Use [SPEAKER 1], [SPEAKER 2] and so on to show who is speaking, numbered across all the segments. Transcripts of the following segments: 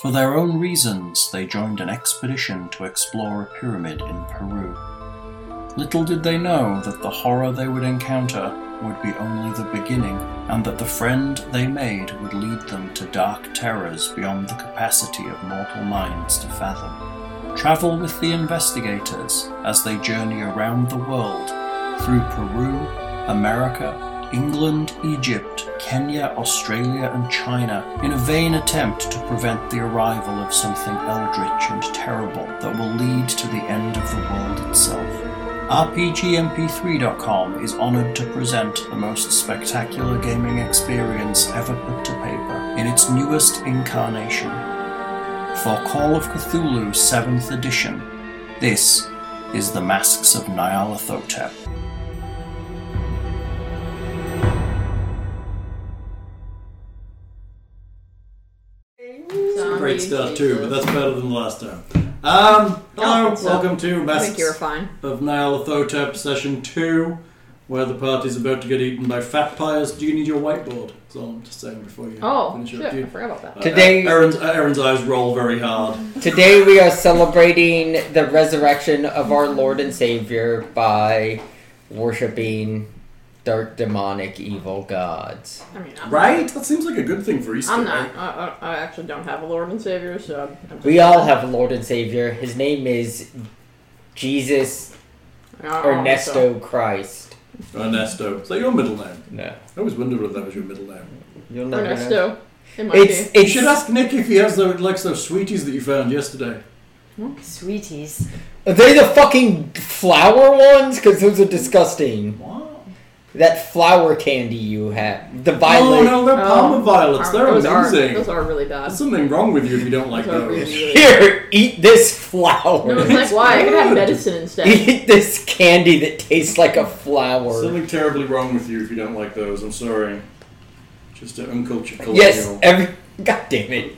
[SPEAKER 1] For their own reasons, they joined an expedition to explore a pyramid in Peru. Little did they know that the horror they would encounter would be only the beginning, and that the friend they made would lead them to dark terrors beyond the capacity of mortal minds to fathom. Travel with the investigators as they journey around the world through Peru, America, England, Egypt, Kenya, Australia, and China in a vain attempt to prevent the arrival of something eldritch and terrible that will lead to the end of the world itself. RPGMP3.com is honoured to present the most spectacular gaming experience ever put to paper in its newest incarnation. For Call of Cthulhu 7th Edition, this is The Masks of Nyarlathotep.
[SPEAKER 2] Great stuff too, but that's better than last time. Um, hello,
[SPEAKER 3] think so.
[SPEAKER 2] welcome to
[SPEAKER 3] Oh, I think
[SPEAKER 2] Masks
[SPEAKER 3] you were fine.
[SPEAKER 2] of Nyarlathotep Session 2, where the party's about to get eaten by fat pyres. Do you need your whiteboard? That's all I'm just saying before you
[SPEAKER 3] Oh,
[SPEAKER 2] finish
[SPEAKER 3] shit,
[SPEAKER 2] your
[SPEAKER 3] I
[SPEAKER 2] few-
[SPEAKER 3] forgot about that.
[SPEAKER 2] Uh,
[SPEAKER 4] Today-
[SPEAKER 2] Aaron's, Aaron's eyes roll very hard.
[SPEAKER 3] Mm-hmm.
[SPEAKER 4] Today we are celebrating the resurrection of our Lord and Savior by worshiping dark demonic evil gods.
[SPEAKER 3] I mean, I'm,
[SPEAKER 2] Right? That seems like a good thing for Easter.
[SPEAKER 3] I'm
[SPEAKER 2] right?
[SPEAKER 3] not. I, I, I actually don't have a Lord and Savior, so I'm, I'm just-
[SPEAKER 4] We all have a Lord and Savior. His name is Jesus
[SPEAKER 3] I don't know, so-
[SPEAKER 4] Ernesto Christ.
[SPEAKER 2] Ernesto. Is that your middle name?
[SPEAKER 4] No.
[SPEAKER 2] I always wondered if that was your middle name.
[SPEAKER 4] You'll never know.
[SPEAKER 3] Ernesto. It might
[SPEAKER 4] It's
[SPEAKER 3] be.
[SPEAKER 2] You should
[SPEAKER 4] it's
[SPEAKER 2] ask Nick if he has those, likes those sweeties that you found yesterday.
[SPEAKER 3] Hmm?
[SPEAKER 5] Sweeties.
[SPEAKER 4] are they the fucking flower ones? Because those are disgusting.
[SPEAKER 2] What?
[SPEAKER 4] That flower candy you have, the violet.
[SPEAKER 2] Oh, no, they're Palmer
[SPEAKER 3] Oh.
[SPEAKER 2] violets. They're
[SPEAKER 3] those Are,
[SPEAKER 2] amazing.
[SPEAKER 3] those are really bad.
[SPEAKER 2] There's something wrong with you if you don't like oh,
[SPEAKER 3] Those are really,
[SPEAKER 2] those.
[SPEAKER 3] really bad.
[SPEAKER 4] Here, eat this flower.
[SPEAKER 3] No, it's like, why? I could have medicine instead.
[SPEAKER 4] Eat this candy that tastes like a flower.
[SPEAKER 2] Something terribly wrong with you if you don't like those. I'm sorry. Just an uncultured colonial.
[SPEAKER 4] yes, every. God damn it.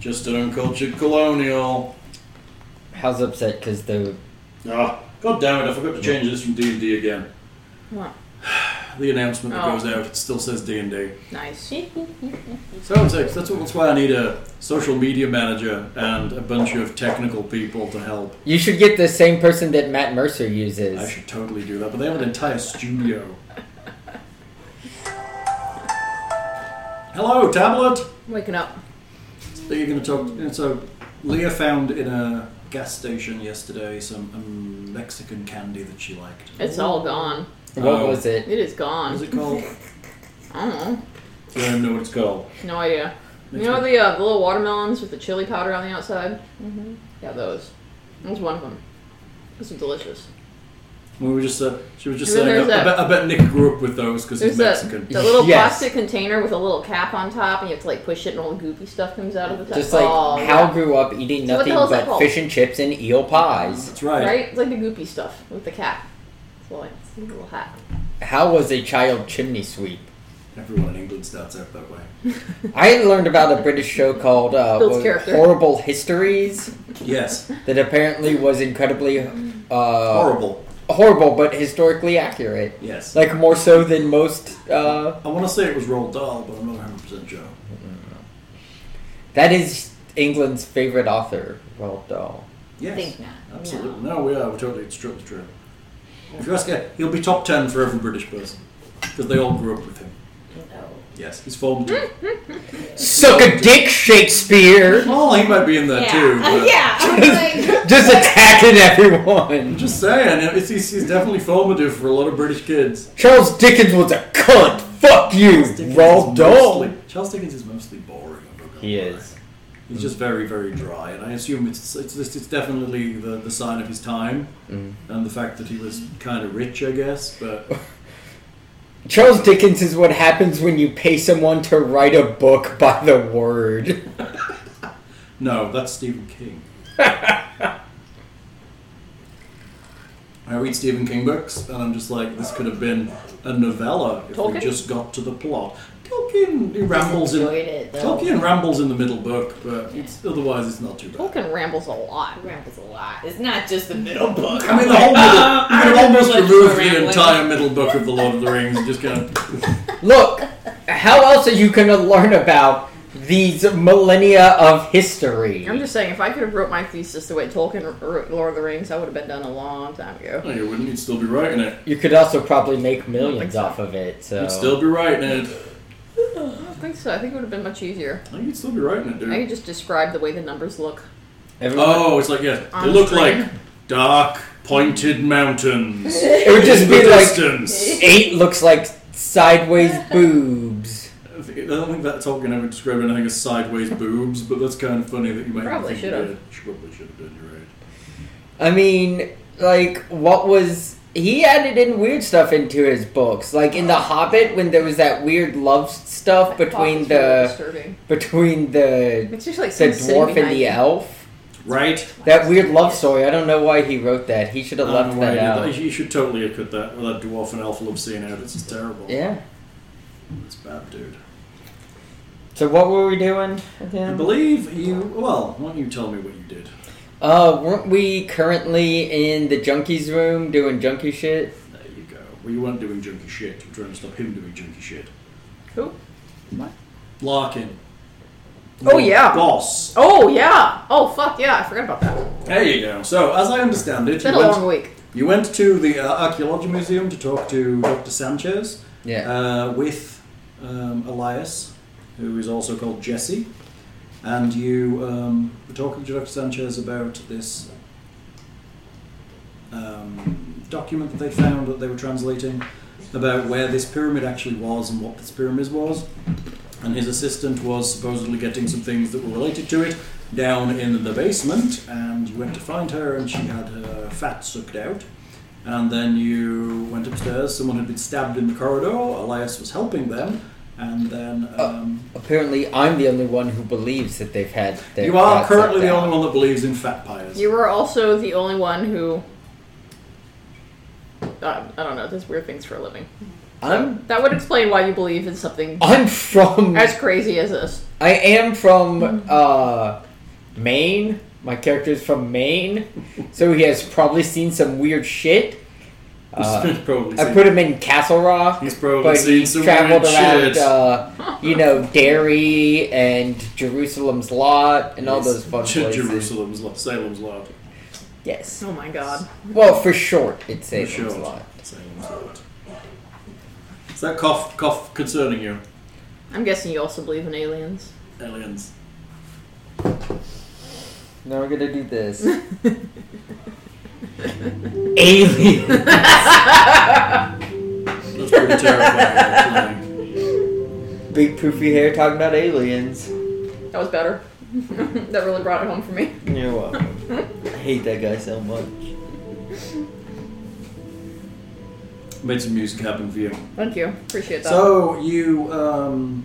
[SPEAKER 2] Just an uncultured colonial.
[SPEAKER 4] How's upset because the.
[SPEAKER 2] Ah, god damn it! I forgot to change this from D and D again.
[SPEAKER 3] What?
[SPEAKER 2] The announcement that
[SPEAKER 3] Oh.
[SPEAKER 2] goes out it still says D and D.
[SPEAKER 3] Nice.
[SPEAKER 2] So it's like- that's what- that's why I need a social media manager and a bunch of technical people to help.
[SPEAKER 4] You should get the same person that Matt Mercer uses.
[SPEAKER 2] I should totally do that, but they have an entire studio. Hello, tablet.
[SPEAKER 3] Waking up.
[SPEAKER 2] That you're going to talk. and So, Leah found in a gas station yesterday some um, Mexican candy that she liked.
[SPEAKER 3] It's all gone.
[SPEAKER 4] what
[SPEAKER 2] Oh.
[SPEAKER 4] was it?
[SPEAKER 3] It is
[SPEAKER 2] What is
[SPEAKER 3] gone.
[SPEAKER 2] it called?
[SPEAKER 3] I don't know.
[SPEAKER 2] I don't even know what it's called.
[SPEAKER 3] No idea. You know the, uh, the little watermelons with the chili powder on the outside? Mm-hmm. Yeah, those. That was one of them. Those are delicious.
[SPEAKER 2] We were just. Uh, she was just
[SPEAKER 3] And then
[SPEAKER 2] saying. I,
[SPEAKER 3] there's
[SPEAKER 2] I bet, I bet Nick grew up with those because he's
[SPEAKER 3] There's that,
[SPEAKER 2] Mexican.
[SPEAKER 3] that little
[SPEAKER 4] Yes.
[SPEAKER 3] plastic container with a little cap on top, and you have to like push it, and all the goopy stuff comes out of the top.
[SPEAKER 4] Just like
[SPEAKER 3] oh,
[SPEAKER 4] Hal
[SPEAKER 3] yeah.
[SPEAKER 4] grew up eating
[SPEAKER 3] So what the
[SPEAKER 4] nothing
[SPEAKER 3] hell is that
[SPEAKER 4] but
[SPEAKER 3] called?
[SPEAKER 4] fish and chips and eel pies.
[SPEAKER 2] That's right.
[SPEAKER 3] right? It's like the goopy stuff with the cap. It's like it's a little hat.
[SPEAKER 4] Hal was a child chimney sweep.
[SPEAKER 2] Everyone in England starts out that way.
[SPEAKER 4] I had learned about a British show called uh,
[SPEAKER 3] Builds
[SPEAKER 4] what-
[SPEAKER 3] character.
[SPEAKER 4] Horrible Histories
[SPEAKER 2] Yes.
[SPEAKER 4] that apparently was incredibly uh,
[SPEAKER 2] Horrible.
[SPEAKER 4] horrible but historically accurate.
[SPEAKER 2] Yes.
[SPEAKER 4] Like more so than most. Uh,
[SPEAKER 2] I want to say it was Roald Dahl, but I'm not 100 percent sure.
[SPEAKER 4] that is England's favorite author, Roald Dahl.
[SPEAKER 2] Yes.
[SPEAKER 5] Think not.
[SPEAKER 2] Absolutely. No, we are. We're totally. It's true. It's true. If you ask him, he'll be top ten for every British person because they all grew up with him.
[SPEAKER 5] No.
[SPEAKER 2] Yes, he's formative.
[SPEAKER 4] Suck a dick, Shakespeare!
[SPEAKER 2] Well, he might be in there
[SPEAKER 5] Yeah.
[SPEAKER 2] too. but-
[SPEAKER 5] yeah. I'm like,
[SPEAKER 4] Just attacking
[SPEAKER 2] I'm
[SPEAKER 4] everyone.
[SPEAKER 2] just saying, it's, he's, he's definitely formative for a lot of British kids.
[SPEAKER 4] Charles Dickens was a cunt. Fuck you,
[SPEAKER 2] Dickens
[SPEAKER 4] Roald
[SPEAKER 2] is
[SPEAKER 4] Dahl.
[SPEAKER 2] mostly- Charles Dickens is mostly boring. I'm not gonna
[SPEAKER 4] He
[SPEAKER 2] lie.
[SPEAKER 4] is.
[SPEAKER 2] He's just very, very dry, and I assume it's it's, it's, it's definitely the, the sign of his time
[SPEAKER 4] Mm.
[SPEAKER 2] and the fact that he was kind of rich, I guess. But
[SPEAKER 4] Charles Dickens is what happens when you pay someone to write a book by the word.
[SPEAKER 2] no, that's Stephen King. I read Stephen King books, and I'm just like, this could have been a novella if we
[SPEAKER 3] Tolkien?
[SPEAKER 2] just got to the plot. Tolkien he rambles in.
[SPEAKER 5] enjoyed it though.
[SPEAKER 2] Tolkien rambles in the middle book, but it's, otherwise it's not
[SPEAKER 4] Oh,
[SPEAKER 2] too bad.
[SPEAKER 3] Tolkien rambles a lot.
[SPEAKER 5] Rambles a lot. It's not just the middle book.
[SPEAKER 2] I mean,
[SPEAKER 4] oh,
[SPEAKER 2] the whole middle,
[SPEAKER 5] Uh,
[SPEAKER 2] you could
[SPEAKER 5] I
[SPEAKER 2] almost
[SPEAKER 5] remember
[SPEAKER 4] uh,
[SPEAKER 2] remove
[SPEAKER 5] when you
[SPEAKER 2] the
[SPEAKER 5] were
[SPEAKER 2] entire middle book of the Lord of the Rings and just kind of
[SPEAKER 4] Look, how else are you gonna learn about these millennia of history.
[SPEAKER 3] I'm just saying, if I could have wrote my thesis the way Tolkien wrote Lord of the Rings, I would have been done a long time ago.
[SPEAKER 2] No, "Oh, you wouldn't. You'd still be writing it.
[SPEAKER 4] You could also probably
[SPEAKER 3] I
[SPEAKER 4] make
[SPEAKER 3] don't
[SPEAKER 4] millions
[SPEAKER 3] think so.
[SPEAKER 4] off of it. So
[SPEAKER 2] You'd still be writing it.
[SPEAKER 3] I don't think so. I think it would have been much easier.
[SPEAKER 2] I think you'd still be writing it,
[SPEAKER 4] Hmm.
[SPEAKER 3] I could
[SPEAKER 2] dude.
[SPEAKER 3] just describe the way the numbers look.
[SPEAKER 4] Everyone-
[SPEAKER 2] Oh, it's like yes.
[SPEAKER 3] On
[SPEAKER 2] They look
[SPEAKER 3] screen.
[SPEAKER 2] like dark pointed mountains.
[SPEAKER 4] it would just
[SPEAKER 2] in the
[SPEAKER 4] be like
[SPEAKER 2] distance.
[SPEAKER 4] eight looks like sideways boobs.
[SPEAKER 2] I think- I don't think that Tolkien ever described anything as sideways boobs, but that's kind of funny that you might
[SPEAKER 3] Probably
[SPEAKER 2] think you
[SPEAKER 3] should've.
[SPEAKER 2] did. She Probably should have done. You're right.
[SPEAKER 4] I mean, like what was he added in weird stuff into his books, like in The Hobbit when there was that weird love stuff between
[SPEAKER 3] It's really
[SPEAKER 4] the
[SPEAKER 3] disturbing.
[SPEAKER 4] between the
[SPEAKER 3] It's just like some
[SPEAKER 4] the
[SPEAKER 3] sin
[SPEAKER 4] dwarf and
[SPEAKER 3] behind
[SPEAKER 4] the
[SPEAKER 3] you.
[SPEAKER 4] elf.
[SPEAKER 2] Right.
[SPEAKER 4] That weird love story. I don't know why he wrote that. He should have
[SPEAKER 2] I
[SPEAKER 4] left
[SPEAKER 2] don't know why
[SPEAKER 4] that
[SPEAKER 2] I did
[SPEAKER 4] out.
[SPEAKER 2] that. You should totally have cut that. Well, that dwarf and elf love scene out. It's just terrible.
[SPEAKER 4] Yeah.
[SPEAKER 2] It's bad, dude.
[SPEAKER 4] So what were we doing
[SPEAKER 2] I
[SPEAKER 4] again?
[SPEAKER 2] believe you. Well, why don't you tell me what you did?
[SPEAKER 4] Uh, weren't we currently in the junkies room doing junkie shit?
[SPEAKER 2] There you go. Well, you weren't doing junky shit. You were trying to stop him doing junky shit.
[SPEAKER 3] Who?
[SPEAKER 2] Larkin.
[SPEAKER 3] Oh,
[SPEAKER 2] Your
[SPEAKER 3] yeah.
[SPEAKER 2] Boss.
[SPEAKER 3] Oh yeah. Oh fuck yeah. I forgot about that.
[SPEAKER 2] There you go. So, as I understand it,
[SPEAKER 3] It's
[SPEAKER 2] you
[SPEAKER 3] been a long
[SPEAKER 2] went,
[SPEAKER 3] week.
[SPEAKER 2] you went to the uh, archaeology museum to talk to Dr. Sanchez
[SPEAKER 4] Yeah.
[SPEAKER 2] uh, with um, Elias, who is also called Jesse, and you um, were talking to Dr. Sanchez about this um, document that they found that they were translating about where this pyramid actually was and what this pyramid was. And his assistant was supposedly getting some things that were related to it down in the basement. And you went to find her, and she had her fat sucked out. And then you went upstairs. Someone had been stabbed in the corridor. Elias was helping them. And then um,
[SPEAKER 4] Apparently, I'm the only one who believes that they've had. Their
[SPEAKER 2] you are
[SPEAKER 4] thoughts like
[SPEAKER 2] currently the
[SPEAKER 4] that.
[SPEAKER 2] only one that believes in fat pyres.
[SPEAKER 3] You were also the only one who. Uh, I don't know. Does weird things for a living.
[SPEAKER 4] I'm.
[SPEAKER 3] That would explain why you believe in something
[SPEAKER 4] I'm from.
[SPEAKER 3] as crazy as this.
[SPEAKER 4] I am from uh, Maine. My character is from Maine, so he has probably seen some weird shit. Uh,
[SPEAKER 2] probably
[SPEAKER 4] I
[SPEAKER 2] seen-
[SPEAKER 4] put him in Castle Rock,
[SPEAKER 2] He's probably
[SPEAKER 4] but
[SPEAKER 2] seen
[SPEAKER 4] he
[SPEAKER 2] some
[SPEAKER 4] traveled
[SPEAKER 2] weird
[SPEAKER 4] around,
[SPEAKER 2] shit.
[SPEAKER 4] uh, you know, Derry and Jerusalem's Lot and all those fun places.
[SPEAKER 2] Jerusalem's lot, Salem's lot.
[SPEAKER 4] Yes.
[SPEAKER 3] Oh my god.
[SPEAKER 4] Well, for short, it's
[SPEAKER 2] For
[SPEAKER 4] Salem's
[SPEAKER 2] sure.
[SPEAKER 4] Lot.
[SPEAKER 2] Salem's lot. Is that cough cough concerning you?
[SPEAKER 3] I'm guessing you also believe in aliens.
[SPEAKER 2] Aliens.
[SPEAKER 4] Now we're gonna do this. Alien.
[SPEAKER 2] That's pretty terrifying. actually.
[SPEAKER 4] Big poofy hair talking about aliens.
[SPEAKER 3] That was better. that really brought it home for me.
[SPEAKER 4] You're welcome. I hate that guy so much.
[SPEAKER 2] Made some music happen for you.
[SPEAKER 3] Thank you. Appreciate that.
[SPEAKER 2] So you um,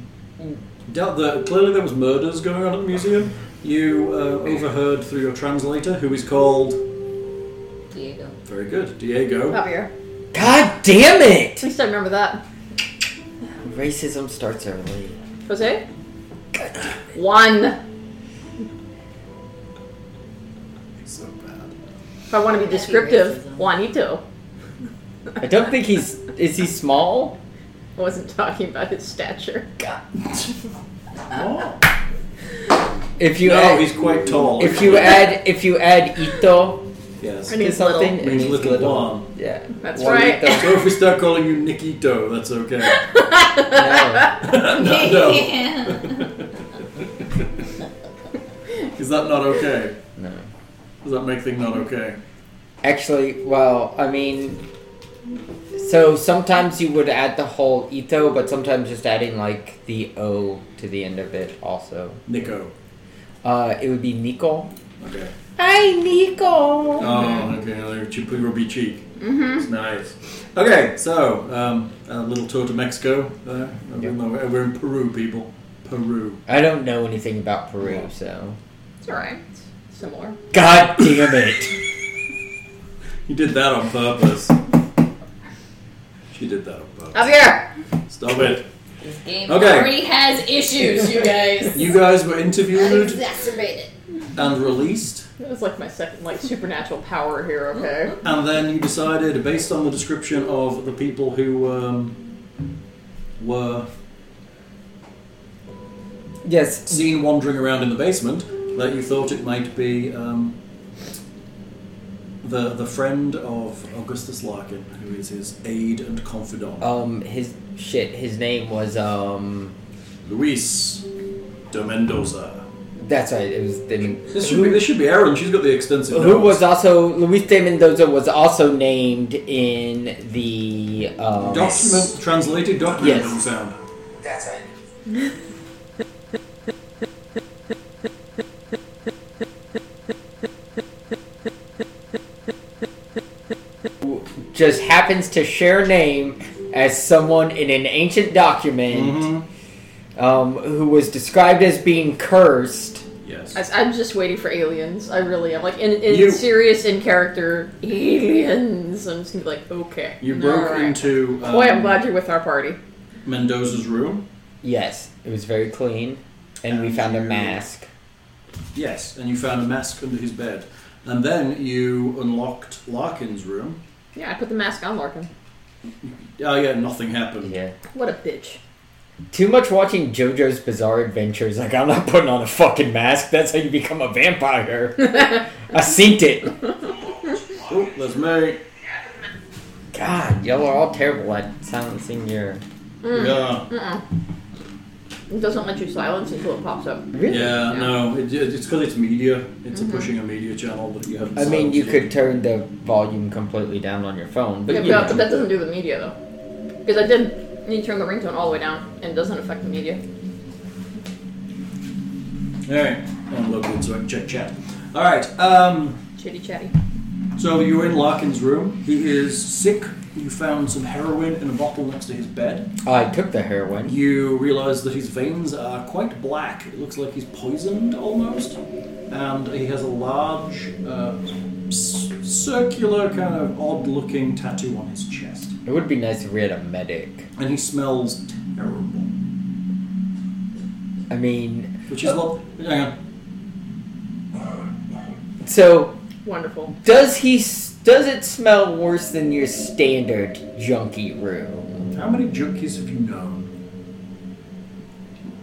[SPEAKER 2] dealt the clearly there was murders going on at the museum. You uh, overheard through your translator, who is called
[SPEAKER 5] Diego.
[SPEAKER 2] very good Diego.
[SPEAKER 3] Javier.
[SPEAKER 4] God damn
[SPEAKER 3] At
[SPEAKER 4] it!
[SPEAKER 3] least I remember that.
[SPEAKER 4] Racism starts early.
[SPEAKER 3] Jose? One.
[SPEAKER 2] So bad.
[SPEAKER 3] If I want to be descriptive, Juanito.
[SPEAKER 4] I don't think he's. Is he small?
[SPEAKER 3] I wasn't talking about his stature.
[SPEAKER 4] God.
[SPEAKER 2] Oh.
[SPEAKER 4] If you
[SPEAKER 2] No,
[SPEAKER 4] add,
[SPEAKER 2] Oh, he's quite tall.
[SPEAKER 4] if you add, if you add Ito
[SPEAKER 2] yes,
[SPEAKER 3] And
[SPEAKER 4] to
[SPEAKER 3] he's
[SPEAKER 4] something,
[SPEAKER 3] little.
[SPEAKER 4] it
[SPEAKER 2] He's
[SPEAKER 4] means
[SPEAKER 2] little Juan.
[SPEAKER 4] Yeah,
[SPEAKER 3] That's
[SPEAKER 4] Juanito.
[SPEAKER 2] So if we start calling you Nikito, that's okay.
[SPEAKER 4] No.
[SPEAKER 2] no, no.
[SPEAKER 5] Yeah.
[SPEAKER 2] Is that not okay?
[SPEAKER 4] No.
[SPEAKER 2] Does that make things not okay?
[SPEAKER 4] Actually, well, I mean, so sometimes you would add the whole Ito, but sometimes just adding like the O to the end of it also.
[SPEAKER 2] Nico.
[SPEAKER 4] Uh, it would be Nico.
[SPEAKER 2] Okay.
[SPEAKER 4] Hi, Nico.
[SPEAKER 2] Oh, okay. Another cheap rubby cheek. Mm-hmm. It's nice. Okay, so um, a little tour to Mexico. There. Uh,
[SPEAKER 4] Yeah.
[SPEAKER 2] We're we're in Peru, people. Peru.
[SPEAKER 4] I don't know anything about Peru, so.
[SPEAKER 3] It's alright. Similar.
[SPEAKER 4] God damn it!
[SPEAKER 2] You did that on purpose. She did that on purpose.
[SPEAKER 3] Javier!
[SPEAKER 2] Stop it.
[SPEAKER 5] this game
[SPEAKER 2] Okay.
[SPEAKER 5] already has issues, you guys.
[SPEAKER 2] You guys were interviewed
[SPEAKER 5] Exacerbated.
[SPEAKER 2] and released,
[SPEAKER 3] That was like my second, like, supernatural power here, okay?
[SPEAKER 2] and then you decided, based on the description of the people who um, were
[SPEAKER 4] Yes.
[SPEAKER 2] seen wandering around in the basement that you thought it might be um, the the friend of Augustus Larkin, who is his aide and confidant,
[SPEAKER 4] Um, his shit. His name was um.
[SPEAKER 2] Luis de Mendoza.
[SPEAKER 4] That's right. It was didn't.
[SPEAKER 2] This should be this should be Aaron. She's got the extensive.
[SPEAKER 4] Who
[SPEAKER 2] notes.
[SPEAKER 4] was also Luis de Mendoza was also named in the um,
[SPEAKER 2] document translated document
[SPEAKER 4] Yes.
[SPEAKER 2] and sound?
[SPEAKER 4] That's right. Just happens to share name as someone in an ancient document
[SPEAKER 2] Mm-hmm.
[SPEAKER 4] um, who was described as being cursed.
[SPEAKER 2] Yes.
[SPEAKER 3] I, am just waiting for aliens. I really am. Like in, in
[SPEAKER 2] You-
[SPEAKER 3] serious in character aliens. I'm just gonna be like, okay.
[SPEAKER 2] You broke
[SPEAKER 3] alright.
[SPEAKER 2] into um,
[SPEAKER 3] Boy, I'm glad you're with our party.
[SPEAKER 2] Mendoza's room.
[SPEAKER 4] Yes, it was very clean, and we
[SPEAKER 2] And
[SPEAKER 4] found a
[SPEAKER 2] you-
[SPEAKER 4] mask.
[SPEAKER 2] Yes, and you found a mask under his bed, and then you unlocked Larkin's room.
[SPEAKER 3] Yeah, I put the mask on, Larkin.
[SPEAKER 2] Oh yeah, nothing happened.
[SPEAKER 4] Yeah.
[SPEAKER 3] What a bitch.
[SPEAKER 4] Too much watching JoJo's Bizarre Adventures. Like, I'm not putting on a fucking mask. That's how you become a vampire. I seen it.
[SPEAKER 2] Oh, there's me.
[SPEAKER 4] God, y'all are all terrible at silencing your.
[SPEAKER 2] Yeah.
[SPEAKER 4] Mm-hmm.
[SPEAKER 3] It doesn't let you silence until it pops up.
[SPEAKER 4] Really?
[SPEAKER 2] Yeah, Mm-hmm.
[SPEAKER 3] Yeah.
[SPEAKER 2] no, it, it- it's because it's media. It's a pushing a media channel, but you haven't.
[SPEAKER 4] I mean, you
[SPEAKER 2] silenced
[SPEAKER 4] could
[SPEAKER 2] it.
[SPEAKER 4] turn the volume completely down on your phone, but
[SPEAKER 3] Yeah,
[SPEAKER 4] you
[SPEAKER 3] but, but
[SPEAKER 4] know.
[SPEAKER 3] that doesn't do the media though. Because I did need to turn the ringtone all the way down, and it doesn't affect the media.
[SPEAKER 2] All right, I'm logged in so I can check chat. All right, um,
[SPEAKER 3] Chitty chatty.
[SPEAKER 2] so you were in Larkin's room. He is sick. You found some heroin in a bottle next to his bed.
[SPEAKER 4] I took the heroin.
[SPEAKER 2] You realise that his veins are quite black. It looks like he's poisoned almost, and he has a large, uh, s- circular kind of odd-looking tattoo on his chest,
[SPEAKER 4] It would be nice if we had a medic.
[SPEAKER 2] and he smells terrible.
[SPEAKER 4] I mean,
[SPEAKER 2] Which is what? Hang on.
[SPEAKER 4] so
[SPEAKER 3] Wonderful.
[SPEAKER 4] does he? s- Does it smell worse than your standard junkie room?
[SPEAKER 2] How many junkies have you known?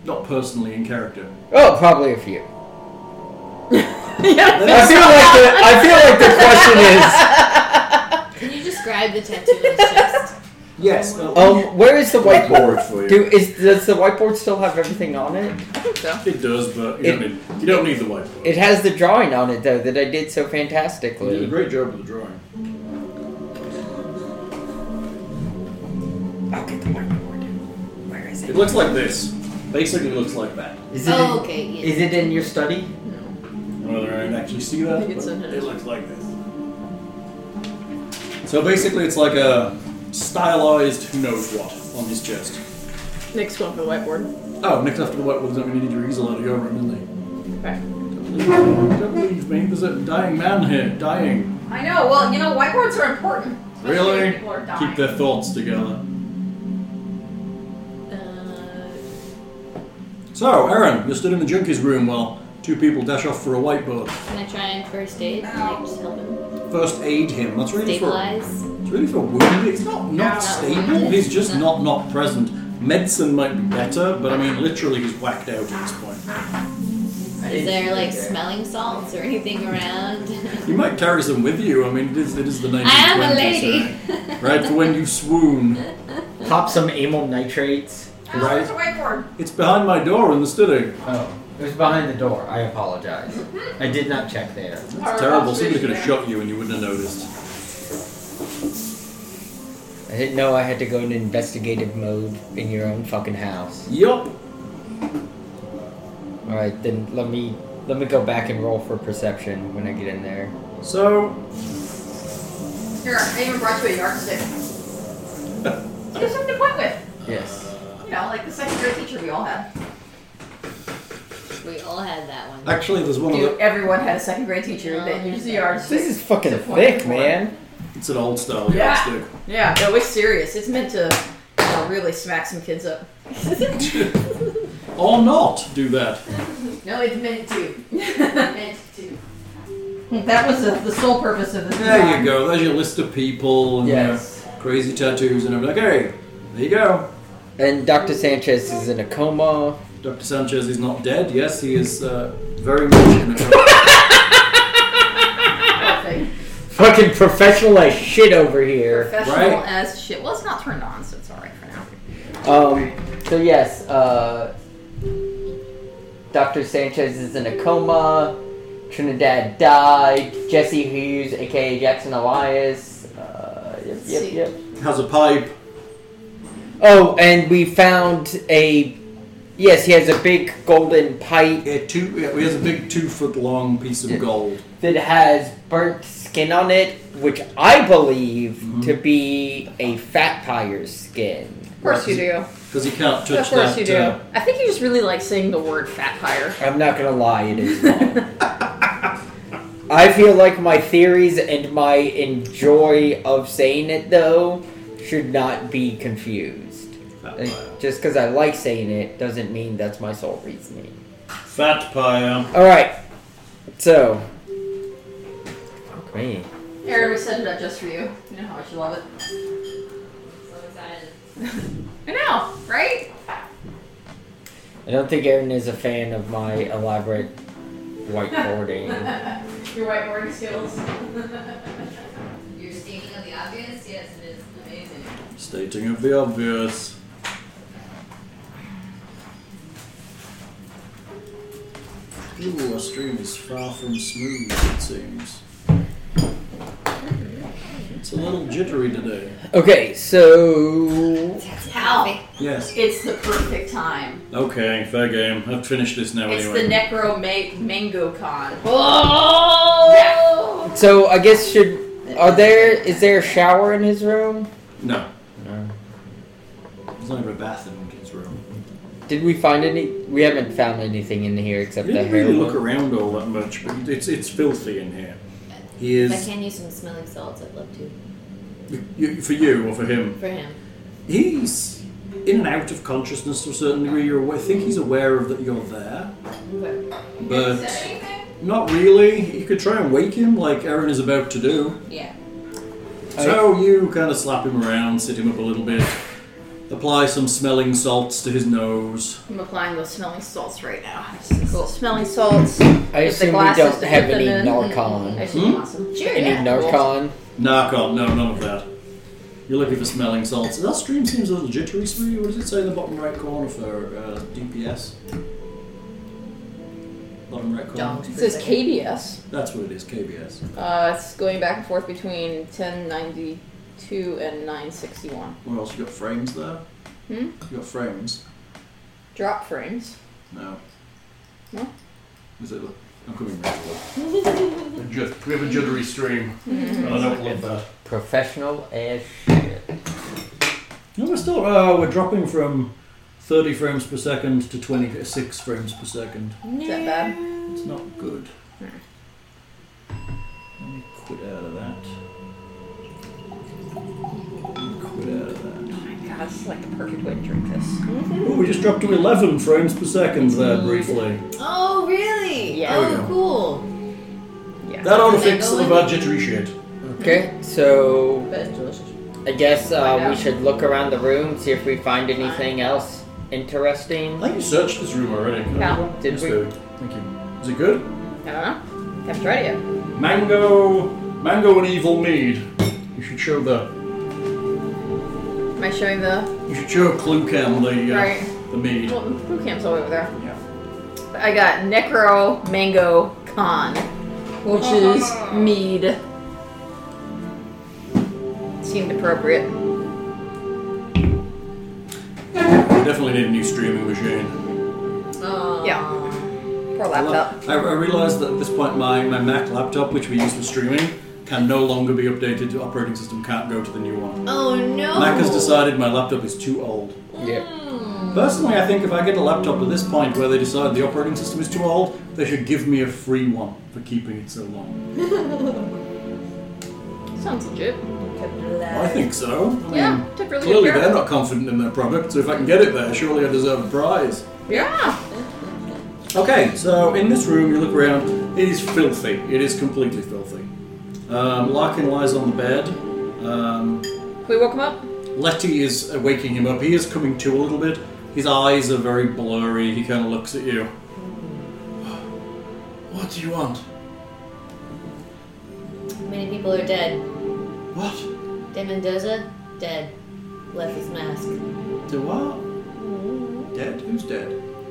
[SPEAKER 2] Not personally in character.
[SPEAKER 4] Oh, probably a few.
[SPEAKER 3] yeah,
[SPEAKER 4] I feel like the, I feel like the question
[SPEAKER 5] Can
[SPEAKER 4] is.
[SPEAKER 5] you describe the tattoo on his chest?
[SPEAKER 2] Yes.
[SPEAKER 4] Um, where is the whiteboard?
[SPEAKER 2] for
[SPEAKER 4] Do is does the whiteboard still have everything on it?
[SPEAKER 3] I think so.
[SPEAKER 2] It does, but you,
[SPEAKER 4] It-
[SPEAKER 2] don't, need, you don't need the whiteboard.
[SPEAKER 4] It has the drawing on it though that I did so
[SPEAKER 2] you did a
[SPEAKER 4] fantastically.
[SPEAKER 2] great job with the drawing.
[SPEAKER 4] I'll get the whiteboard. Where is
[SPEAKER 2] It looks like this. Basically, it looks like that.
[SPEAKER 4] Is it?
[SPEAKER 5] Oh,
[SPEAKER 4] in,
[SPEAKER 5] okay. Yeah.
[SPEAKER 4] Is it in your
[SPEAKER 3] No.
[SPEAKER 4] study?
[SPEAKER 2] I don't know whether I can actually see
[SPEAKER 3] I
[SPEAKER 2] that.
[SPEAKER 3] think it's
[SPEAKER 2] but
[SPEAKER 3] in it.
[SPEAKER 2] It looks like this. So basically, it's like a stylized who knows what on his chest.
[SPEAKER 3] Nick's going for the whiteboard.
[SPEAKER 2] Oh, next after the whiteboard's not going to need your easel out of your room, isn't
[SPEAKER 3] Okay.
[SPEAKER 2] he? Don't leave me. There's a dying man here. Dying.
[SPEAKER 3] I know. Well, you know, whiteboards are important.
[SPEAKER 2] Really? Keep their thoughts together. So, Aaron, you're stood in the junkie's room while two people dash off for a whiteboard.
[SPEAKER 5] Can I try and first aid? Can I just help him
[SPEAKER 2] First aid him. That's really
[SPEAKER 5] stabilize?
[SPEAKER 2] for it's really for wounded. It's not not
[SPEAKER 5] No.
[SPEAKER 2] stable. He's just not not present. Medicine might be better, but I mean, literally, he's whacked out at this point.
[SPEAKER 5] Is there like smelling salts or anything around?
[SPEAKER 2] You might carry some with you. I mean, it is it is the 1920s.
[SPEAKER 5] I am a
[SPEAKER 2] Right?
[SPEAKER 5] lady.
[SPEAKER 2] Right, for when you swoon.
[SPEAKER 4] Pop some amyl nitrates.
[SPEAKER 2] Right.
[SPEAKER 3] whiteboard.
[SPEAKER 2] It's behind my door in the study.
[SPEAKER 4] Oh, it was behind the door. I apologize.
[SPEAKER 5] Mm-hmm.
[SPEAKER 4] I did not check there.
[SPEAKER 2] It's terrible. Somebody could have shot you and you wouldn't have noticed.
[SPEAKER 4] I didn't know I had to go in investigative mode in your own fucking house.
[SPEAKER 2] Yup.
[SPEAKER 4] All right, then let me let me go back and roll for perception when I get in there.
[SPEAKER 2] So
[SPEAKER 3] Here, I even brought you a yardstick. Give something to point with.
[SPEAKER 4] Yes.
[SPEAKER 3] You know, like the second grade teacher we all had.
[SPEAKER 5] We all had that one.
[SPEAKER 2] actually, there's one of
[SPEAKER 3] Dude,
[SPEAKER 2] the.
[SPEAKER 3] everyone had a second grade teacher that used the yardstick.
[SPEAKER 4] This is fucking
[SPEAKER 3] to point
[SPEAKER 4] thick,
[SPEAKER 3] with.
[SPEAKER 4] man.
[SPEAKER 2] It's an old style
[SPEAKER 3] Yeah.
[SPEAKER 2] yardstick.
[SPEAKER 3] Yeah, no, it's serious. It's meant to you know, really smack some kids up.
[SPEAKER 2] Or not do that.
[SPEAKER 3] No, it's meant to. meant to. Hmm, That was the, the sole purpose of this.
[SPEAKER 2] There you go. There's your list of people
[SPEAKER 4] Oh,
[SPEAKER 2] and their
[SPEAKER 4] Yes.
[SPEAKER 2] crazy tattoos and everything. Like, hey, there you go.
[SPEAKER 4] And Dr. Sanchez is in a coma.
[SPEAKER 2] Dr. Sanchez is not dead. Yes, he is uh, very much in a coma.
[SPEAKER 4] Fucking professional as shit over here.
[SPEAKER 5] Professional
[SPEAKER 2] Right.
[SPEAKER 5] as shit. Well, it's not turned on, so it's alright for now.
[SPEAKER 4] Um, so yes, uh, Dr. Sanchez is in a coma. Trinidad died. Jesse Hughes, aka Jackson Elias. Uh, yep, yep,
[SPEAKER 5] See.
[SPEAKER 4] yep.
[SPEAKER 2] Has a pipe.
[SPEAKER 4] Oh, and we found a. Yes, he has a big golden pipe
[SPEAKER 2] Yeah, two. Yeah, he has a big two-foot-long piece of
[SPEAKER 4] Yeah.
[SPEAKER 2] gold.
[SPEAKER 4] that has burnt skin on it, which I believe to be a fat tire's skin.
[SPEAKER 3] Of course you do.
[SPEAKER 2] Because he can't touch
[SPEAKER 3] Of course
[SPEAKER 2] that.
[SPEAKER 3] you do.
[SPEAKER 2] uh,
[SPEAKER 3] I think you just really like saying the word fat tire.
[SPEAKER 4] I'm not gonna lie, it is long. I feel like my theories and my enjoy of saying it though should not be confused.
[SPEAKER 2] fat
[SPEAKER 4] Like,
[SPEAKER 2] pile.
[SPEAKER 4] just because I like saying it doesn't mean that's my sole reasoning.
[SPEAKER 2] Fat pile.
[SPEAKER 4] All right, so. Fuck me.
[SPEAKER 5] Aaron, we set it up just for you. You know how much you love it. So excited. I know, right?
[SPEAKER 4] I don't think Aaron is a fan of my elaborate whiteboarding.
[SPEAKER 5] Your whiteboarding skills. You're stating of the obvious? Yes, it is amazing.
[SPEAKER 2] Stating of the obvious. Ooh, our stream is far from smooth, it seems. It's a little jittery today.
[SPEAKER 4] okay, so.
[SPEAKER 5] How?
[SPEAKER 2] Yes.
[SPEAKER 5] It's the perfect time.
[SPEAKER 2] Okay, fair game. I've finished this now
[SPEAKER 5] It's
[SPEAKER 2] anyway.
[SPEAKER 5] the Necro ma- Mango Con.
[SPEAKER 3] Oh!
[SPEAKER 4] So I guess should. Are there. Is there a shower in his room?
[SPEAKER 2] no.
[SPEAKER 4] No.
[SPEAKER 2] There's not even a bath in his room.
[SPEAKER 4] Did we find any? We haven't found anything in here except
[SPEAKER 2] You
[SPEAKER 4] the
[SPEAKER 2] didn't
[SPEAKER 4] hair.
[SPEAKER 2] really look
[SPEAKER 4] one.
[SPEAKER 2] around all that much, but it's it's filthy in here. He
[SPEAKER 5] If I
[SPEAKER 2] is
[SPEAKER 5] can use some smelling salts, I'd love to.
[SPEAKER 2] you, for you or for him.
[SPEAKER 5] For him.
[SPEAKER 2] He's in and out of consciousness to a certain degree. You're aware, I think he's aware of that you're there, but
[SPEAKER 5] anything?
[SPEAKER 2] not really. You could try and wake him, like Aaron is about to do.
[SPEAKER 5] Yeah.
[SPEAKER 2] So you kind of slap him around, sit him up a little bit, apply some smelling salts to his nose.
[SPEAKER 3] I'm applying those smelling salts right now. Cool. Smelling salts.
[SPEAKER 4] I
[SPEAKER 3] With the
[SPEAKER 4] assume we
[SPEAKER 3] glasses
[SPEAKER 4] don't
[SPEAKER 3] to
[SPEAKER 4] have
[SPEAKER 3] put
[SPEAKER 4] any
[SPEAKER 3] them in. mm-hmm. I
[SPEAKER 4] Narcon.
[SPEAKER 3] should
[SPEAKER 2] Hmm?
[SPEAKER 3] want some.
[SPEAKER 4] Any Narcon?
[SPEAKER 2] Knock on, no, none of that. You're looking for smelling salts. That stream seems a little jittery, sweetie. What does it say in the bottom right corner for uh, DPS? Bottom right corner.
[SPEAKER 5] Don't.
[SPEAKER 3] It says KBS.
[SPEAKER 2] That's what it is, KBS.
[SPEAKER 3] Uh, it's going back and forth between 1092 and 961.
[SPEAKER 2] What else? You got frames there?
[SPEAKER 3] Hmm?
[SPEAKER 2] You got frames?
[SPEAKER 3] Drop frames.
[SPEAKER 2] No.
[SPEAKER 3] No?
[SPEAKER 2] Is it? I'm coming back to it. We have a jittery stream.
[SPEAKER 3] Mm-hmm.
[SPEAKER 2] I don't love that.
[SPEAKER 4] Professional as shit.
[SPEAKER 2] No, we're still. Uh, we're dropping from 30 frames per second to 26 frames per second.
[SPEAKER 3] Is that bad?
[SPEAKER 2] It's not good. Let me quit out of that. Let me quit out of that.
[SPEAKER 3] Oh my god, this is like the perfect way to drink this.
[SPEAKER 2] Oh, we just dropped to 11 frames per second there
[SPEAKER 3] Mm.
[SPEAKER 2] briefly.
[SPEAKER 5] Oh, really?
[SPEAKER 3] Yeah.
[SPEAKER 2] There we
[SPEAKER 5] Oh,
[SPEAKER 2] go.
[SPEAKER 5] cool.
[SPEAKER 3] Yeah.
[SPEAKER 2] That ought to fix some of our jittery shit.
[SPEAKER 4] Okay, so
[SPEAKER 3] but it's delicious.
[SPEAKER 4] I guess uh, we
[SPEAKER 3] Find out.
[SPEAKER 4] should look around the room, see if we find anything else
[SPEAKER 2] I
[SPEAKER 4] interesting.
[SPEAKER 2] think you searched this room already.
[SPEAKER 3] Yeah.
[SPEAKER 4] Did
[SPEAKER 2] Yes,
[SPEAKER 4] we?
[SPEAKER 2] David. Thank you. Is it good?
[SPEAKER 3] I don't know. Haven't tried it yet.
[SPEAKER 2] Mango, mango and evil mead. You should show the.
[SPEAKER 3] Am I showing the.
[SPEAKER 2] You should show Clue Cam the uh,
[SPEAKER 3] Right.
[SPEAKER 2] the mead.
[SPEAKER 3] Well, the food camp's all over there.
[SPEAKER 2] Yeah.
[SPEAKER 3] I got Necro Mango Con, which is mead. Seemed appropriate.
[SPEAKER 2] We definitely need a new streaming machine.
[SPEAKER 5] Oh.
[SPEAKER 3] Yeah. Poor
[SPEAKER 2] I,
[SPEAKER 3] laptop.
[SPEAKER 2] I, I realized that at this point my, my Mac laptop, which we use for streaming, can no longer be updated. The operating system can't go to the new one.
[SPEAKER 5] Oh no.
[SPEAKER 2] Mac has decided my laptop is too old.
[SPEAKER 4] Yeah.
[SPEAKER 2] Personally, I think if I get a laptop at this point where they decide the operating system is too old, they should give me a free one for keeping it so long.
[SPEAKER 3] Sounds legit.
[SPEAKER 2] I think so. I mean,
[SPEAKER 3] Yeah, took really
[SPEAKER 2] Clearly,
[SPEAKER 3] good care.
[SPEAKER 2] they're not confident in their product, so if I can get it there, surely I deserve a prize.
[SPEAKER 3] Yeah.
[SPEAKER 2] Okay, so in this room, you look around, it is filthy. It is completely filthy. Um, Larkin lies on the bed. Um,
[SPEAKER 3] Can we woke him up?
[SPEAKER 2] Letty is uh, waking him up. He is coming to a little bit, His eyes are very blurry. He kind of looks at you. What do you want?
[SPEAKER 6] Many people are dead.
[SPEAKER 2] What?
[SPEAKER 6] De Mendoza, dead. Left his mask.
[SPEAKER 2] Do what? Dead? Who's dead?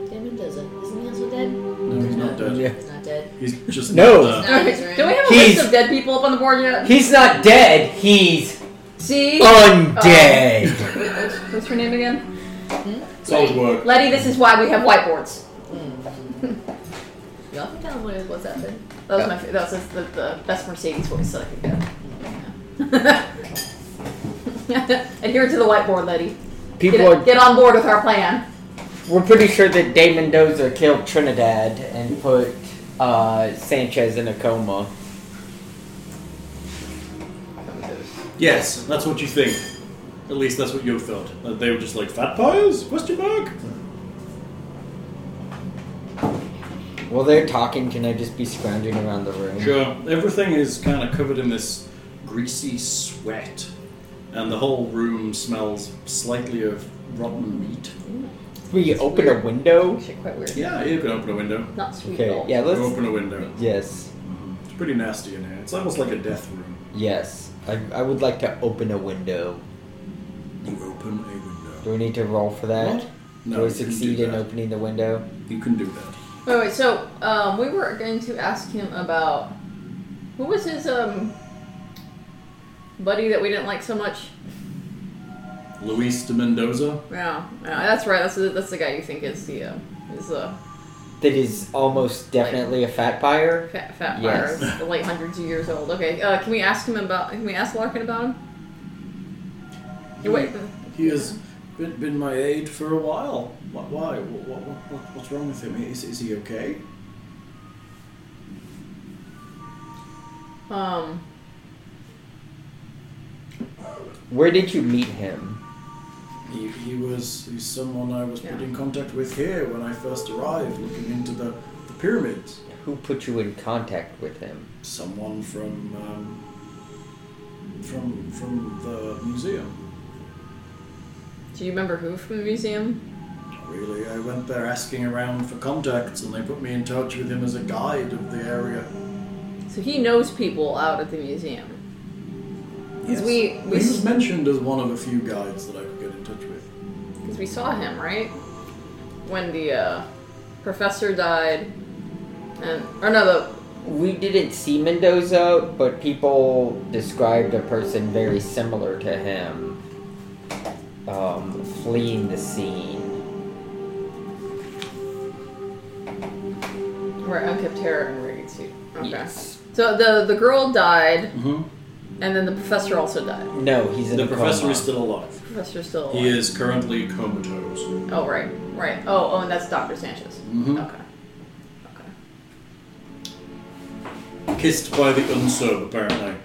[SPEAKER 6] De Mendoza, isn't he also dead?
[SPEAKER 2] No, he's not dead.
[SPEAKER 4] Yeah.
[SPEAKER 6] He's not dead.
[SPEAKER 2] He's just
[SPEAKER 4] No.
[SPEAKER 2] Not there.
[SPEAKER 6] No, he's
[SPEAKER 3] Do we
[SPEAKER 6] right.
[SPEAKER 3] have a
[SPEAKER 4] He's-
[SPEAKER 3] list of dead people up on the board yet?
[SPEAKER 4] He's not dead. He's
[SPEAKER 3] See?
[SPEAKER 2] Oh.
[SPEAKER 3] Oh.
[SPEAKER 4] undead.
[SPEAKER 3] What's her name again?
[SPEAKER 2] Solid work.
[SPEAKER 3] Letty, this is why we have whiteboards. Mm.
[SPEAKER 6] Y'all can tell him what it was that thing.
[SPEAKER 3] That was my fa- that was the, the best Mercedes voice that I could get. Adhere to the whiteboard, Letty. Get,
[SPEAKER 4] People are.
[SPEAKER 3] get on board with our plan.
[SPEAKER 4] We're pretty sure that Dave Mendoza killed Trinidad and put uh, Sanchez in a coma.
[SPEAKER 2] Yes, that's what you think. At least that's what you thought. That they were just like fat pies? Question mark?
[SPEAKER 4] While they're talking, can I just be scrounging around the room?
[SPEAKER 2] Sure. Everything is kind of covered in this greasy sweat, and the whole room smells slightly of rotten meat.
[SPEAKER 4] We open a window.
[SPEAKER 3] Shit, quite weird.
[SPEAKER 2] Yeah, you can open a window.
[SPEAKER 3] Not sweet at
[SPEAKER 4] Okay.
[SPEAKER 3] all.
[SPEAKER 4] Yeah.
[SPEAKER 2] You
[SPEAKER 4] Let's.
[SPEAKER 2] open a window. Mm-hmm.
[SPEAKER 4] Yes.
[SPEAKER 2] It's pretty nasty in here. It's almost like a death room.
[SPEAKER 4] Yes. I, I would like to open a window.
[SPEAKER 2] You open a window.
[SPEAKER 4] Do we need to roll for that?
[SPEAKER 2] What? No,
[SPEAKER 4] do we
[SPEAKER 2] you can
[SPEAKER 4] succeed
[SPEAKER 2] do
[SPEAKER 4] in
[SPEAKER 2] that.
[SPEAKER 4] opening the window?
[SPEAKER 2] You can do that.
[SPEAKER 3] Wait, wait, so um, we were going to ask him about who was his um buddy that we didn't like so much.
[SPEAKER 2] Luis de Mendoza.
[SPEAKER 3] Yeah, yeah that's right. That's the, that's the guy you think is the uh, is the
[SPEAKER 4] That is almost definitely a fat buyer.
[SPEAKER 3] fat fat
[SPEAKER 4] Yes.
[SPEAKER 3] fire, the late hundreds of years old. Okay, uh, can we ask him about? Can we ask Larkin about him? You wait.
[SPEAKER 2] He has been, been my aide for a while. Why? why? What, what, what, what's wrong with him? Is, is he okay?
[SPEAKER 3] Um,
[SPEAKER 4] Where did you meet him?
[SPEAKER 2] He, he was he's someone I was put
[SPEAKER 3] Yeah.
[SPEAKER 2] in contact with here when I first arrived, looking into the, the pyramids.
[SPEAKER 4] Who put you in contact with him?
[SPEAKER 2] Someone from um, from from the museum.
[SPEAKER 3] do you remember who from the museum?
[SPEAKER 2] Not Really, I went there asking around for contacts, and they put me in touch with him as a guide of the area.
[SPEAKER 3] So he knows people out at the museum. 'Cause we- we-
[SPEAKER 2] He was mentioned as one of a few guides that I could get in touch with.
[SPEAKER 3] Because we saw him, right? When the uh, professor died. And, or no, the.
[SPEAKER 4] We didn't see Mendoza, but people described a person very similar to him um, fleeing the scene.
[SPEAKER 3] Right, on Captera and Reed suit. Okay.
[SPEAKER 4] Yes.
[SPEAKER 3] So the, the girl died,
[SPEAKER 2] Mm-hmm.
[SPEAKER 3] and then the professor also died.
[SPEAKER 4] No, he's in
[SPEAKER 2] The
[SPEAKER 4] a
[SPEAKER 2] professor
[SPEAKER 4] coma.
[SPEAKER 2] is still alive.
[SPEAKER 3] Professor's still alive.
[SPEAKER 2] He is currently comatose.
[SPEAKER 3] Oh, right, right. Oh, oh, and that's Dr. Sanchez.
[SPEAKER 4] Mm-hmm.
[SPEAKER 2] Mhm.
[SPEAKER 3] Okay. Okay.
[SPEAKER 2] Kissed by the unsub, apparently.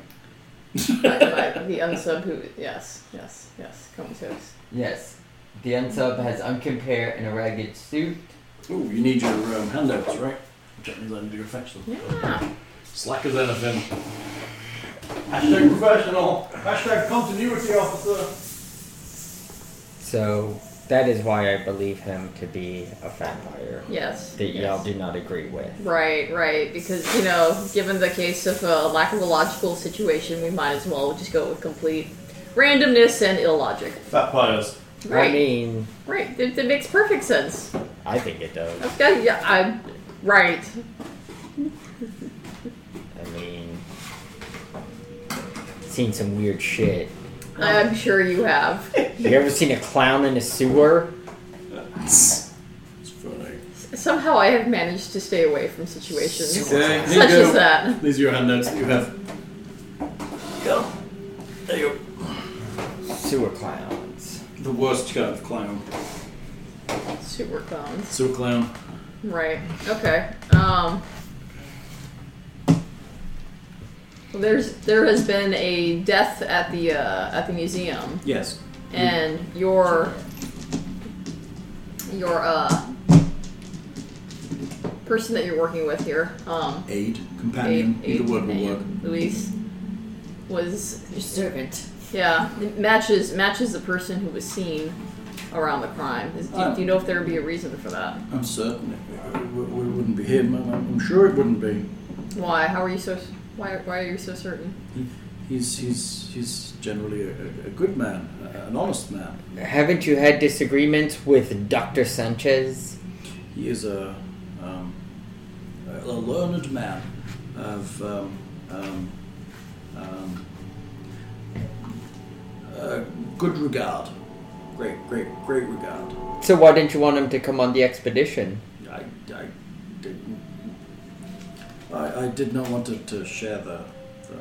[SPEAKER 3] By- by the unsub who. Yes, yes, yes. Comatose.
[SPEAKER 4] Yes. The unsub has uncompared and a ragged suit.
[SPEAKER 2] Ooh, you need your um, handouts, right? Which means I need to go fetch them.
[SPEAKER 3] Yeah.
[SPEAKER 2] Slack as anything. Hashtag professional. Hashtag continuity officer.
[SPEAKER 4] So that is why I believe him to be a vampire
[SPEAKER 3] Yes.
[SPEAKER 4] that
[SPEAKER 3] yes.
[SPEAKER 4] y'all do not agree with.
[SPEAKER 3] Right, right. Because, you know, given the case of a lack of a logical situation, we might as well just go with complete randomness and illogic.
[SPEAKER 2] Fat pies.
[SPEAKER 3] Right,
[SPEAKER 4] I mean,
[SPEAKER 3] right. That, that makes perfect sense.
[SPEAKER 4] I think it does.
[SPEAKER 3] Okay, yeah, I'm right.
[SPEAKER 4] I mean, seen some weird shit.
[SPEAKER 3] I'm sure you have.
[SPEAKER 4] You ever seen a clown in a sewer?
[SPEAKER 2] It's funny.
[SPEAKER 3] Somehow I have managed to stay away from situations
[SPEAKER 2] Okay, here
[SPEAKER 3] such
[SPEAKER 2] you go.
[SPEAKER 3] as that.
[SPEAKER 2] These are your handouts that you have. Go. There you
[SPEAKER 4] Sewer clowns.
[SPEAKER 2] go. The worst kind of clown.
[SPEAKER 3] Super clowns.
[SPEAKER 2] So clown.
[SPEAKER 3] Right. Okay. Um. well, There's there has been a death at the uh, at the museum,
[SPEAKER 2] Yes.
[SPEAKER 3] and your your uh person that you're working with here, um,
[SPEAKER 2] Aid, companion,
[SPEAKER 3] Aid-
[SPEAKER 2] either
[SPEAKER 3] Aid-
[SPEAKER 2] word will work.
[SPEAKER 3] Luis was
[SPEAKER 6] Your servant.
[SPEAKER 3] yeah it matches matches the person who was seen around the crime. Is, do,
[SPEAKER 2] Oh.
[SPEAKER 3] do you know if there would be a reason for that?
[SPEAKER 2] I'm certain it, it, it wouldn't be him. I'm, I'm sure it wouldn't be.
[SPEAKER 3] Why? How are you so? s- Why? Why are you so certain?
[SPEAKER 2] He's he's he's generally a, a- a good man, a- an honest man.
[SPEAKER 4] Haven't you had disagreements with Dr. Sanchez?
[SPEAKER 2] He is a um, a a learned man of um, um, um, uh, good regard, great great great regard.
[SPEAKER 4] So why didn't you want him to come on the expedition?
[SPEAKER 2] I, I didn't. I, I did not want to, to share the, the,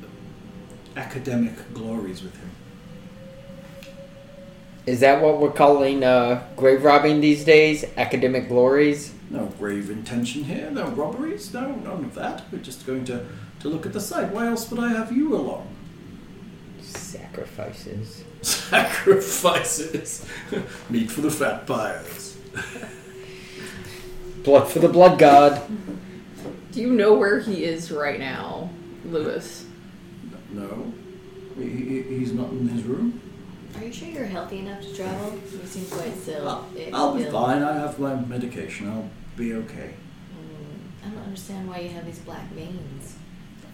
[SPEAKER 2] the academic glories with him.
[SPEAKER 4] Is that what we're calling uh, grave robbing these days? Academic glories?
[SPEAKER 2] No grave intention here, no robberies, no none of that. We're just going to, to look at the site. Why else would I have you along?
[SPEAKER 4] Sacrifices.
[SPEAKER 2] Sacrifices, meat for the fat buyers.
[SPEAKER 4] Blood for the blood god.
[SPEAKER 3] Do you know where he is right now, Lewis?
[SPEAKER 2] No, he, he, he's not in his room.
[SPEAKER 6] Are you sure you're healthy enough to travel? You seem quite still.
[SPEAKER 2] I'll,
[SPEAKER 6] ill-
[SPEAKER 2] I'll be
[SPEAKER 6] ill.
[SPEAKER 2] fine. I have my medication. I'll be okay.
[SPEAKER 6] Hmm. I don't understand why you have these black veins.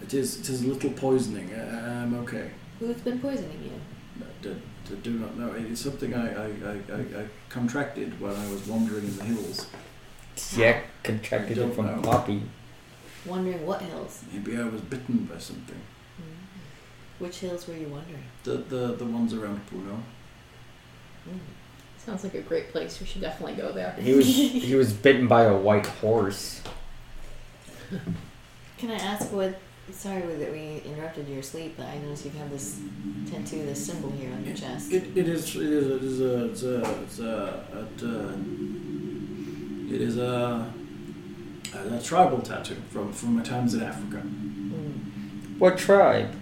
[SPEAKER 2] It is it is a little poisoning. I, I'm okay.
[SPEAKER 6] Who's been poisoning you?
[SPEAKER 2] I do, I do not know. It's something I, I, I, I, I contracted when I was wandering in the hills.
[SPEAKER 4] Yeah, contracted
[SPEAKER 2] I don't
[SPEAKER 4] it from
[SPEAKER 2] know.
[SPEAKER 4] Poppy.
[SPEAKER 6] Wondering what hills? Hmm.
[SPEAKER 2] Maybe I was bitten by something.
[SPEAKER 6] Which hills were you wondering?
[SPEAKER 2] The the, the ones around Puno.
[SPEAKER 3] Sounds like a great place. We should definitely go there.
[SPEAKER 4] He was he was bitten by a white horse.
[SPEAKER 6] Can I ask what? Sorry that we interrupted your sleep, but I noticed you have this tattoo, this symbol here on your chest.
[SPEAKER 2] It, it is it is it is a it's a it's a, it, uh, it is a, a, a tribal tattoo from from my times in Africa.
[SPEAKER 6] Mm.
[SPEAKER 4] What tribe?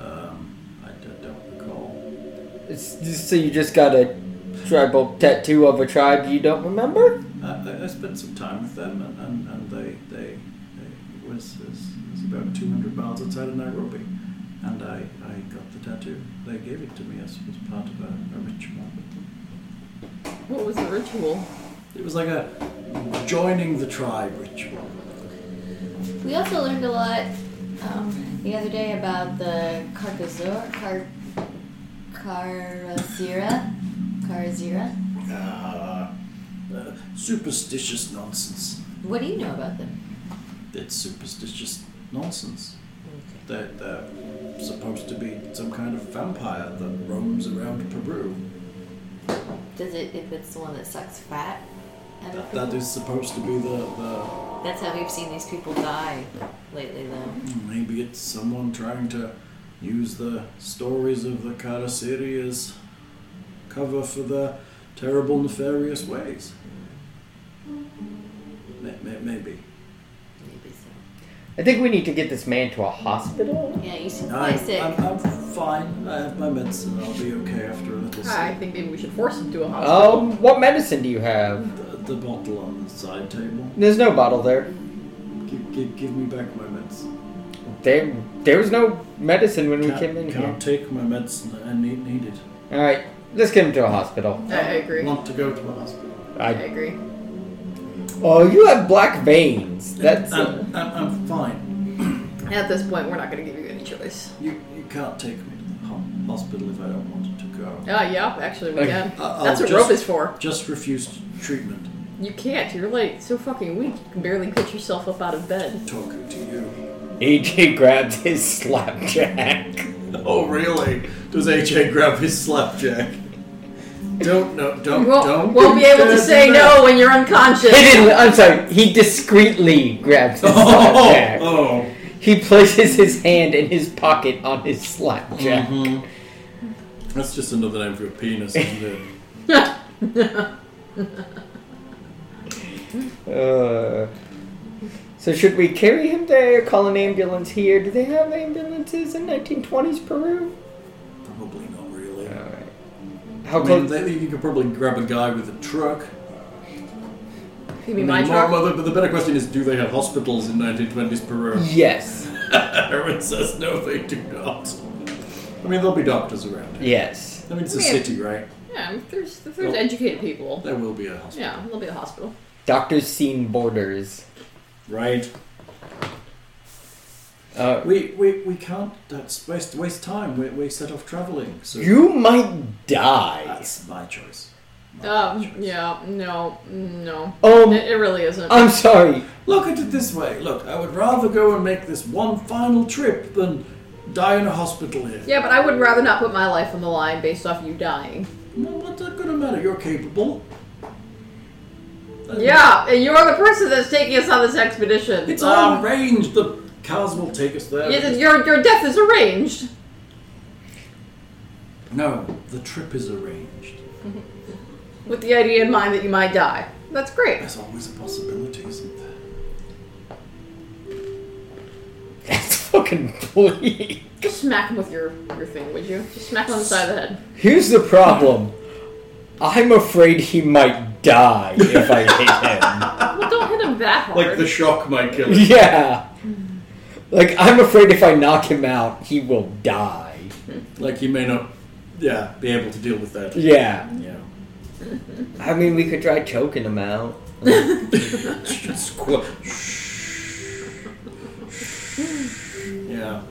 [SPEAKER 2] Um, I d- don't recall.
[SPEAKER 4] It's, so you just got a tribal tattoo of a tribe you don't remember?
[SPEAKER 2] I, I- I spent some time with them, and, and, and they, they, they it was, it was, it was about 200 miles outside of Nairobi, and I, I got the tattoo. They gave it to me as, as part of a, a ritual.
[SPEAKER 3] What was the ritual?
[SPEAKER 2] It was like a joining the tribe ritual.
[SPEAKER 6] We also learned a lot um, the other day about the Carcazor, Car, Carazira, Carazira.
[SPEAKER 2] Uh, uh, superstitious nonsense.
[SPEAKER 6] What do you know about them?
[SPEAKER 2] It's superstitious nonsense.
[SPEAKER 6] Okay.
[SPEAKER 2] They're, they're supposed to be some kind of vampire that roams around Peru.
[SPEAKER 6] Does it? If it's the one that sucks fat. out of
[SPEAKER 2] That, that
[SPEAKER 6] people?
[SPEAKER 2] is supposed to be the, the
[SPEAKER 6] That's how we've seen these people die lately, though.
[SPEAKER 2] hmm, Maybe it's someone trying to use the stories of the Karasiri as cover for their terrible, nefarious ways. May- may- Maybe.
[SPEAKER 6] Maybe so.
[SPEAKER 4] I think we need to get this man to a hospital.
[SPEAKER 6] Yeah, you seem
[SPEAKER 2] I,
[SPEAKER 6] quite sick.
[SPEAKER 2] I'm, I'm fine. I have my medicine. I'll be okay after a little
[SPEAKER 3] I
[SPEAKER 2] sleep.
[SPEAKER 3] think maybe we should force him to a hospital.
[SPEAKER 4] Um, what medicine do you have?
[SPEAKER 2] The, the bottle on the side table.
[SPEAKER 4] There's no bottle there.
[SPEAKER 2] Give, give, give me back my medicine.
[SPEAKER 4] There, there was no medicine when we
[SPEAKER 2] Can't-
[SPEAKER 4] came in here.
[SPEAKER 2] Can't take my medicine. I need, need it.
[SPEAKER 4] All right, let's get him to a hospital.
[SPEAKER 3] I agree.
[SPEAKER 2] Want to go to the hospital.
[SPEAKER 3] I
[SPEAKER 4] I,
[SPEAKER 3] agree.
[SPEAKER 4] oh, you have black veins. That's uh,
[SPEAKER 2] I'm, I'm, I'm fine.
[SPEAKER 3] At this point, we're not going to give you any choice.
[SPEAKER 2] You, you can't take me to the ho- hospital if I don't want to go.
[SPEAKER 3] Uh, yeah, actually, we
[SPEAKER 4] Okay.
[SPEAKER 3] can.
[SPEAKER 2] I'll
[SPEAKER 3] That's what
[SPEAKER 2] just-
[SPEAKER 3] rope is for.
[SPEAKER 2] just refused treatment.
[SPEAKER 3] You can't. You're like so fucking weak. You can barely get yourself up out of bed.
[SPEAKER 2] Talking to you.
[SPEAKER 4] AJ grabbed his slapjack.
[SPEAKER 2] Oh really? Does AJ grab his slapjack? Don't no don't
[SPEAKER 3] You won't,
[SPEAKER 2] don't.
[SPEAKER 3] won't be able to
[SPEAKER 2] don't
[SPEAKER 3] say
[SPEAKER 2] do
[SPEAKER 3] no
[SPEAKER 2] that.
[SPEAKER 3] when you're unconscious.
[SPEAKER 4] He didn't. I'm sorry. He discreetly grabs his
[SPEAKER 2] Oh,
[SPEAKER 4] slapjack.
[SPEAKER 2] oh.
[SPEAKER 4] He places his hand in his pocket on his slapjack.
[SPEAKER 2] Mhm. That's just another name for a penis, isn't it?
[SPEAKER 4] Uh, so should we carry him there? Call an ambulance here? Do they have ambulances in 1920s Peru?
[SPEAKER 2] Probably not really.
[SPEAKER 4] All right.
[SPEAKER 2] I
[SPEAKER 4] How
[SPEAKER 2] mean,
[SPEAKER 4] close?
[SPEAKER 2] they, you could probably grab a guy with a truck.
[SPEAKER 3] You mean
[SPEAKER 2] I mean,
[SPEAKER 3] my
[SPEAKER 2] more-
[SPEAKER 3] truck?
[SPEAKER 2] more- but the better question is, do they have hospitals in 1920s Peru?
[SPEAKER 4] Yes.
[SPEAKER 2] Aaron says no, they do not. I mean, there'll be doctors around.
[SPEAKER 4] Yes.
[SPEAKER 2] I mean, it's a
[SPEAKER 3] Yeah.
[SPEAKER 2] city, right?
[SPEAKER 3] Yeah, there's there's
[SPEAKER 2] Well-
[SPEAKER 3] educated people.
[SPEAKER 2] There will be a hospital.
[SPEAKER 3] Yeah, there'll be a hospital.
[SPEAKER 4] Doctors seen borders.
[SPEAKER 2] Right.
[SPEAKER 4] Uh,
[SPEAKER 2] We, we, we can't that's waste, waste time. We, we set off travelling. So
[SPEAKER 4] you might die.
[SPEAKER 2] That's my choice. My
[SPEAKER 3] Um,
[SPEAKER 2] choice.
[SPEAKER 3] yeah, no, no.
[SPEAKER 4] Um,
[SPEAKER 3] it, it really isn't.
[SPEAKER 4] I'm sorry.
[SPEAKER 2] Look at it this way. Look, I would rather go and make this one final trip than die in a hospital here.
[SPEAKER 3] yeah, but I would rather not put my life on the line based off you dying.
[SPEAKER 2] Well, what's that gonna matter? You're capable.
[SPEAKER 3] Yeah, and you're the person that's taking us on this expedition.
[SPEAKER 2] It's all
[SPEAKER 3] um,
[SPEAKER 2] arranged. The cars will take us there.
[SPEAKER 3] y- your your death is arranged.
[SPEAKER 2] No, the trip is arranged.
[SPEAKER 3] with the idea in mind that you might die. That's great.
[SPEAKER 2] There's always a possibility, isn't there?
[SPEAKER 4] That's fucking bleak.
[SPEAKER 3] Just smack him with your, your thing, would you? Just smack him on the side of the head.
[SPEAKER 4] Here's the problem. I'm afraid he might die if I hit
[SPEAKER 3] Well, don't hit him that hard.
[SPEAKER 7] Like the shock might kill
[SPEAKER 4] him.
[SPEAKER 7] it.
[SPEAKER 4] yeah. Like I'm afraid if I knock him out, he will die.
[SPEAKER 2] Like you may not, yeah, be able to deal with that.
[SPEAKER 4] Yeah.
[SPEAKER 2] Yeah.
[SPEAKER 4] I mean, we could try choking him out.
[SPEAKER 7] Squ-
[SPEAKER 2] Yeah.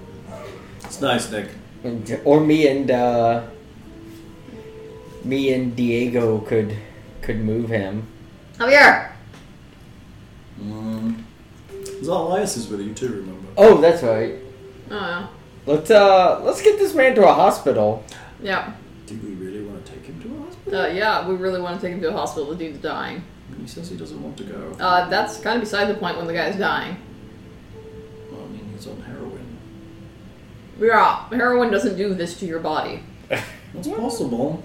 [SPEAKER 2] It's nice, Nick.
[SPEAKER 4] And- Or me and uh, me and Diego could could move him.
[SPEAKER 3] Come here.
[SPEAKER 2] Mm. Zalias is with you too, remember?
[SPEAKER 4] Oh, that's right.
[SPEAKER 3] Oh,
[SPEAKER 4] Let's uh let's get this man to a hospital.
[SPEAKER 3] yeah.
[SPEAKER 2] Do we really want to take him to a hospital?
[SPEAKER 3] Uh, yeah, we really want to take him to a hospital. The dude's dying.
[SPEAKER 2] He says he doesn't want to go.
[SPEAKER 3] Uh, that's kind of beside the point when the guy's dying.
[SPEAKER 2] Well, I mean, he's on heroin.
[SPEAKER 3] Yeah, heroin doesn't do this to your body.
[SPEAKER 2] It's possible.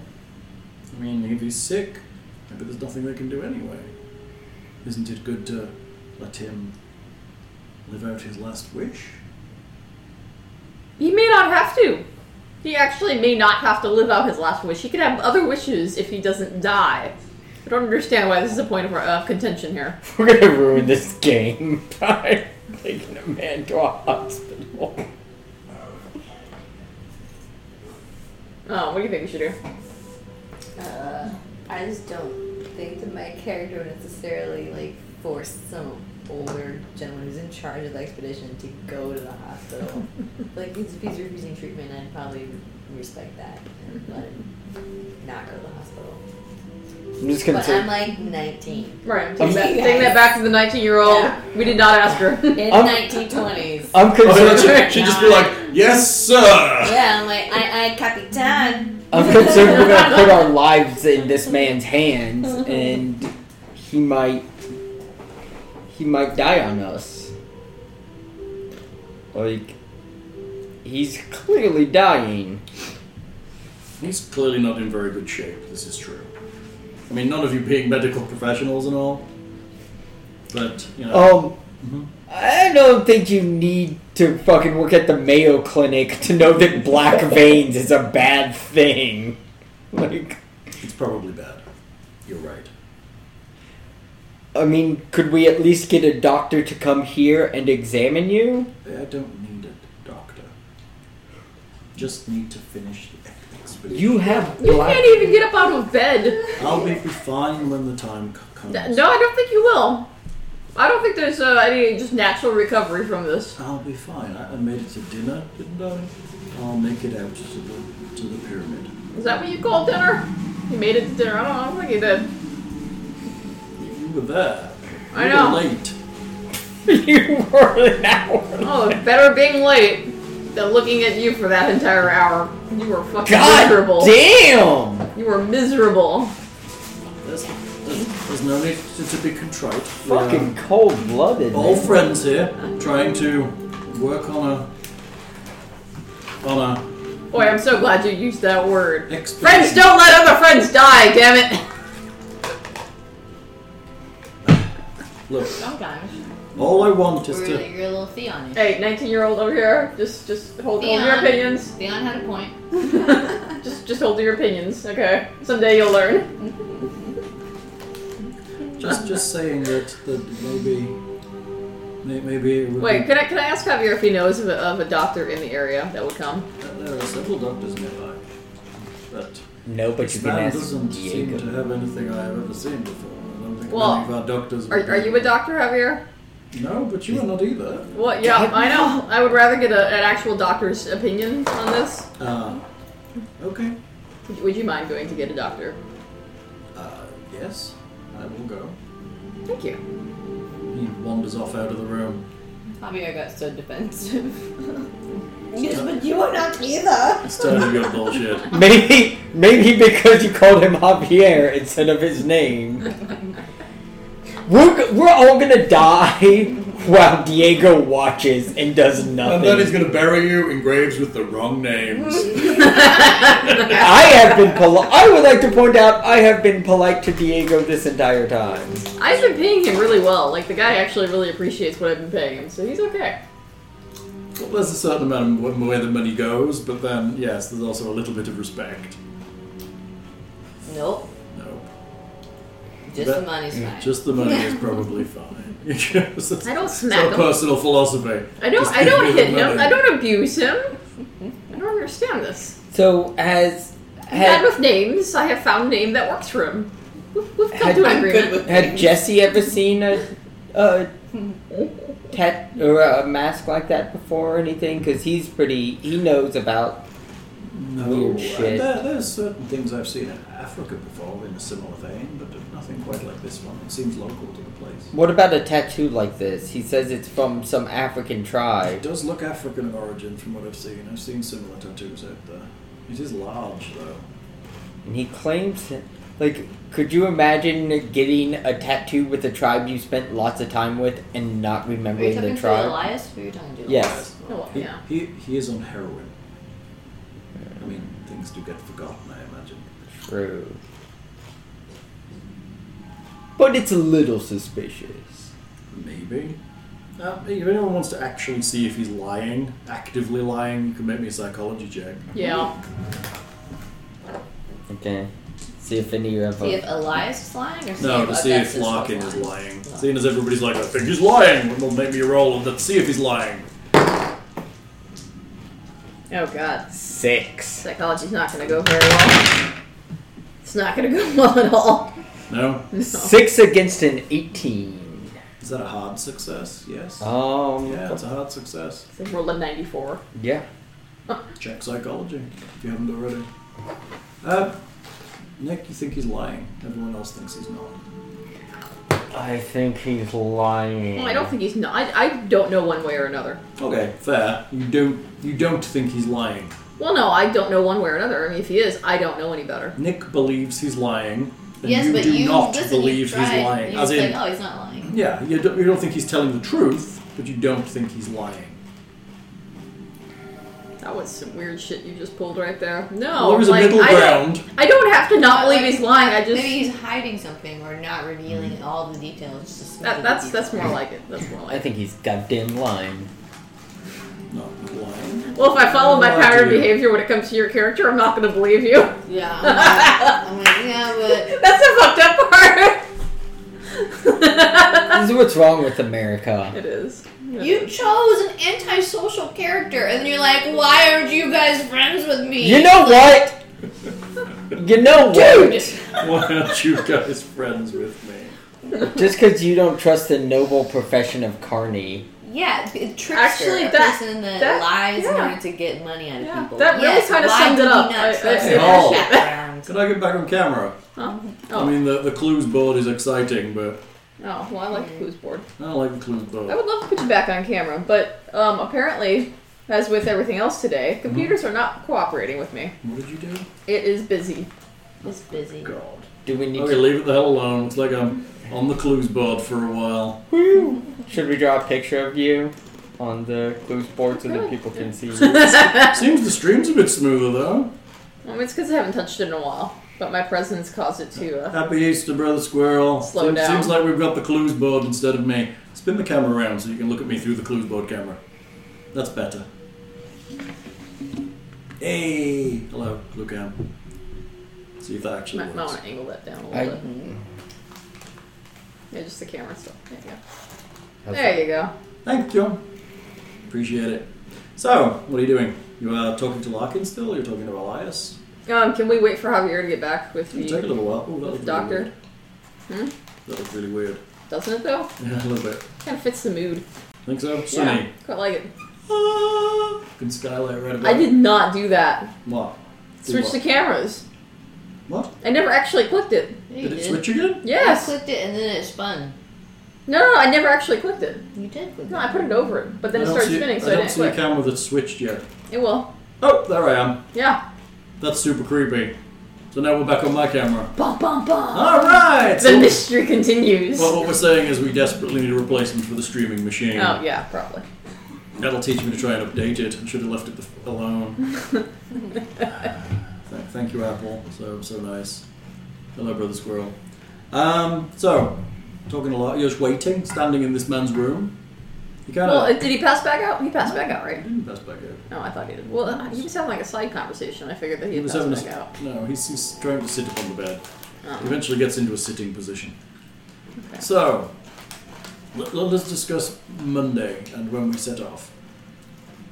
[SPEAKER 2] I mean, if he's sick, maybe there's nothing they can do anyway. Isn't it good to let him live out his last wish?
[SPEAKER 3] He may not have to. He actually may not have to live out his last wish. He could have other wishes if he doesn't die. I don't understand why this is a point of uh, contention here.
[SPEAKER 4] We're gonna ruin this game by taking a man to a hospital.
[SPEAKER 3] Oh, what do you think we should do?
[SPEAKER 6] Uh, I just don't think that my character would necessarily like force some older gentleman who's in charge of the expedition to go to the hospital. like if he's refusing treatment, I'd probably respect that and let him not go to the hospital.
[SPEAKER 4] I'm just gonna
[SPEAKER 6] But I'm
[SPEAKER 4] say
[SPEAKER 6] like 19
[SPEAKER 3] Right.
[SPEAKER 4] Um,
[SPEAKER 3] Take that, take that back to the 19 year old.
[SPEAKER 6] Yeah.
[SPEAKER 3] We did not ask her.
[SPEAKER 6] in
[SPEAKER 4] I'm-
[SPEAKER 6] 1920s.
[SPEAKER 4] I'm
[SPEAKER 2] Oh,
[SPEAKER 4] concerned
[SPEAKER 7] She'd just be like, yes, sir!
[SPEAKER 6] Yeah, I'm like I I capitan.
[SPEAKER 4] I'm concerned we're gonna put our lives in this man's hands and he might he might die on us. Like he's clearly dying.
[SPEAKER 2] He's clearly not in very good shape, this is true. I mean, none of you being medical professionals and all. But, you know.
[SPEAKER 4] Um,
[SPEAKER 2] Mhm.
[SPEAKER 4] I don't think you need to fucking work at the Mayo Clinic to know that black veins is a bad thing. Like,
[SPEAKER 2] It's probably bad. You're right.
[SPEAKER 4] I mean, could we at least get a doctor to come here and examine you?
[SPEAKER 2] I don't need a doctor. Just need to finish the ex- expedition.
[SPEAKER 4] You have
[SPEAKER 3] You
[SPEAKER 4] black.
[SPEAKER 3] can't even get up out of bed.
[SPEAKER 2] I'll be fine when the time c- comes.
[SPEAKER 3] No, I don't think you will. I don't think there's uh, any just natural recovery from this.
[SPEAKER 2] I'll be fine. I, I made it to dinner, didn't I? I'll make it out to the to the pyramid.
[SPEAKER 3] Is that what you call dinner? You made it to dinner. I don't, I don't think you did.
[SPEAKER 2] You, you were there.
[SPEAKER 3] I
[SPEAKER 2] you
[SPEAKER 3] know.
[SPEAKER 2] Were late.
[SPEAKER 4] you were an hour.
[SPEAKER 3] Oh, it's better being late than looking at you for that entire hour. You were fucking
[SPEAKER 4] God
[SPEAKER 3] miserable.
[SPEAKER 4] damn!
[SPEAKER 3] You were miserable.
[SPEAKER 2] There's, there's, there's no need to, to be contrite. We're, uh,
[SPEAKER 4] Fucking cold blooded.
[SPEAKER 2] all friends here, trying to work on a on a
[SPEAKER 3] Boy, I'm so glad you used that word.
[SPEAKER 2] expedition.
[SPEAKER 3] Friends don't let other friends die, damn it!
[SPEAKER 2] Look,
[SPEAKER 3] Oh gosh.
[SPEAKER 2] all I want is
[SPEAKER 6] We're
[SPEAKER 2] to.
[SPEAKER 6] like, you're a little Theon.
[SPEAKER 3] Hey, 19 year old over here, just just hold, hold your
[SPEAKER 6] Yeah.
[SPEAKER 3] opinions.
[SPEAKER 6] Theon had a point.
[SPEAKER 3] Just just hold your opinions, okay? Someday you'll learn.
[SPEAKER 2] Just, just saying that, that maybe, may, maybe it would
[SPEAKER 3] Wait,
[SPEAKER 2] be,
[SPEAKER 3] can I can I ask Javier if he knows of a, of a doctor in the area that would come?
[SPEAKER 2] there are several doctors nearby. but
[SPEAKER 4] No, but you
[SPEAKER 2] this
[SPEAKER 4] can
[SPEAKER 2] man
[SPEAKER 4] ask
[SPEAKER 2] doesn't seem to
[SPEAKER 4] Diego.
[SPEAKER 2] have anything I have ever seen before. I don't think
[SPEAKER 3] Well,
[SPEAKER 2] any of our doctors.
[SPEAKER 3] Are,
[SPEAKER 2] would
[SPEAKER 3] are
[SPEAKER 2] be-
[SPEAKER 3] you a doctor, Javier?
[SPEAKER 2] No, but you are not either.
[SPEAKER 3] Well, yeah, I know. I would rather get a, an actual doctor's opinion on this.
[SPEAKER 2] Uh, okay.
[SPEAKER 3] Would, would you mind going to get a doctor?
[SPEAKER 2] Uh, yes, I will go.
[SPEAKER 3] Thank you.
[SPEAKER 2] He wanders off out of the room.
[SPEAKER 6] Javier got so defensive.
[SPEAKER 2] Yes,
[SPEAKER 6] but you are not either.
[SPEAKER 2] It's turning your bullshit.
[SPEAKER 4] Maybe, maybe because you called him Javier instead of his name. We're, g- we're all gonna die while Diego watches and does nothing.
[SPEAKER 7] And then he's going to bury you in graves with the wrong names.
[SPEAKER 4] I have been polite. I would like to point out I have been polite to Diego this entire time.
[SPEAKER 3] I've been paying him really well. Like, the guy actually really appreciates what I've been paying him, so he's okay.
[SPEAKER 2] Well, there's a certain amount of where the money goes, but then yes, there's also a little bit of respect.
[SPEAKER 6] Nope.
[SPEAKER 2] No,
[SPEAKER 6] Just
[SPEAKER 2] But-
[SPEAKER 6] the money's fine.
[SPEAKER 2] just the money is probably fine. It's
[SPEAKER 3] I don't
[SPEAKER 2] It's
[SPEAKER 3] smack
[SPEAKER 2] a
[SPEAKER 3] him.
[SPEAKER 2] personal philosophy.
[SPEAKER 3] I don't,
[SPEAKER 2] Just
[SPEAKER 3] I don't
[SPEAKER 2] give me
[SPEAKER 3] hit
[SPEAKER 2] the
[SPEAKER 3] him.
[SPEAKER 2] money.
[SPEAKER 3] I don't abuse him. I don't understand this.
[SPEAKER 4] So has
[SPEAKER 3] Bad
[SPEAKER 4] had,
[SPEAKER 3] with names, I have found a name that works for him. We've, we've come
[SPEAKER 4] Had-
[SPEAKER 3] to an
[SPEAKER 6] I'm
[SPEAKER 3] agreement.
[SPEAKER 6] good with
[SPEAKER 4] had Jesse ever seen a, a tat or a mask like that before or anything? Because he's pretty. He knows about.
[SPEAKER 2] No,
[SPEAKER 4] Weird
[SPEAKER 2] and
[SPEAKER 4] shit.
[SPEAKER 2] There, there's certain things I've seen in Africa before in a similar vein, but nothing quite like this one. It seems local to the place.
[SPEAKER 4] What about a tattoo like this? He says it's from some African
[SPEAKER 2] It
[SPEAKER 4] tribe.
[SPEAKER 2] does look African in origin from what I've seen. I've seen similar tattoos out there. It is large, though.
[SPEAKER 4] And he claims, like, could you imagine getting a tattoo with a tribe you spent lots of time with and not
[SPEAKER 6] Are you
[SPEAKER 4] remembering
[SPEAKER 6] talking
[SPEAKER 4] the
[SPEAKER 6] to
[SPEAKER 4] tribe?
[SPEAKER 6] Elias? Who are you talking to?
[SPEAKER 4] Yes.
[SPEAKER 3] Oh,
[SPEAKER 2] He,
[SPEAKER 3] yeah.
[SPEAKER 2] he, he is on heroin. I mean, things do get forgotten, I imagine.
[SPEAKER 4] True. But it's a little suspicious.
[SPEAKER 2] Maybe. Uh, if anyone wants to actually see if he's lying, actively lying, you can make me a psychology check.
[SPEAKER 3] Yeah.
[SPEAKER 4] Okay. See if any of
[SPEAKER 6] See if
[SPEAKER 4] them.
[SPEAKER 6] Elias is lying or see
[SPEAKER 2] No,
[SPEAKER 6] if
[SPEAKER 2] to see if
[SPEAKER 6] Augustus was
[SPEAKER 2] Larkin is lying.
[SPEAKER 6] No.
[SPEAKER 2] Seeing as everybody's like, I think he's lying, well, they'll make me a roll and let's see if he's lying.
[SPEAKER 3] Oh, God.
[SPEAKER 4] Six.
[SPEAKER 3] Psychology's not going to go very well. It's not going to go well at all.
[SPEAKER 2] No?
[SPEAKER 3] No.
[SPEAKER 4] Six against an 18.
[SPEAKER 2] Is that a hard success? Yes.
[SPEAKER 4] Um,
[SPEAKER 2] yeah, it's a hard success.
[SPEAKER 3] I rolled a 94.
[SPEAKER 4] yeah.
[SPEAKER 2] Check psychology if you haven't already. Uh, Nick, you think he's lying. Everyone else thinks he's not.
[SPEAKER 4] I think he's lying.
[SPEAKER 3] Well, I don't think he's not. I, I don't know one way or another.
[SPEAKER 2] Okay, fair. You don't you don't think he's lying.
[SPEAKER 3] Well, no, I don't know one way or another. I mean, if he is, I don't know any better.
[SPEAKER 2] Nick believes he's lying. And
[SPEAKER 6] Yes,
[SPEAKER 2] you
[SPEAKER 6] but
[SPEAKER 2] do
[SPEAKER 6] you
[SPEAKER 2] not
[SPEAKER 6] listen, you
[SPEAKER 2] believe he's
[SPEAKER 6] tried,
[SPEAKER 2] lying.
[SPEAKER 6] You
[SPEAKER 2] As
[SPEAKER 6] was
[SPEAKER 2] in,
[SPEAKER 6] like, oh, he's not lying.
[SPEAKER 2] yeah, you don't, you don't think he's telling the truth, but you don't think he's lying.
[SPEAKER 3] That was some weird shit you just pulled right there. No,
[SPEAKER 6] Oh,
[SPEAKER 2] Well, there was a
[SPEAKER 3] like,
[SPEAKER 2] middle
[SPEAKER 3] I
[SPEAKER 2] ground.
[SPEAKER 3] Don't, I don't have to not believe
[SPEAKER 6] Like,
[SPEAKER 3] he's lying. I just
[SPEAKER 6] maybe he's hiding something or not
[SPEAKER 2] Mm.
[SPEAKER 6] revealing all the details. Just to
[SPEAKER 3] that, that's that's more like it. That's more
[SPEAKER 4] I
[SPEAKER 3] like
[SPEAKER 4] think he's goddamn lying.
[SPEAKER 2] Not lying.
[SPEAKER 3] it. Well, if I follow my
[SPEAKER 2] Well,
[SPEAKER 3] pattern of
[SPEAKER 2] Oh, dude.
[SPEAKER 3] behavior when it comes to your character, I'm not going to believe you.
[SPEAKER 6] yeah. I'm like, I'm like, yeah,
[SPEAKER 3] That's the fucked up part. Ah.
[SPEAKER 4] This is what's wrong with America.
[SPEAKER 3] it is.
[SPEAKER 6] but you chose an antisocial character, and then you're like, why aren't you guys friends with me?
[SPEAKER 4] You know what? You know what?
[SPEAKER 6] dude.
[SPEAKER 2] Why aren't you guys friends with me?
[SPEAKER 4] Just because you don't trust the noble profession of Carney.
[SPEAKER 6] Yeah, a trickster,
[SPEAKER 3] Actually,
[SPEAKER 6] a
[SPEAKER 3] that-
[SPEAKER 6] person that,
[SPEAKER 3] that-
[SPEAKER 6] lies in
[SPEAKER 3] yeah.
[SPEAKER 6] order to get money out of
[SPEAKER 3] Yeah,
[SPEAKER 6] people.
[SPEAKER 3] that really
[SPEAKER 6] yes,
[SPEAKER 3] kinda
[SPEAKER 6] why
[SPEAKER 3] summed it
[SPEAKER 6] did he
[SPEAKER 3] up.
[SPEAKER 6] Not
[SPEAKER 3] I- I-
[SPEAKER 6] trust
[SPEAKER 3] I-
[SPEAKER 6] him?
[SPEAKER 2] Oh.
[SPEAKER 6] Background.
[SPEAKER 2] Can I get back on camera?
[SPEAKER 3] Huh?
[SPEAKER 2] I
[SPEAKER 3] Oh,
[SPEAKER 2] mean, the, the clues board is exciting, but
[SPEAKER 3] oh, well, I like
[SPEAKER 6] Mm.
[SPEAKER 3] the clues board.
[SPEAKER 2] I don't like the clues
[SPEAKER 3] I
[SPEAKER 2] board.
[SPEAKER 3] would love to put you back on camera, but um, apparently, as with everything else today,
[SPEAKER 2] Mm-hmm.
[SPEAKER 3] computers are not cooperating with me.
[SPEAKER 2] What did you do?
[SPEAKER 3] It is busy.
[SPEAKER 6] It's busy.
[SPEAKER 2] God.
[SPEAKER 4] Do we need
[SPEAKER 2] Okay, leave it the hell alone. It's like I'm on the clues board for a while.
[SPEAKER 4] to? Should we draw a picture of you on the clues board so that people can see? you?
[SPEAKER 3] well,
[SPEAKER 2] Seems the stream's a bit smoother though.
[SPEAKER 3] it's because I haven't touched it in a while, but my presence caused it to. Uh,
[SPEAKER 2] Happy Easter, brother squirrel.
[SPEAKER 3] Slow
[SPEAKER 2] seems,
[SPEAKER 3] down.
[SPEAKER 2] seems like we've got the clues board instead of me. Spin the camera around so you can look at me through the clues board camera. That's better. Hey, hello, clue cam. See if that actually
[SPEAKER 3] might, might
[SPEAKER 2] works.
[SPEAKER 3] want to angle that down a
[SPEAKER 4] I-
[SPEAKER 3] little bit. Yeah, just the camera stuff. There you go. There you go.
[SPEAKER 2] Thank you. Appreciate it. So, what are you doing? You are talking to Larkin still? You're talking to Elias?
[SPEAKER 3] Um, can we wait for Javier to get back with
[SPEAKER 2] It'll take a
[SPEAKER 3] the,
[SPEAKER 2] little while. Ooh, that
[SPEAKER 3] with the
[SPEAKER 2] looked
[SPEAKER 3] doctor? Hmm?
[SPEAKER 2] Really weird. That looked really weird.
[SPEAKER 3] Doesn't it though?
[SPEAKER 2] Yeah, a little bit.
[SPEAKER 3] Kind of fits the mood.
[SPEAKER 2] Think so?
[SPEAKER 3] Yeah,
[SPEAKER 2] Sunny.
[SPEAKER 3] quite like it.
[SPEAKER 2] Ah, Good skylight right about.
[SPEAKER 3] I did not do that.
[SPEAKER 2] What? Did
[SPEAKER 3] Switch
[SPEAKER 2] what?
[SPEAKER 3] the cameras.
[SPEAKER 2] What?
[SPEAKER 3] I never actually clicked it.
[SPEAKER 6] Yeah, you
[SPEAKER 2] Did it switch again?
[SPEAKER 3] Yes.
[SPEAKER 6] You clicked it and then it spun.
[SPEAKER 3] No, no, no, I never actually clicked it.
[SPEAKER 6] You did click
[SPEAKER 3] No,
[SPEAKER 6] it.
[SPEAKER 3] I put it over it, but then
[SPEAKER 2] I
[SPEAKER 3] it
[SPEAKER 2] don't
[SPEAKER 3] started
[SPEAKER 2] see-
[SPEAKER 3] spinning, so
[SPEAKER 2] I
[SPEAKER 3] I,
[SPEAKER 2] don't
[SPEAKER 3] didn't
[SPEAKER 2] see a
[SPEAKER 3] click.
[SPEAKER 2] camera that's switched yet.
[SPEAKER 3] It will.
[SPEAKER 2] Oh, there I am.
[SPEAKER 3] Yeah.
[SPEAKER 2] That's super creepy. So now we're back on my camera.
[SPEAKER 3] Bum, bum, bum.
[SPEAKER 2] All right.
[SPEAKER 3] The mystery continues.
[SPEAKER 2] Well, what we're saying is we desperately need a replacement for the streaming machine.
[SPEAKER 3] Oh yeah, probably.
[SPEAKER 2] That'll teach me to try and update it. I should have left it the f- alone. Th- thank you, Apple. So so nice. Hello, brother squirrel. Um, so talking a lot. You're just waiting, standing in this man's room. You Hmm, kind of
[SPEAKER 3] Well, did he pass back out? He passed back out, right?
[SPEAKER 2] didn't pass back out.
[SPEAKER 3] No, I thought he did. Well, uh, he was having like a side conversation. I figured that he,
[SPEAKER 2] He
[SPEAKER 3] had
[SPEAKER 2] was
[SPEAKER 3] passed
[SPEAKER 2] having a
[SPEAKER 3] back
[SPEAKER 2] s-
[SPEAKER 3] out.
[SPEAKER 2] No, he's, he's trying to sit upon the bed.
[SPEAKER 3] Oh.
[SPEAKER 2] Eventually gets into a sitting position.
[SPEAKER 3] Okay.
[SPEAKER 2] So, let, let us discuss Monday and when we set off.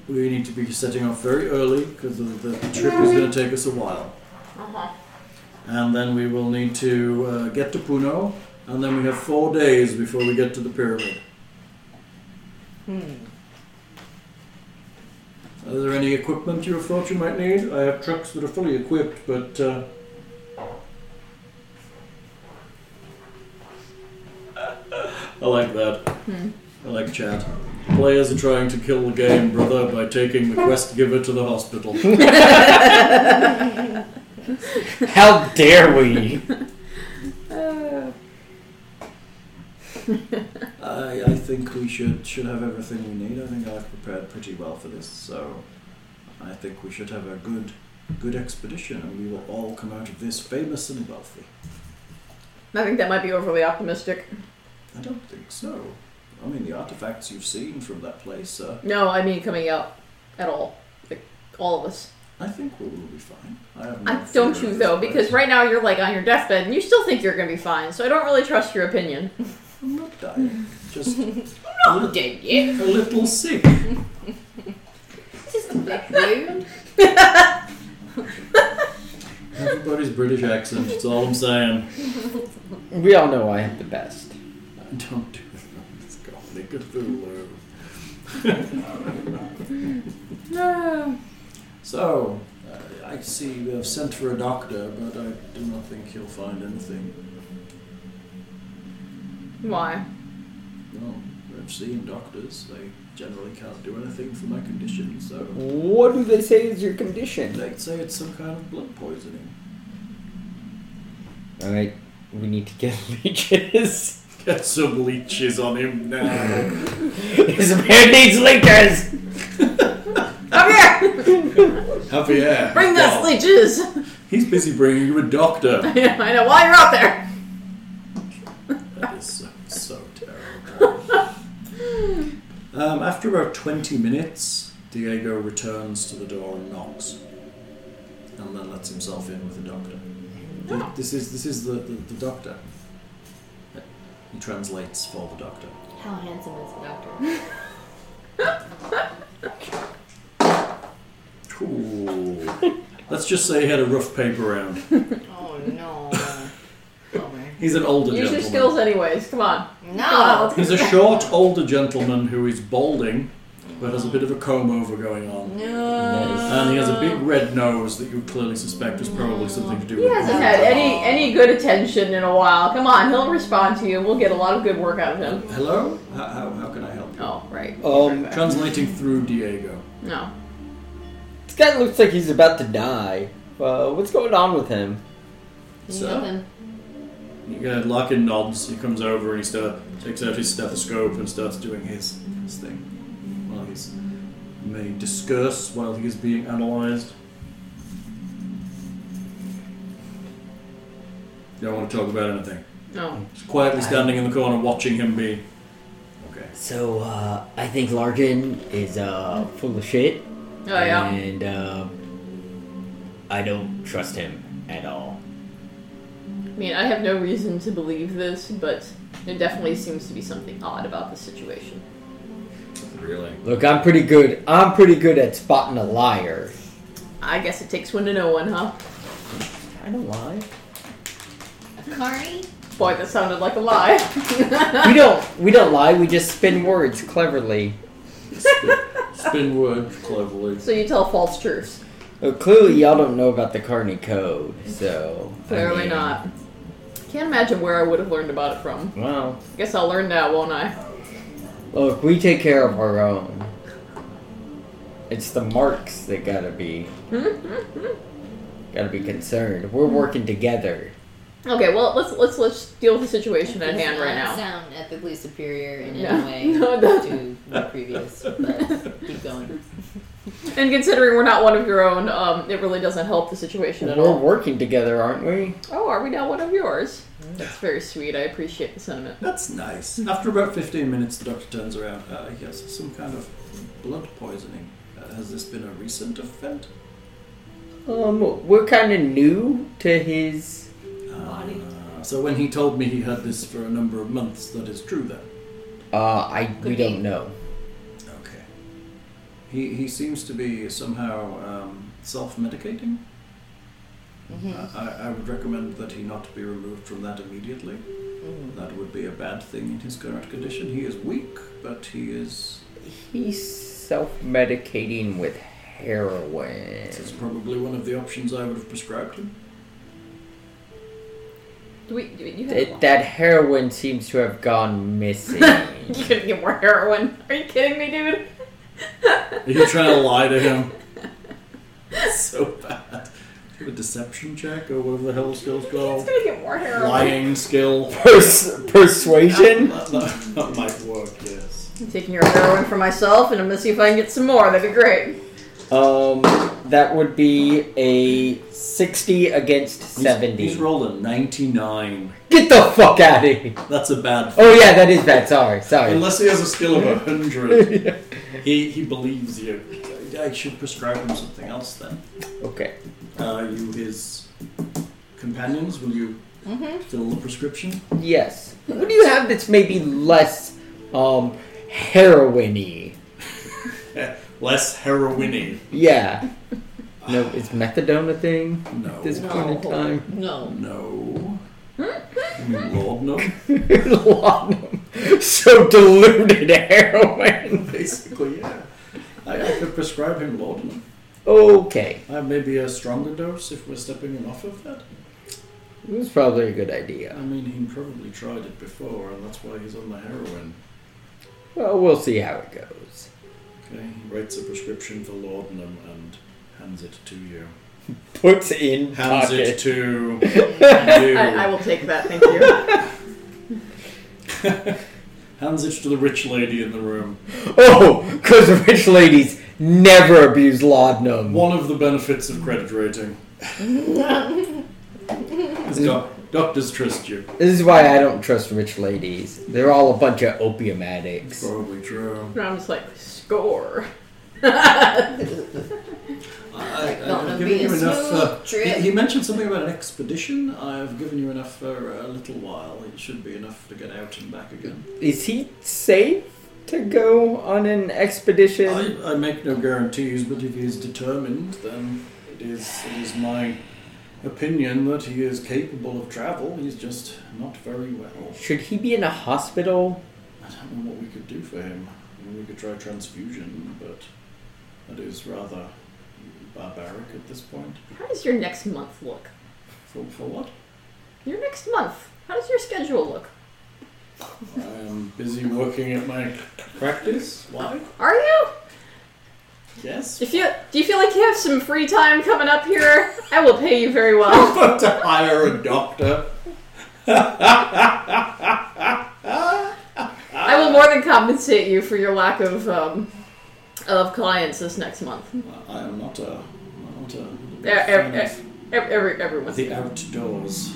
[SPEAKER 2] We need to be setting off very early because the, the trip is going to take us a while.
[SPEAKER 3] Uh-huh.
[SPEAKER 2] And then we will need to uh, get to Puno, and then we have four days before we get to the pyramid. Hmm. Are there any equipment you have thought you might need? I have trucks that are fully equipped, but. Uh, I like that. I like chat. Players are trying to kill the game, brother, by taking the quest giver to the hospital.
[SPEAKER 4] How dare we?
[SPEAKER 3] Uh.
[SPEAKER 2] I, I think we should should have everything we need. I think I've prepared pretty well for this, so I think we should have a good good expedition, and we will all come out of this famous and wealthy.
[SPEAKER 3] I think that might be overly optimistic.
[SPEAKER 2] I don't think so. I mean, the artifacts you've seen from that place, uh,
[SPEAKER 3] No, I mean coming out at all. Like all of us.
[SPEAKER 2] I think we will be fine. I have no
[SPEAKER 3] I don't
[SPEAKER 2] fear of
[SPEAKER 3] you
[SPEAKER 2] this
[SPEAKER 3] though,
[SPEAKER 2] place.
[SPEAKER 3] because right now you're like on your deathbed and you still think you're gonna be fine. So I don't really trust your opinion.
[SPEAKER 2] I'm not dying. Just a,
[SPEAKER 3] Not
[SPEAKER 2] li-
[SPEAKER 3] dead yet.
[SPEAKER 2] a little sick.
[SPEAKER 6] Just a bit weird.
[SPEAKER 2] Everybody's British accent. That's all I'm saying.
[SPEAKER 4] We all know I have the best.
[SPEAKER 2] Don't do it. It's called Nicotulu.
[SPEAKER 3] No.
[SPEAKER 2] So, uh, I see we have sent for a doctor, but I do not think he'll find anything.
[SPEAKER 3] Why?
[SPEAKER 2] No, I've seen doctors. They generally can't do anything for my condition, so.
[SPEAKER 4] What do they say is your condition?
[SPEAKER 2] They'd say it's some kind of blood poisoning.
[SPEAKER 4] Alright, we need to get leeches.
[SPEAKER 2] Get some leeches on him now.
[SPEAKER 4] this man needs leeches!
[SPEAKER 3] Come
[SPEAKER 2] Ah.
[SPEAKER 3] here!
[SPEAKER 2] Javier!
[SPEAKER 3] Bring those
[SPEAKER 2] God.
[SPEAKER 3] leeches!
[SPEAKER 2] He's busy bringing you a doctor.
[SPEAKER 3] Yeah, I know. While you're out there,
[SPEAKER 2] that is so, so terrible. um, after about 20 minutes, Diego returns to the door and knocks. And then lets himself in with the doctor. Th- This is this is the, the, the doctor. He translates for the doctor.
[SPEAKER 6] How handsome is the doctor?
[SPEAKER 2] Ooh. Let's just say he had a rough paper round.
[SPEAKER 6] Oh no. Bummer.
[SPEAKER 2] He's an older
[SPEAKER 3] use your
[SPEAKER 2] gentleman.
[SPEAKER 3] skills, anyways. Come on.
[SPEAKER 6] No.
[SPEAKER 2] He's a short older gentleman who is balding, but has a bit of a comb over going on.
[SPEAKER 4] Uh.
[SPEAKER 6] No.
[SPEAKER 2] And he has a big red nose that you clearly suspect is probably something to do
[SPEAKER 3] He
[SPEAKER 2] with
[SPEAKER 3] hasn't had any any good attention in a while. Come on, he'll respond to you, and we'll get a lot of good work out of him.
[SPEAKER 2] Hello? How, how, how can I help you?
[SPEAKER 3] Oh, right.
[SPEAKER 4] Um,
[SPEAKER 3] Right back.
[SPEAKER 2] Translating through Diego.
[SPEAKER 3] no.
[SPEAKER 4] This guy looks like he's about to die. Uh, what's going on with him?
[SPEAKER 2] So,
[SPEAKER 6] Nothing.
[SPEAKER 2] yeah, Larkin uh, nods. He comes over and he start, takes out his stethoscope and starts doing his, his thing. While he's may discuss while he is being analysed. Don't want to talk about anything.
[SPEAKER 4] Mm.
[SPEAKER 3] No.
[SPEAKER 2] Just quietly standing in the corner watching him be. Okay.
[SPEAKER 4] So, uh, I think Larkin is, uh, full of shit.
[SPEAKER 3] Oh, yeah.
[SPEAKER 4] And, uh, I don't trust him at all.
[SPEAKER 3] I mean, I have no reason to believe this, but there definitely seems to be something odd about the situation.
[SPEAKER 2] Really?
[SPEAKER 4] Look, I'm pretty good. I'm pretty good at spotting a liar.
[SPEAKER 3] I guess it takes one to know one, huh?
[SPEAKER 4] kind of lie.
[SPEAKER 6] Carney?
[SPEAKER 3] Boy, that sounded like a lie.
[SPEAKER 4] we don't. We don't lie. We just spin words cleverly.
[SPEAKER 2] Spin word cleverly.
[SPEAKER 3] so you tell false truths.
[SPEAKER 4] Well, clearly, y'all don't know about the Carney Code, so I
[SPEAKER 3] Clearly
[SPEAKER 4] mean,
[SPEAKER 3] not. Can't imagine where I would have learned about it from.
[SPEAKER 4] Well,
[SPEAKER 3] Guess I'll learn now, won't I?
[SPEAKER 4] look, we take care of our own. It's the marks that gotta be gotta be concerned. We're working together.
[SPEAKER 3] okay, well let's let's let's deal with the situation at
[SPEAKER 6] Does
[SPEAKER 3] hand right now.
[SPEAKER 6] not Sound ethically superior in
[SPEAKER 3] No.
[SPEAKER 6] any way
[SPEAKER 3] No, it
[SPEAKER 6] to
[SPEAKER 3] doesn't.
[SPEAKER 6] the previous, but keep going.
[SPEAKER 3] And considering we're not one of your own, um, it really doesn't help the situation at
[SPEAKER 4] We're
[SPEAKER 3] all.
[SPEAKER 4] working together, aren't we?
[SPEAKER 3] Oh, are we now one of yours?
[SPEAKER 4] Mm.
[SPEAKER 3] That's very sweet. I appreciate the sentiment.
[SPEAKER 2] That's nice. After about 15 minutes, the doctor turns around. Uh, yes, some kind of blood poisoning. Uh, has this been a recent event?
[SPEAKER 4] Um, we're kind of new to his.
[SPEAKER 6] Body.
[SPEAKER 2] Uh, so when he told me he had this for a number of months, that is true then.
[SPEAKER 4] Uh, I we
[SPEAKER 6] Could be.
[SPEAKER 4] don't know.
[SPEAKER 2] Okay. He, he seems to be somehow um, self-medicating. I, I- I would recommend that he not be removed from that immediately. That would be a bad thing in his current condition. He is weak, but he is.
[SPEAKER 4] He's self-medicating with heroin.
[SPEAKER 2] This is probably one of the options I would have prescribed him.
[SPEAKER 3] Do we? Do we you,
[SPEAKER 4] Th-
[SPEAKER 3] have,
[SPEAKER 4] that heroin seems to have gone missing.
[SPEAKER 3] you couldn't get more heroin. Are you kidding me, dude?
[SPEAKER 2] Are you trying to lie to him? so bad. Do a deception check or whatever the hell skill's
[SPEAKER 3] He's
[SPEAKER 2] called.
[SPEAKER 3] gonna get more heroin.
[SPEAKER 2] Lying skill.
[SPEAKER 4] Pers- persuasion?
[SPEAKER 2] That, that- that might work, yes.
[SPEAKER 3] I'm taking your heroin for myself, and I'm gonna see if I can get some more. That'd be great.
[SPEAKER 4] Um, that would be a 60 against
[SPEAKER 2] He's-
[SPEAKER 4] 70.
[SPEAKER 2] He's rolled a 99.
[SPEAKER 4] Get the fuck out of here.
[SPEAKER 2] That's a bad.
[SPEAKER 4] Oh, yeah, that is bad. Sorry, sorry.
[SPEAKER 7] Unless he has a skill of a hundred,
[SPEAKER 2] He, he believes you. I I should prescribe him something else then.
[SPEAKER 4] Okay.
[SPEAKER 2] Are you his companions? Will you
[SPEAKER 4] Mm-hmm.
[SPEAKER 2] fill the prescription?
[SPEAKER 4] Yes. What do you have that's maybe less, um, heroin
[SPEAKER 7] less heroiny.
[SPEAKER 4] Yeah. No, is methadone a thing
[SPEAKER 2] No.
[SPEAKER 4] at this point in time?
[SPEAKER 6] No.
[SPEAKER 2] No. Hmm, Lord, no.
[SPEAKER 4] Laudanum. so diluted heroin.
[SPEAKER 2] Basically, yeah. I, I could prescribe him laudanum.
[SPEAKER 4] Okay.
[SPEAKER 2] Uh, maybe a stronger dose if we're stepping him off of that.
[SPEAKER 4] It was probably a good idea.
[SPEAKER 2] I mean, he probably tried it before, and that's why he's on the heroin.
[SPEAKER 4] Well, we'll see how it goes.
[SPEAKER 2] Okay, he writes a prescription for laudanum and hands it to you.
[SPEAKER 4] Puts in
[SPEAKER 2] Hands
[SPEAKER 4] pocket.
[SPEAKER 2] it to you.
[SPEAKER 3] I, I will take that. Thank you.
[SPEAKER 2] Hands it to the rich lady in the room.
[SPEAKER 4] Oh, because rich ladies never abuse laudanum.
[SPEAKER 2] One of the benefits of credit rating. Is doc- doctors trust you.
[SPEAKER 4] This is why I don't trust rich ladies. They're all a bunch of opium addicts.
[SPEAKER 2] Probably true.
[SPEAKER 3] and I'm just like score.
[SPEAKER 2] I, I,
[SPEAKER 6] Gonna
[SPEAKER 2] I've
[SPEAKER 6] be
[SPEAKER 2] given
[SPEAKER 6] a
[SPEAKER 2] you enough.
[SPEAKER 6] smooth
[SPEAKER 2] Uh,
[SPEAKER 6] trip.
[SPEAKER 2] he, he mentioned something about an expedition. I've given you enough for a little while. It should be enough to get out and back again.
[SPEAKER 4] Is he safe to go on an expedition?
[SPEAKER 2] I, I make no guarantees, but if he is determined, then it is it is my opinion that he is capable of travel. He's just not very well.
[SPEAKER 4] Should he be in a hospital?
[SPEAKER 2] I don't know what we could do for him. I mean, we could try transfusion, but that is rather barbaric at this point.
[SPEAKER 3] How does your next month look?
[SPEAKER 2] For, for what?
[SPEAKER 3] Your next month. How does your schedule look?
[SPEAKER 2] I am busy working at my practice. Why?
[SPEAKER 3] Are you?
[SPEAKER 2] Yes.
[SPEAKER 3] Do you feel, do you feel like you have some free time coming up here? I will pay you very well.
[SPEAKER 2] But to hire a doctor.
[SPEAKER 3] I will more than compensate you for your lack of um, of clients this next month.
[SPEAKER 2] I am not a not a
[SPEAKER 3] Eh, eh, eh, ev- Every, everyone.
[SPEAKER 2] the outdoors.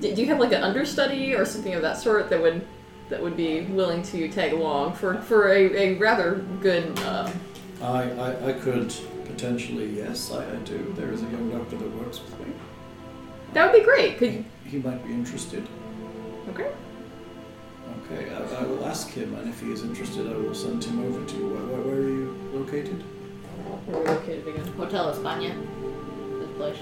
[SPEAKER 3] Do do you have like an understudy or something of that sort that would that would be willing to tag along for for a, a rather good? Uh,
[SPEAKER 2] I, I, I could potentially, yes, I, I do. There is a young doctor that works with me.
[SPEAKER 3] that would be great. Could
[SPEAKER 2] He might be interested.
[SPEAKER 3] okay.
[SPEAKER 2] Okay, I, I will ask him, and if he is interested, I will send him over to you. Where, where, where are you located?
[SPEAKER 3] We're located again.
[SPEAKER 6] Hotel España. This place.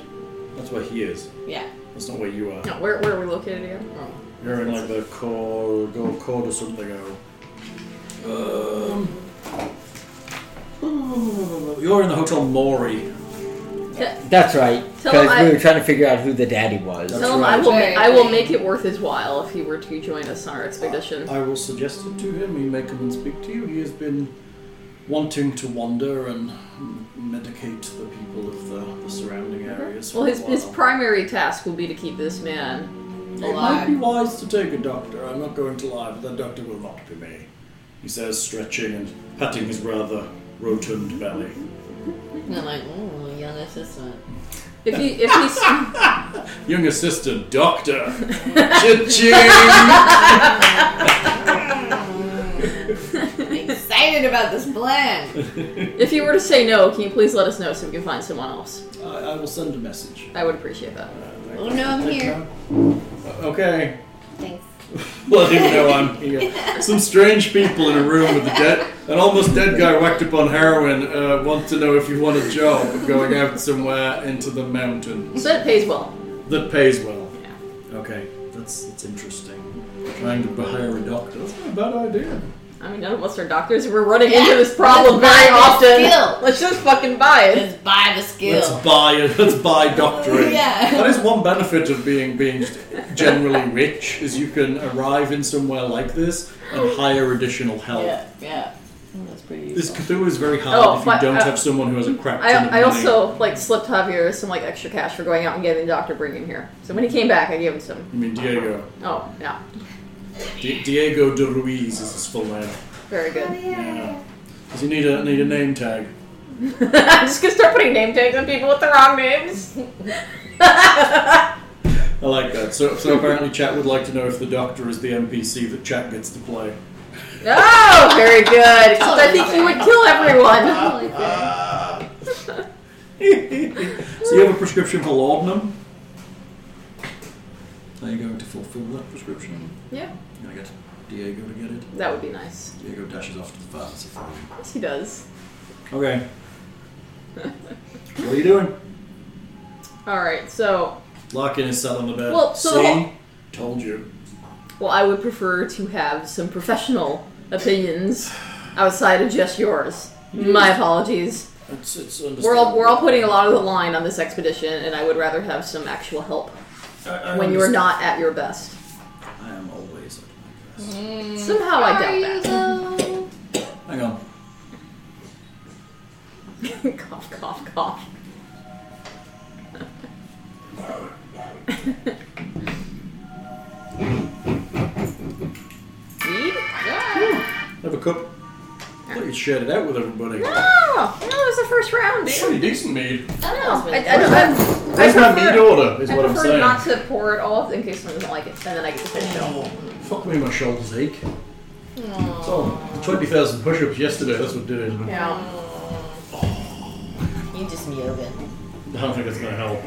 [SPEAKER 2] That's where he is.
[SPEAKER 3] Yeah.
[SPEAKER 2] That's not where you are.
[SPEAKER 3] No, where, where are we located again?
[SPEAKER 2] You're in like the core, go core or something. Oh. Um, you're in the hotel Maury.
[SPEAKER 4] That's right.
[SPEAKER 3] Tell
[SPEAKER 4] Because
[SPEAKER 3] him
[SPEAKER 4] we
[SPEAKER 3] I-
[SPEAKER 4] were trying to figure out who the daddy was.
[SPEAKER 2] That's
[SPEAKER 3] Tell him I
[SPEAKER 2] right.
[SPEAKER 3] will,
[SPEAKER 5] Very
[SPEAKER 3] I will
[SPEAKER 5] funny.
[SPEAKER 3] make it worth his while if he were to join us on our expedition.
[SPEAKER 2] I will suggest it to him. He may come and speak to you. He has been wanting to wander and medicate the people of the, the surrounding areas.
[SPEAKER 3] Mm-hmm. Well,
[SPEAKER 2] for a
[SPEAKER 3] his, his
[SPEAKER 2] while.
[SPEAKER 3] primary task will be to keep this man.
[SPEAKER 2] It might be wise to take a doctor. I'm not going to lie, but that doctor will not be me. He says, stretching and patting his rather rotund belly.
[SPEAKER 3] Mm-hmm.
[SPEAKER 6] And I'm like, ooh, young assistant.
[SPEAKER 3] If he if he's
[SPEAKER 2] Young assistant doctor. Cha-ching!
[SPEAKER 6] Excited about this plan.
[SPEAKER 3] if he were to say no, can you please let us know so we can find someone else?
[SPEAKER 2] I, I will send a message.
[SPEAKER 3] I would appreciate that.
[SPEAKER 6] Oh no, I'm here.
[SPEAKER 2] Okay.
[SPEAKER 6] Thanks.
[SPEAKER 2] Let him know I'm here. Some strange people in a room with a dead, an almost dead guy whacked upon heroin uh, want to know if you want a job going out somewhere into the mountains
[SPEAKER 3] So it pays well.
[SPEAKER 2] that pays well.
[SPEAKER 3] Yeah.
[SPEAKER 2] Okay, that's that's interesting. Trying to hire a doctor. That's not a bad idea.
[SPEAKER 3] I mean, none of us are doctors. We're running
[SPEAKER 6] Yeah,
[SPEAKER 3] into this problem
[SPEAKER 6] let's buy
[SPEAKER 3] very
[SPEAKER 6] this
[SPEAKER 3] often.
[SPEAKER 6] skill.
[SPEAKER 3] Let's just fucking buy it.
[SPEAKER 6] Just buy the skill.
[SPEAKER 2] Let's buy it. Let's buy doctoring.
[SPEAKER 6] Yeah.
[SPEAKER 2] That is one benefit of being being just generally rich is you can arrive in somewhere like this and hire additional help.
[SPEAKER 6] Yeah, yeah. Mm, That's pretty
[SPEAKER 2] This
[SPEAKER 6] useful.
[SPEAKER 2] Cthulhu is very hard
[SPEAKER 3] Oh,
[SPEAKER 2] if you
[SPEAKER 3] but,
[SPEAKER 2] don't
[SPEAKER 3] uh,
[SPEAKER 2] have someone who has a crack. ton of
[SPEAKER 3] I, I
[SPEAKER 2] money.
[SPEAKER 3] also like slipped Javier some like extra cash for going out and getting the doctor bring him here. So when he came back, I gave him some.
[SPEAKER 2] I mean Diego.
[SPEAKER 3] Oh yeah,
[SPEAKER 2] Di Diego de Ruiz is his full name.
[SPEAKER 3] very good.
[SPEAKER 2] Yeah. Does he need a need a name tag?
[SPEAKER 3] I'm just gonna start putting name tags on people with the wrong names.
[SPEAKER 2] I like that. So so apparently Chat would like to know if the doctor is the NPC that Chat gets to play.
[SPEAKER 3] Oh, very good. Except I think you would kill everyone.
[SPEAKER 6] Totally good.
[SPEAKER 2] So you have a prescription for laudanum. Are you going to fulfill that prescription?
[SPEAKER 3] Yeah,
[SPEAKER 2] You're gonna get Diego to get it.
[SPEAKER 3] that would be nice.
[SPEAKER 2] Diego dashes off to the pharmacy for him.
[SPEAKER 3] Yes, he does.
[SPEAKER 2] Okay. what are you doing?
[SPEAKER 3] All right, so
[SPEAKER 2] Larkin is sat on the bed.
[SPEAKER 3] Well, so the
[SPEAKER 2] See?
[SPEAKER 3] whole-
[SPEAKER 2] Told you.
[SPEAKER 3] well, I would prefer to have some professional opinions outside of just yours.
[SPEAKER 2] Mm-hmm.
[SPEAKER 3] My apologies.
[SPEAKER 2] It's it's
[SPEAKER 3] We're all
[SPEAKER 2] understandable.
[SPEAKER 3] we're all putting a lot of the line on this expedition, and I would rather have some actual help
[SPEAKER 2] I- I
[SPEAKER 3] when you are
[SPEAKER 2] understand.
[SPEAKER 3] not at your best.
[SPEAKER 2] I am always. at my best.
[SPEAKER 3] Somehow I doubt that.
[SPEAKER 2] Hang on.
[SPEAKER 3] cough, cough, cough. Weed? Ah!
[SPEAKER 2] Have a cup. I thought you'd shared it out with everybody.
[SPEAKER 3] No, no, it was the first round,
[SPEAKER 2] It's
[SPEAKER 3] dude.
[SPEAKER 2] pretty decent mead.
[SPEAKER 3] I don't know. I, I, don't- I, I
[SPEAKER 2] That's my mead
[SPEAKER 3] prefer,
[SPEAKER 2] order, is
[SPEAKER 3] I
[SPEAKER 2] what I'm
[SPEAKER 3] prefer
[SPEAKER 2] saying.
[SPEAKER 3] not to pour it all in case someone doesn't like it, and then I get to finish it all.
[SPEAKER 2] Oh, fuck me, my shoulders ache. So, 20,000 push ups yesterday, that's what did it.
[SPEAKER 3] Yeah.
[SPEAKER 6] You just yoga.
[SPEAKER 2] I don't think that's gonna help.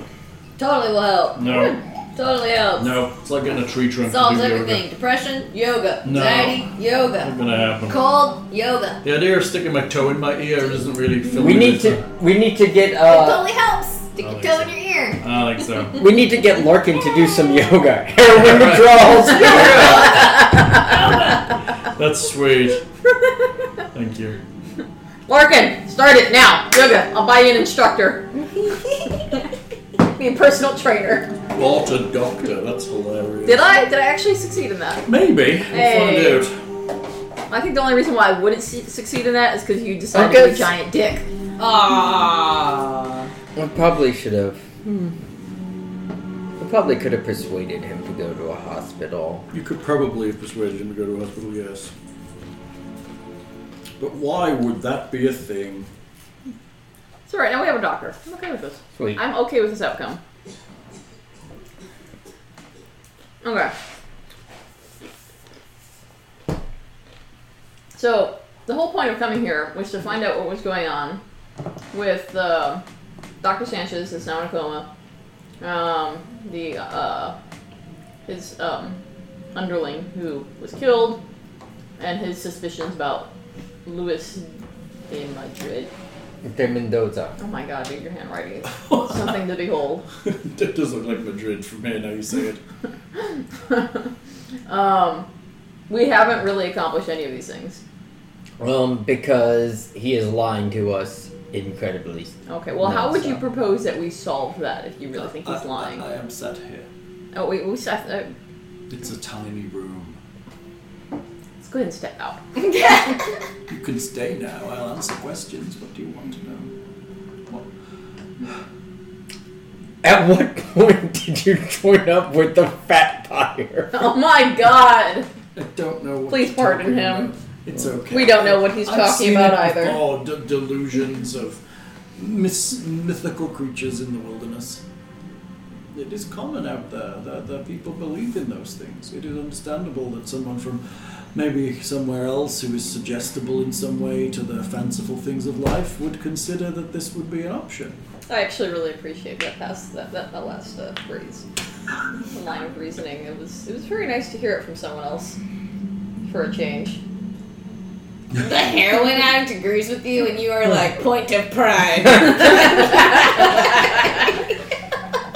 [SPEAKER 6] Totally will help.
[SPEAKER 2] No,
[SPEAKER 6] Totally helps.
[SPEAKER 2] no, it's like getting a tree trunk. to
[SPEAKER 6] Solves
[SPEAKER 2] do yoga.
[SPEAKER 6] everything. Depression, yoga.
[SPEAKER 2] No.
[SPEAKER 6] Anxiety,
[SPEAKER 2] Not
[SPEAKER 6] yoga.
[SPEAKER 2] gonna happen.
[SPEAKER 6] Cold, yoga.
[SPEAKER 2] The idea of sticking my toe in my ear isn't really filling
[SPEAKER 4] We need
[SPEAKER 2] it.
[SPEAKER 4] to we need to get
[SPEAKER 6] it
[SPEAKER 4] uh
[SPEAKER 6] totally helps. Stick your
[SPEAKER 2] like
[SPEAKER 6] toe
[SPEAKER 2] so.
[SPEAKER 6] in your ear.
[SPEAKER 2] I don't think so.
[SPEAKER 4] we need to get Larkin to do some yoga. Heroin withdrawals.
[SPEAKER 2] That's sweet. Thank you.
[SPEAKER 3] Larkin, start it now. Yoga, I'll buy you an instructor. Be a personal trainer.
[SPEAKER 2] Bought a doctor, that's hilarious.
[SPEAKER 3] Did I? Did I actually succeed in that?
[SPEAKER 2] Maybe.
[SPEAKER 3] Hey.
[SPEAKER 2] We'll find out.
[SPEAKER 3] I think the only reason why I wouldn't su- succeed in that is because you decided to be a
[SPEAKER 4] Okay.
[SPEAKER 3] giant dick.
[SPEAKER 6] Ah.
[SPEAKER 4] I probably should have. I probably could have persuaded him to go to a hospital.
[SPEAKER 2] You could probably have persuaded him to go to hospital, yes. But why would that be a thing?
[SPEAKER 3] It's alright, now we have a doctor. I'm okay with this.
[SPEAKER 4] Sweet.
[SPEAKER 3] I'm okay with this outcome. Okay. So, the whole point of coming here was to find out what was going on with uh, Dr. Sanchez is now in a coma. Um, the, uh, his um, underling who was killed, and his suspicions about Luis de Madrid.
[SPEAKER 4] De Mendoza.
[SPEAKER 3] Oh my god, dude, your handwriting is something to behold.
[SPEAKER 7] It does look like Madrid from here now you say it.
[SPEAKER 3] Um, we haven't really accomplished any of these things.
[SPEAKER 4] Um, because he is lying to us incredibly.
[SPEAKER 3] Okay, well, how
[SPEAKER 4] No,
[SPEAKER 3] would you
[SPEAKER 4] so- Uh,
[SPEAKER 3] propose that we solve that if you really think he's
[SPEAKER 2] I-
[SPEAKER 3] lying?
[SPEAKER 2] I, I am sat here.
[SPEAKER 3] oh, wait, we step, uh,
[SPEAKER 2] It's a tiny room.
[SPEAKER 3] let's go ahead and step out.
[SPEAKER 2] You can stay now. I'll answer questions. What do you want to know?
[SPEAKER 4] At what point did you join up with the fat buyer?
[SPEAKER 3] Oh my god!
[SPEAKER 2] I don't know. What
[SPEAKER 3] Please
[SPEAKER 2] you're
[SPEAKER 3] pardon
[SPEAKER 2] talking
[SPEAKER 3] him.
[SPEAKER 2] about. It's okay.
[SPEAKER 3] We don't know what he's
[SPEAKER 2] I've
[SPEAKER 3] talking
[SPEAKER 2] seen
[SPEAKER 3] about
[SPEAKER 2] it
[SPEAKER 3] either.
[SPEAKER 2] before, d- delusions of mis- mythical creatures in the wilderness. It is common out there that, that people believe in those things. It is understandable that someone from maybe somewhere else who is suggestible in some way to the fanciful things of life would consider that this would be an option.
[SPEAKER 3] I actually really appreciate that past that that, that last uh, phrase, the line of reasoning. It was it was very nice to hear it from someone else, for a change.
[SPEAKER 5] The heroin addict agrees with you, and you are like point of pride.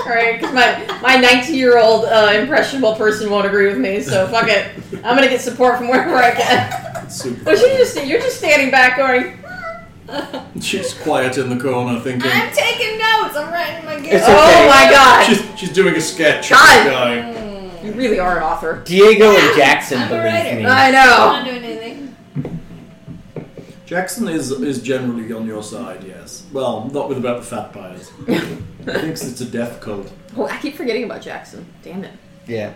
[SPEAKER 3] All right, because my my 19 year old uh, impressionable person won't agree with me, so fuck it. I'm gonna get support from wherever I can.
[SPEAKER 2] It's super
[SPEAKER 3] But you just you're just standing back going. "Hmm."
[SPEAKER 2] She's quiet in the corner thinking.
[SPEAKER 5] I'm taking notes. I'm writing my good.
[SPEAKER 4] It's
[SPEAKER 3] oh
[SPEAKER 4] okay.
[SPEAKER 3] my god,
[SPEAKER 7] She's, she's doing a sketch.
[SPEAKER 3] God.
[SPEAKER 7] Guy.
[SPEAKER 3] you really are an author.
[SPEAKER 4] Diego and Jackson
[SPEAKER 5] Oh, I'm a writer.
[SPEAKER 4] believe me.
[SPEAKER 3] I
[SPEAKER 5] I'm not
[SPEAKER 3] know.
[SPEAKER 5] doing anything.
[SPEAKER 2] Jackson is is generally on your side, yes. Well, not with about the fat buyers. he thinks it's a death cult.
[SPEAKER 3] Oh, I keep forgetting about Jackson. Damn it.
[SPEAKER 4] Yeah.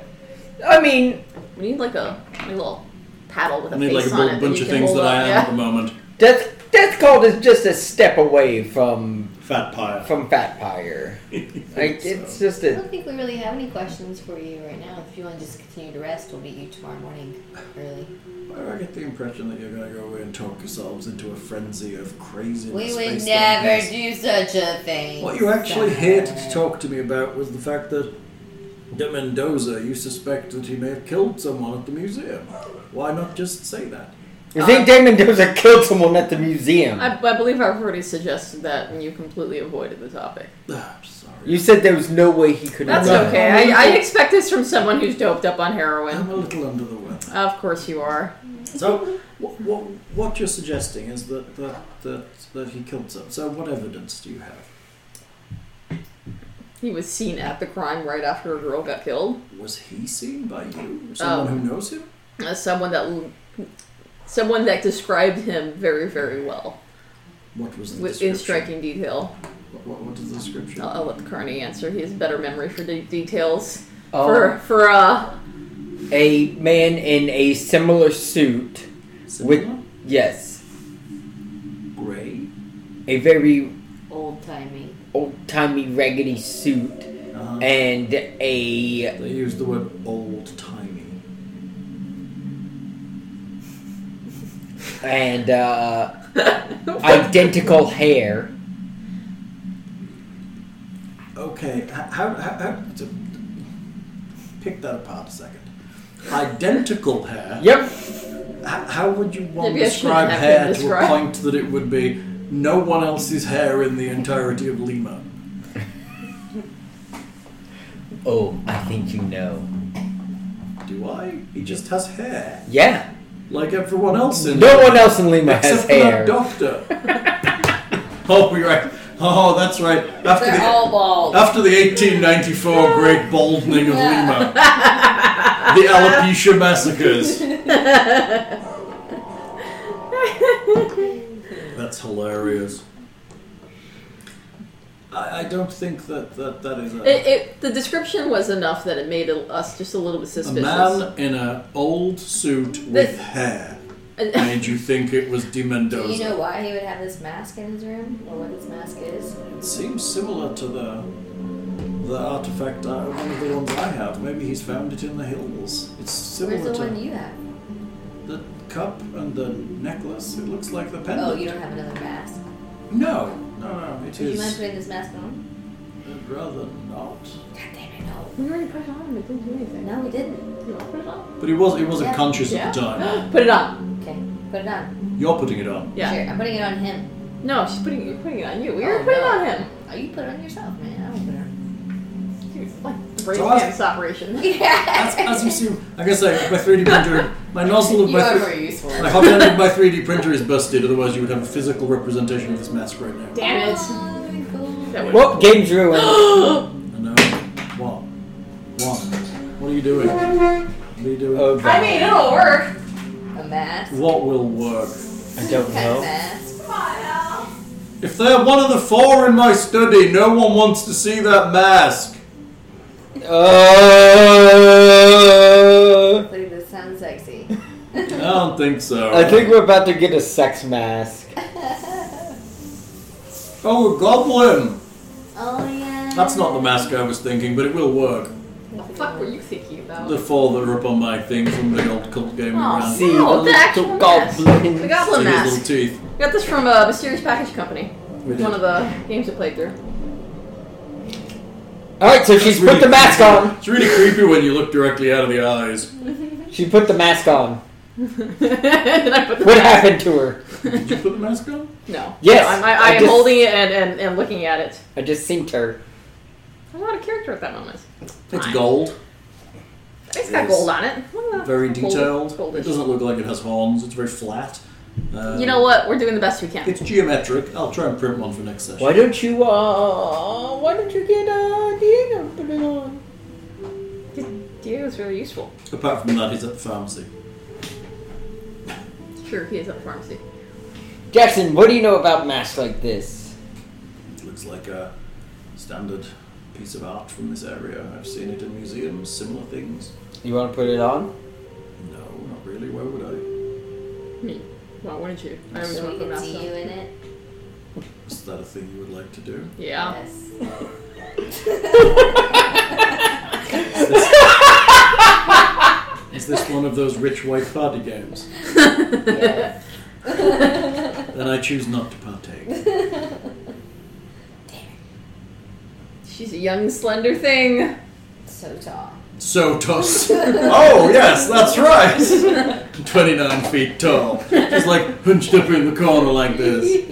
[SPEAKER 4] I mean,
[SPEAKER 3] We need like a, we need a little paddle with a
[SPEAKER 2] I need like
[SPEAKER 3] face
[SPEAKER 2] a
[SPEAKER 3] on
[SPEAKER 2] bu-
[SPEAKER 3] it.
[SPEAKER 2] bunch
[SPEAKER 3] that
[SPEAKER 2] of
[SPEAKER 3] you can
[SPEAKER 2] things
[SPEAKER 3] hold
[SPEAKER 2] that I
[SPEAKER 3] up,
[SPEAKER 2] am
[SPEAKER 3] yeah.
[SPEAKER 2] at the moment.
[SPEAKER 4] that's that's called is just a step away from
[SPEAKER 2] Fat pyre.
[SPEAKER 4] from fat pyre. Like it's just
[SPEAKER 6] I
[SPEAKER 4] a
[SPEAKER 3] Uh,
[SPEAKER 6] don't think we really have any questions for you right now. If you want to just continue to rest, we'll meet you tomorrow morning early.
[SPEAKER 2] I get the impression that you're going to go away and talk yourselves into a frenzy of craziness.
[SPEAKER 6] We would
[SPEAKER 2] based on
[SPEAKER 6] never
[SPEAKER 2] this.
[SPEAKER 6] do such a thing.
[SPEAKER 2] What you actually
[SPEAKER 6] Stop.
[SPEAKER 2] hated to talk to me about was the fact that De Mendoza, you suspect that he may have killed someone at the museum. Why not just say that?
[SPEAKER 4] You think Damon Dozer killed someone at the museum?
[SPEAKER 3] I, I believe I've already suggested that, and you completely avoided the topic.
[SPEAKER 2] Ah, I'm sorry.
[SPEAKER 4] you said there was no way he could have
[SPEAKER 3] That's
[SPEAKER 4] done
[SPEAKER 2] No.
[SPEAKER 4] it.
[SPEAKER 3] okay. I, I expect this from someone who's doped up on heroin.
[SPEAKER 2] I'm a little under the weather.
[SPEAKER 3] Of course you are.
[SPEAKER 2] So, what, what, what you're suggesting is that, that, that, that he killed someone. So, what evidence do you have?
[SPEAKER 3] He was seen at the crime right after a girl got killed.
[SPEAKER 2] Was he seen by you? Someone
[SPEAKER 3] Oh.
[SPEAKER 2] who knows him?
[SPEAKER 3] Uh, someone that, l- someone that described him very, very well,
[SPEAKER 2] What was the
[SPEAKER 3] with,
[SPEAKER 2] description?
[SPEAKER 3] in striking detail.
[SPEAKER 2] What, what, what is the description?
[SPEAKER 3] I'll, I'll let the Carney answer. He has better memory for de- details.
[SPEAKER 4] Oh.
[SPEAKER 3] For for uh,
[SPEAKER 4] A man in a similar suit with
[SPEAKER 2] Similar?
[SPEAKER 4] yes,
[SPEAKER 2] Grey?
[SPEAKER 4] a very
[SPEAKER 6] Old timey.
[SPEAKER 4] old timey raggedy suit
[SPEAKER 2] Uh-huh.
[SPEAKER 4] and a
[SPEAKER 2] They use the word old timey.
[SPEAKER 4] and uh, identical hair.
[SPEAKER 2] Okay, h- how, how, how to pick that apart a second. Identical hair.
[SPEAKER 4] Yep.
[SPEAKER 2] H- how would you want to
[SPEAKER 3] Maybe I shouldn't
[SPEAKER 2] describe
[SPEAKER 3] have
[SPEAKER 2] hair
[SPEAKER 3] been
[SPEAKER 2] to a
[SPEAKER 3] described.
[SPEAKER 2] point that it would be no one else's hair in the entirety of Lima?
[SPEAKER 4] Oh, I think you know.
[SPEAKER 2] Do I? He just has hair,
[SPEAKER 4] Yeah.
[SPEAKER 2] like everyone else in.
[SPEAKER 4] No one else in Lima has
[SPEAKER 2] except
[SPEAKER 4] hair.
[SPEAKER 2] for that doctor. oh, you're right. Oh, that's right. After
[SPEAKER 5] They're
[SPEAKER 2] the
[SPEAKER 5] all bald.
[SPEAKER 2] after the 1894 Great Balding of Lima, the alopecia massacres. That's hilarious. I, I don't think that that, that is a.
[SPEAKER 3] it, it, the description was enough that it made us just a little bit
[SPEAKER 2] A
[SPEAKER 3] suspicious.
[SPEAKER 2] man in an old suit with
[SPEAKER 3] This-
[SPEAKER 2] hair
[SPEAKER 3] And-
[SPEAKER 2] made you think it was De Mendoza.
[SPEAKER 6] Do you know why he would have this mask in his room, or what this mask is?
[SPEAKER 2] It seems similar to the the artifact, uh, one of the ones I have. Maybe he's found it in the hills. It's similar
[SPEAKER 6] Where's the
[SPEAKER 2] to
[SPEAKER 6] one you have?
[SPEAKER 2] the cup and the necklace. It looks like the pendant.
[SPEAKER 6] Oh, you don't have another mask.
[SPEAKER 2] No, no, no. It
[SPEAKER 6] Do you mind
[SPEAKER 2] is.
[SPEAKER 6] putting this mask on?
[SPEAKER 2] I'd rather not.
[SPEAKER 6] God damn it, no.
[SPEAKER 3] We already put it on. It didn't do anything.
[SPEAKER 6] No, we didn't.
[SPEAKER 3] You want to put it on?
[SPEAKER 2] But he was he wasn't
[SPEAKER 6] Yeah.
[SPEAKER 2] conscious
[SPEAKER 3] Yeah.
[SPEAKER 2] at the time.
[SPEAKER 3] Put it on.
[SPEAKER 6] Okay, put it on.
[SPEAKER 2] You're putting it on.
[SPEAKER 3] Yeah.
[SPEAKER 6] Sure, I'm putting it on him.
[SPEAKER 3] No, she's putting you're putting it on you. You're
[SPEAKER 6] Oh,
[SPEAKER 3] putting it
[SPEAKER 6] no.
[SPEAKER 3] on him.
[SPEAKER 6] Oh, you put it on yourself, man. I don't put it on.
[SPEAKER 3] Dude, like brain
[SPEAKER 2] So I was-
[SPEAKER 3] cancer operation.
[SPEAKER 2] As, as you see, I guess I, my 3D printer, my nozzle of
[SPEAKER 6] You
[SPEAKER 2] my,
[SPEAKER 6] are
[SPEAKER 2] thr-
[SPEAKER 6] very useful.
[SPEAKER 2] my hot end of my 3D printer is busted. Otherwise, you would have a physical representation of this mask right now.
[SPEAKER 3] Damn it.
[SPEAKER 6] Oh, cool.
[SPEAKER 3] That would-
[SPEAKER 4] Well, game's ruined.
[SPEAKER 2] I know. What? What? What are you doing? What are you doing?
[SPEAKER 4] Okay.
[SPEAKER 5] I mean, it'll work.
[SPEAKER 6] A mask.
[SPEAKER 2] what will work?
[SPEAKER 4] I don't
[SPEAKER 6] Kind of
[SPEAKER 4] know.
[SPEAKER 6] mask.
[SPEAKER 5] Come on, Al.
[SPEAKER 2] If they're one of the four in my study, no one wants to see that mask.
[SPEAKER 4] Uh,
[SPEAKER 6] Look, this sounds sexy.
[SPEAKER 2] I don't think so.
[SPEAKER 4] I think we're about to get a sex mask.
[SPEAKER 2] Oh, a goblin!
[SPEAKER 6] Oh yeah.
[SPEAKER 2] That's not the mask I was thinking, but it will work.
[SPEAKER 3] What the fuck were you thinking about?
[SPEAKER 2] The four that are up on my thing from the old cult game
[SPEAKER 3] Aw,
[SPEAKER 2] around.
[SPEAKER 4] See
[SPEAKER 3] No,
[SPEAKER 4] the
[SPEAKER 3] the actual
[SPEAKER 4] little
[SPEAKER 3] mask.
[SPEAKER 4] goblin.
[SPEAKER 3] The Oh, goblin
[SPEAKER 2] See his
[SPEAKER 3] mask.
[SPEAKER 2] little teeth.
[SPEAKER 3] We got this from a mysterious package company.
[SPEAKER 2] We did.
[SPEAKER 3] One of the games we played through.
[SPEAKER 4] All right, so she's
[SPEAKER 2] It's really
[SPEAKER 4] put the mask
[SPEAKER 2] creepy.
[SPEAKER 4] on.
[SPEAKER 2] It's really creepy when you look directly out of the eyes.
[SPEAKER 4] She put the mask on.
[SPEAKER 3] and I put the
[SPEAKER 4] What happened to her?
[SPEAKER 2] Did you put the mask on?
[SPEAKER 3] No.
[SPEAKER 4] Yes,
[SPEAKER 3] No, I'm, I,
[SPEAKER 4] I
[SPEAKER 3] I am
[SPEAKER 4] just-
[SPEAKER 3] holding it and, and, and looking at it.
[SPEAKER 4] I just synced her.
[SPEAKER 3] I'm not a character at that moment.
[SPEAKER 2] It's
[SPEAKER 3] Fine.
[SPEAKER 2] gold.
[SPEAKER 3] It's got
[SPEAKER 2] It is
[SPEAKER 3] gold on it. Look at that.
[SPEAKER 2] Very
[SPEAKER 3] Gold-
[SPEAKER 2] detailed. It
[SPEAKER 3] goldish.
[SPEAKER 2] doesn't look like it has horns. It's very flat. Um,
[SPEAKER 3] You know what? We're doing the best we can.
[SPEAKER 2] It's geometric. I'll try and print one for next session.
[SPEAKER 4] Why don't you uh? Why don't you get uh Diego to put it on?
[SPEAKER 3] Diego's really useful.
[SPEAKER 2] Apart from that, he's at the pharmacy.
[SPEAKER 3] Sure, he is at the pharmacy.
[SPEAKER 4] Jackson, what do you know about masks like this?
[SPEAKER 2] It looks like a standard piece of art from this area. I've seen it in museums, similar things.
[SPEAKER 4] You want to put it on?
[SPEAKER 2] No, not really. Why would
[SPEAKER 3] Me. Well, wouldn't you? I haven't
[SPEAKER 6] So
[SPEAKER 3] done
[SPEAKER 6] we
[SPEAKER 3] the
[SPEAKER 6] can
[SPEAKER 3] math
[SPEAKER 6] see you
[SPEAKER 3] yet.
[SPEAKER 6] in it.
[SPEAKER 2] I? Is that a thing you would like to do?
[SPEAKER 3] Yeah.
[SPEAKER 6] Yes.
[SPEAKER 2] Is this one of those rich white party games?
[SPEAKER 6] yes.
[SPEAKER 2] Then I choose not to partake.
[SPEAKER 3] She's a young, slender thing.
[SPEAKER 6] so tall.
[SPEAKER 2] So toss. Oh yes, that's right. Twenty-nine feet tall, just like hunched up in the corner like this.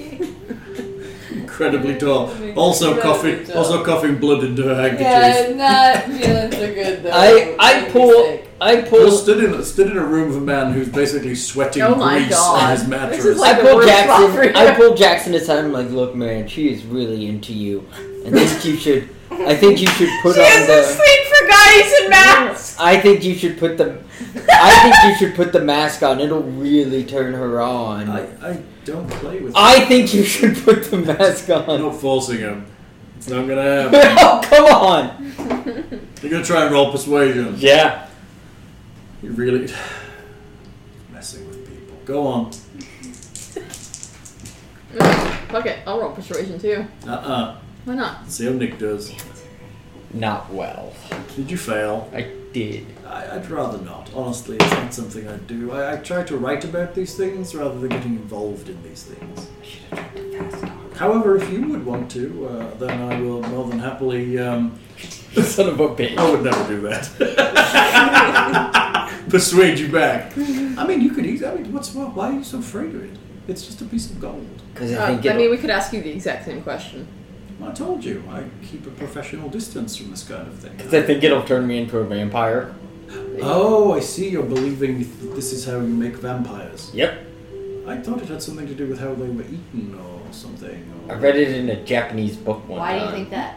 [SPEAKER 2] Incredibly tall. Also coughing, also coughing blood into her handkerchief.
[SPEAKER 6] not feeling so good though.
[SPEAKER 4] I I pull I
[SPEAKER 2] Just
[SPEAKER 4] pull
[SPEAKER 2] stood in stood in a room with a man who's basically sweating
[SPEAKER 3] Oh my
[SPEAKER 2] grease
[SPEAKER 3] God.
[SPEAKER 2] on his
[SPEAKER 3] This is
[SPEAKER 2] mattress.
[SPEAKER 3] like-
[SPEAKER 4] I pull
[SPEAKER 3] a roof
[SPEAKER 4] Jackson
[SPEAKER 3] offer.
[SPEAKER 4] I pull Jackson aside. I'm like, look, man, she is really into you. I think you should. I think you should put on the.
[SPEAKER 3] sleep for guys and masks.
[SPEAKER 4] I think you should put the. I think you should put the mask on. It'll really turn her on.
[SPEAKER 2] I,
[SPEAKER 4] I,
[SPEAKER 2] I don't play with.
[SPEAKER 4] think you should put the mask on.
[SPEAKER 2] I'm not forcing him. It's not gonna happen.
[SPEAKER 4] oh, come on.
[SPEAKER 2] You're gonna try and roll persuasion.
[SPEAKER 4] Yeah.
[SPEAKER 2] You really messing with people. Go on.
[SPEAKER 3] Fuck it. I'll roll persuasion too.
[SPEAKER 2] Uh uh
[SPEAKER 3] Why not?
[SPEAKER 2] See how Nick does.
[SPEAKER 4] Not well.
[SPEAKER 2] Did you fail?
[SPEAKER 4] I did.
[SPEAKER 2] I, I'd rather not. Honestly, it's not something I do. I, I try to write about these things rather than getting involved in these things. However, if you would want to, uh, then I will more than happily. Um,
[SPEAKER 4] Son of a bitch.
[SPEAKER 6] Oh,
[SPEAKER 2] I would never do that. Persuade you back. I mean, you could easily. I mean, what's wrong? Why are you so afraid of it? It's just a piece of gold.
[SPEAKER 4] Because
[SPEAKER 3] Uh,
[SPEAKER 4] I think
[SPEAKER 3] I
[SPEAKER 4] it'll-
[SPEAKER 3] mean, we could ask you the exact same question.
[SPEAKER 2] I told you, I keep a professional distance from this kind of thing.
[SPEAKER 4] 'cause I think it'll turn me into a vampire.
[SPEAKER 2] Oh, I see. You're believing that this is how you make vampires.
[SPEAKER 4] Yep.
[SPEAKER 2] I thought it had something to do with how they were eaten or something.
[SPEAKER 4] I
[SPEAKER 2] Or...
[SPEAKER 4] read it in a Japanese book one
[SPEAKER 6] Why do you
[SPEAKER 4] time.
[SPEAKER 6] think that?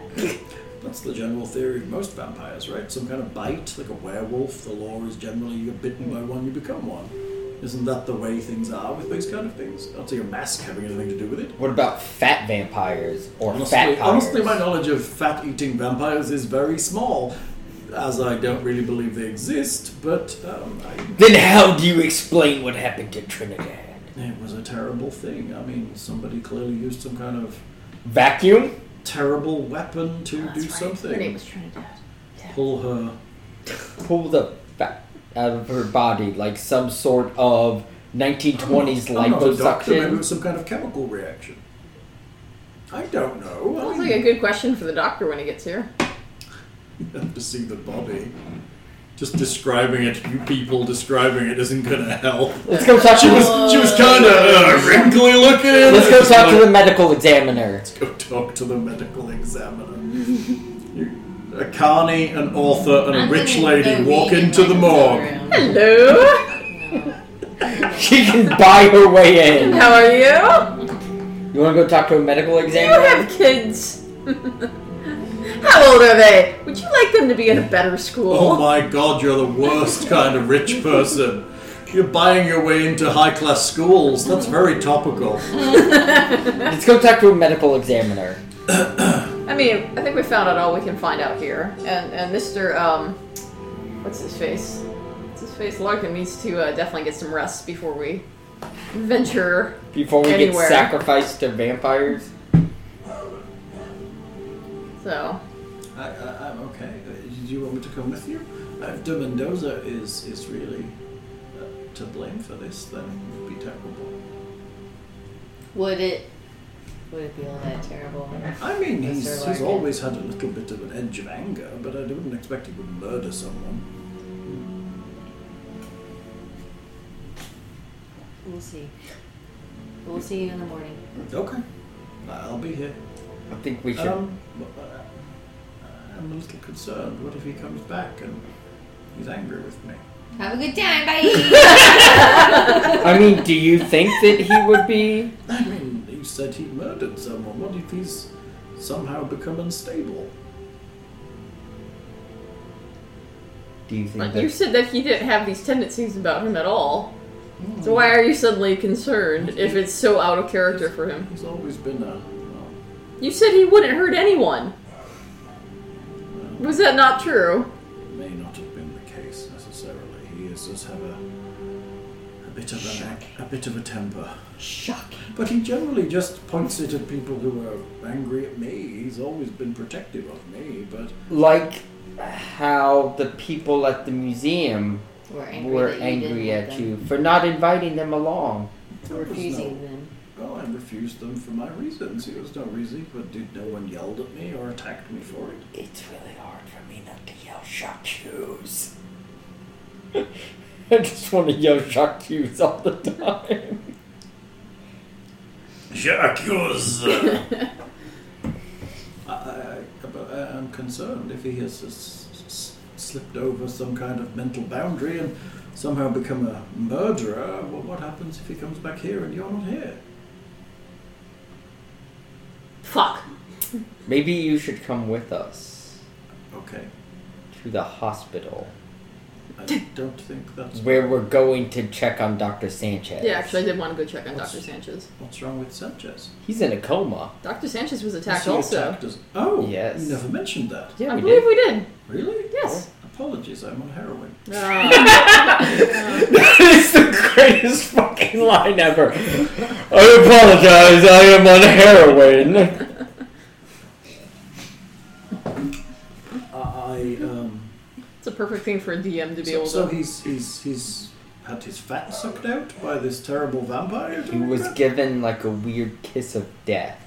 [SPEAKER 2] That's the general theory of most vampires, right? Some kind of bite, like a werewolf. The law is generally you're bitten by one, you become one. Isn't that the way things are with these kind of things? I'll tell your mask having anything to do with it.
[SPEAKER 4] What about fat vampires or fat
[SPEAKER 2] Honestly,
[SPEAKER 4] pyres?
[SPEAKER 2] honestly, my knowledge of fat eating vampires is very small, as I don't really believe they exist, but um, I
[SPEAKER 4] Then how do you explain what happened to Trinidad?
[SPEAKER 2] It was a terrible thing. I mean, somebody clearly used some kind of
[SPEAKER 4] Vacuum?
[SPEAKER 2] terrible weapon to do
[SPEAKER 3] Her name
[SPEAKER 2] something.
[SPEAKER 3] was Trinidad.
[SPEAKER 2] Pull her.
[SPEAKER 4] Pull the fat out of her body like some sort of 1920s
[SPEAKER 2] I'm not a doctor. Maybe it
[SPEAKER 4] liposuction.
[SPEAKER 2] was some kind of chemical reaction. I don't know. I
[SPEAKER 3] Sounds
[SPEAKER 2] mean,
[SPEAKER 3] like a good question for the doctor when he gets here.
[SPEAKER 2] you have to see the body. Just describing it, you people describing it isn't gonna help.
[SPEAKER 4] Let's go talk
[SPEAKER 2] She
[SPEAKER 4] to the,
[SPEAKER 2] was she was kind of uh, wrinkly looking.
[SPEAKER 4] Let's go talk to the medical examiner.
[SPEAKER 2] Let's go talk to the medical examiner. You- a carney, an author, and a
[SPEAKER 5] I'm
[SPEAKER 2] rich
[SPEAKER 5] thinking
[SPEAKER 2] lady
[SPEAKER 5] the
[SPEAKER 2] walk
[SPEAKER 5] vegan
[SPEAKER 2] into the
[SPEAKER 5] one
[SPEAKER 2] morgue.
[SPEAKER 3] Hello.
[SPEAKER 4] She can buy her way in.
[SPEAKER 3] How are you?
[SPEAKER 4] You want to go talk to a medical
[SPEAKER 3] You
[SPEAKER 4] examiner?
[SPEAKER 3] have kids. How old are they? Would you like them to be in a better school?
[SPEAKER 2] Oh my god, you're the worst kind of rich person. You're buying your way into high class schools. That's very topical.
[SPEAKER 4] Let's go talk to a medical examiner.
[SPEAKER 3] I mean, I think we found out all we can find out here. And and Mr. Um, what's his face? What's his face? Larkin needs to uh, definitely get some rest before we venture.
[SPEAKER 4] Before we
[SPEAKER 3] Anywhere.
[SPEAKER 4] get sacrificed to vampires.
[SPEAKER 3] So
[SPEAKER 2] I, I, I'm okay. Uh, Do you want me to come with you? Uh, If De Mendoza is is really uh, to blame for this, then it would be terrible.
[SPEAKER 6] Would it? Would it be all that terrible?
[SPEAKER 2] I mean,
[SPEAKER 6] Mr.
[SPEAKER 2] he's, he's
[SPEAKER 6] Larkin.
[SPEAKER 2] always had a little bit of an edge of anger, but I wouldn't expect he would murder someone.
[SPEAKER 6] We'll see. We'll see you in the morning.
[SPEAKER 2] Okay, I'll be here.
[SPEAKER 4] I think we should.
[SPEAKER 2] Um, but, uh, I'm a little concerned. What if he comes back and he's angry with me?
[SPEAKER 5] Have a good time. Bye.
[SPEAKER 4] I mean, do you think that he would be?
[SPEAKER 2] I mean, you said he murdered someone. What if he's somehow become unstable?
[SPEAKER 4] Do you think
[SPEAKER 3] but you
[SPEAKER 4] that?
[SPEAKER 3] said that he didn't have these tendencies about him at all. So why are you suddenly concerned if it's so out of character for him?
[SPEAKER 2] He's always been a. Well,
[SPEAKER 3] You said he wouldn't hurt anyone. Was that not true?
[SPEAKER 2] it may not have been the case necessarily. He is, does have a a bit of an, a bit of a temper.
[SPEAKER 6] Shocking.
[SPEAKER 2] But he generally just points it at people who are angry at me. He's always been protective of me, but
[SPEAKER 4] Like how the people at the museum
[SPEAKER 6] We're angry.
[SPEAKER 4] were
[SPEAKER 6] that you
[SPEAKER 4] angry
[SPEAKER 6] didn't
[SPEAKER 4] at
[SPEAKER 6] let
[SPEAKER 4] you for not inviting them along.
[SPEAKER 6] them. Refusing them.
[SPEAKER 2] Well, I refused them for my reasons. There was no reason, but did no one yelled at me or attacked me for it?
[SPEAKER 4] It's really hard for me not to yell shock cues. I just want to yell shock cues all the time.
[SPEAKER 2] Jacques! I, I, but I- I'm concerned if he has s- s- slipped over some kind of mental boundary and somehow become a murderer. What, what happens if he comes back here and you're not here?
[SPEAKER 3] Fuck.
[SPEAKER 4] Maybe you should come with us
[SPEAKER 2] Okay.
[SPEAKER 4] to the hospital
[SPEAKER 2] I don't think that's
[SPEAKER 4] where we're going to check on Dr. Sanchez.
[SPEAKER 3] Yeah, actually, I did want to go check on Dr. Sanchez.
[SPEAKER 2] what's wrong with Sanchez.
[SPEAKER 4] He's in a coma.
[SPEAKER 3] Dr. Sanchez was
[SPEAKER 2] Was
[SPEAKER 3] attacked
[SPEAKER 2] he
[SPEAKER 3] also.
[SPEAKER 2] attacked as- oh,
[SPEAKER 4] Yes.
[SPEAKER 2] you never mentioned that.
[SPEAKER 4] Yeah,
[SPEAKER 3] I
[SPEAKER 4] we
[SPEAKER 3] believe
[SPEAKER 4] did.
[SPEAKER 3] we did.
[SPEAKER 2] Really? Oh,
[SPEAKER 3] Yes.
[SPEAKER 2] Apologies, I'm on heroin.
[SPEAKER 3] Uh,
[SPEAKER 4] that is the greatest fucking line ever. I apologize, I am on heroin.
[SPEAKER 2] I, I um.
[SPEAKER 3] It's a perfect thing for a DM to be
[SPEAKER 2] So,
[SPEAKER 3] able
[SPEAKER 2] so
[SPEAKER 3] to.
[SPEAKER 2] he's he's he's had his fat sucked out by this terrible vampire.
[SPEAKER 4] He was given like a weird kiss of death.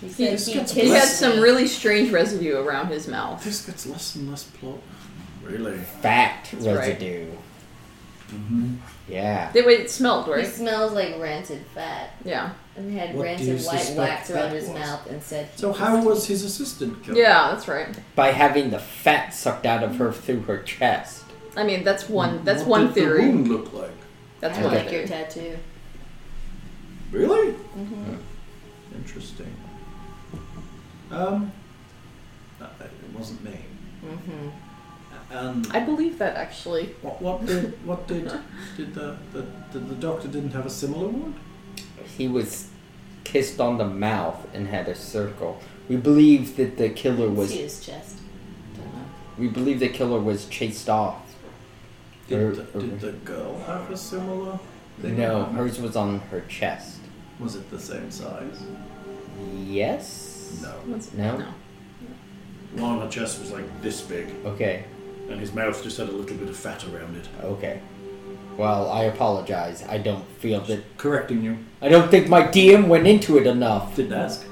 [SPEAKER 6] He
[SPEAKER 3] He
[SPEAKER 6] said
[SPEAKER 2] just
[SPEAKER 6] he
[SPEAKER 2] got the
[SPEAKER 6] kissed
[SPEAKER 3] He had
[SPEAKER 2] blessed-
[SPEAKER 3] some really strange residue around his mouth.
[SPEAKER 2] This gets less and less plot. Really?
[SPEAKER 4] Fat
[SPEAKER 3] right.
[SPEAKER 4] residue. Yeah.
[SPEAKER 3] It, it smelled,
[SPEAKER 6] He
[SPEAKER 3] right?
[SPEAKER 6] smells like rancid fat,
[SPEAKER 3] Yeah.
[SPEAKER 6] and had
[SPEAKER 2] What do you
[SPEAKER 6] rancid white
[SPEAKER 2] suspect
[SPEAKER 6] wax
[SPEAKER 2] that
[SPEAKER 6] around his
[SPEAKER 2] was?
[SPEAKER 6] mouth, and said. he
[SPEAKER 2] So
[SPEAKER 6] kissed
[SPEAKER 2] how was his assistant killed?
[SPEAKER 3] Yeah, that's right.
[SPEAKER 4] By having the fat sucked out of her through her chest.
[SPEAKER 3] I mean, that's one. That's
[SPEAKER 2] what
[SPEAKER 3] one
[SPEAKER 2] did The
[SPEAKER 3] theory.
[SPEAKER 2] wound look like
[SPEAKER 3] That's
[SPEAKER 6] I
[SPEAKER 3] one
[SPEAKER 6] like your
[SPEAKER 3] theory.
[SPEAKER 6] tattoo.
[SPEAKER 2] really
[SPEAKER 4] Mm-hmm.
[SPEAKER 2] interesting. Um, uh, it wasn't me.
[SPEAKER 6] Mm-hmm.
[SPEAKER 2] And
[SPEAKER 3] I believe that actually.
[SPEAKER 2] what, what did what did did the, the did the doctor didn't have a similar wound?
[SPEAKER 4] He was kissed on the mouth and had a circle. We believe that the killer was
[SPEAKER 6] See his chest. Don't know.
[SPEAKER 4] we believe the killer was chased off.
[SPEAKER 2] Did the,
[SPEAKER 4] Or- or-
[SPEAKER 2] did the girl have a similar? thing?
[SPEAKER 4] No, hers was on her chest.
[SPEAKER 2] Was it the same size?
[SPEAKER 4] Yes?
[SPEAKER 2] No.
[SPEAKER 3] What's-
[SPEAKER 4] No?
[SPEAKER 2] One on her chest was like this big,
[SPEAKER 4] Okay,
[SPEAKER 2] and his mouth just had a little bit of fat around it.
[SPEAKER 4] okay. Well, I apologize. I don't feel that.
[SPEAKER 2] Correcting you.
[SPEAKER 4] I don't think my DM went into it enough.
[SPEAKER 2] Didn't ask.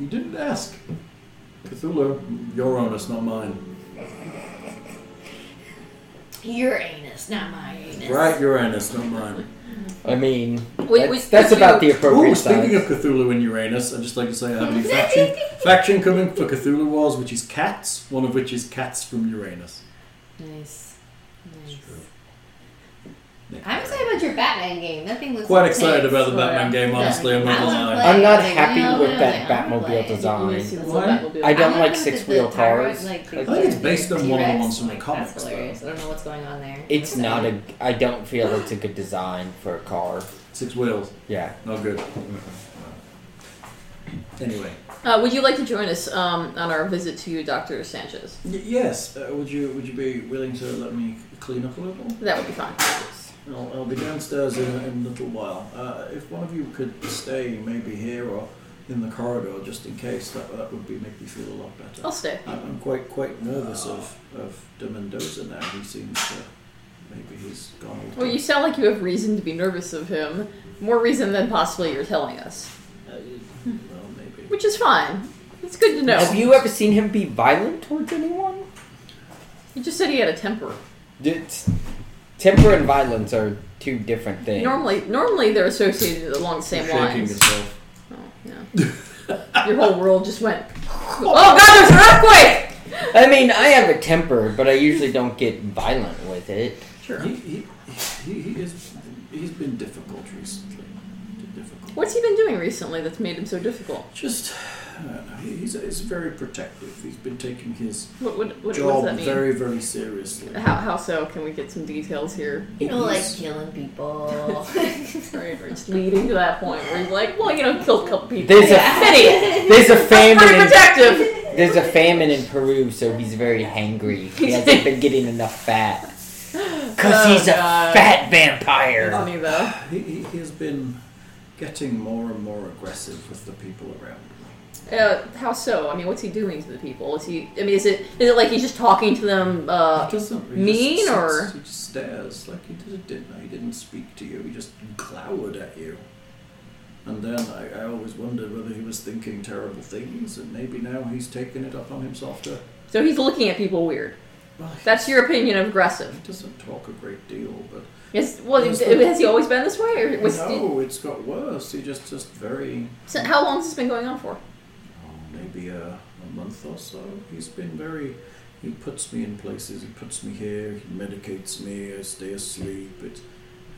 [SPEAKER 2] You didn't ask. Cthulhu, your onus, not mine.
[SPEAKER 6] Your anus, not my anus.
[SPEAKER 2] Right, Uranus, not mine.
[SPEAKER 4] I mean,
[SPEAKER 3] We-
[SPEAKER 4] that's,
[SPEAKER 3] we-
[SPEAKER 4] that's
[SPEAKER 3] we-
[SPEAKER 4] about the appropriate
[SPEAKER 2] Ooh, speaking
[SPEAKER 4] size.
[SPEAKER 2] of Cthulhu and Uranus, I'd just like to say I have a new faction. faction coming for Cthulhu Wars, which is cats, one of which is cats from Uranus.
[SPEAKER 6] Nice. Nice.
[SPEAKER 2] Yeah.
[SPEAKER 6] I'm excited about your Batman game. That thing looks
[SPEAKER 2] Quite excited about the
[SPEAKER 3] so, yeah.
[SPEAKER 2] Batman game, honestly, I'm not
[SPEAKER 6] I
[SPEAKER 2] gonna
[SPEAKER 6] wanna
[SPEAKER 2] lie.
[SPEAKER 6] play.
[SPEAKER 4] I'm not
[SPEAKER 6] Like,
[SPEAKER 4] happy
[SPEAKER 6] no,
[SPEAKER 4] with
[SPEAKER 6] no,
[SPEAKER 4] that
[SPEAKER 6] like, I wanna
[SPEAKER 4] Batmobile
[SPEAKER 6] play.
[SPEAKER 4] design.
[SPEAKER 2] What?
[SPEAKER 4] I don't
[SPEAKER 6] I'm
[SPEAKER 4] like
[SPEAKER 6] gonna
[SPEAKER 4] six-wheel
[SPEAKER 6] visit the thyroid,
[SPEAKER 4] cars.
[SPEAKER 6] Like,
[SPEAKER 4] I
[SPEAKER 2] think it's
[SPEAKER 6] the
[SPEAKER 2] based on one of the
[SPEAKER 6] T-Rex,
[SPEAKER 2] ones from the
[SPEAKER 6] like,
[SPEAKER 2] comics,
[SPEAKER 6] That's
[SPEAKER 2] though.
[SPEAKER 6] hilarious. I don't know what's going on there.
[SPEAKER 4] It's not a. I don't feel it's a good design for a car.
[SPEAKER 2] Six wheels,
[SPEAKER 4] Yeah.
[SPEAKER 2] not good. Anyway,
[SPEAKER 3] Uh, would you like to join us um, on our visit to Dr. Sanchez?
[SPEAKER 2] y- yes, uh, would you would you be willing to let me clean up a little?
[SPEAKER 3] That would be fine.
[SPEAKER 2] I'll, I'll be downstairs in, in a little while. Uh, if one of you could stay maybe here or in the corridor just in case, that, that would be make me feel a lot better.
[SPEAKER 3] I'll stay.
[SPEAKER 2] I'm I'm quite quite nervous of of De Mendoza now. He seems to maybe he's gone. all
[SPEAKER 3] Well, you
[SPEAKER 2] done.
[SPEAKER 3] sound like you have reason to be nervous of him. More reason than possibly you're telling us.
[SPEAKER 2] Uh, well, maybe.
[SPEAKER 3] Which is fine. It's good to know.
[SPEAKER 4] Have you ever seen him be violent towards anyone?
[SPEAKER 3] He just said he had a temper.
[SPEAKER 4] It's, temper and violence are two different things.
[SPEAKER 3] Normally, normally they're associated along the same
[SPEAKER 2] shaking
[SPEAKER 3] lines.
[SPEAKER 2] yourself.
[SPEAKER 3] Oh, yeah. Your whole world just went. Oh God, there's an earthquake!
[SPEAKER 4] I mean, I have a temper, but I usually don't get violent with it.
[SPEAKER 3] Sure.
[SPEAKER 2] He he he, he is he's been difficult recently. Difficult.
[SPEAKER 3] What's he been doing recently that's made him so difficult?
[SPEAKER 2] Just I don't know. He- He's he's very protective. He's been taking his
[SPEAKER 3] What what, what, what does
[SPEAKER 2] job
[SPEAKER 3] that mean?
[SPEAKER 2] very very seriously.
[SPEAKER 3] How how so? Can we get some details here?
[SPEAKER 6] You know, like
[SPEAKER 2] He's-
[SPEAKER 6] killing people.
[SPEAKER 3] Right, or it's leading to that point where he's like, well, you know, killed a couple people.
[SPEAKER 4] There's a
[SPEAKER 3] Yeah. Pity.
[SPEAKER 4] there's a
[SPEAKER 3] That's
[SPEAKER 4] famine.
[SPEAKER 3] pretty
[SPEAKER 4] In,
[SPEAKER 3] protective.
[SPEAKER 4] there's a famine in Peru, so he's very hangry. He hasn't been getting enough fat. Cause
[SPEAKER 3] Oh,
[SPEAKER 4] he's a
[SPEAKER 3] God.
[SPEAKER 4] fat vampire.
[SPEAKER 3] Funny though.
[SPEAKER 2] He, he, he has been getting more and more aggressive with the people around.
[SPEAKER 3] Uh, how so? I mean, what's he doing to the people? Is he? I mean, is it is it like he's just talking to them? Uh,
[SPEAKER 2] He doesn't he
[SPEAKER 3] mean,
[SPEAKER 2] just sits-
[SPEAKER 3] or-
[SPEAKER 2] he just stares like he did at dinner. He didn't speak to you. He just glowered at you. And then I, I always wondered whether he was thinking terrible things, and maybe now he's taken it up on himself to.
[SPEAKER 3] so he's looking at people weird.
[SPEAKER 2] Well, he-
[SPEAKER 3] That's your opinion of
[SPEAKER 2] He
[SPEAKER 3] aggressive.
[SPEAKER 2] doesn't talk a great deal, but
[SPEAKER 3] Yes. Well,
[SPEAKER 2] Yes, but-
[SPEAKER 3] has he always been this way, or was
[SPEAKER 2] no, it's got worse. He just just very
[SPEAKER 3] so how long has this been going on for?
[SPEAKER 2] maybe a, a month or so. He's been very. He puts me in places. He puts me here. He medicates me. I stay asleep. It's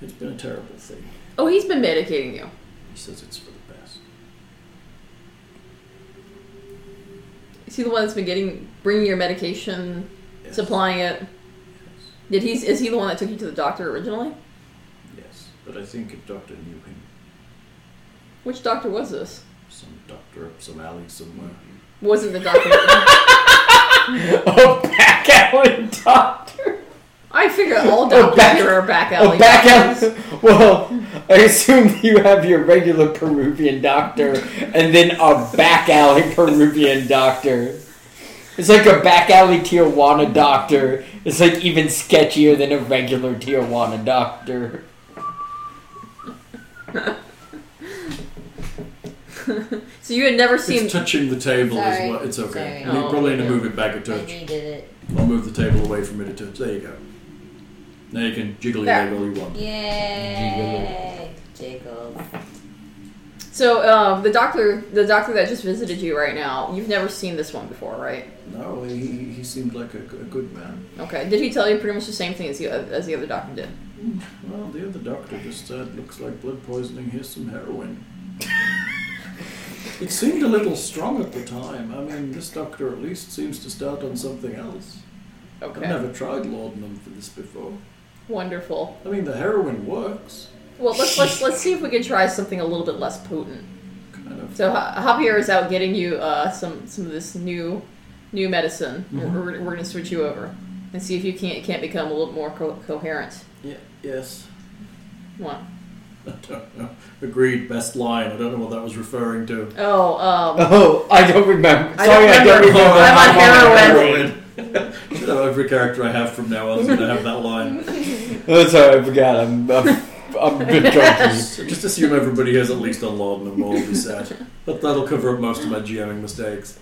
[SPEAKER 2] it's been a terrible thing.
[SPEAKER 3] Oh, he's been medicating you.
[SPEAKER 2] He says it's for the best.
[SPEAKER 3] Is he the one that's been getting bringing your medication,
[SPEAKER 2] Yes.
[SPEAKER 3] supplying it? Did he? Is he the one that took you to the doctor originally?
[SPEAKER 2] Yes, but I think if Doctor knew him,
[SPEAKER 3] Which doctor was this?
[SPEAKER 2] some doctor up some alley somewhere.
[SPEAKER 3] Wasn't the doctor?
[SPEAKER 4] A Oh, back alley doctor.
[SPEAKER 3] I figure all
[SPEAKER 4] Oh,
[SPEAKER 3] doctors
[SPEAKER 4] back-
[SPEAKER 3] are back alley.
[SPEAKER 4] A Oh, back
[SPEAKER 3] doctors.
[SPEAKER 4] alley. Well, I assume you have your regular Peruvian doctor, and then a back alley Peruvian doctor. It's like a back alley Tijuana doctor. It's like even sketchier than a regular Tijuana doctor.
[SPEAKER 3] So you had never seen.
[SPEAKER 2] It's touching the table
[SPEAKER 6] Sorry.
[SPEAKER 2] is what. It's okay.
[SPEAKER 6] Sorry.
[SPEAKER 2] We probably need
[SPEAKER 3] Oh,
[SPEAKER 2] to move it back a
[SPEAKER 6] I
[SPEAKER 2] touch.
[SPEAKER 6] needed it.
[SPEAKER 2] I'll move the table away from it a touch. There you go. Now you can jiggle your
[SPEAKER 3] There.
[SPEAKER 2] leg all you want.
[SPEAKER 6] Yay! Jiggles.
[SPEAKER 3] so uh, the doctor, the doctor that just visited you right now, you've never seen this one before, right?
[SPEAKER 2] No, he, he- he seemed like a, g- a good man.
[SPEAKER 3] Okay. Did he tell you pretty much the same thing as the as the other doctor did?
[SPEAKER 2] Well, the other doctor just said, looks like blood poisoning, here's some heroin. it seemed a little strong at the time. I mean, this doctor at least seems to start on something else.
[SPEAKER 3] Okay.
[SPEAKER 2] I've never tried laudanum for this before.
[SPEAKER 3] Wonderful.
[SPEAKER 2] I mean, the heroin works.
[SPEAKER 3] Well, let's let's let's see if we can try something a little bit less potent.
[SPEAKER 2] Kind of.
[SPEAKER 3] So Ja- Javier is out getting you uh, some some of this new new medicine. We're-
[SPEAKER 2] Mhm.
[SPEAKER 3] We're, we're gonna switch you over and see if you can't can't become a little more co- coherent.
[SPEAKER 2] Yeah, yes.
[SPEAKER 3] Come on.
[SPEAKER 2] I don't know. Agreed, best line. I don't know what that was referring to.
[SPEAKER 3] Oh, um,
[SPEAKER 4] Oh, I don't remember.
[SPEAKER 3] I
[SPEAKER 4] Sorry,
[SPEAKER 3] don't
[SPEAKER 4] I don't
[SPEAKER 3] remember. I'm
[SPEAKER 4] remember.
[SPEAKER 3] on heroin.
[SPEAKER 2] You know, every character I have from now on is going to have that line.
[SPEAKER 4] Oh, sorry, I forgot. I'm, I'm, I'm a bit drunky.
[SPEAKER 2] So just assume everybody has at least a laudanum, all be sad. But that'll cover up most of my GMing mistakes.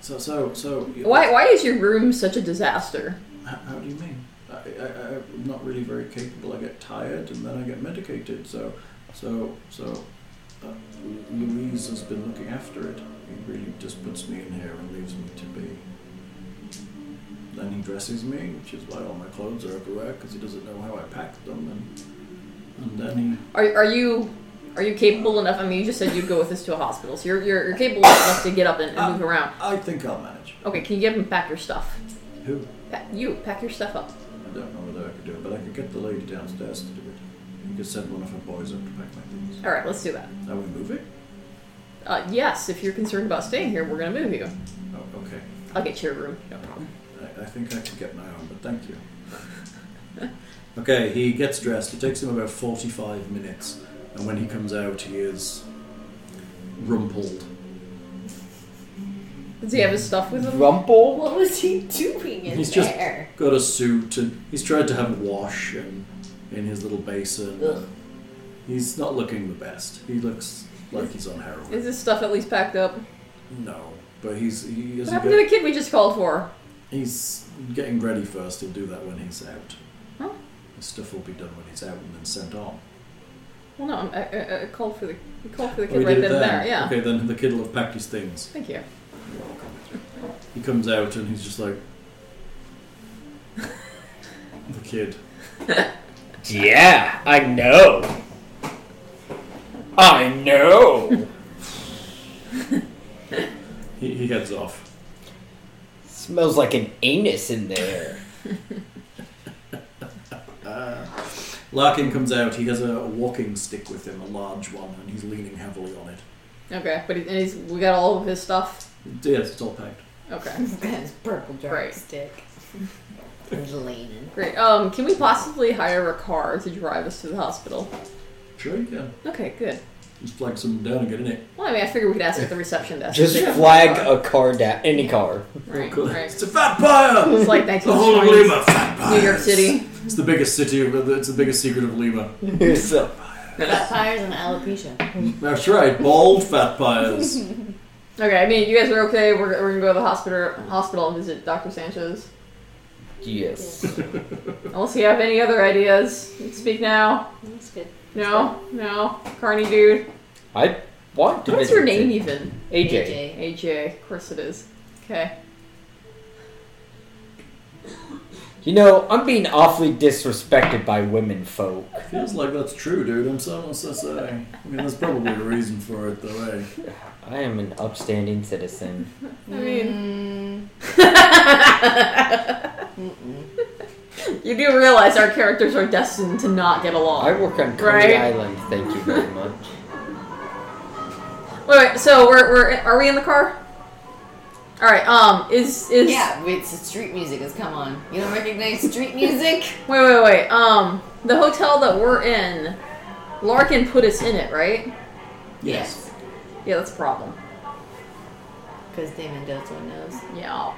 [SPEAKER 2] So, so, so. you-
[SPEAKER 3] why why is your room such a disaster?
[SPEAKER 2] How, how do you mean? I, I, I- I'm not really very capable. I get tired and then I get medicated. So, so, so. Uh, Louise has been looking after it. He really just puts me in here and leaves me to be. Then he dresses me, which is why all my clothes are everywhere because he doesn't know how I packed them. And, and then he
[SPEAKER 3] Are, are you are you capable enough? I mean, you just said you'd go with this to a hospital, so you're you're, you're capable enough to get up and, and move around.
[SPEAKER 2] I think I'll manage.
[SPEAKER 3] Okay, can you get up and pack your stuff?
[SPEAKER 2] Who?
[SPEAKER 3] Pa- you pack your stuff up.
[SPEAKER 2] I don't know whether I could do it, but I could get the lady downstairs to do it. You could send one of her boys up to pack my things.
[SPEAKER 3] All right, let's do that.
[SPEAKER 2] Are we moving?
[SPEAKER 3] Uh, yes, if you're concerned about staying here, we're gonna move you.
[SPEAKER 2] Oh, okay.
[SPEAKER 3] I'll get you a room. No problem.
[SPEAKER 2] I, I think I can get my own, but thank you. okay, he gets dressed. It takes him about 45 minutes, and when he comes out, he is rumpled.
[SPEAKER 3] Does he have his stuff with him?
[SPEAKER 4] Rumple?
[SPEAKER 6] What was he doing in
[SPEAKER 2] He's just
[SPEAKER 6] there?
[SPEAKER 2] got a suit, and he's tried to have a wash and in his little basin.
[SPEAKER 6] Ugh.
[SPEAKER 2] He's not looking the best. He looks like he's on heroin.
[SPEAKER 3] Is his stuff at least packed up?
[SPEAKER 2] No, but he's he
[SPEAKER 3] What
[SPEAKER 2] is
[SPEAKER 3] happened to the kid we just called for?
[SPEAKER 2] he's getting ready first. He'll do that when he's out.
[SPEAKER 3] Huh?
[SPEAKER 2] His stuff will be done when he's out and then sent on.
[SPEAKER 3] Well, no, I'm- I, I, I called for the we called for the
[SPEAKER 2] Oh,
[SPEAKER 3] kid
[SPEAKER 2] he
[SPEAKER 3] right
[SPEAKER 2] did it
[SPEAKER 3] then and
[SPEAKER 2] then?
[SPEAKER 3] there. Yeah.
[SPEAKER 2] Okay, then the kid will have packed his things.
[SPEAKER 3] Thank you.
[SPEAKER 2] He comes out and he's just like the kid.
[SPEAKER 4] Yeah, I know. I know.
[SPEAKER 2] He, he heads off.
[SPEAKER 4] Smells like an anus in there.
[SPEAKER 2] Larkin comes out. He has a, a walking stick with him, a large one, and he's leaning heavily on it.
[SPEAKER 3] Okay, but he, and he's, we got all of his stuff.
[SPEAKER 2] Yes, it's all packed.
[SPEAKER 3] Okay.
[SPEAKER 6] His purple
[SPEAKER 3] Right.
[SPEAKER 6] drumstick. He's leaning.
[SPEAKER 3] Great. Um, can we possibly hire a car to drive us to the hospital?
[SPEAKER 2] Sure you can.
[SPEAKER 3] Okay, good.
[SPEAKER 2] Just flag someone down and get in it.
[SPEAKER 3] Well, I mean, I figure we could ask at the reception desk.
[SPEAKER 4] Just
[SPEAKER 3] Yeah.
[SPEAKER 4] flag a car down, any car.
[SPEAKER 3] Right,
[SPEAKER 2] Cool.
[SPEAKER 3] right.
[SPEAKER 2] It's a vampire.
[SPEAKER 3] It's like
[SPEAKER 2] The whole of Lima,
[SPEAKER 3] 1920s
[SPEAKER 2] vampires.
[SPEAKER 3] New York City.
[SPEAKER 2] It's the biggest city. Of, it's the biggest secret of Lima.
[SPEAKER 4] So-
[SPEAKER 6] Flat tires and alopecia.
[SPEAKER 2] That's right, bald fat pies.
[SPEAKER 3] Okay, I mean, you guys are okay. We're, we're gonna go to the hospital hospital and visit Dr. Sanchez.
[SPEAKER 4] yes.
[SPEAKER 3] Unless you have any other ideas, speak now.
[SPEAKER 6] That's good.
[SPEAKER 3] No, no, Carney dude.
[SPEAKER 4] I want to.
[SPEAKER 3] What's
[SPEAKER 4] visit
[SPEAKER 3] your name
[SPEAKER 4] it.
[SPEAKER 3] even?
[SPEAKER 4] AJ.
[SPEAKER 3] AJ. Of course it is. Okay.
[SPEAKER 4] You know, I'm being awfully disrespected by women folk.
[SPEAKER 2] Feels like that's true, dude. I'm so so sorry. I mean, there's probably a reason for it, though. Eh?
[SPEAKER 4] I am an upstanding citizen.
[SPEAKER 3] I mean,
[SPEAKER 6] Mm,
[SPEAKER 3] you do realize our characters are destined to not get along.
[SPEAKER 4] I work on Coney
[SPEAKER 3] Right.
[SPEAKER 4] Island, thank you very much.
[SPEAKER 3] Wait, wait, so we're, we're are we in the car? All right. Um, is is
[SPEAKER 6] Yeah, wait, it's street music. Is come on. You don't recognize street music?
[SPEAKER 3] wait wait wait. Um, the hotel that we're in, Larkin put us in it, right?
[SPEAKER 2] Yes.
[SPEAKER 3] Yeah, that's a problem.
[SPEAKER 6] Because Damon Delto knows.
[SPEAKER 3] Yeah,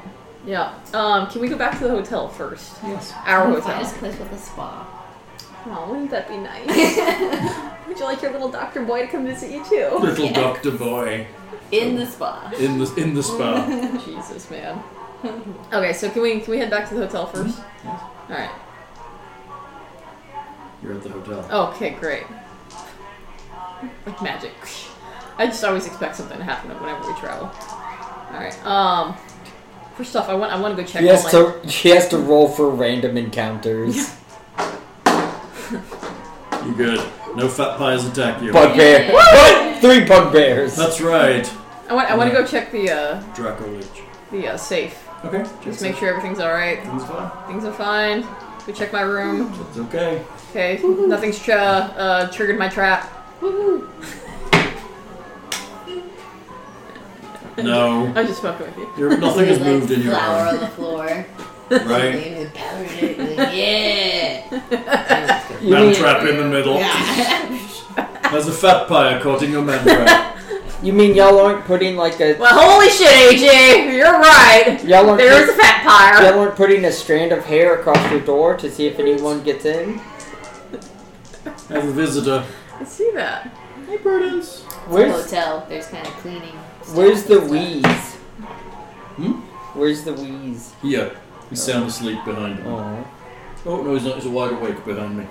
[SPEAKER 3] yeah. Um, can we go back to the hotel first?
[SPEAKER 2] Yes.
[SPEAKER 3] Our
[SPEAKER 6] Find us a
[SPEAKER 3] hotel.
[SPEAKER 6] place with a spa.
[SPEAKER 3] Oh, wouldn't that be nice? Would you like your little doctor boy to come visit you too?
[SPEAKER 2] Little doctor boy
[SPEAKER 6] In the spa.
[SPEAKER 2] in the in the spa.
[SPEAKER 3] Jesus, man. Okay, so can we can we head back to the hotel first?
[SPEAKER 2] Mm-hmm.
[SPEAKER 3] All right.
[SPEAKER 2] You're at the hotel.
[SPEAKER 3] Oh, Okay, great. Like magic. I just always expect something to happen whenever we travel. All right. Um. First off, I want I want to go check.
[SPEAKER 4] He
[SPEAKER 3] all
[SPEAKER 4] has
[SPEAKER 3] my-
[SPEAKER 4] to he has to roll for random encounters.
[SPEAKER 2] You good? No fat pies attack you.
[SPEAKER 4] Bugbear. What? Three bugbears.
[SPEAKER 2] that's right,
[SPEAKER 3] I want I want to go check the uh
[SPEAKER 2] Draco Lich.
[SPEAKER 3] the uh, safe.
[SPEAKER 2] Okay.
[SPEAKER 3] Just make sure everything's all right.
[SPEAKER 2] Everything's fine.
[SPEAKER 3] Things are fine. Go check my room.
[SPEAKER 2] It's okay.
[SPEAKER 3] Okay. Nothing's tra- uh triggered my trap.
[SPEAKER 2] No,
[SPEAKER 3] I'm just fucking with you.
[SPEAKER 2] You're, nothing has moved in your
[SPEAKER 6] flower
[SPEAKER 2] room,
[SPEAKER 6] on the floor.
[SPEAKER 2] right?
[SPEAKER 6] Damon's powdering it. He's like, yeah.
[SPEAKER 4] You
[SPEAKER 2] Man
[SPEAKER 4] mean,
[SPEAKER 2] trap in the middle. There's a fat pie caught in your man trap.
[SPEAKER 4] you mean y'all aren't putting like a
[SPEAKER 3] Well, holy shit, AJ, you're right.
[SPEAKER 4] Y'all aren't
[SPEAKER 3] There's a fat pyre.
[SPEAKER 4] y'all aren't putting a strand of hair across your door to see if anyone gets in?
[SPEAKER 2] Have a visitor.
[SPEAKER 3] I see that.
[SPEAKER 2] Hey, Prudence.
[SPEAKER 4] Where's
[SPEAKER 6] Hotel. There's kind of cleaning. stuff
[SPEAKER 4] where's the
[SPEAKER 6] and stuff.
[SPEAKER 4] wheeze? Hmm? Where's the wheeze?
[SPEAKER 2] Here. He's sound asleep behind me.
[SPEAKER 4] Aw.
[SPEAKER 2] Oh no, he's not. He's wide awake behind me.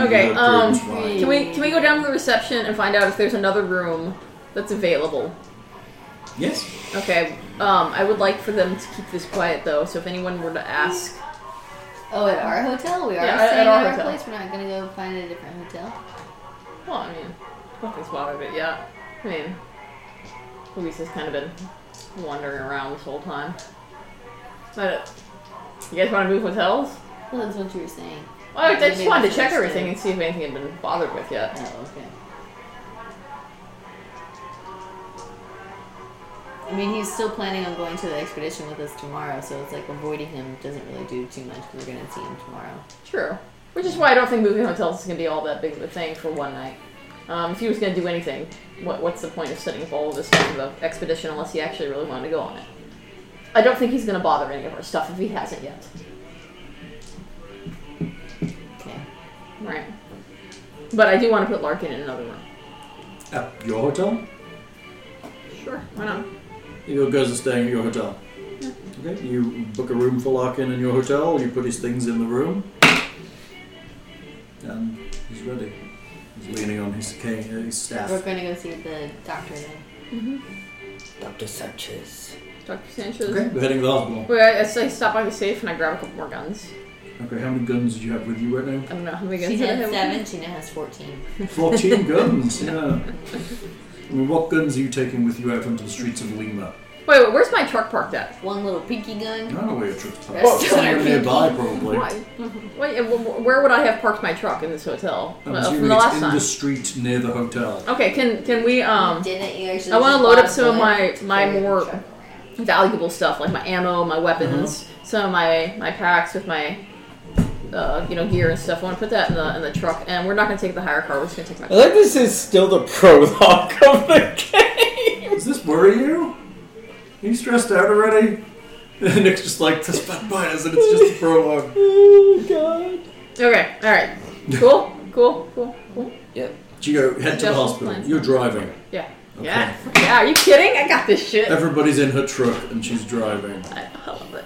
[SPEAKER 3] Okay,
[SPEAKER 2] The room's
[SPEAKER 3] um,
[SPEAKER 2] wide.
[SPEAKER 3] Can we can we go down to the reception and find out if there's another room that's available?
[SPEAKER 2] Yes.
[SPEAKER 3] Okay. Um, I would like for them to keep this quiet though. So if anyone were to ask,
[SPEAKER 5] Oh, at our hotel? We are
[SPEAKER 3] Yeah, at- at
[SPEAKER 5] staying at
[SPEAKER 3] our
[SPEAKER 5] our,
[SPEAKER 3] hotel.
[SPEAKER 5] place. We're not going to go find a different hotel.
[SPEAKER 3] well, I mean, nothing's bothered it yet. I mean, Luis has kind of been wandering around this whole time. But you guys want to move hotels?
[SPEAKER 5] Well, that's what you were saying.
[SPEAKER 3] Well, I
[SPEAKER 5] Maybe
[SPEAKER 3] just wanted
[SPEAKER 5] that's
[SPEAKER 3] to check
[SPEAKER 5] next
[SPEAKER 3] everything
[SPEAKER 5] day.
[SPEAKER 3] and see if anything had been bothered with yet.
[SPEAKER 5] Oh, okay.
[SPEAKER 6] I mean, he's still planning on going to the expedition with us tomorrow, so it's like avoiding him doesn't really do too much. 'cause We're gonna see him tomorrow.
[SPEAKER 3] True. Which is why I don't think moving hotels is going to be all that big of a thing for one night. Um, if he was going to do anything, what, what's the point of setting up all of this kind of expedition unless he actually really wanted to go on it? I don't think he's going to bother any of our stuff if he hasn't yet.
[SPEAKER 6] Okay.
[SPEAKER 3] Right. But I do want to put Larkin in another room.
[SPEAKER 2] At your hotel?
[SPEAKER 3] Sure. Why not?
[SPEAKER 2] He goes and staying at your hotel. Okay. You book a room for Larkin in your hotel. You put his things in the room, and he's ready. He's leaning on his cane, uh, his staff.
[SPEAKER 5] We're going to go see the doctor then.
[SPEAKER 4] Dr. Sanchez.
[SPEAKER 3] Dr. Sanchez.
[SPEAKER 2] Okay. We're heading to the hospital.
[SPEAKER 3] Wait, I, I say stop by the safe and I grab a couple more guns.
[SPEAKER 2] Okay. How many guns do you have with you right now?
[SPEAKER 3] I don't know how many guns
[SPEAKER 6] She
[SPEAKER 3] did I
[SPEAKER 6] had
[SPEAKER 3] have?
[SPEAKER 6] seven. She now has fourteen.
[SPEAKER 2] Fourteen guns. Yeah. I mean, what guns are you taking with you out onto the streets of Lima?
[SPEAKER 3] Wait, wait, where's my truck parked at?
[SPEAKER 6] One little pinky
[SPEAKER 2] I
[SPEAKER 6] gun.
[SPEAKER 2] don't know where your trip's parked.
[SPEAKER 6] That's
[SPEAKER 2] Somewhere nearby, probably.
[SPEAKER 3] Why? Wait, and wh- wh- where would I have parked my truck in this hotel?
[SPEAKER 2] I'm
[SPEAKER 3] Uh,
[SPEAKER 2] assuming
[SPEAKER 3] from the
[SPEAKER 2] it's
[SPEAKER 3] last
[SPEAKER 2] in
[SPEAKER 3] time.
[SPEAKER 2] the street near the hotel.
[SPEAKER 3] Okay, can can we
[SPEAKER 2] Oh.
[SPEAKER 3] um
[SPEAKER 6] Didn't you actually?
[SPEAKER 3] I wanna
[SPEAKER 6] just
[SPEAKER 3] load
[SPEAKER 6] buy
[SPEAKER 3] up some of
[SPEAKER 6] one
[SPEAKER 3] my-
[SPEAKER 6] to
[SPEAKER 3] my
[SPEAKER 6] carry the
[SPEAKER 3] more-
[SPEAKER 6] truck around?
[SPEAKER 3] valuable stuff like my ammo, my weapons,
[SPEAKER 2] Uh-huh.
[SPEAKER 3] some of my my packs with my uh, you know gear and stuff. I want to put that in the in the truck, and we're not gonna take the hire car. We're just gonna take my.
[SPEAKER 2] Uh-huh.
[SPEAKER 4] I like this is still the prologue of the game.
[SPEAKER 2] Does this worry you? Are you stressed out already? And Nick's just like, this bad by us, and it's just a prologue.
[SPEAKER 4] oh, God.
[SPEAKER 3] Okay, all right, cool, cool, cool, cool.
[SPEAKER 2] So you go head to the
[SPEAKER 3] Adjustment
[SPEAKER 2] hospital.
[SPEAKER 3] plans.
[SPEAKER 2] You're driving.
[SPEAKER 3] Yeah, yeah, yeah. Are you kidding? I got this shit.
[SPEAKER 2] Everybody's in her truck, and she's driving.
[SPEAKER 3] I I love it.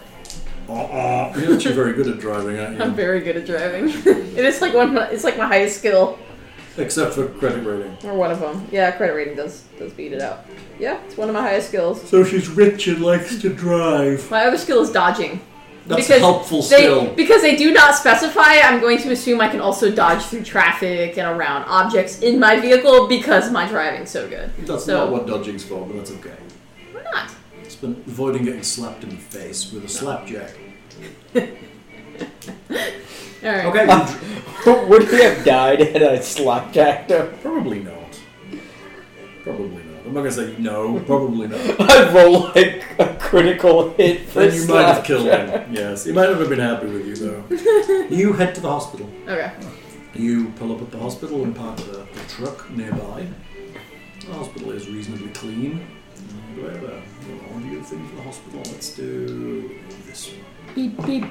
[SPEAKER 2] Uh-uh. You're actually very good at driving,
[SPEAKER 3] I'm
[SPEAKER 2] aren't you?
[SPEAKER 3] very good at driving. it is like one. of my- It's like my highest skill,
[SPEAKER 2] Except for credit rating.
[SPEAKER 3] or one of them. Yeah, credit rating does does beat it out. Yeah, it's one of my highest skills.
[SPEAKER 2] So she's rich and likes to drive.
[SPEAKER 3] My other skill is dodging.
[SPEAKER 2] That's
[SPEAKER 3] Because
[SPEAKER 2] helpful
[SPEAKER 3] They,
[SPEAKER 2] still.
[SPEAKER 3] Because they do not specify, I'm going to assume I can also dodge through traffic and around objects in my vehicle because my driving's so good.
[SPEAKER 2] That's
[SPEAKER 3] so-
[SPEAKER 2] not what dodging's for, but that's okay.
[SPEAKER 3] Why not?
[SPEAKER 2] It's been avoiding getting slapped in the face with a slapjack.
[SPEAKER 3] Alright.
[SPEAKER 2] Okay, you dr-
[SPEAKER 4] Would he have died had I slapjacked him?
[SPEAKER 2] Probably not. Probably not. I'm not gonna say no. Probably not.
[SPEAKER 4] I roll like a critical hit for
[SPEAKER 2] then you might have killed
[SPEAKER 4] slapjack.
[SPEAKER 2] him. Yes, he might not have been happy with you though. you head to the hospital.
[SPEAKER 3] Okay.
[SPEAKER 2] You pull up at the hospital and park the, the truck nearby. The hospital is reasonably clean. However, all the good things for the hospital. Let's do this one.
[SPEAKER 4] Beep, beep.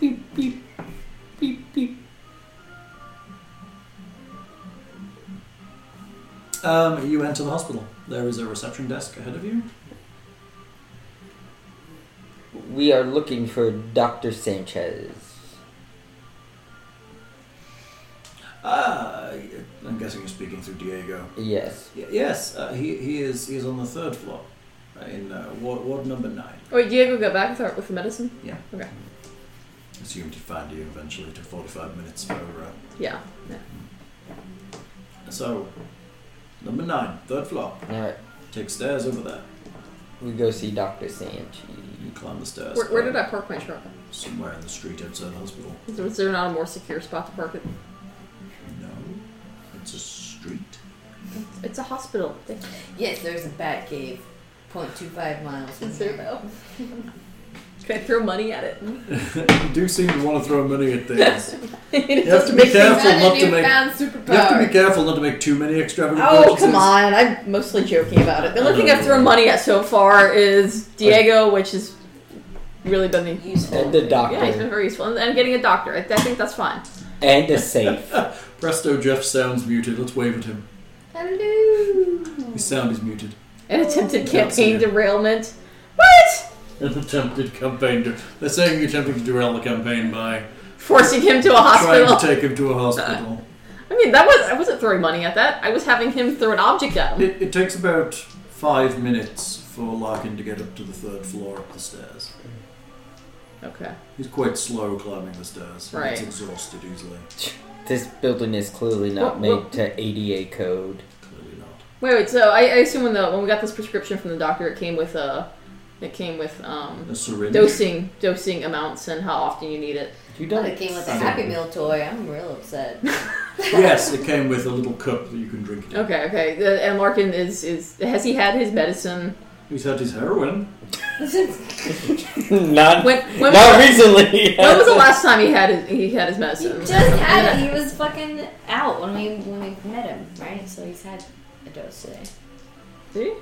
[SPEAKER 4] Beep, beep. Beep, beep.
[SPEAKER 2] Um, you enter the hospital. There is a reception desk ahead of you.
[SPEAKER 4] We are looking for Dr. Sanchez.
[SPEAKER 2] Ah, I'm guessing you're speaking through Diego.
[SPEAKER 4] Yes.
[SPEAKER 2] Y- Yes, uh, he, he is he is on the third floor, uh, in uh, ward, ward number nine.
[SPEAKER 3] Oh, wait, Diego got back with, our, with the medicine?
[SPEAKER 2] Yeah.
[SPEAKER 3] Okay.
[SPEAKER 2] Assumed he'd find you eventually. Took forty five minutes for. Uh,
[SPEAKER 3] Yeah.
[SPEAKER 2] so, number nine, third floor.
[SPEAKER 4] Alright.
[SPEAKER 2] Take stairs over there.
[SPEAKER 4] We go see Dr. Sanchez.
[SPEAKER 2] You climb the stairs.
[SPEAKER 3] Where, where did I park my truck?
[SPEAKER 2] Somewhere in the street outside the hospital.
[SPEAKER 3] Is there- Was there not a more secure spot to park it?
[SPEAKER 2] No, it's a street.
[SPEAKER 3] It's a hospital. They-
[SPEAKER 6] Yes, there's a bat cave. 0.25 miles. from
[SPEAKER 3] Is
[SPEAKER 6] here.
[SPEAKER 3] there though? Can I throw money at it?
[SPEAKER 2] you do seem to want to throw money at things.
[SPEAKER 3] It
[SPEAKER 2] You have to
[SPEAKER 3] doesn't
[SPEAKER 2] be
[SPEAKER 3] make sense.
[SPEAKER 2] careful not
[SPEAKER 6] Not a
[SPEAKER 2] to make.
[SPEAKER 6] newfound
[SPEAKER 2] You have to be
[SPEAKER 6] superpower.
[SPEAKER 2] careful not to make too many extravagant
[SPEAKER 3] Oh,
[SPEAKER 2] purchases.
[SPEAKER 3] come on. I'm mostly joking about it. The only thing I've thrown money at so far is Diego, which has really been the
[SPEAKER 4] And the doctor.
[SPEAKER 3] Yeah, he's been very useful. And, and getting a doctor, I, I think that's fine.
[SPEAKER 4] and a safe.
[SPEAKER 2] Presto, Jeff sounds muted. Let's wave at him.
[SPEAKER 5] Hello.
[SPEAKER 3] Oh.
[SPEAKER 2] His sound is muted.
[SPEAKER 3] An attempted
[SPEAKER 2] Yeah,
[SPEAKER 3] campaign
[SPEAKER 2] absolutely.
[SPEAKER 3] derailment. What?
[SPEAKER 2] an attempted campaign. To, they're saying you're attempting to derail the campaign by
[SPEAKER 3] Forcing him to a
[SPEAKER 2] trying
[SPEAKER 3] hospital.
[SPEAKER 2] to take him to a hospital.
[SPEAKER 3] I mean, that was I wasn't throwing money at that. I was having him throw an object at him.
[SPEAKER 2] It, it takes about five minutes for Larkin to get up to the third floor up the stairs.
[SPEAKER 3] Okay.
[SPEAKER 2] He's quite slow climbing the stairs. He
[SPEAKER 3] Right.
[SPEAKER 2] gets exhausted easily.
[SPEAKER 4] This building is clearly not
[SPEAKER 3] What-
[SPEAKER 4] made
[SPEAKER 3] what-
[SPEAKER 4] to ADA code.
[SPEAKER 2] Clearly not.
[SPEAKER 3] Wait, wait. So I, I assume when the when we got this prescription from the doctor, it came with uh, it came with um,
[SPEAKER 2] A syringe.
[SPEAKER 3] dosing dosing amounts and how often you need it.
[SPEAKER 4] You
[SPEAKER 6] Not
[SPEAKER 4] don't.
[SPEAKER 6] a game with a Happy Meal toy. I'm real upset.
[SPEAKER 2] yes, it came with a little cup that you can drink. it in.
[SPEAKER 3] Okay, okay. The- And Larkin is is has he had his medicine?
[SPEAKER 2] He's had his heroin.
[SPEAKER 4] not
[SPEAKER 3] When when,
[SPEAKER 4] not
[SPEAKER 3] was,
[SPEAKER 4] recently.
[SPEAKER 3] when was the last time he had his, he had his
[SPEAKER 6] He
[SPEAKER 3] medicine?
[SPEAKER 6] just had it. He was fucking out when we when we met him, right? So he's had a dose today.
[SPEAKER 3] Did he?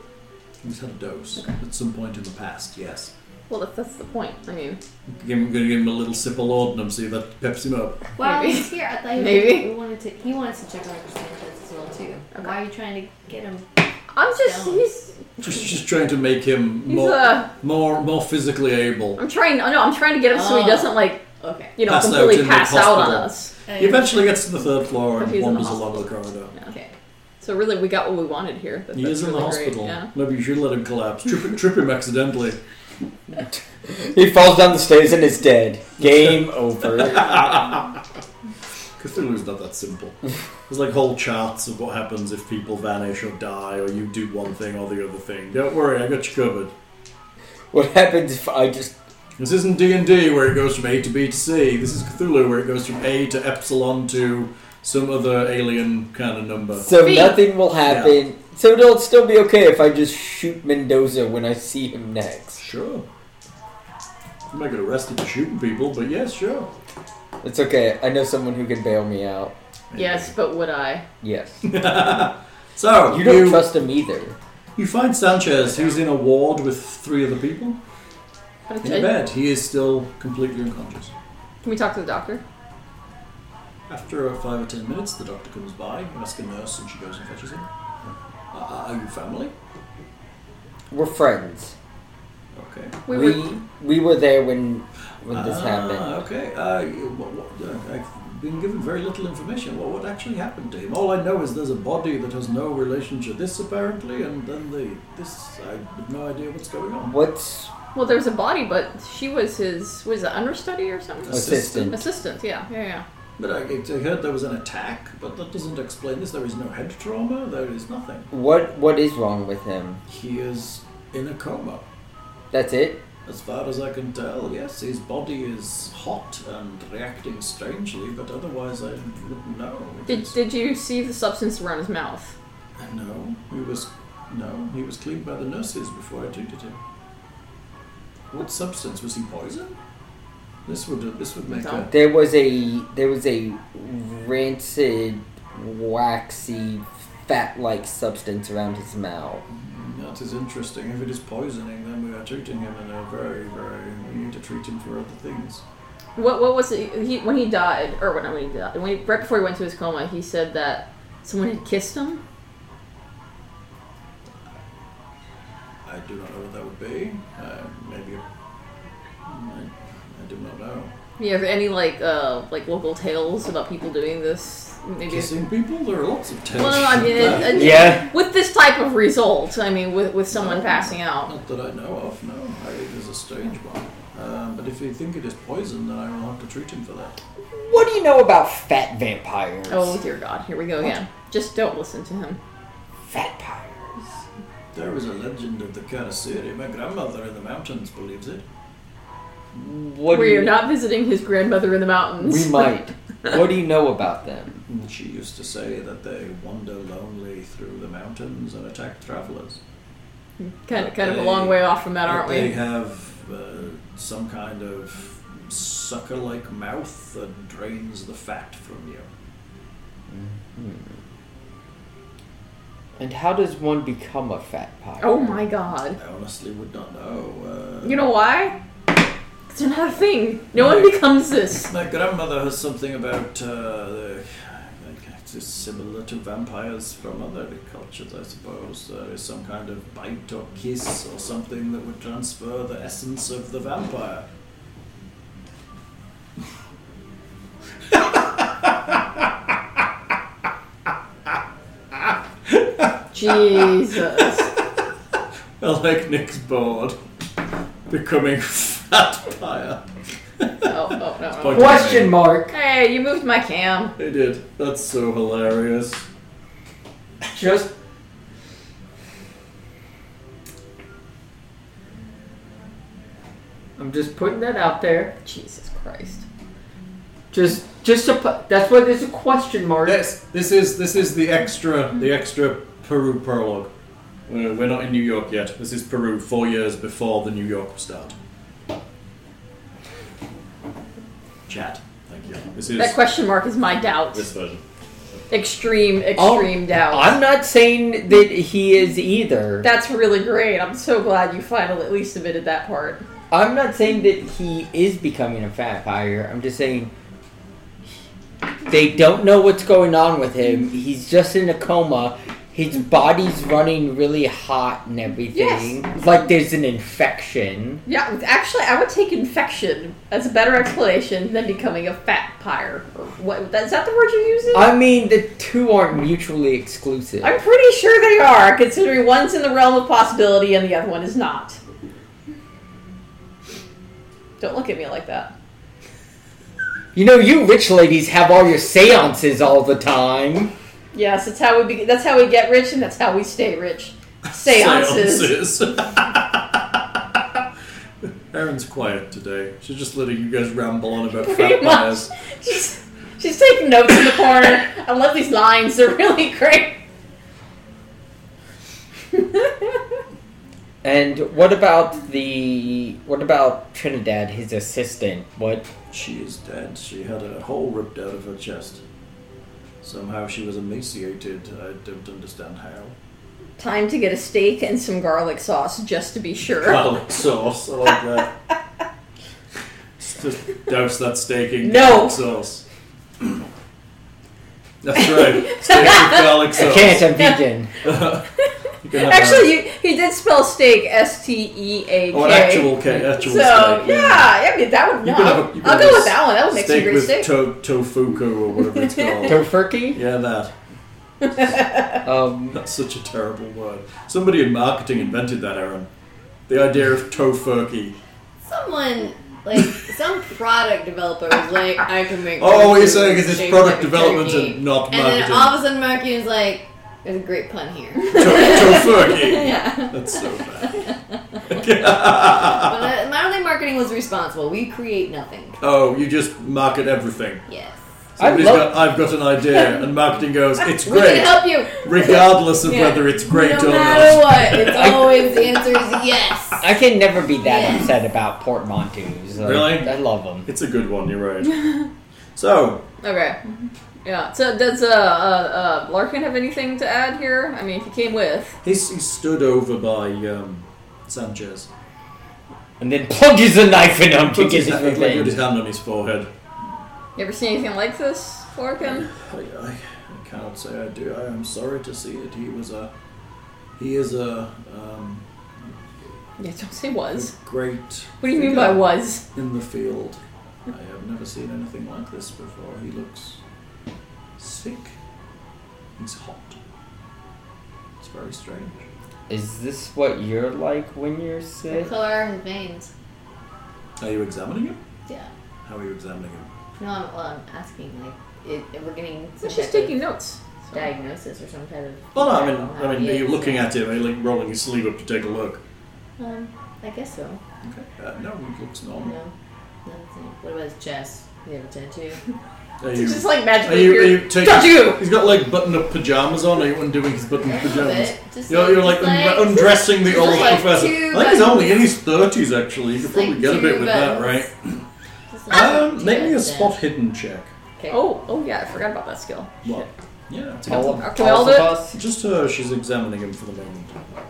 [SPEAKER 2] He's had a dose at some point in the past. Yes.
[SPEAKER 3] Well, that's, that's the point. I mean,
[SPEAKER 2] Give him- I'm going to give him a little sip of laudanum, see if that peps him up.
[SPEAKER 6] While
[SPEAKER 3] Maybe.
[SPEAKER 6] he's here, I thought he,
[SPEAKER 3] Maybe.
[SPEAKER 6] we wanted to. He wanted to check on Dr. Sanchez as well too. Why are you trying to get him?
[SPEAKER 3] I'm just
[SPEAKER 6] Don't.
[SPEAKER 3] he's
[SPEAKER 2] Just, just trying to make him
[SPEAKER 3] he's
[SPEAKER 2] more,
[SPEAKER 3] uh
[SPEAKER 2] more, more physically able.
[SPEAKER 3] I'm trying no I'm trying to get him so he
[SPEAKER 6] Oh.
[SPEAKER 3] doesn't like
[SPEAKER 6] Okay.
[SPEAKER 3] you know
[SPEAKER 2] Pass out
[SPEAKER 3] completely
[SPEAKER 2] in the
[SPEAKER 3] pass out on
[SPEAKER 2] hospital.
[SPEAKER 3] us.
[SPEAKER 6] Oh,
[SPEAKER 2] He eventually gets to the third floor
[SPEAKER 3] But
[SPEAKER 2] and
[SPEAKER 3] he's in the
[SPEAKER 2] wanders
[SPEAKER 3] hospital.
[SPEAKER 2] along the corridor.
[SPEAKER 6] Okay.
[SPEAKER 3] So really, we got what we wanted here. That,
[SPEAKER 2] He
[SPEAKER 3] that's
[SPEAKER 2] is in the
[SPEAKER 3] really great,
[SPEAKER 2] hospital.
[SPEAKER 3] Yeah.
[SPEAKER 2] Maybe you should let him collapse. Trip, trip him accidentally.
[SPEAKER 4] He falls down the stairs and is dead. Game over.
[SPEAKER 2] Cthulhu's not that simple. There's like whole charts of what happens if people vanish or die or you do one thing or the other thing. Don't worry, I got you covered.
[SPEAKER 4] What happens if I just
[SPEAKER 2] This isn't D and D where it goes from A to B to C. This is Cthulhu where it goes from A to epsilon to some other alien kind of number.
[SPEAKER 4] so
[SPEAKER 3] Feet.
[SPEAKER 4] nothing will happen? So it'll still be okay if I just shoot Mendoza when I see him next.
[SPEAKER 2] Sure. You might get arrested for shooting people, but yes, sure.
[SPEAKER 4] It's okay. I know someone who can bail me out.
[SPEAKER 3] Yes, but would I?
[SPEAKER 4] Yes.
[SPEAKER 2] So
[SPEAKER 4] You don't trust him either.
[SPEAKER 2] You find Sanchez, who's in a ward with three other people, in
[SPEAKER 3] Okay.
[SPEAKER 2] bed. He is still completely unconscious.
[SPEAKER 3] Can we talk to the doctor?
[SPEAKER 2] After uh, five or ten minutes, the doctor comes by. You ask a nurse, and she goes and fetches him. Uh, are you family?
[SPEAKER 4] We're friends.
[SPEAKER 2] Okay.
[SPEAKER 3] We
[SPEAKER 4] we,
[SPEAKER 3] were
[SPEAKER 4] we were there when when this
[SPEAKER 2] ah,
[SPEAKER 4] happened.
[SPEAKER 2] Okay. Uh, you- what, what, uh, I've been given very little information. What, what actually happened to him? All I know is there's a body that has no relation to this, apparently, and then the this. I have no idea what's going on.
[SPEAKER 4] What's
[SPEAKER 3] well. There was a body, but she was his was it understudy or something?
[SPEAKER 4] assistant?
[SPEAKER 3] Assistant. Yeah. Yeah. Yeah.
[SPEAKER 2] But I, I heard there was an attack, but that doesn't explain this. There is no head trauma. There is nothing.
[SPEAKER 4] What what is wrong with him?
[SPEAKER 2] He is in a coma.
[SPEAKER 4] That's it.
[SPEAKER 2] As far as I can tell, yes, his body is hot and reacting strangely, but otherwise I wouldn't know.
[SPEAKER 3] Did
[SPEAKER 2] It's-
[SPEAKER 3] Did you see the substance around his mouth?
[SPEAKER 2] No, he was no, he was cleaned by the nurses before I treated him. What substance was he poison? This would this would make a
[SPEAKER 4] There was a there was a rancid, waxy, fat-like substance around his mouth.
[SPEAKER 2] that is interesting. If it is poisoning, then we are treating him in a very very we need to treat him for other things.
[SPEAKER 3] What What was it? He when he died, or when, when he died, when he, right before he went to his coma, he said that someone had kissed him.
[SPEAKER 2] I do not know what that would be. Uh, maybe I, I do not know.
[SPEAKER 3] Do you have any like uh like local tales about people doing this? Maybe.
[SPEAKER 2] Kissing people? There are lots of tales.
[SPEAKER 3] Well, no, I mean,
[SPEAKER 2] of that.
[SPEAKER 3] it, it-
[SPEAKER 4] Yeah.
[SPEAKER 3] with this type of result, I mean, with with someone passing out.
[SPEAKER 2] Not that I know of, no. I, it is a strange one. Um, but if you think it is poison, then I will have to treat him for that.
[SPEAKER 4] What do you know about fat vampires?
[SPEAKER 3] Oh dear God, here we go again. Just don't listen to him.
[SPEAKER 4] vampires!
[SPEAKER 2] There was a legend of the Karasiri. My grandmother in the mountains believes it.
[SPEAKER 4] What do
[SPEAKER 3] Where
[SPEAKER 4] you,
[SPEAKER 3] you're not visiting his grandmother in the mountains.
[SPEAKER 4] We might. what do you know about them?
[SPEAKER 2] And she used to say that they wander lonely through the mountains and attack travelers.
[SPEAKER 3] kind of, kind of a
[SPEAKER 2] They-
[SPEAKER 3] long way off from that,
[SPEAKER 2] That
[SPEAKER 3] aren't
[SPEAKER 2] they
[SPEAKER 3] we?
[SPEAKER 2] have uh, some kind of sucker like mouth that drains the fat from you.
[SPEAKER 4] And how does one become a fat vampire?
[SPEAKER 3] Oh my God.
[SPEAKER 2] I honestly would not know. Uh,
[SPEAKER 3] You know why? It's another thing. No one becomes this.
[SPEAKER 2] My grandmother has something about. Uh, the- I can't- s- similar to vampires from other cultures, I suppose. There is some kind of bite or kiss or something that would transfer the essence of the vampire.
[SPEAKER 3] Jesus. Oh,
[SPEAKER 2] I like Nick's board. Becoming vampire.
[SPEAKER 3] Oh, oh, no, no.
[SPEAKER 2] Point-
[SPEAKER 4] Question mark.
[SPEAKER 3] Hey, you moved my cam.
[SPEAKER 2] They did. That's so hilarious.
[SPEAKER 4] Just I'm just putting that out there.
[SPEAKER 3] Jesus Christ.
[SPEAKER 4] Just just a pu- that's what there's a question mark.
[SPEAKER 2] Yes, this is this is the extra the extra Peru prologue. We're, we're not in New York yet. This is Peru four years before the New York start. Chat. Thank you. This is
[SPEAKER 3] That question mark is my doubt.
[SPEAKER 2] this version.
[SPEAKER 3] Extreme,
[SPEAKER 4] Oh,
[SPEAKER 3] extreme doubt.
[SPEAKER 4] I'm not saying that he is either.
[SPEAKER 3] That's really great. I'm so glad you finally at least admitted that part.
[SPEAKER 4] I'm not saying that he is becoming a vampire. I'm just saying they don't know what's going on with him. He's just in a coma. His body's running really hot and everything. Like there's an infection.
[SPEAKER 3] Yeah, actually, I would take infection as a better explanation than becoming a fat pyre. Or What is that the word you're using?
[SPEAKER 4] I mean, the two aren't mutually exclusive.
[SPEAKER 3] I'm pretty sure they are, considering one's in the realm of possibility and the other one is not. Don't look at me like that.
[SPEAKER 4] You know, you rich ladies have all your seances all the time.
[SPEAKER 3] Yes, that's how we be- that's how we get rich, and that's how we stay rich. Seances.
[SPEAKER 2] Seances. Erin's quiet today. She's just letting you guys ramble on about
[SPEAKER 3] Pretty much.
[SPEAKER 2] vampires.
[SPEAKER 3] She's, she's taking notes in the corner. I love these lines. They're really great.
[SPEAKER 4] And what about the what about Trinidad, his assistant? What
[SPEAKER 2] She is dead. She had a hole ripped out of her chest. Somehow she was emaciated. I don't understand how.
[SPEAKER 3] Time to get a steak and some garlic sauce, just to be sure.
[SPEAKER 2] garlic sauce. I like that. Just douse that steak in
[SPEAKER 3] No.
[SPEAKER 2] garlic sauce. That's right. Steak with garlic
[SPEAKER 4] I
[SPEAKER 2] sauce.
[SPEAKER 4] can't, I'm vegan.
[SPEAKER 2] You can have
[SPEAKER 3] Actually, you, he did spell steak S T E A
[SPEAKER 2] a,
[SPEAKER 3] K.
[SPEAKER 2] oh, an actual, ca- actual
[SPEAKER 3] so
[SPEAKER 2] steak.
[SPEAKER 3] yeah, I mean that would
[SPEAKER 2] You
[SPEAKER 3] no.
[SPEAKER 2] could have a- you could
[SPEAKER 3] I'll
[SPEAKER 2] have
[SPEAKER 3] go
[SPEAKER 2] a
[SPEAKER 3] with that one. That would make some
[SPEAKER 2] Steak
[SPEAKER 3] great
[SPEAKER 2] with
[SPEAKER 3] steak.
[SPEAKER 2] to- tofuku or whatever it's called.
[SPEAKER 4] Tofurkey?
[SPEAKER 2] yeah, that.
[SPEAKER 4] Um,
[SPEAKER 2] That's such a terrible word. Somebody in marketing invented that, Aaron. The idea of tofurkey.
[SPEAKER 6] Someone, like, some product developer was like, I can make.
[SPEAKER 2] Oh, what you're
[SPEAKER 6] burgers
[SPEAKER 2] saying is it's
[SPEAKER 6] shaped
[SPEAKER 2] product
[SPEAKER 6] like a
[SPEAKER 2] development
[SPEAKER 6] turkey.
[SPEAKER 2] and not
[SPEAKER 6] And then
[SPEAKER 2] marketing.
[SPEAKER 6] all of a sudden, marketing is like, there's a great pun here.
[SPEAKER 2] To- tofurkey.
[SPEAKER 6] yeah.
[SPEAKER 2] That's so bad.
[SPEAKER 6] But uh, my only marketing was responsible. We create nothing.
[SPEAKER 2] oh, you just market everything.
[SPEAKER 6] Yes.
[SPEAKER 4] I
[SPEAKER 2] Somebody's
[SPEAKER 4] love-
[SPEAKER 2] got, I've got an idea, and marketing goes, it's
[SPEAKER 6] We can
[SPEAKER 2] great,
[SPEAKER 6] help you.
[SPEAKER 2] regardless of
[SPEAKER 6] Yeah.
[SPEAKER 2] whether it's great
[SPEAKER 6] no
[SPEAKER 2] or
[SPEAKER 6] matter
[SPEAKER 2] not.
[SPEAKER 6] what, it's
[SPEAKER 4] I-
[SPEAKER 6] always the answer is yes.
[SPEAKER 4] I can never be that
[SPEAKER 6] Yeah.
[SPEAKER 4] upset about portmanteaus. Like,
[SPEAKER 2] Really?
[SPEAKER 4] I love them.
[SPEAKER 2] It's a good one, you're right. so,
[SPEAKER 3] Okay. Yeah. So does uh, uh, uh, Larkin have anything to add here? I mean, if he came with,
[SPEAKER 2] he's, he's stood over by um, Sanchez.
[SPEAKER 4] And then plunges a knife in him to
[SPEAKER 2] Puts
[SPEAKER 4] get
[SPEAKER 2] his,
[SPEAKER 4] his
[SPEAKER 2] hand- like, put his
[SPEAKER 4] revenge.
[SPEAKER 2] hand on his forehead.
[SPEAKER 3] you ever seen anything like this, Larkin?
[SPEAKER 2] I, I, I cannot say I do. I am sorry to see it. He was a. He is a um,
[SPEAKER 3] Yeah, don't say was.
[SPEAKER 2] great.
[SPEAKER 3] What do you mean by
[SPEAKER 2] figure.
[SPEAKER 3] was?
[SPEAKER 2] in the field. I have never seen anything like this before. He looks sick. He's hot. It's very strange.
[SPEAKER 4] Is this what you're like when you're sick?
[SPEAKER 6] Color are his veins.
[SPEAKER 2] Are you examining him?
[SPEAKER 6] Yeah.
[SPEAKER 2] How are you examining him?
[SPEAKER 6] No, I'm, well, I'm asking like, it, if we're getting some
[SPEAKER 3] She's
[SPEAKER 6] type of
[SPEAKER 3] taking notes. So-
[SPEAKER 6] diagnosis or some type of.
[SPEAKER 2] Well, no, I mean, I mean, are you
[SPEAKER 6] Yeah.
[SPEAKER 2] looking at him? Are you like rolling your sleeve up to take a look?
[SPEAKER 6] Um, I guess so.
[SPEAKER 2] Okay. Uh, no, he looks
[SPEAKER 6] No,
[SPEAKER 2] normal.
[SPEAKER 6] nothing. What about his chest? You have a tattoo.
[SPEAKER 2] Are you?
[SPEAKER 3] It's just like
[SPEAKER 2] Are
[SPEAKER 3] magically
[SPEAKER 2] you? Are
[SPEAKER 3] appeared.
[SPEAKER 2] you taking?
[SPEAKER 3] Don't you?
[SPEAKER 2] He's got like button-up pajamas on. Are you undoing his
[SPEAKER 6] A
[SPEAKER 2] button-up
[SPEAKER 6] little
[SPEAKER 2] pajamas?
[SPEAKER 6] bit. Just
[SPEAKER 2] You're, you're like,
[SPEAKER 6] just like-
[SPEAKER 2] un- undressing the
[SPEAKER 6] just
[SPEAKER 2] old
[SPEAKER 6] like
[SPEAKER 2] professor.
[SPEAKER 6] two
[SPEAKER 2] I think he's
[SPEAKER 6] buttons.
[SPEAKER 2] only in his thirties actually. You could
[SPEAKER 6] Just
[SPEAKER 2] probably
[SPEAKER 6] like
[SPEAKER 2] get a bit
[SPEAKER 6] two
[SPEAKER 2] with that,
[SPEAKER 6] buttons.
[SPEAKER 2] right?
[SPEAKER 6] just like
[SPEAKER 2] Um,
[SPEAKER 6] two
[SPEAKER 2] make me a
[SPEAKER 6] buttons.
[SPEAKER 2] spot hidden check.
[SPEAKER 6] Okay.
[SPEAKER 3] Oh, oh yeah, I forgot about that skill.
[SPEAKER 2] What? Yeah. it's
[SPEAKER 4] All,
[SPEAKER 3] Are
[SPEAKER 4] of-
[SPEAKER 3] we all
[SPEAKER 4] all of
[SPEAKER 3] do it?
[SPEAKER 4] us?
[SPEAKER 2] Just her, she's examining him for the moment.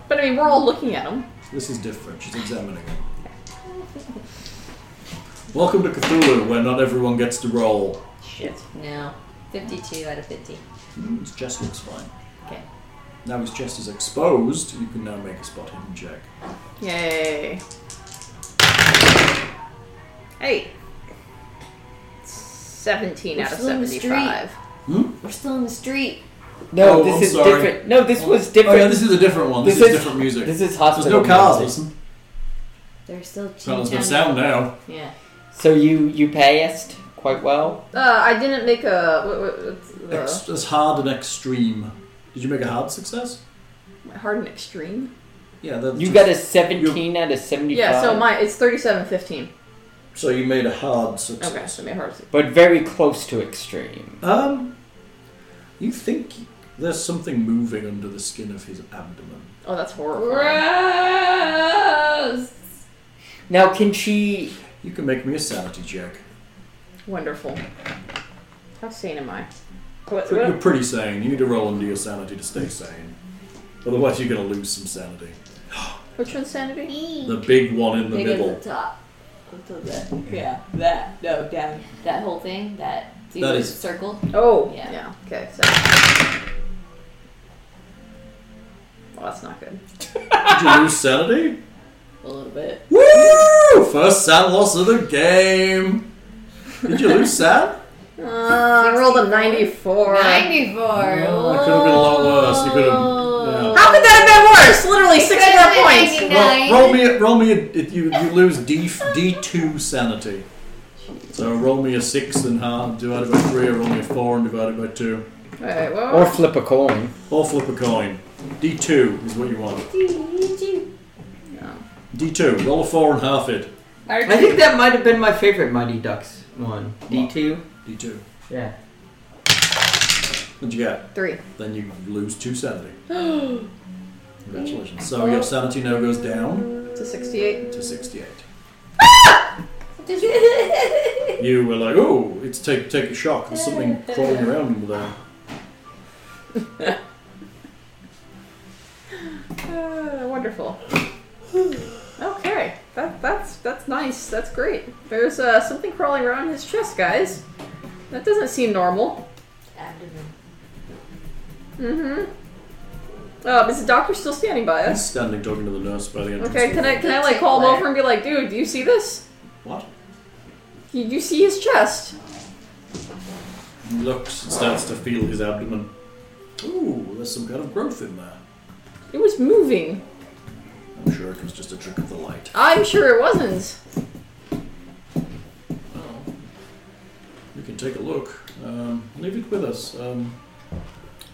[SPEAKER 3] But I mean, we're all looking at him.
[SPEAKER 2] This is different. She's examining him. Welcome to Cthulhu, where not everyone gets to roll.
[SPEAKER 3] Shit.
[SPEAKER 6] No. 52 out of 50.
[SPEAKER 2] Hmm, His chest looks fine.
[SPEAKER 6] Okay.
[SPEAKER 2] Now his chest is exposed. You can now make a spot hidden check.
[SPEAKER 3] Yay. Hey. 17
[SPEAKER 6] We're
[SPEAKER 3] out of
[SPEAKER 6] still in the
[SPEAKER 3] 75.
[SPEAKER 6] We're still in the street.
[SPEAKER 4] No,
[SPEAKER 2] Oh,
[SPEAKER 4] this
[SPEAKER 2] I'm
[SPEAKER 4] is
[SPEAKER 2] sorry.
[SPEAKER 4] different. No, this was
[SPEAKER 2] Oh
[SPEAKER 4] different.
[SPEAKER 2] yeah, this is a different one. This,
[SPEAKER 4] This
[SPEAKER 2] is
[SPEAKER 4] is-
[SPEAKER 2] different music.
[SPEAKER 4] This is
[SPEAKER 2] There's
[SPEAKER 4] hospital.
[SPEAKER 2] no cars.
[SPEAKER 4] music.
[SPEAKER 2] Listen.
[SPEAKER 6] There's still
[SPEAKER 2] Well, there's no sound
[SPEAKER 6] Chinatown.
[SPEAKER 2] now.
[SPEAKER 3] Yeah.
[SPEAKER 4] So you you passed quite well.
[SPEAKER 3] Uh, I didn't make a. What, what, what's the-
[SPEAKER 2] Ex- it's hard and extreme. Did you make a hard success?
[SPEAKER 3] hard and extreme?
[SPEAKER 2] Yeah. The,
[SPEAKER 4] You got a seventeen out of seventy-five.
[SPEAKER 3] Yeah, so my it's 3715.
[SPEAKER 2] So you made a hard success.
[SPEAKER 3] Okay, so my hard
[SPEAKER 4] but very close to extreme.
[SPEAKER 2] Um, you think there's something moving under the skin of his abdomen?
[SPEAKER 3] Oh, that's horrible.
[SPEAKER 5] Gross.
[SPEAKER 4] Now can she?
[SPEAKER 2] You can make me a sanity check.
[SPEAKER 3] Wonderful. How sane am I?
[SPEAKER 2] But
[SPEAKER 3] What,
[SPEAKER 2] You're
[SPEAKER 3] what,
[SPEAKER 2] pretty sane. You need to roll under your sanity to stay sane. Otherwise, you're going to lose some sanity.
[SPEAKER 3] which one's sanity?
[SPEAKER 2] The big one in the
[SPEAKER 5] Big
[SPEAKER 2] middle.
[SPEAKER 5] at the top. Until that. Yeah, that. No, down. That whole thing. That. See,
[SPEAKER 2] That
[SPEAKER 5] the
[SPEAKER 2] is-
[SPEAKER 5] circle.
[SPEAKER 3] Oh,
[SPEAKER 5] Yeah.
[SPEAKER 3] yeah. Okay, so. Well, that's not good.
[SPEAKER 2] Did you lose sanity?
[SPEAKER 5] A little bit.
[SPEAKER 2] Woo! First san loss of the game. Did you lose san?
[SPEAKER 3] Uh, I rolled a 94.
[SPEAKER 5] 94.
[SPEAKER 2] Oh, it could have been a lot worse. You could have.
[SPEAKER 3] How could that have been worse? Literally six
[SPEAKER 5] Could've been
[SPEAKER 3] more
[SPEAKER 5] 99.
[SPEAKER 3] points.
[SPEAKER 2] Yeah. Roll, roll me. A, roll me. A, if you you lose D D two sanity. So roll me a six and half divided by three, or roll me a four and divided by two,
[SPEAKER 3] Wait, what?
[SPEAKER 4] Or flip a coin.
[SPEAKER 2] or flip a coin. D two is what you want. D two. Roll a four and half it.
[SPEAKER 4] I think that might have been my favorite Mighty Ducks one. D two.
[SPEAKER 2] D two.
[SPEAKER 4] Yeah.
[SPEAKER 2] What'd you get?
[SPEAKER 3] Three.
[SPEAKER 2] Then you lose two sanity. Congratulations. So your sanity now goes down
[SPEAKER 3] To 68.
[SPEAKER 2] to 68. You were like, oh, it's take take a shock. There's something crawling around under there.
[SPEAKER 3] Uh, wonderful. Okay, that, that's that's nice. That's great. There's uh, something crawling around his chest, guys. That doesn't seem normal.
[SPEAKER 6] Abdomen.
[SPEAKER 3] Mm-hmm. Uh, is the doctor still standing by
[SPEAKER 2] He's
[SPEAKER 3] us?
[SPEAKER 2] standing talking to the nurse by the entrance.
[SPEAKER 3] Okay, can I can I like call him over and be like, dude, do you see this?
[SPEAKER 2] What?
[SPEAKER 3] Do you see his chest?
[SPEAKER 2] He looks and starts to feel his abdomen. Ooh, there's some kind of growth in there.
[SPEAKER 3] It was moving.
[SPEAKER 2] I'm sure it was just a trick of the light.
[SPEAKER 3] I'm sure it wasn't.
[SPEAKER 2] Well, we can take a look. Um, leave it with us. Um,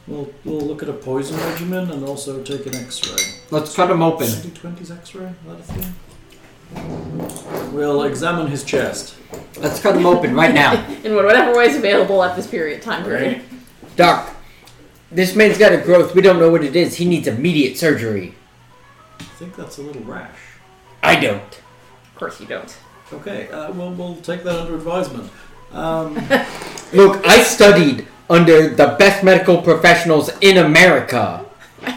[SPEAKER 2] we'll, we'll look at a poison regimen and also take an x-ray.
[SPEAKER 4] Let's cut them open.
[SPEAKER 2] 2020's x-ray? Is that a thing? We'll examine his chest.
[SPEAKER 4] Let's cut them open right now,
[SPEAKER 3] In whatever ways available at this period time period.
[SPEAKER 4] Doc. This man's got a growth. We don't know what it is. He needs immediate surgery.
[SPEAKER 2] I think that's a little rash.
[SPEAKER 4] I don't.
[SPEAKER 3] Of course you don't.
[SPEAKER 2] Okay, uh, well, we'll take that under advisement. Um,
[SPEAKER 4] Look, I studied under the best medical professionals in America.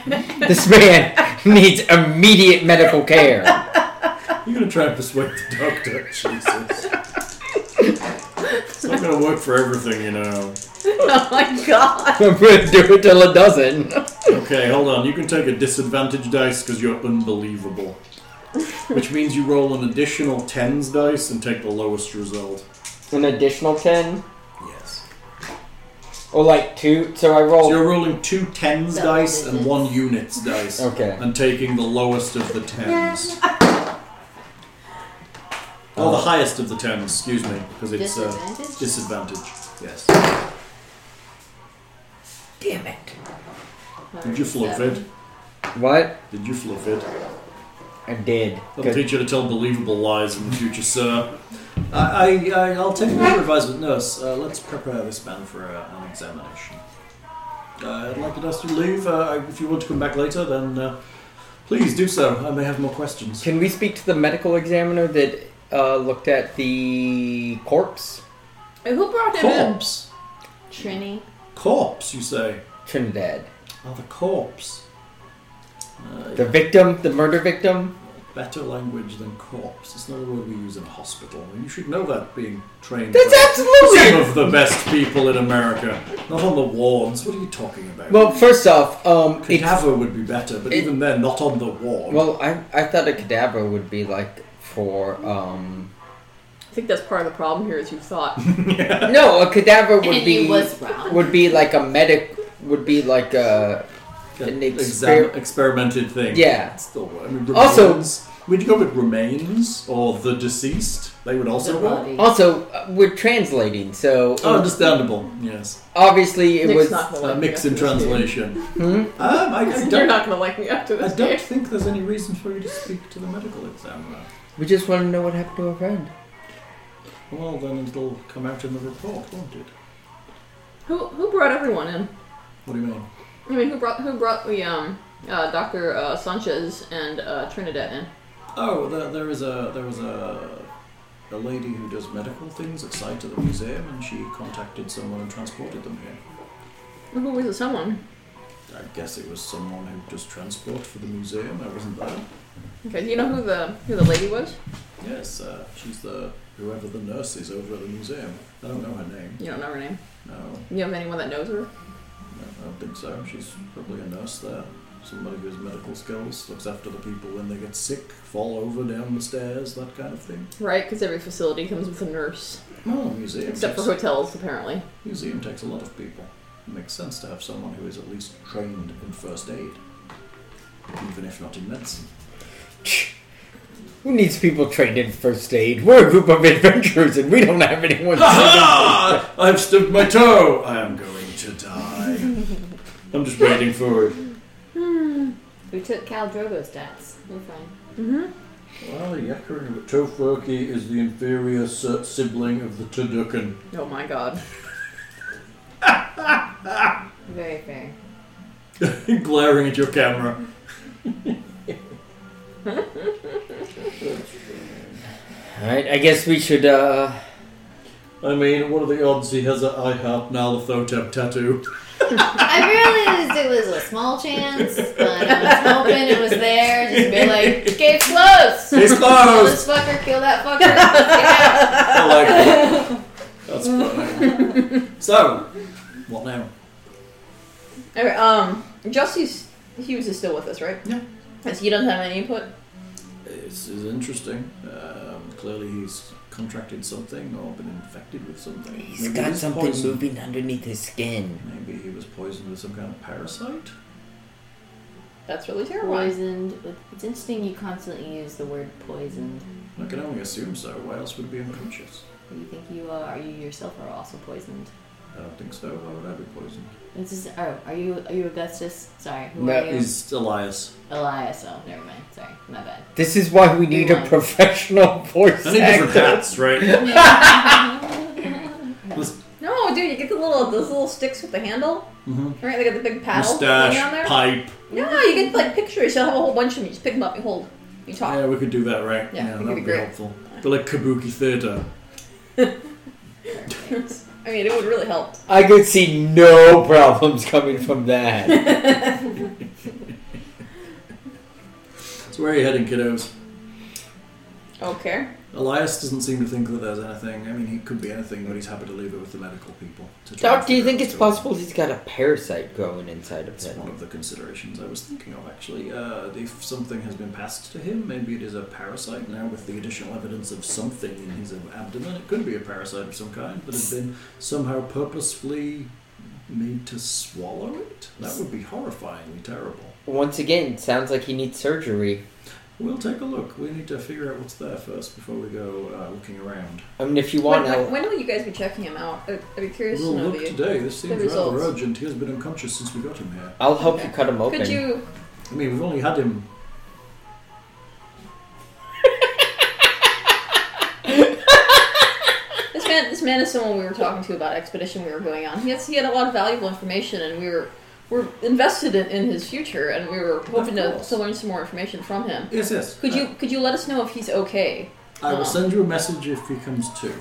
[SPEAKER 4] this man needs immediate medical care.
[SPEAKER 2] you're going to try and persuade the doctor. Jesus. It's not going to work for everything, you know.
[SPEAKER 3] Oh my god.
[SPEAKER 4] I'm gonna do it till it doesn't.
[SPEAKER 2] Okay, hold on. You can take a disadvantage dice because you're unbelievable. Which means you roll an additional tens dice and take the lowest result.
[SPEAKER 4] An additional ten,
[SPEAKER 2] Yes.
[SPEAKER 4] or like two. So I
[SPEAKER 2] So
[SPEAKER 4] roll.
[SPEAKER 2] you're rolling two tens dice and one units dice.
[SPEAKER 4] Okay.
[SPEAKER 2] And taking the lowest of the tens. Oh, the highest of the tens, excuse me, because it's uh,
[SPEAKER 6] Disadvantage?
[SPEAKER 2] disadvantage. Yes.
[SPEAKER 6] Damn it.
[SPEAKER 2] Did you fluff it?
[SPEAKER 4] What?
[SPEAKER 2] Did you fluff it?
[SPEAKER 4] I did.
[SPEAKER 2] I'll teach you to tell believable lies in the future, sir. I, I, I- I'll take an advisement, nurse. Uh, let's prepare this man for uh, an examination. Uh, I'd like to ask you to leave. Uh, if you want to come back later, then uh, please do so. I may have more questions.
[SPEAKER 4] Can we speak to the medical examiner that uh, looked at the corpse?
[SPEAKER 3] And who brought him in?
[SPEAKER 2] Corpse.
[SPEAKER 5] Trini.
[SPEAKER 2] Corpse, you say?
[SPEAKER 4] Trinidad.
[SPEAKER 2] Oh, the corpse.
[SPEAKER 4] Uh, The victim, the murder victim?
[SPEAKER 2] better language than corpse. It's not a word we use in hospital. You should know that being trained.
[SPEAKER 4] That's
[SPEAKER 2] by
[SPEAKER 4] absolutely.
[SPEAKER 2] some of the best people in America. Not on the wards. What are you talking about?
[SPEAKER 4] Well, first off, um, it,
[SPEAKER 2] Cadaver would be better, but
[SPEAKER 4] it-
[SPEAKER 2] even then, not on the ward.
[SPEAKER 4] well, I I thought a cadaver would be like for um.
[SPEAKER 3] I think that's part of the problem here is you thought.
[SPEAKER 2] yeah.
[SPEAKER 4] No, a cadaver would
[SPEAKER 5] and
[SPEAKER 4] be
[SPEAKER 5] he was wrong.
[SPEAKER 4] would be like a medic. Would be like a An
[SPEAKER 2] An
[SPEAKER 4] exper-
[SPEAKER 2] exam- experimented thing.
[SPEAKER 4] yeah.
[SPEAKER 2] Still, I mean, remains.
[SPEAKER 4] Also-
[SPEAKER 2] we'd go with remains or the deceased. They would also work.
[SPEAKER 4] Also, uh, we're translating, so
[SPEAKER 2] Oh, understandable. Yes,
[SPEAKER 4] obviously it
[SPEAKER 3] Nick's
[SPEAKER 4] was. uh,
[SPEAKER 3] not gonna
[SPEAKER 2] a
[SPEAKER 3] like
[SPEAKER 2] mix
[SPEAKER 3] me
[SPEAKER 2] in
[SPEAKER 3] after this game.
[SPEAKER 2] translation.
[SPEAKER 4] Hmm?
[SPEAKER 2] Um, I, I
[SPEAKER 3] You're
[SPEAKER 2] don't,
[SPEAKER 3] not gonna like me after
[SPEAKER 2] I
[SPEAKER 3] this game.
[SPEAKER 2] don't think there's any reason for you to speak to the medical examiner.
[SPEAKER 4] We just want to know what happened to our friend.
[SPEAKER 2] Well, then it'll come out in the report, won't it?
[SPEAKER 3] Who who brought everyone in?
[SPEAKER 2] What do you mean?
[SPEAKER 3] I mean, who brought who brought the um uh, Doctor uh, Sanchez and uh, Trinidad in?
[SPEAKER 2] Oh, there, there is a there was a a lady who does medical things at site at the museum, and she contacted someone and transported them here.
[SPEAKER 3] Who was it? Someone.
[SPEAKER 2] I guess it was someone who does transport for the museum. I wasn't there.
[SPEAKER 3] Okay. Do you know who the who the lady was?
[SPEAKER 2] Yes, uh, she's the whoever the nurse is over at the museum. I don't know her name.
[SPEAKER 3] You don't know her name.
[SPEAKER 2] No,
[SPEAKER 3] You have anyone that knows her?
[SPEAKER 2] no, I don't think so. She's probably a nurse there. Somebody who has medical skills, looks after the people when they get sick, fall over down the stairs, that kind of thing.
[SPEAKER 3] Right? Because every facility comes with a nurse,
[SPEAKER 2] Well, the Oh, museum.
[SPEAKER 3] except for
[SPEAKER 2] takes-
[SPEAKER 3] hotels, apparently.
[SPEAKER 2] Museum takes a lot of people. It makes sense to have someone who is at least trained in first aid, even if not in medicine.
[SPEAKER 4] Who needs people trained in first aid? We're a group of adventurers, and we don't have anyone.
[SPEAKER 2] Ah! I've stubbed my toe. I am going to die. I'm just waiting for it.
[SPEAKER 6] We took Cal Drogo's stats. We're fine.
[SPEAKER 2] Well, Yakarin Tofurky is the inferior si- sibling of the Tudukan.
[SPEAKER 3] Oh my god.
[SPEAKER 6] Very fair.
[SPEAKER 2] Glaring at your camera.
[SPEAKER 4] All right, I guess we should. uh...
[SPEAKER 2] I mean, what are the odds he has a I Heart Nalathotep tattoo?
[SPEAKER 6] I realized it was a small chance, but I was hoping it was there. Just be like, get close!
[SPEAKER 2] He's
[SPEAKER 6] Kill
[SPEAKER 2] closed!
[SPEAKER 6] this fucker, kill that fucker. Get out.
[SPEAKER 2] I like that. That's funny. So, what now?
[SPEAKER 3] Anyway, um, Justice Hughes is still with us, right?
[SPEAKER 2] Yeah.
[SPEAKER 3] And so you don't have any input.
[SPEAKER 2] This is interesting. Um, clearly, he's contracted something or been infected with something.
[SPEAKER 4] He's
[SPEAKER 2] Maybe
[SPEAKER 4] got
[SPEAKER 2] was
[SPEAKER 4] something
[SPEAKER 2] poisoned.
[SPEAKER 4] moving underneath his skin.
[SPEAKER 2] Maybe he was poisoned with some kind of parasite.
[SPEAKER 3] That's really terrifying.
[SPEAKER 6] Poisoned. with- It's interesting you constantly use the word poisoned.
[SPEAKER 2] I can only assume so. Why else would he be unconscious?
[SPEAKER 6] What do you think you are? Are you yourself are also poisoned?
[SPEAKER 2] I don't think so. Why would I be poisoned?
[SPEAKER 6] This is. Oh, are you? Are you Augustus? Sorry, who
[SPEAKER 4] No,
[SPEAKER 6] are you?
[SPEAKER 2] Is Elias?
[SPEAKER 6] Elias. Oh, never mind. Sorry, my bad.
[SPEAKER 4] This is why we need a
[SPEAKER 6] Rewind.
[SPEAKER 4] professional voice
[SPEAKER 2] I need different
[SPEAKER 4] actor.
[SPEAKER 2] hats, right?
[SPEAKER 3] No, dude, you get the little those little sticks with the handle.
[SPEAKER 2] Mm-hmm.
[SPEAKER 3] Right? They got the big paddle thing
[SPEAKER 2] Mustache,
[SPEAKER 3] on there.
[SPEAKER 2] pipe.
[SPEAKER 3] No, you get like pictures. You'll have a whole bunch of them. You just pick them up. You hold. You talk.
[SPEAKER 2] Yeah, we could do that, right?
[SPEAKER 3] Ah. Yeah, it
[SPEAKER 2] that
[SPEAKER 3] could
[SPEAKER 2] would
[SPEAKER 3] be
[SPEAKER 2] be
[SPEAKER 3] great.
[SPEAKER 2] helpful. But like Kabuki theater.
[SPEAKER 3] I mean, it would really help.
[SPEAKER 4] I could see no problems coming from that.
[SPEAKER 2] So where are you heading, kiddos?
[SPEAKER 3] Okay.
[SPEAKER 2] Elias doesn't seem to think that there's anything. I mean, he could be anything, but he's happy to leave it with the medical people. To try
[SPEAKER 4] Doc,
[SPEAKER 2] and
[SPEAKER 4] do you
[SPEAKER 2] figure
[SPEAKER 4] think
[SPEAKER 2] out
[SPEAKER 4] it's
[SPEAKER 2] what's going on.
[SPEAKER 4] possible he's got a parasite growing inside of
[SPEAKER 2] It's
[SPEAKER 4] him?
[SPEAKER 2] one of the considerations I was thinking of, actually. Uh, if something has been passed to him, maybe it is a parasite. Now, with the additional evidence of something in his abdomen, it could be a parasite of some kind that has been somehow purposefully made to swallow it. That would be horrifyingly terrible.
[SPEAKER 4] Once again, sounds like he needs surgery.
[SPEAKER 2] We'll take a look. We need to figure out what's there first before we go uh, looking around.
[SPEAKER 4] I mean, if you
[SPEAKER 3] When,
[SPEAKER 4] want
[SPEAKER 3] when,
[SPEAKER 4] to.
[SPEAKER 3] when will you guys be checking him out? I'd, I'd be curious
[SPEAKER 2] We'll
[SPEAKER 3] to know
[SPEAKER 2] look
[SPEAKER 3] the.
[SPEAKER 2] today. This
[SPEAKER 3] the
[SPEAKER 2] seems rather
[SPEAKER 3] results.
[SPEAKER 2] urgent. He has been unconscious since we got him here.
[SPEAKER 4] I'll help you cut him open.
[SPEAKER 3] Could you?
[SPEAKER 2] I mean, we've only had him.
[SPEAKER 3] This man, this man is someone we were talking to about expedition we were going on. He has, he had a lot of valuable information, and we were were invested in, in his future, and we were hoping to,
[SPEAKER 2] course.
[SPEAKER 3] to learn some more information from him.
[SPEAKER 2] Yes, yes.
[SPEAKER 3] Could
[SPEAKER 2] Uh,
[SPEAKER 3] you could you let us know if he's okay?
[SPEAKER 2] I will
[SPEAKER 3] Oh.
[SPEAKER 2] send you a message if he comes to,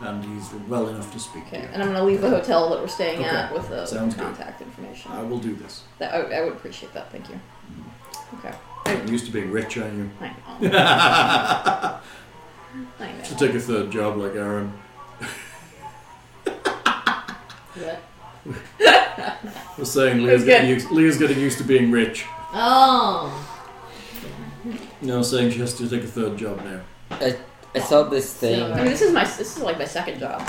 [SPEAKER 2] and he's well enough to speak
[SPEAKER 3] Okay,
[SPEAKER 2] to you.
[SPEAKER 3] and I'm gonna leave the hotel that we're staying
[SPEAKER 2] Okay.
[SPEAKER 3] at with the
[SPEAKER 2] Sounds good.
[SPEAKER 3] contact information.
[SPEAKER 2] I will do this.
[SPEAKER 3] That I, I would appreciate that. Thank you. Okay.
[SPEAKER 2] You're used to being rich, aren't you?
[SPEAKER 3] I know.
[SPEAKER 2] Should
[SPEAKER 3] I know.
[SPEAKER 2] take a third job like Aaron.
[SPEAKER 3] What?
[SPEAKER 2] I was saying
[SPEAKER 3] That was
[SPEAKER 2] Leah's getting,
[SPEAKER 3] good.
[SPEAKER 2] used, Leah's getting used to being rich.
[SPEAKER 6] Oh.
[SPEAKER 2] No, I was saying she has to take a third job now.
[SPEAKER 4] I saw this thing.
[SPEAKER 3] I mean, this is my this is like my second job.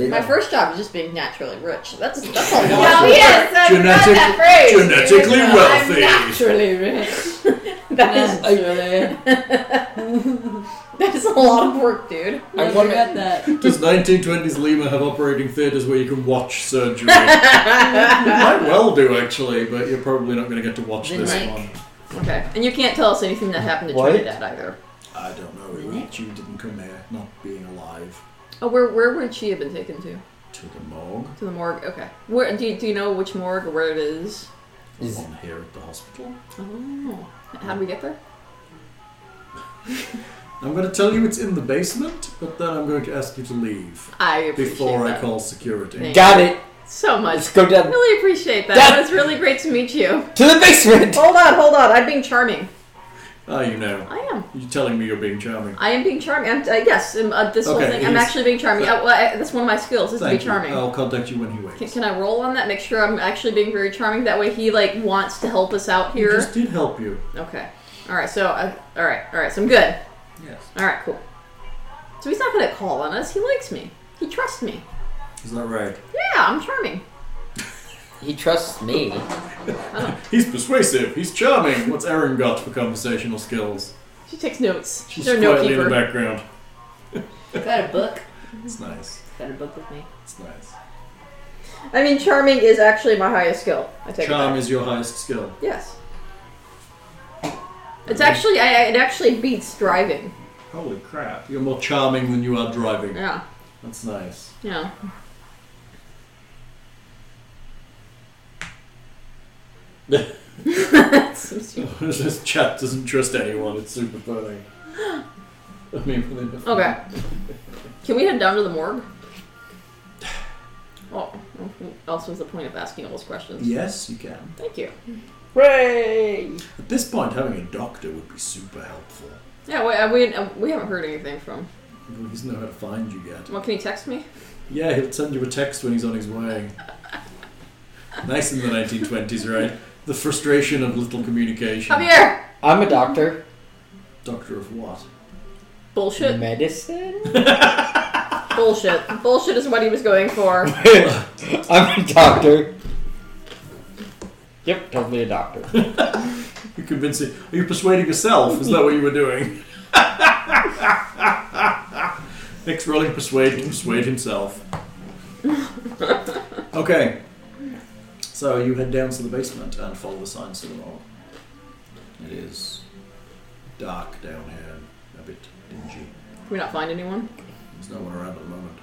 [SPEAKER 4] It-
[SPEAKER 3] My first job is just being naturally rich. That's that's a lot.
[SPEAKER 5] No,
[SPEAKER 3] of
[SPEAKER 5] yes, that's
[SPEAKER 2] Genetic-
[SPEAKER 5] not that phrase.
[SPEAKER 2] Genetically
[SPEAKER 5] I'm
[SPEAKER 2] wealthy.
[SPEAKER 3] Naturally rich. That is
[SPEAKER 4] I,
[SPEAKER 3] that is a lot of work, dude.
[SPEAKER 4] I
[SPEAKER 6] I
[SPEAKER 4] wanna-
[SPEAKER 6] got that.
[SPEAKER 2] Does 1920s Lima have operating theatres where you can watch surgery? Might well do actually, but you're probably not going to get to watch
[SPEAKER 6] The
[SPEAKER 2] this
[SPEAKER 6] neck.
[SPEAKER 2] one.
[SPEAKER 3] Okay, and you can't tell us anything that happened to
[SPEAKER 4] What?
[SPEAKER 3] Trinidad either.
[SPEAKER 2] I don't know. It was, you didn't come here, not being alive,
[SPEAKER 3] Oh, where where would she have been taken to?
[SPEAKER 2] to the morgue.
[SPEAKER 3] To the morgue. Okay. Where do you, do you know which morgue or where it is?
[SPEAKER 4] is,
[SPEAKER 2] One here at the hospital.
[SPEAKER 3] Oh, how do we get there?
[SPEAKER 2] I'm going to tell you it's in the basement, but then I'm going to ask you to leave
[SPEAKER 3] I appreciate
[SPEAKER 2] before I
[SPEAKER 3] that
[SPEAKER 2] call security.
[SPEAKER 3] Thank
[SPEAKER 4] got it.
[SPEAKER 3] so much.
[SPEAKER 4] Let's go down
[SPEAKER 3] Really appreciate that.
[SPEAKER 4] Dad-
[SPEAKER 3] That was really great to meet you.
[SPEAKER 4] to the basement.
[SPEAKER 3] Hold on, hold on. I'm being charming.
[SPEAKER 2] Ah, you know,
[SPEAKER 3] I am.
[SPEAKER 2] you're telling me you're being charming.
[SPEAKER 3] I am being charming. I'm, uh, yes, um, uh, this
[SPEAKER 2] Okay,
[SPEAKER 3] whole thing. I'm
[SPEAKER 2] yes.
[SPEAKER 3] actually being charming.
[SPEAKER 2] Thank-
[SPEAKER 3] Uh, well, I, that's one of my skills is to be
[SPEAKER 2] Thank
[SPEAKER 3] charming.
[SPEAKER 2] you. Oh, I'll contact you when he
[SPEAKER 3] Can,
[SPEAKER 2] wakes.
[SPEAKER 3] can I roll on that? Make sure I'm actually being very charming. That way, he like wants to help us out
[SPEAKER 2] He
[SPEAKER 3] here.
[SPEAKER 2] just did help you.
[SPEAKER 3] Okay. All right. So, I, all right. All right. So I'm good.
[SPEAKER 2] Yes.
[SPEAKER 3] All right. Cool. So he's not gonna call on us. He likes me. He trusts me.
[SPEAKER 2] Is that right?
[SPEAKER 3] Yeah, I'm charming.
[SPEAKER 4] He trusts me.
[SPEAKER 2] He's persuasive. He's charming. What's Aaron got for conversational skills?
[SPEAKER 3] She takes notes.
[SPEAKER 2] She's
[SPEAKER 3] She's our note
[SPEAKER 2] quietly in the
[SPEAKER 3] keeper.
[SPEAKER 2] background.
[SPEAKER 6] Got a book.
[SPEAKER 2] It's nice.
[SPEAKER 6] Got a book with me.
[SPEAKER 2] It's nice.
[SPEAKER 3] I mean, charming is actually my highest skill. I take
[SPEAKER 2] Charm
[SPEAKER 3] it
[SPEAKER 2] is your highest skill.
[SPEAKER 3] back. Yes. It's actually I, I- it actually beats driving.
[SPEAKER 2] Holy crap! You're more charming than you are driving.
[SPEAKER 3] Yeah.
[SPEAKER 2] That's nice.
[SPEAKER 3] Yeah. Seems to-
[SPEAKER 2] this chap doesn't trust anyone. It's super funny. I mean, within a-
[SPEAKER 3] okay. Can we head down to the morgue? Oh, what else was the point of asking all those questions?
[SPEAKER 2] Yes, you can.
[SPEAKER 3] Thank you.
[SPEAKER 4] Hooray!
[SPEAKER 2] At this point, having a doctor would be super helpful.
[SPEAKER 3] Yeah, we, uh, we, uh, we haven't heard anything from.
[SPEAKER 2] He doesn't know how to find you yet.
[SPEAKER 3] Well, can you text me?
[SPEAKER 2] Yeah, he'll send you a text when he's on his way. nice in the 1920s, right? The frustration of little communication.
[SPEAKER 3] Javier!
[SPEAKER 4] I'm a doctor.
[SPEAKER 2] Doctor of what?
[SPEAKER 3] Bullshit.
[SPEAKER 4] Medicine.
[SPEAKER 3] Bullshit. Bullshit is what he was going for.
[SPEAKER 4] I'm a doctor. Yep, totally a doctor.
[SPEAKER 2] You're convincing. Are you persuading yourself? Is that what you were doing? Nick's rolling persuade to persuade himself. okay. So you head down to the basement and follow the signs to the mall. It is dark down here, and a bit dingy.
[SPEAKER 3] Can we not find anyone?
[SPEAKER 2] There's no one around at the moment.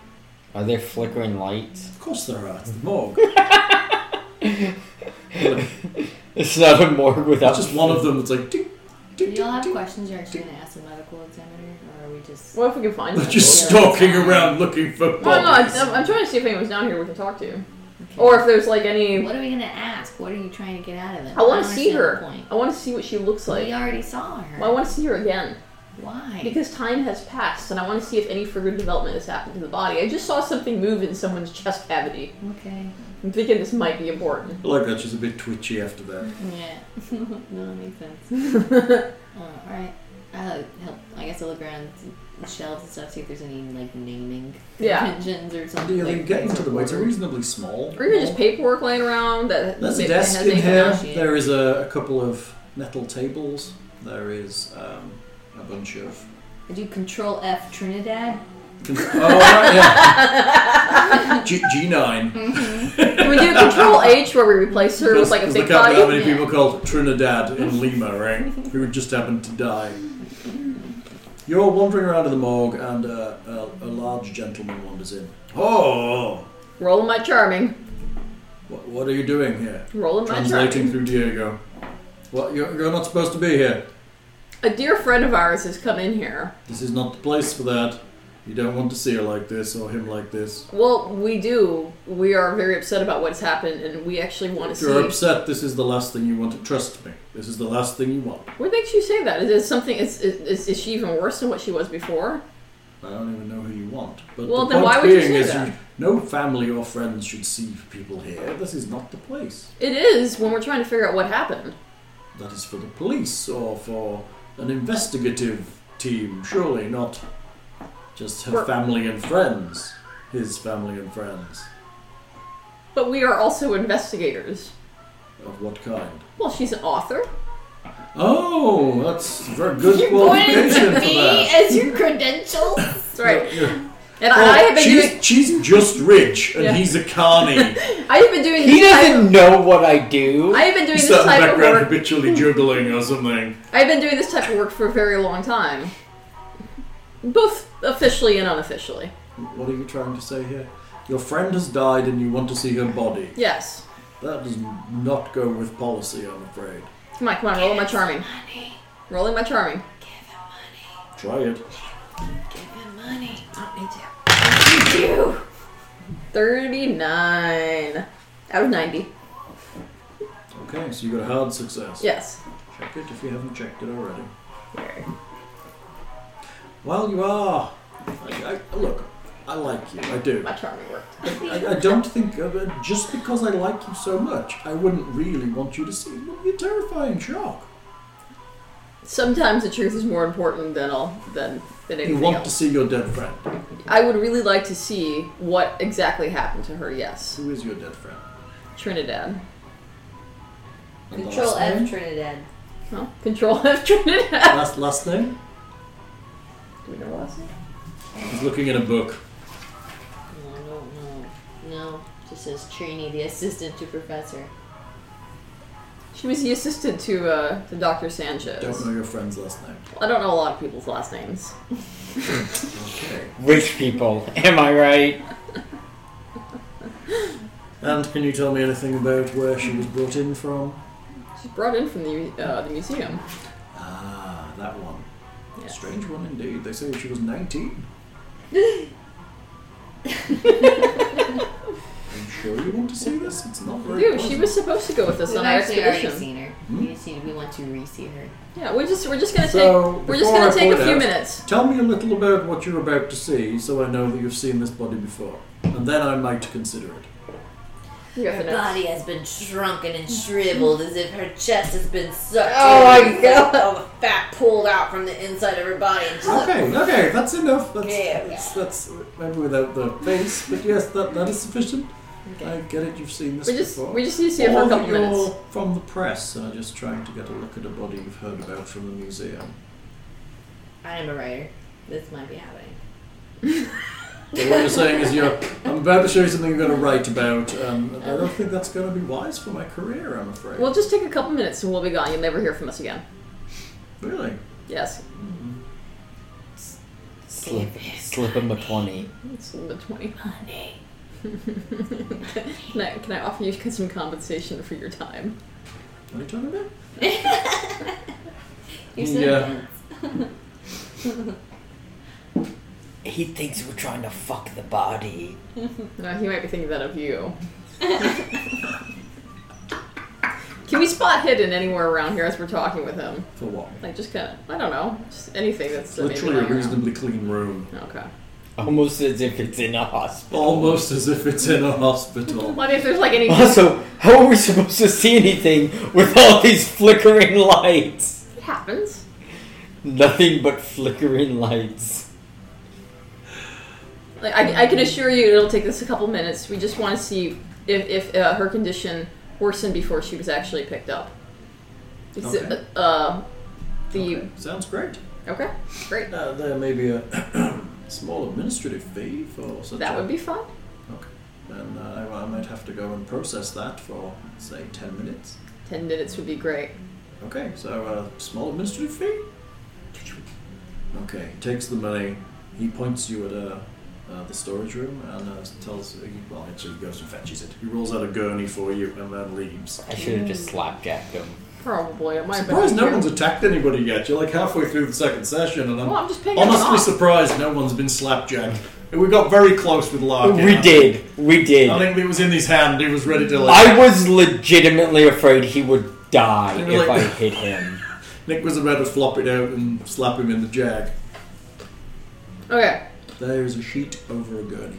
[SPEAKER 4] Are there flickering lights?
[SPEAKER 2] Of course there are. It's the morgue.
[SPEAKER 4] It's not a morgue without.
[SPEAKER 2] That's just one of them that's like. Ding, ding,
[SPEAKER 6] You'll have
[SPEAKER 2] ding.
[SPEAKER 6] questions you're actually going to ask the medical examiner, or are we just.
[SPEAKER 3] Well, if we can find
[SPEAKER 2] They're
[SPEAKER 3] them.
[SPEAKER 2] just stalking around looking for bodies.
[SPEAKER 3] No, no, I'm, I'm- I'm trying to see if anyone's down here we can talk to. Or if there's like any.
[SPEAKER 6] What are we going to ask? What are you trying to get out of it?
[SPEAKER 3] I want to
[SPEAKER 6] don't
[SPEAKER 3] see
[SPEAKER 6] understand the
[SPEAKER 3] her.
[SPEAKER 6] point.
[SPEAKER 3] I want to see what she looks
[SPEAKER 6] We
[SPEAKER 3] like.
[SPEAKER 6] already saw her.
[SPEAKER 3] Well, I want to see her again.
[SPEAKER 6] Why?
[SPEAKER 3] Because time has passed, and I want to see if any further development has happened to the body. I just saw something move in someone's chest cavity.
[SPEAKER 6] okay.
[SPEAKER 3] I'm thinking this might be important.
[SPEAKER 2] I like that she's a bit twitchy after that.
[SPEAKER 6] Yeah. no, that makes sense. uh, Alright. I'll help. I guess I'll look around the shelves and stuff, see if there's any, like, naming
[SPEAKER 3] Yeah.
[SPEAKER 6] conventions or something.
[SPEAKER 2] Yeah, they're
[SPEAKER 6] like,
[SPEAKER 2] getting to the weights are
[SPEAKER 6] ordered.
[SPEAKER 2] reasonably small.
[SPEAKER 3] Or even just paperwork laying around that
[SPEAKER 2] There's a
[SPEAKER 3] that
[SPEAKER 2] desk
[SPEAKER 3] has
[SPEAKER 2] in
[SPEAKER 3] anything
[SPEAKER 2] here.
[SPEAKER 3] else.
[SPEAKER 6] else, yeah.
[SPEAKER 2] There is a, a couple of metal tables. There is um, a bunch of.
[SPEAKER 6] I do Control F Trinidad.
[SPEAKER 2] Oh, right, yeah. G- G9.
[SPEAKER 3] Can we do Control H where we replace her with like a
[SPEAKER 2] Because they
[SPEAKER 3] big
[SPEAKER 2] can't be that
[SPEAKER 3] body?
[SPEAKER 2] many people called Trinidad in Lima, right? Who just happened to die. You're wandering around in the morgue, and uh, a, a large gentleman wanders in. Oh,
[SPEAKER 3] Rolling my charming.
[SPEAKER 2] what, what are you doing here?
[SPEAKER 3] Rolling my charming.
[SPEAKER 2] Translating through Diego. What? You're, you're not supposed to be here.
[SPEAKER 3] A dear friend of ours has come in here.
[SPEAKER 2] This is not the place for that. You don't want to see her like this or him like this.
[SPEAKER 3] Well, we do. We are very upset about what's happened, and we actually want to
[SPEAKER 2] If
[SPEAKER 3] see.
[SPEAKER 2] you're upset, this is the last thing you want. Trust me, this is the last thing you want.
[SPEAKER 3] What makes you say that? Is it something? Is, is, is she even worse than what she was before?
[SPEAKER 2] I don't even know who you want. But
[SPEAKER 3] Well,
[SPEAKER 2] the
[SPEAKER 3] then
[SPEAKER 2] point
[SPEAKER 3] why would
[SPEAKER 2] being
[SPEAKER 3] you say
[SPEAKER 2] is
[SPEAKER 3] that?
[SPEAKER 2] no family or friends should see people here. This is not the place.
[SPEAKER 3] It is when we're trying to figure out what happened.
[SPEAKER 2] That is for the police or for an investigative team, surely not just her
[SPEAKER 3] We're-
[SPEAKER 2] family and friends. His family and friends.
[SPEAKER 3] But we are also investigators.
[SPEAKER 2] Of what kind?
[SPEAKER 3] Well, she's an author.
[SPEAKER 2] Oh, that's a very good
[SPEAKER 6] You're pointing
[SPEAKER 2] qualification
[SPEAKER 6] to
[SPEAKER 2] for
[SPEAKER 6] me
[SPEAKER 2] that.
[SPEAKER 6] as your credentials?
[SPEAKER 3] That's right.
[SPEAKER 2] Yeah.
[SPEAKER 3] And I, I have been
[SPEAKER 2] she's,
[SPEAKER 3] doing.
[SPEAKER 2] she's just rich and
[SPEAKER 3] Yeah.
[SPEAKER 2] he's a carny.
[SPEAKER 3] I have been doing.
[SPEAKER 4] He
[SPEAKER 3] this type
[SPEAKER 4] doesn't know what I do.
[SPEAKER 3] of- I have been doing
[SPEAKER 7] He's
[SPEAKER 3] this
[SPEAKER 7] sat in the
[SPEAKER 3] type of
[SPEAKER 7] background
[SPEAKER 3] work.
[SPEAKER 7] habitually juggling or something.
[SPEAKER 3] I've been doing this type of work for a very long time, both officially and unofficially.
[SPEAKER 2] what are you trying to say here? Your friend has died and you want to see her body.
[SPEAKER 3] Yes.
[SPEAKER 2] That does not go with policy, I'm afraid.
[SPEAKER 3] Come on, come on, rolling my charming. Rolling my charming.
[SPEAKER 2] Try it.
[SPEAKER 3] Don't need to. Thirty-nine out of ninety.
[SPEAKER 2] Okay, so you got a hard success.
[SPEAKER 3] Yes.
[SPEAKER 2] Check it if you haven't checked it already. Well, you are. I, I, look, I like you. I do.
[SPEAKER 3] My charming worked.
[SPEAKER 2] I, I don't think of it just because I like you so much. I wouldn't really want you to see. It would be a terrifying shock.
[SPEAKER 3] Sometimes the truth is more important than all than than
[SPEAKER 2] You
[SPEAKER 3] anything
[SPEAKER 2] want to
[SPEAKER 3] else.
[SPEAKER 2] see your dead friend.
[SPEAKER 3] I would really like to see what exactly happened to her. Yes,
[SPEAKER 2] Who is your dead friend?
[SPEAKER 3] Trinidad.
[SPEAKER 2] And
[SPEAKER 6] Control
[SPEAKER 2] last
[SPEAKER 6] F
[SPEAKER 2] name?
[SPEAKER 6] Trinidad.
[SPEAKER 3] Huh? Control F Trinidad.
[SPEAKER 2] Last last name?
[SPEAKER 3] Do we know her last name?
[SPEAKER 2] He's looking at a book.
[SPEAKER 6] No, I don't know. No, it just says Trini, the assistant to Professor.
[SPEAKER 3] She was the assistant to uh, to Dr. Sanchez.
[SPEAKER 2] Don't know your friend's last name.
[SPEAKER 3] I don't know a lot of people's last names.
[SPEAKER 2] Okay.
[SPEAKER 4] Rich people, am I right?
[SPEAKER 2] And can you tell me anything about where she was brought in from?
[SPEAKER 3] She's brought in from the uh, the museum.
[SPEAKER 2] Ah, that one.
[SPEAKER 3] Yes.
[SPEAKER 2] Strange one indeed. They say she was 19. I'm sure you want to see this. It's not very.
[SPEAKER 3] Dude, she
[SPEAKER 2] pleasant.
[SPEAKER 3] was supposed to go with us
[SPEAKER 6] We've
[SPEAKER 3] on our
[SPEAKER 6] actually already
[SPEAKER 3] expedition.
[SPEAKER 6] seen her.
[SPEAKER 2] Hmm?
[SPEAKER 6] We've seen We want to re-see her.
[SPEAKER 3] Yeah, we're just we're just gonna
[SPEAKER 2] So,
[SPEAKER 3] take we're just
[SPEAKER 2] before
[SPEAKER 3] gonna
[SPEAKER 2] I
[SPEAKER 3] take a
[SPEAKER 2] point
[SPEAKER 3] few
[SPEAKER 2] out-
[SPEAKER 3] minutes.
[SPEAKER 2] Tell me a little about what you're about to see, so I know that you've seen this body before, and then I might consider it.
[SPEAKER 3] You got
[SPEAKER 6] Her
[SPEAKER 3] the notes.
[SPEAKER 6] body has been shrunken and shriveled as if her chest has been sucked.
[SPEAKER 4] Oh
[SPEAKER 6] in.
[SPEAKER 4] my God.
[SPEAKER 6] All the fat pulled out from the inside of her body. And just
[SPEAKER 2] Okay, okay, that's enough. That's,
[SPEAKER 6] Yeah.
[SPEAKER 2] that's, that's maybe without the face, but yes, that, that is sufficient.
[SPEAKER 6] Okay.
[SPEAKER 2] I get it. You've seen this
[SPEAKER 3] We just
[SPEAKER 2] before.
[SPEAKER 3] we just need to see it for
[SPEAKER 2] All
[SPEAKER 3] a couple
[SPEAKER 2] you're
[SPEAKER 3] minutes.
[SPEAKER 2] from the press and are just trying to get a look at a body you've heard about from the museum.
[SPEAKER 6] I am a writer. This might be happening.
[SPEAKER 2] So what you're saying is you're, I'm about to show you something you're going to write about. Um, I don't think that's going to be wise for my career, I'm afraid.
[SPEAKER 3] We'll just take a couple minutes and we'll be gone. You'll never hear from us again.
[SPEAKER 2] Really? Mm-hmm.
[SPEAKER 3] Yes.
[SPEAKER 4] Slip, slip him a 20.
[SPEAKER 3] It's the twenty. can I can I offer you some compensation for your time?
[SPEAKER 2] What are you talking about?
[SPEAKER 6] You're
[SPEAKER 2] Yeah.
[SPEAKER 4] He thinks we're trying to fuck the body.
[SPEAKER 3] No, Uh, he might be thinking that of you. Can we spot hidden anywhere around here as we're talking with him?
[SPEAKER 2] For what?
[SPEAKER 3] Like just kind of, I don't know, just anything that's uh, maybe
[SPEAKER 2] Literally a
[SPEAKER 3] lying around.
[SPEAKER 2] reasonably clean room.
[SPEAKER 3] Okay.
[SPEAKER 4] Almost as if it's in a hospital.
[SPEAKER 2] Almost as if it's in a hospital.
[SPEAKER 3] Well, I mean, if there's like any,
[SPEAKER 4] Also, how are we supposed to see anything with all these flickering lights?
[SPEAKER 3] it happens.
[SPEAKER 4] Nothing but flickering lights.
[SPEAKER 3] Like I, I can assure you, it'll take us a couple minutes. We just want to see if, if uh, her condition worsened before she was actually picked up. Is it,
[SPEAKER 2] Okay.
[SPEAKER 3] uh, the okay.
[SPEAKER 2] Okay, Sounds great.
[SPEAKER 3] great.
[SPEAKER 2] Uh, there may be a small administrative fee for such
[SPEAKER 3] That
[SPEAKER 2] a
[SPEAKER 3] would be fun.
[SPEAKER 2] Okay. Then uh, I, I might have to go and process that for, say, 10 minutes.
[SPEAKER 3] Ten minutes would be great.
[SPEAKER 2] Okay, so uh, small administrative fee? Okay, takes the money. He points you at uh, uh, the storage room and uh, tells you, well, actually, he goes and fetches it. He rolls out a gurney for you and then leaves.
[SPEAKER 4] I should have just slapjacked him.
[SPEAKER 3] Probably. It might have been
[SPEAKER 2] Surprised no
[SPEAKER 3] easier.
[SPEAKER 2] one's attacked anybody yet. You're like halfway through the second session, and I'm
[SPEAKER 3] Well, I'm just picking them
[SPEAKER 2] honestly
[SPEAKER 3] off.
[SPEAKER 2] surprised no one's been slapjacked. We got very close with Larkin.
[SPEAKER 4] We did. We did.
[SPEAKER 2] I think it was in his hand. He was ready to like.
[SPEAKER 4] I was legitimately afraid he would die
[SPEAKER 2] You're
[SPEAKER 4] if
[SPEAKER 2] like-
[SPEAKER 4] I hit him.
[SPEAKER 2] Nick was about to flop it out and slap him in the jag.
[SPEAKER 3] Okay.
[SPEAKER 2] There's a sheet over a gurney.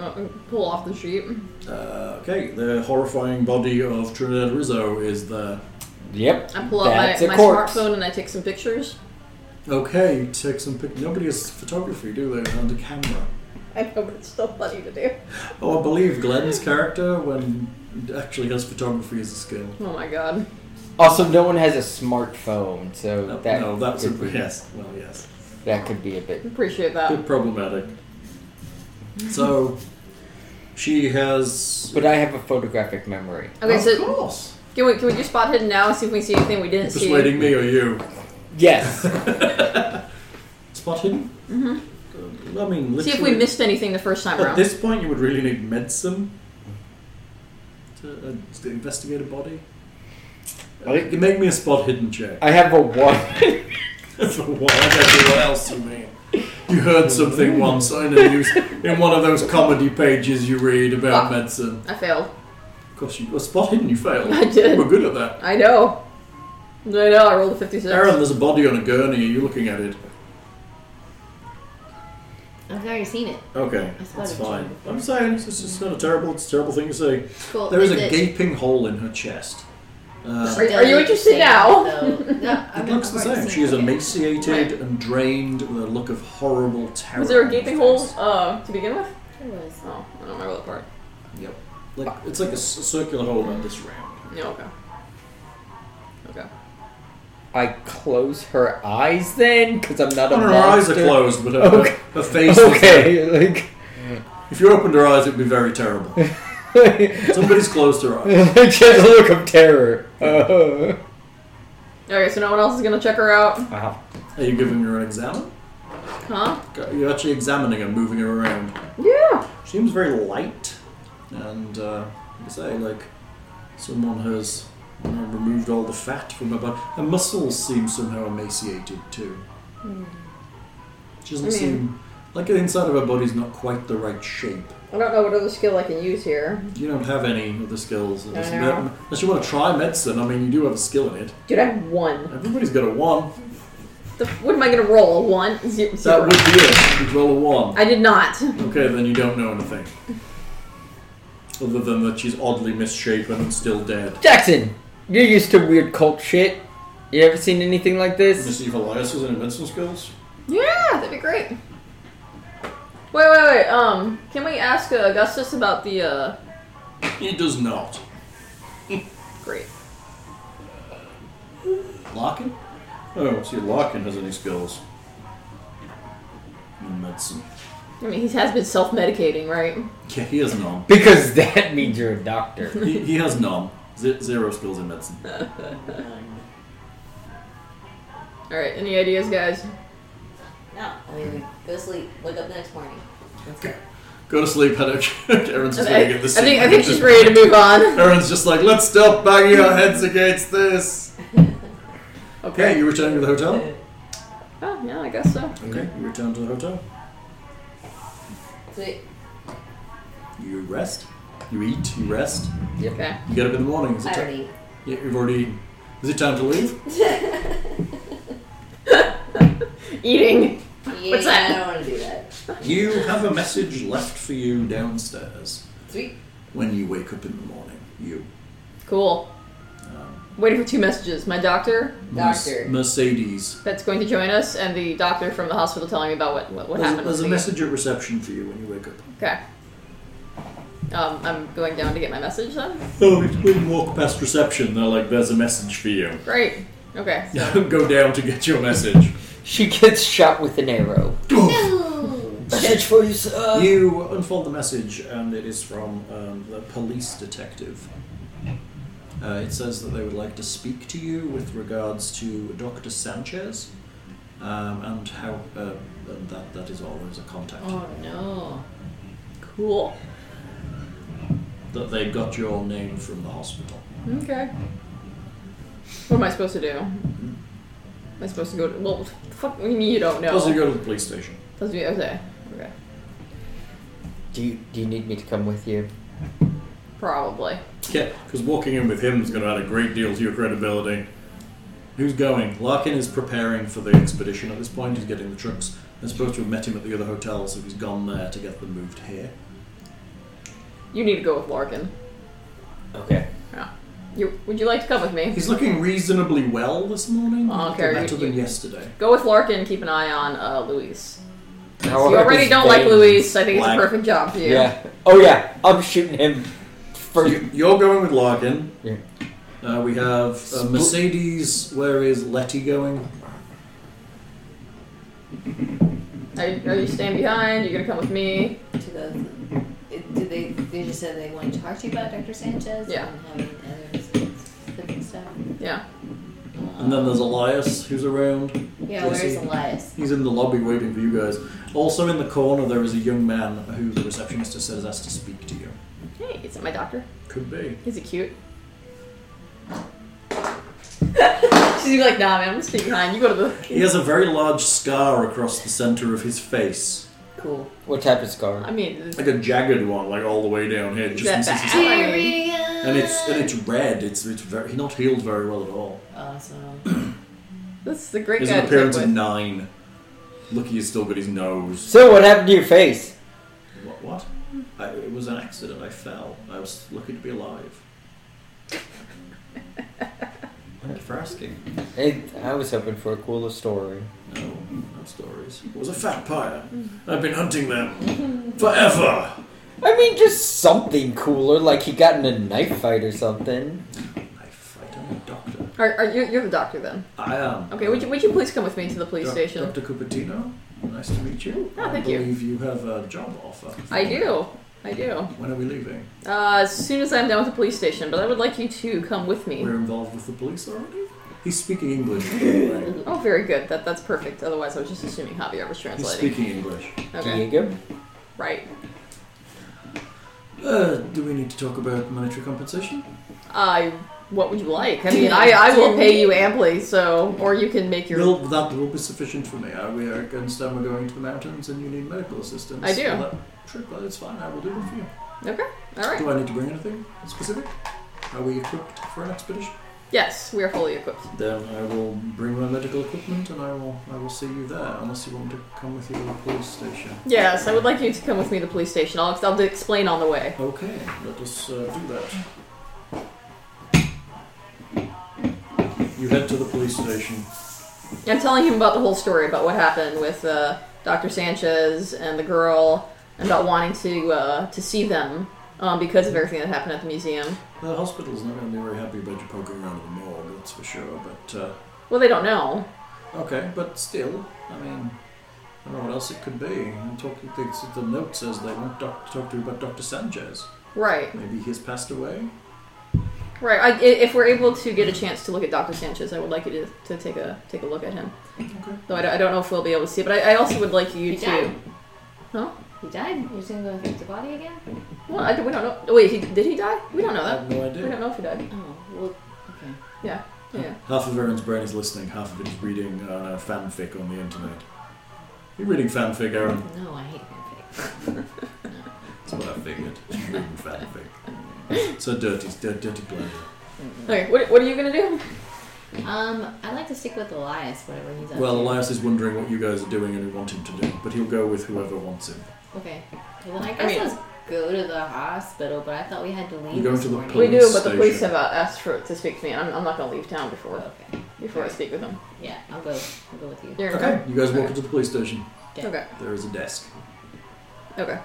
[SPEAKER 3] Uh, Pull off the sheet.
[SPEAKER 2] Uh, okay, the horrifying body of Trinidad Rizzo is there.
[SPEAKER 4] Yep.
[SPEAKER 3] I pull
[SPEAKER 4] That's
[SPEAKER 3] out
[SPEAKER 4] a
[SPEAKER 3] my, my
[SPEAKER 4] corpse.
[SPEAKER 3] smartphone and I take some pictures.
[SPEAKER 2] Okay, take some pic. Nobody has photography, do they? Under camera.
[SPEAKER 3] I know, but it's still funny to do.
[SPEAKER 2] Oh, I believe Glenn's character when actually has photography as a skill.
[SPEAKER 3] Oh my god.
[SPEAKER 4] Also, no one has a smartphone, so
[SPEAKER 2] No,
[SPEAKER 4] that
[SPEAKER 2] no, that's a,
[SPEAKER 4] could be,
[SPEAKER 2] yes. Well, yes.
[SPEAKER 4] that could be a bit.
[SPEAKER 3] Appreciate
[SPEAKER 2] bit
[SPEAKER 3] that.
[SPEAKER 2] problematic. So she has.
[SPEAKER 4] But I have a photographic memory.
[SPEAKER 3] Okay,
[SPEAKER 2] of
[SPEAKER 3] so
[SPEAKER 2] course.
[SPEAKER 3] can we can we do spot hidden now and see if we see anything we didn't see?
[SPEAKER 2] Persuading me or you?
[SPEAKER 4] Yes.
[SPEAKER 2] Spot hidden. Mm-hmm. I mean, literally.
[SPEAKER 3] See if we missed anything the first time
[SPEAKER 2] At
[SPEAKER 3] around.
[SPEAKER 2] this point, you would really need medicine to, uh, to investigate a body. Uh,
[SPEAKER 4] I think-
[SPEAKER 2] you make me a spot hidden check.
[SPEAKER 4] I have a one.
[SPEAKER 2] For what? I don't know what else you mean. You heard something once in a news in one of those comedy pages you read about
[SPEAKER 3] Fuck.
[SPEAKER 2] medicine.
[SPEAKER 3] I failed.
[SPEAKER 2] Of course, you a spot hidden. You failed.
[SPEAKER 3] I did.
[SPEAKER 2] We're good at that.
[SPEAKER 3] I know. I know. I rolled a fifty-six.
[SPEAKER 2] Aaron, there's a body on a gurney. Are you looking at it?
[SPEAKER 5] I've already seen it.
[SPEAKER 2] Okay,
[SPEAKER 5] I spotted
[SPEAKER 2] that's
[SPEAKER 5] it.
[SPEAKER 2] fine. I'm saying it's, it's not a terrible, it's a terrible thing to say.
[SPEAKER 5] Cool.
[SPEAKER 2] There is a
[SPEAKER 5] it-
[SPEAKER 2] gaping hole in her chest. Uh,
[SPEAKER 3] Are- are you interested
[SPEAKER 5] Same,
[SPEAKER 3] now?
[SPEAKER 5] though. no,
[SPEAKER 2] It
[SPEAKER 5] I'm
[SPEAKER 2] looks the
[SPEAKER 5] not- I've already
[SPEAKER 2] same.
[SPEAKER 5] seen
[SPEAKER 2] She is
[SPEAKER 5] it.
[SPEAKER 2] emaciated and drained with a look of horrible terror.
[SPEAKER 3] Was there a
[SPEAKER 2] on her
[SPEAKER 3] gaping hole
[SPEAKER 2] face.
[SPEAKER 3] uh, to begin with?
[SPEAKER 5] It was.
[SPEAKER 3] Oh, I don't remember that part.
[SPEAKER 2] Yep. Like it's like a s- circular hole on this round.
[SPEAKER 3] No, okay. Okay.
[SPEAKER 4] I close her eyes then, because I'm not a
[SPEAKER 2] her eyes
[SPEAKER 4] monster.
[SPEAKER 2] are closed, but her,
[SPEAKER 4] Okay.
[SPEAKER 2] her face. is-
[SPEAKER 4] Okay, like,
[SPEAKER 2] if you opened her eyes, it'd be very terrible. Somebody's closed her eyes.
[SPEAKER 4] she has a look of terror. Uh,
[SPEAKER 3] Okay, so no one else is gonna check her out,
[SPEAKER 4] wow.
[SPEAKER 2] Are you giving her an exam?
[SPEAKER 3] huh?
[SPEAKER 2] You're actually examining her, moving her around.
[SPEAKER 3] Yeah.
[SPEAKER 2] seems very light, and uh, like I say, like someone has you know, removed all the fat from her body. Her muscles seem somehow emaciated too. She
[SPEAKER 3] Hmm.
[SPEAKER 2] doesn't
[SPEAKER 3] I mean-
[SPEAKER 2] seem like the inside of her body's not quite the right shape.
[SPEAKER 3] I don't know what other skill I can use here.
[SPEAKER 2] You don't have any of the skills. Unless,
[SPEAKER 3] I know.
[SPEAKER 2] unless you want to try medicine, I mean, you do have a skill in it.
[SPEAKER 3] Dude, I have one.
[SPEAKER 2] Everybody's got a one.
[SPEAKER 3] The, what am I gonna roll? A one? Ze-
[SPEAKER 2] That
[SPEAKER 3] Zero.
[SPEAKER 2] would be it. You'd roll a one.
[SPEAKER 3] I did not.
[SPEAKER 2] Okay, then you don't know anything. Other than that she's oddly misshapen and still dead.
[SPEAKER 4] Jackson, you're used to weird cult shit. You ever seen anything like
[SPEAKER 2] Let me
[SPEAKER 4] this?
[SPEAKER 2] see if Elias has any medicine skills.
[SPEAKER 3] Yeah, that'd be great. Wait, wait, wait. Um, can we ask uh, Augustus about the uh?
[SPEAKER 2] He does not.
[SPEAKER 3] Great.
[SPEAKER 2] Larkin? Oh, see, Larkin has any skills. In medicine.
[SPEAKER 3] I mean, he has been self-medicating, right?
[SPEAKER 2] Yeah, he has none.
[SPEAKER 4] Because that means you're a doctor.
[SPEAKER 2] he, he has none. Ze- zero skills in medicine.
[SPEAKER 3] All right. Any ideas, guys?
[SPEAKER 6] No, I mean, go to sleep. Wake up the next morning. Let's go.
[SPEAKER 2] Go to sleep, Hedda. Erin's just
[SPEAKER 3] I,
[SPEAKER 2] ready to get this
[SPEAKER 3] I think I think
[SPEAKER 2] secret.
[SPEAKER 3] she's ready to move on.
[SPEAKER 2] Erin's just like, let's stop banging our heads against this. Okay, you return to the hotel?
[SPEAKER 3] Oh yeah, I guess so.
[SPEAKER 2] Okay, you return to the hotel.
[SPEAKER 6] Sweet.
[SPEAKER 2] You rest. You eat, you rest.
[SPEAKER 3] Okay.
[SPEAKER 2] You get up in the morning. Is it
[SPEAKER 6] I
[SPEAKER 2] time?
[SPEAKER 6] don't eat.
[SPEAKER 2] Yeah, you've already eaten. Is it time to leave?
[SPEAKER 3] Eating.
[SPEAKER 6] Yeah,
[SPEAKER 3] What's that?
[SPEAKER 6] I don't want to do that.
[SPEAKER 2] You have a message left for you downstairs
[SPEAKER 6] Sweet.
[SPEAKER 2] when you wake up in the morning. You.
[SPEAKER 3] Cool.
[SPEAKER 2] Um,
[SPEAKER 3] Waiting for two messages. My doctor,
[SPEAKER 2] Merc-
[SPEAKER 6] Doctor.
[SPEAKER 2] Mercedes.
[SPEAKER 3] that's going to join us, and the doctor from the hospital telling me about what what, what
[SPEAKER 2] there's
[SPEAKER 3] happened.
[SPEAKER 2] there's
[SPEAKER 3] with
[SPEAKER 2] a
[SPEAKER 3] me.
[SPEAKER 2] message at reception for you when you wake up.
[SPEAKER 3] Okay. Um, I'm going down to get my message then.
[SPEAKER 2] Oh, we can walk past reception. They're like, there's a message for you.
[SPEAKER 3] Great. Okay. so-
[SPEAKER 2] Go down to get your message.
[SPEAKER 4] She gets shot with an arrow. Message for you, sir.
[SPEAKER 2] You unfold the message, and it is from um, the police detective. Uh, it says that they would like to speak to you with regards to Dr. Sanchez, um, and how uh, and that that is all. There's a contact
[SPEAKER 3] Oh no. Cool.
[SPEAKER 2] that they got your name from the hospital.
[SPEAKER 3] Okay. What am I supposed to do? Am I supposed to go to. Well, fuck, we mean you don't know.
[SPEAKER 2] Plus, you go to the police station.
[SPEAKER 3] Supposed to be- okay. Okay.
[SPEAKER 4] Do you, do you need me to come with you?
[SPEAKER 3] Probably.
[SPEAKER 2] Yeah, because walking in with him is going to add a great deal to your credibility. Who's going? Larkin is preparing for the expedition at this point. He's getting the trucks. They're supposed to have met him at the other hotel, so he's gone there to get them moved here.
[SPEAKER 3] You need to go with Larkin.
[SPEAKER 4] Okay.
[SPEAKER 3] You, would you like to come with me?
[SPEAKER 2] He's looking reasonably well this morning.
[SPEAKER 3] Oh, okay, you-
[SPEAKER 2] A little better than
[SPEAKER 3] you-
[SPEAKER 2] yesterday.
[SPEAKER 3] Go with Larkin. Keep an eye on uh, Luis.
[SPEAKER 4] How
[SPEAKER 3] you
[SPEAKER 4] are
[SPEAKER 3] already
[SPEAKER 4] his
[SPEAKER 3] don't like
[SPEAKER 4] veins?
[SPEAKER 3] Luis. I think it's a
[SPEAKER 2] Black.
[SPEAKER 3] perfect job for you.
[SPEAKER 4] Yeah. Oh yeah, I'm shooting him
[SPEAKER 2] So
[SPEAKER 4] first.
[SPEAKER 2] you- You're going with Larkin.
[SPEAKER 4] Yeah.
[SPEAKER 2] Uh, we have uh,
[SPEAKER 4] Spl-
[SPEAKER 2] Mercedes. Where is Letty going?
[SPEAKER 3] Are, you- are you staying behind? You're gonna come with me?
[SPEAKER 6] To the, it, did they? They just said they wanted to talk to you about Dr. Sanchez.
[SPEAKER 3] Yeah.
[SPEAKER 6] And having other specific stuff.
[SPEAKER 3] Yeah.
[SPEAKER 2] And then there's Elias, who's around.
[SPEAKER 6] Yeah, where is
[SPEAKER 2] Jesse.
[SPEAKER 6] Elias?
[SPEAKER 2] He's in the lobby waiting for you guys. Also in the corner, there is a young man who the receptionist has said has asked to speak to you.
[SPEAKER 3] Hey, is it my doctor?
[SPEAKER 2] Could be.
[SPEAKER 3] Is he cute? She's like, nah, man. I'm just staying behind. You go to
[SPEAKER 2] He
[SPEAKER 3] the.
[SPEAKER 2] has a very large scar across the center of his face,
[SPEAKER 6] Cool.
[SPEAKER 4] What type of scar?
[SPEAKER 3] I mean,
[SPEAKER 2] like a jagged one, like all the way down here. Just
[SPEAKER 3] that
[SPEAKER 2] misses
[SPEAKER 3] bad?
[SPEAKER 2] his-
[SPEAKER 3] I mean,
[SPEAKER 2] and it's and it's red. It's it's very he's not healed very well at all.
[SPEAKER 6] Awesome.
[SPEAKER 3] this is the great
[SPEAKER 2] He has
[SPEAKER 3] guy
[SPEAKER 2] an
[SPEAKER 3] to play
[SPEAKER 2] appearance of
[SPEAKER 3] with.
[SPEAKER 2] nine. Lucky he's still got his nose.
[SPEAKER 4] So what happened to your face?
[SPEAKER 2] What? what? I, it was an accident. I fell. I was lucky to be alive. Thank you for asking.
[SPEAKER 4] Hey, I was hoping for a cooler story.
[SPEAKER 2] No, not stories. It was a vampire. I've been hunting them forever.
[SPEAKER 4] I mean, just something cooler, like he got in a knife fight or something.
[SPEAKER 2] I fight on a doctor.
[SPEAKER 3] Are, are you, you're the doctor then?
[SPEAKER 2] I am.
[SPEAKER 3] Okay, would you, would you please come with me to the police
[SPEAKER 2] Doc-
[SPEAKER 3] station?
[SPEAKER 2] Dr. Cupertino, nice to meet you.
[SPEAKER 3] Oh, thank
[SPEAKER 2] I
[SPEAKER 3] you.
[SPEAKER 2] believe you have a job offer.
[SPEAKER 3] I do. I do.
[SPEAKER 2] When are we leaving?
[SPEAKER 3] Uh, as soon as I'm done with the police station, but I would like you to come with me.
[SPEAKER 2] We're involved with the police already? He's speaking English. by the way.
[SPEAKER 3] Oh, very good. That that's perfect. Otherwise, I was just assuming Javier was
[SPEAKER 2] He's
[SPEAKER 3] translating.
[SPEAKER 2] speaking English.
[SPEAKER 3] Okay,
[SPEAKER 4] Diego?
[SPEAKER 3] right.
[SPEAKER 2] Uh, do we need to talk about monetary compensation?
[SPEAKER 3] I. what would you like? I mean, I, I will pay you amply. So, or you can make your.
[SPEAKER 2] Will, that will be sufficient for me. I, we are against them. We're going to the mountains, and you need medical assistance.
[SPEAKER 3] I do.
[SPEAKER 2] Well, that- Sure, well, it's fine. I will do it for you.
[SPEAKER 3] Okay. All right.
[SPEAKER 2] Do I need to bring anything specific? Are we equipped for an expedition?
[SPEAKER 3] Yes, we are fully equipped.
[SPEAKER 2] Then I will bring my medical equipment, and I will I will see you there. Unless you want me to come with you to the police station.
[SPEAKER 3] Yes, I would like you to come with me to the police station. I'll I'll explain on the way.
[SPEAKER 2] Okay, let us uh, do that. You head to the police station.
[SPEAKER 3] I'm telling him about the whole story about what happened with uh, Dr. Sanchez and the girl, and about wanting to uh, to see them um, because of everything that happened at the museum.
[SPEAKER 2] The hospital's not going to be very happy about you poking around at the morgue, that's for sure. But uh,
[SPEAKER 3] Well, they don't know.
[SPEAKER 2] Okay, but still, I mean, I don't know what else it could be. I'm talking, the, the note says they want doc, to talk to you about Dr. Sanchez.
[SPEAKER 3] Right,
[SPEAKER 2] Maybe he has passed away?
[SPEAKER 3] right. I, i- if we're able to get a chance to look at Dr. Sanchez, I would like you to, to take a take a look at him.
[SPEAKER 2] Okay.
[SPEAKER 3] Though I don't, I don't know if we'll be able to see, it, but I, I also would like you
[SPEAKER 5] He
[SPEAKER 3] to.
[SPEAKER 5] died.
[SPEAKER 3] Huh?
[SPEAKER 5] He died. You're just gonna go and fix the body again?
[SPEAKER 3] Well, I, we don't know. oh, Wait, he, did he die? We don't know
[SPEAKER 5] Uh,
[SPEAKER 2] I
[SPEAKER 3] that.
[SPEAKER 2] have no
[SPEAKER 3] We don't
[SPEAKER 2] idea.
[SPEAKER 3] know if he died.
[SPEAKER 5] Oh, well, okay.
[SPEAKER 3] Yeah, yeah.
[SPEAKER 2] Half of Aaron's brain is listening, half of it is reading uh, fanfic on the internet. You're reading fanfic, Aaron.
[SPEAKER 5] No, I hate fanfic.
[SPEAKER 2] That's what I figured. She's reading fanfic. So dirty, dirty, dirty pleasure.
[SPEAKER 3] Okay, what, what are you gonna do?
[SPEAKER 5] Um, I like to stick with Elias, whatever he's up
[SPEAKER 2] Well,
[SPEAKER 5] to.
[SPEAKER 2] Elias is wondering what you guys are doing and we want him to do, but he'll go with whoever wants him.
[SPEAKER 5] Okay. Well, I guess
[SPEAKER 3] mean-
[SPEAKER 5] let's go to the hospital, but I thought we had to leave.
[SPEAKER 2] You're going
[SPEAKER 5] this
[SPEAKER 2] to the
[SPEAKER 5] morning.
[SPEAKER 3] We
[SPEAKER 2] police.
[SPEAKER 3] do, but the police
[SPEAKER 2] station.
[SPEAKER 3] have uh, asked for to speak to me, and I'm, I'm not gonna leave town before
[SPEAKER 5] Okay.
[SPEAKER 3] before I speak with them.
[SPEAKER 5] Yeah, I'll go. I'll go with you.
[SPEAKER 3] You're
[SPEAKER 2] Okay, you guys walk into the police station.
[SPEAKER 5] Yeah.
[SPEAKER 3] Okay.
[SPEAKER 2] There is a desk.
[SPEAKER 3] Okay.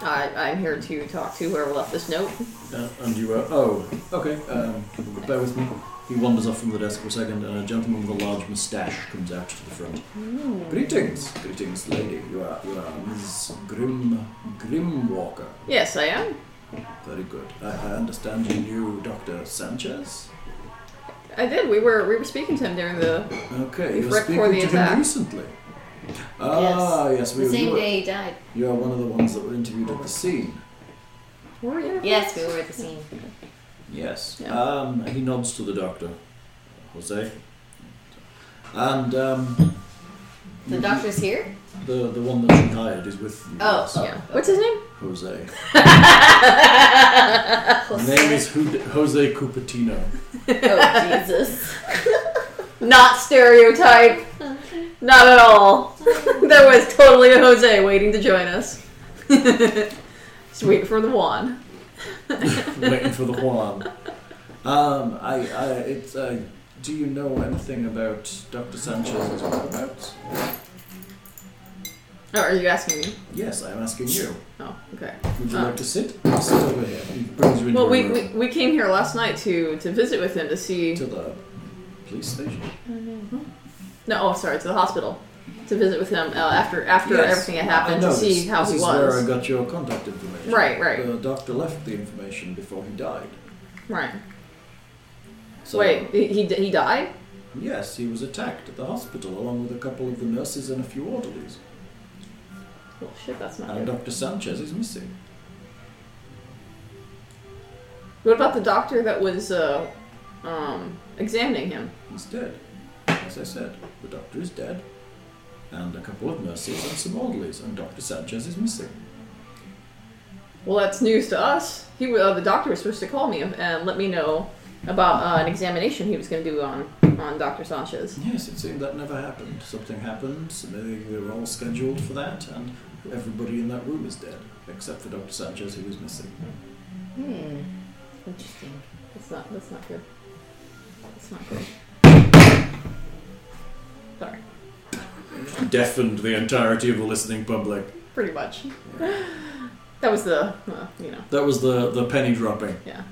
[SPEAKER 3] I, I'm here to talk to whoever left this note.
[SPEAKER 2] Uh, and you were, oh, okay, um, bear with me. He wanders off from the desk for a second, and a gentleman with a large moustache comes out to the front. Greetings, greetings, lady. You are, you are Miss Grim, Grim Walker.
[SPEAKER 3] Yes, I am.
[SPEAKER 2] Very good. I, I understand you knew Dr. Sanchez?
[SPEAKER 3] I did. We were we were speaking to him during the
[SPEAKER 2] Okay,
[SPEAKER 3] We've
[SPEAKER 2] you were
[SPEAKER 3] read for
[SPEAKER 2] speaking
[SPEAKER 3] the
[SPEAKER 2] to
[SPEAKER 3] attack.
[SPEAKER 2] him recently. Ah, yes, we
[SPEAKER 5] The
[SPEAKER 2] were.
[SPEAKER 5] same
[SPEAKER 2] you, are,
[SPEAKER 5] day he died.
[SPEAKER 2] you are one of the ones that were interviewed at the scene.
[SPEAKER 3] were you?
[SPEAKER 5] Yes, we were at the scene.
[SPEAKER 2] Yes.
[SPEAKER 3] Yeah.
[SPEAKER 2] Um, he nods to the doctor, Jose. And um,
[SPEAKER 6] The doctor's here?
[SPEAKER 2] the the one that she hired is with you.
[SPEAKER 6] Oh,
[SPEAKER 2] yes,
[SPEAKER 6] oh.
[SPEAKER 3] Yeah. What's his name?
[SPEAKER 2] Jose. His
[SPEAKER 6] Jose?
[SPEAKER 2] name is Hu- Jose Cupertino.
[SPEAKER 6] Oh, Jesus.
[SPEAKER 3] Not stereotype. Not at all. there was totally a Jose waiting to join us. Just waiting for the wand.
[SPEAKER 2] waiting for the Juan. Um, I, I, it's, uh, do you know anything about Dr. Sanchez's whereabouts?
[SPEAKER 3] Oh, are you asking me?
[SPEAKER 2] Yes, I'm asking you.
[SPEAKER 3] Oh, okay.
[SPEAKER 2] Would you
[SPEAKER 3] Uh.
[SPEAKER 2] like to sit? Sit over here. He brings you into
[SPEAKER 3] Well,
[SPEAKER 2] a
[SPEAKER 3] we,
[SPEAKER 2] room.
[SPEAKER 3] we, we came here last night to, to visit with him to see.
[SPEAKER 2] to the police station.
[SPEAKER 3] No, oh, sorry, to the hospital to visit with him uh, after after
[SPEAKER 2] Yes,
[SPEAKER 3] everything had happened
[SPEAKER 2] I
[SPEAKER 3] to
[SPEAKER 2] know
[SPEAKER 3] see
[SPEAKER 2] this.
[SPEAKER 3] how
[SPEAKER 2] this
[SPEAKER 3] he
[SPEAKER 2] is Where I
[SPEAKER 3] was.
[SPEAKER 2] got your contact information.
[SPEAKER 3] Right, right.
[SPEAKER 2] The doctor left the information before he died.
[SPEAKER 3] Right.
[SPEAKER 2] So,
[SPEAKER 3] Wait, he, he he died?
[SPEAKER 2] Yes, he was attacked at the hospital along with a couple of the nurses and a few orderlies.
[SPEAKER 3] Well, shit, that's not
[SPEAKER 2] And
[SPEAKER 3] good.
[SPEAKER 2] Dr. Sanchez is missing.
[SPEAKER 3] What about the doctor that was uh, um, examining him?
[SPEAKER 2] He's dead. As I said, the doctor is dead. And a couple of nurses and some orderlies, and Dr. Sanchez is missing.
[SPEAKER 3] Well, that's news to us. He wa- uh, the doctor was supposed to call me and let me know about uh, an examination he was going to do on on Doctor Sanchez.
[SPEAKER 2] Yes, it seemed that never happened. Something happened, so maybe they were all scheduled for that, and everybody in that room is dead, except for Dr. Sanchez, who is missing.
[SPEAKER 6] Hmm. Interesting.
[SPEAKER 3] That's not that's not good. That's not good. Sorry,
[SPEAKER 2] Deafened the entirety of the listening public.
[SPEAKER 3] pretty much. That was the uh, you know
[SPEAKER 2] That was the, the penny dropping.
[SPEAKER 3] yeah.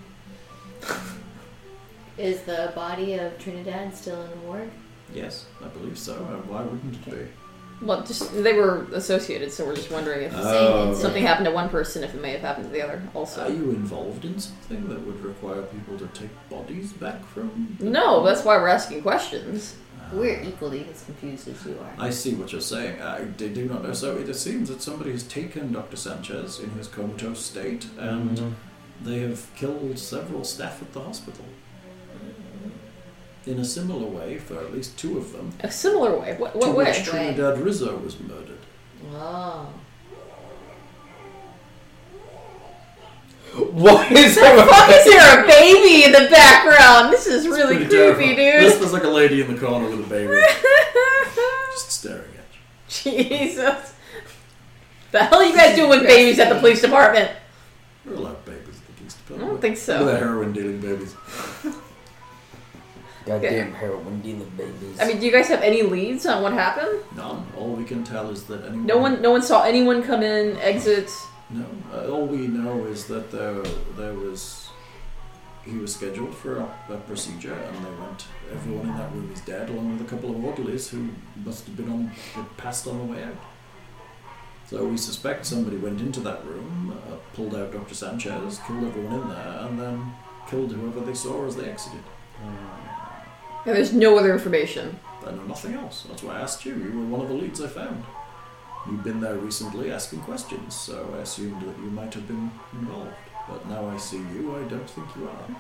[SPEAKER 6] Is the body of Trinidad still in the morgue?
[SPEAKER 2] Yes, I believe so. and Why wouldn't it be?
[SPEAKER 3] Well, just they were associated, so we're just wondering if
[SPEAKER 2] Oh.
[SPEAKER 3] something happened to one person, if it may have happened to the other. Also,
[SPEAKER 2] Are you involved in something that would require people to take bodies back from? Uh,
[SPEAKER 3] no, that's why we're asking questions.
[SPEAKER 6] We're equally as confused as you are.
[SPEAKER 2] I see what you're saying. I d- do not know. So it seems that somebody has taken Dr. Sanchez in his comatose state and they have killed several staff at the hospital. In a similar way, for at least two of them,
[SPEAKER 3] A similar way. What,
[SPEAKER 2] to
[SPEAKER 3] what way?
[SPEAKER 2] which Trinidad Rizzo was murdered.
[SPEAKER 6] Oh.
[SPEAKER 4] Why is there
[SPEAKER 3] Fuck, is there a baby in the background? This is really
[SPEAKER 2] Pretty
[SPEAKER 3] creepy,
[SPEAKER 2] terrifying. This
[SPEAKER 3] dude.
[SPEAKER 2] was like a lady in the corner with a baby just staring at you.
[SPEAKER 3] Jesus. The hell are you guys doing with babies at the police department?
[SPEAKER 2] We're allowed babies at the police
[SPEAKER 3] I
[SPEAKER 2] department.
[SPEAKER 3] don't think
[SPEAKER 2] Look at
[SPEAKER 3] so.
[SPEAKER 2] that heroin dealing babies.
[SPEAKER 4] Goddamn heroin dealer babies.
[SPEAKER 3] I mean, do you guys have any leads on what happened?
[SPEAKER 2] None. All we can tell is that anyone.
[SPEAKER 3] No one, no one saw anyone come in, exit.
[SPEAKER 2] No. Uh, all we know is that there, there was. He was scheduled for a, a procedure, and they went. Everyone in that room is dead, along with a couple of orderlies who must have been on, had passed on the way out. So we suspect somebody went into that room, uh, pulled out Dr. Sanchez, killed everyone in there, and then killed whoever they saw as they exited.
[SPEAKER 4] Hmm.
[SPEAKER 3] And there's no other information.
[SPEAKER 2] I know nothing else. That's why I asked you. You were one of the leads I found. You've been there recently asking questions, so I assumed that you might have been involved. But now I see you, I don't think you are.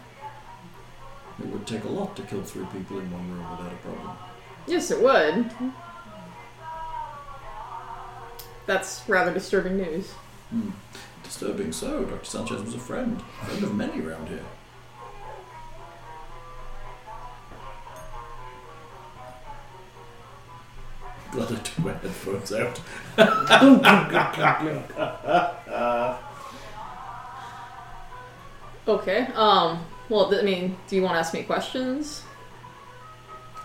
[SPEAKER 2] It would take a lot to kill three people in one room without a problem.
[SPEAKER 3] Yes, it would. That's rather disturbing news.
[SPEAKER 2] Disturbing so, Dr. Sanchez was a friend. A friend of many round here. Glad I took my headphones out.
[SPEAKER 3] Okay. Um. Well, th- I mean, do you want to ask me questions?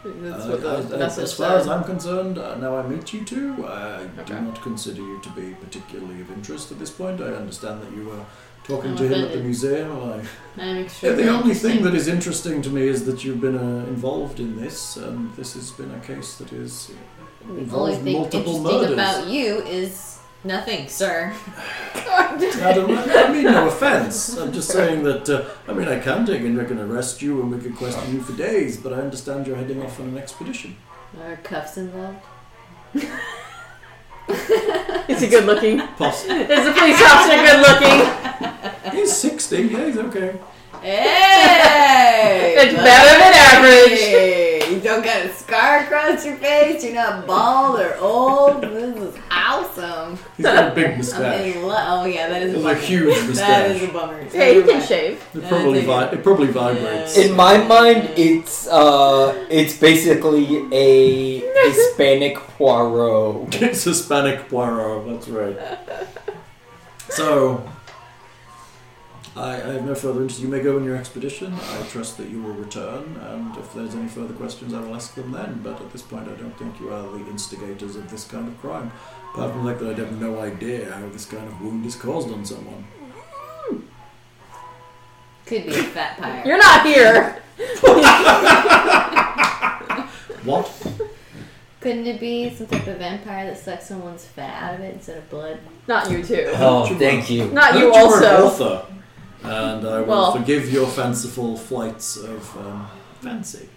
[SPEAKER 3] That's
[SPEAKER 2] Uh,
[SPEAKER 3] what the
[SPEAKER 2] as, as-
[SPEAKER 3] message
[SPEAKER 2] as far as
[SPEAKER 3] said.
[SPEAKER 2] I'm concerned, uh, now I meet you two, uh, I do
[SPEAKER 3] Okay.
[SPEAKER 2] not consider you to be particularly of interest at this point. I understand that you were talking
[SPEAKER 6] I'm
[SPEAKER 2] to him at the
[SPEAKER 6] offended.
[SPEAKER 2] museum. I,
[SPEAKER 6] I'm extremely
[SPEAKER 2] the only thing that
[SPEAKER 6] interesting.
[SPEAKER 2] is interesting to me is that you've been uh, involved in this, and this has been a case that is involves multiple murders.
[SPEAKER 6] about you is nothing, sir.
[SPEAKER 2] I, don't, I mean, no offense. I'm just saying that. Uh, I mean, I can take and I can arrest you, and we could question you for days. But I understand you're heading off on an expedition.
[SPEAKER 6] Are cuffs involved?
[SPEAKER 3] Is he good looking?
[SPEAKER 2] Possibly.
[SPEAKER 3] Is the police officer good looking?
[SPEAKER 2] He's 60. Yeah, he's okay.
[SPEAKER 6] Hey!
[SPEAKER 3] It's better than average.
[SPEAKER 6] Hey, you don't got a scar across your face. You're not bald or old. This is awesome.
[SPEAKER 2] He's got a big
[SPEAKER 6] I'm
[SPEAKER 2] moustache.
[SPEAKER 6] in love. Oh yeah, that is a
[SPEAKER 2] It's a
[SPEAKER 6] bummer.
[SPEAKER 2] huge
[SPEAKER 6] That is
[SPEAKER 2] moustache.
[SPEAKER 6] a bummer.
[SPEAKER 3] Yeah, you can
[SPEAKER 6] Never
[SPEAKER 3] shave.
[SPEAKER 2] It probably, vi- it probably vibrates.
[SPEAKER 4] In my mind, it's uh, it's basically a Hispanic Poirot.
[SPEAKER 2] It's Hispanic Poirot, that's right. So, I, I have no further interest. You may go on your expedition. I trust that you will return, and if there's any further questions, I will ask them then. But at this point, I don't think you are the instigators of this kind of crime. Apart from the fact that I have no idea how this kind of wound is caused on someone.
[SPEAKER 6] Could be a fat pyre.
[SPEAKER 3] You're not here.
[SPEAKER 2] What?
[SPEAKER 6] Couldn't it be some type of vampire that sucks someone's fat out of it instead of blood?
[SPEAKER 3] Not you too.
[SPEAKER 4] Oh, thank you.
[SPEAKER 3] Not you
[SPEAKER 2] That are an
[SPEAKER 3] also.
[SPEAKER 2] author, and I will
[SPEAKER 3] Well-
[SPEAKER 2] forgive your fanciful flights of um, fancy.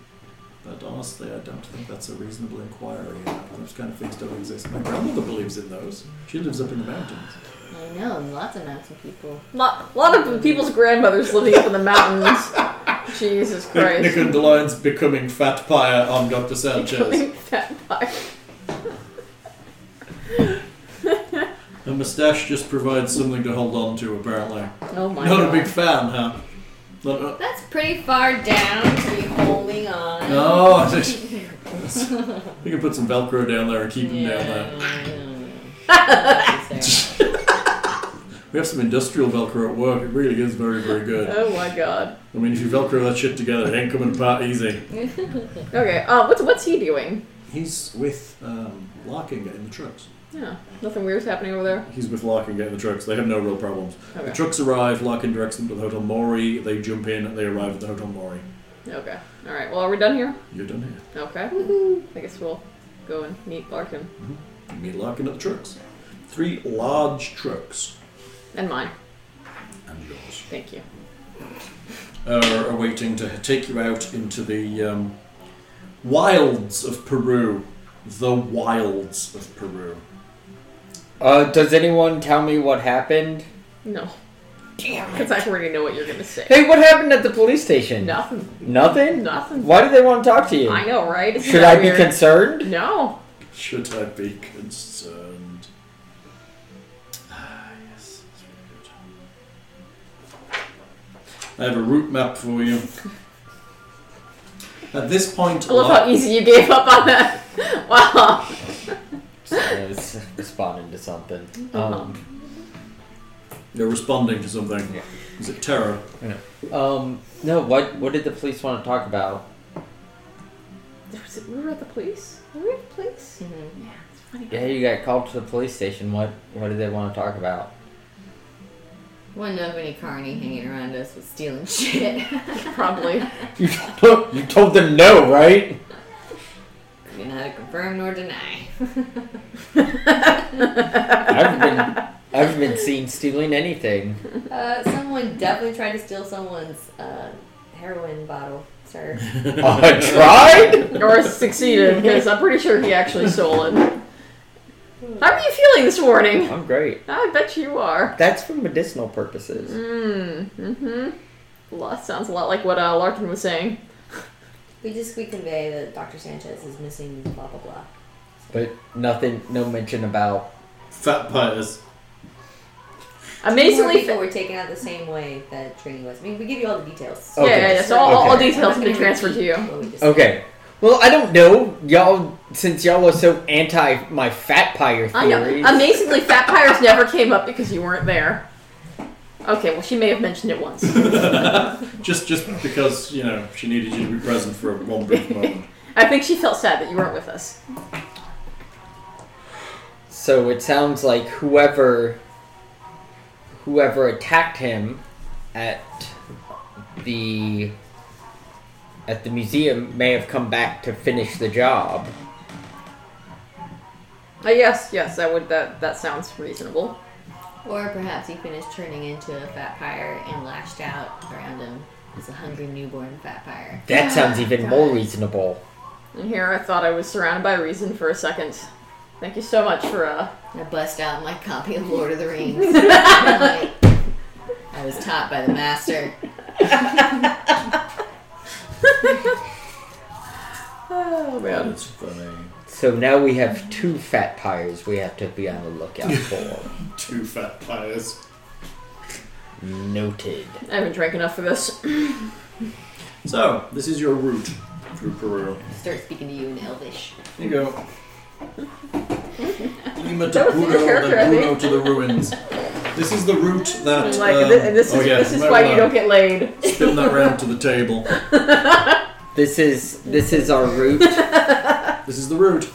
[SPEAKER 2] But honestly, I don't think that's a reasonable inquiry. Those kind of things don't exist. My grandmother believes in those. She lives up in the mountains.
[SPEAKER 6] I know, lots of mountain people.
[SPEAKER 3] Lot, a lot of people's grandmothers living up in the mountains. Jesus
[SPEAKER 2] Nick
[SPEAKER 3] Christ.
[SPEAKER 2] and Delion's becoming fat pyre on Dr. Sanchez.
[SPEAKER 3] Fat pie.
[SPEAKER 2] Her mustache just provides something to hold on to, apparently.
[SPEAKER 3] Oh my
[SPEAKER 2] Not
[SPEAKER 3] god.
[SPEAKER 2] a big fan, huh? uh, Not, not,
[SPEAKER 6] That's pretty far down to be holding on.
[SPEAKER 2] no, I think we can put some Velcro down there and keep him down there. We have some industrial Velcro at work. It really is very, very good.
[SPEAKER 3] Oh my god.
[SPEAKER 2] I mean, if you Velcro that shit together, it ain't coming apart easy.
[SPEAKER 3] Okay. Uh, what's what's he doing?
[SPEAKER 2] He's with um, Larkinger in the trucks.
[SPEAKER 3] Yeah. Nothing weird's happening over there.
[SPEAKER 2] He's with Larkinger in the trucks. They have no real problems. The
[SPEAKER 3] Okay.
[SPEAKER 2] trucks arrive. Larkin directs them to the Hotel Mori. They jump in. and They arrive at the Hotel Mori.
[SPEAKER 3] Okay. All right. Well, are we done here?
[SPEAKER 2] You're done here.
[SPEAKER 3] Okay. I guess we'll go and meet Larkin
[SPEAKER 2] You meet Larkin at the trucks. Three large trucks
[SPEAKER 3] and mine.
[SPEAKER 2] and yours
[SPEAKER 3] Thank you.
[SPEAKER 2] are awaiting to take you out into the um, wilds of Peru. The wilds of Peru.
[SPEAKER 4] Uh, does anyone tell me what happened?
[SPEAKER 3] No. Damn. Because I already know what you're gonna say.
[SPEAKER 4] Hey, what happened at the police station?
[SPEAKER 3] Nothing.
[SPEAKER 4] Nothing?
[SPEAKER 3] Nothing.
[SPEAKER 4] Why do they want to talk to you?
[SPEAKER 3] I know, right? Isn't
[SPEAKER 4] Should
[SPEAKER 3] that
[SPEAKER 4] I be
[SPEAKER 3] weird?
[SPEAKER 4] concerned?
[SPEAKER 3] No.
[SPEAKER 2] Should I be concerned? Ah, yes, that's really good. I have a route map for you. At this point,
[SPEAKER 3] I love
[SPEAKER 2] Lar-
[SPEAKER 3] how easy you gave up on that. Wow.
[SPEAKER 4] I was responding to something.
[SPEAKER 3] Mm-hmm.
[SPEAKER 4] Um,
[SPEAKER 2] you're responding to something.
[SPEAKER 4] Yeah.
[SPEAKER 2] Is it terror?
[SPEAKER 4] um, no, what, what did the police want to talk about?
[SPEAKER 3] Was it- we were at the police. Were we at the police?
[SPEAKER 6] Mhm.
[SPEAKER 3] Yeah, it's funny.
[SPEAKER 4] Yeah, you got called to the police station. What, what did they want to talk about?
[SPEAKER 6] Wouldn't know if any carny hanging around us was stealing shit.
[SPEAKER 3] Probably.
[SPEAKER 4] You told, you told them no, right?
[SPEAKER 6] You're not to confirm nor deny.
[SPEAKER 4] I haven't been, I haven't been seen stealing anything.
[SPEAKER 6] Uh, someone definitely tried to steal someone's uh, heroin bottle, sir.
[SPEAKER 4] I tried?
[SPEAKER 3] or succeeded, because I'm pretty sure he actually stole it. How are you feeling this morning?
[SPEAKER 4] I'm great.
[SPEAKER 3] I bet you are.
[SPEAKER 4] That's for medicinal purposes.
[SPEAKER 3] Mm, mm-hmm. Lot sounds a lot like what uh, Larkin was saying.
[SPEAKER 6] We just we convey that Dr. Sanchez is missing. Blah blah blah.
[SPEAKER 4] But nothing, no mention about.
[SPEAKER 2] Fat pyres.
[SPEAKER 6] More
[SPEAKER 3] Amazingly,
[SPEAKER 6] people
[SPEAKER 3] fa-
[SPEAKER 6] were taken out the same way that Trini was. I mean, we give you all the details.
[SPEAKER 4] Oh,
[SPEAKER 3] yeah,
[SPEAKER 4] Okay.
[SPEAKER 3] yeah, yeah. So all, all- all
[SPEAKER 4] Okay.
[SPEAKER 3] details have been transferred to you.
[SPEAKER 6] What we just
[SPEAKER 4] Okay. Well, I don't know, y'all. Since y'all are so anti my fat pyre
[SPEAKER 3] I know.
[SPEAKER 4] theories.
[SPEAKER 3] Amazingly, fat pyres never came up because you weren't there. Okay, well, she may have mentioned it once.
[SPEAKER 2] Just, just because you know she needed you to be present for one brief moment.
[SPEAKER 3] I think she felt sad that you weren't with us.
[SPEAKER 4] So it sounds like whoever whoever attacked him at the at the museum may have come back to finish the job.
[SPEAKER 3] Uh, yes, yes, I would. That that sounds reasonable.
[SPEAKER 6] Or perhaps he finished turning into a fat pyre and lashed out around him as a hungry newborn fat pyre.
[SPEAKER 4] That sounds even more reasonable.
[SPEAKER 3] And here I thought I was surrounded by reason for a second. Thank you so much for uh.
[SPEAKER 6] I bust out my copy of Lord of the Rings. I'm like, I was taught by the master.
[SPEAKER 2] That's funny.
[SPEAKER 4] So now we have two fat pyres we have to be on the lookout for.
[SPEAKER 7] Two fat pies.
[SPEAKER 4] Noted.
[SPEAKER 3] I haven't drank enough for this.
[SPEAKER 2] So, this is your route through Peru.
[SPEAKER 6] Start speaking to you in Elvish.
[SPEAKER 2] Here you go. Lima to
[SPEAKER 3] That was in your
[SPEAKER 2] Puno,
[SPEAKER 3] character, I
[SPEAKER 2] then
[SPEAKER 3] think.
[SPEAKER 2] Puno to the ruins. This is the route that.
[SPEAKER 3] like,
[SPEAKER 2] um,
[SPEAKER 3] thi- this is
[SPEAKER 2] oh, yeah,
[SPEAKER 3] this is
[SPEAKER 2] might
[SPEAKER 3] why
[SPEAKER 2] wanna
[SPEAKER 3] you don't get laid.
[SPEAKER 2] Spin that round to the table.
[SPEAKER 4] This is this is our route.
[SPEAKER 2] This is the route.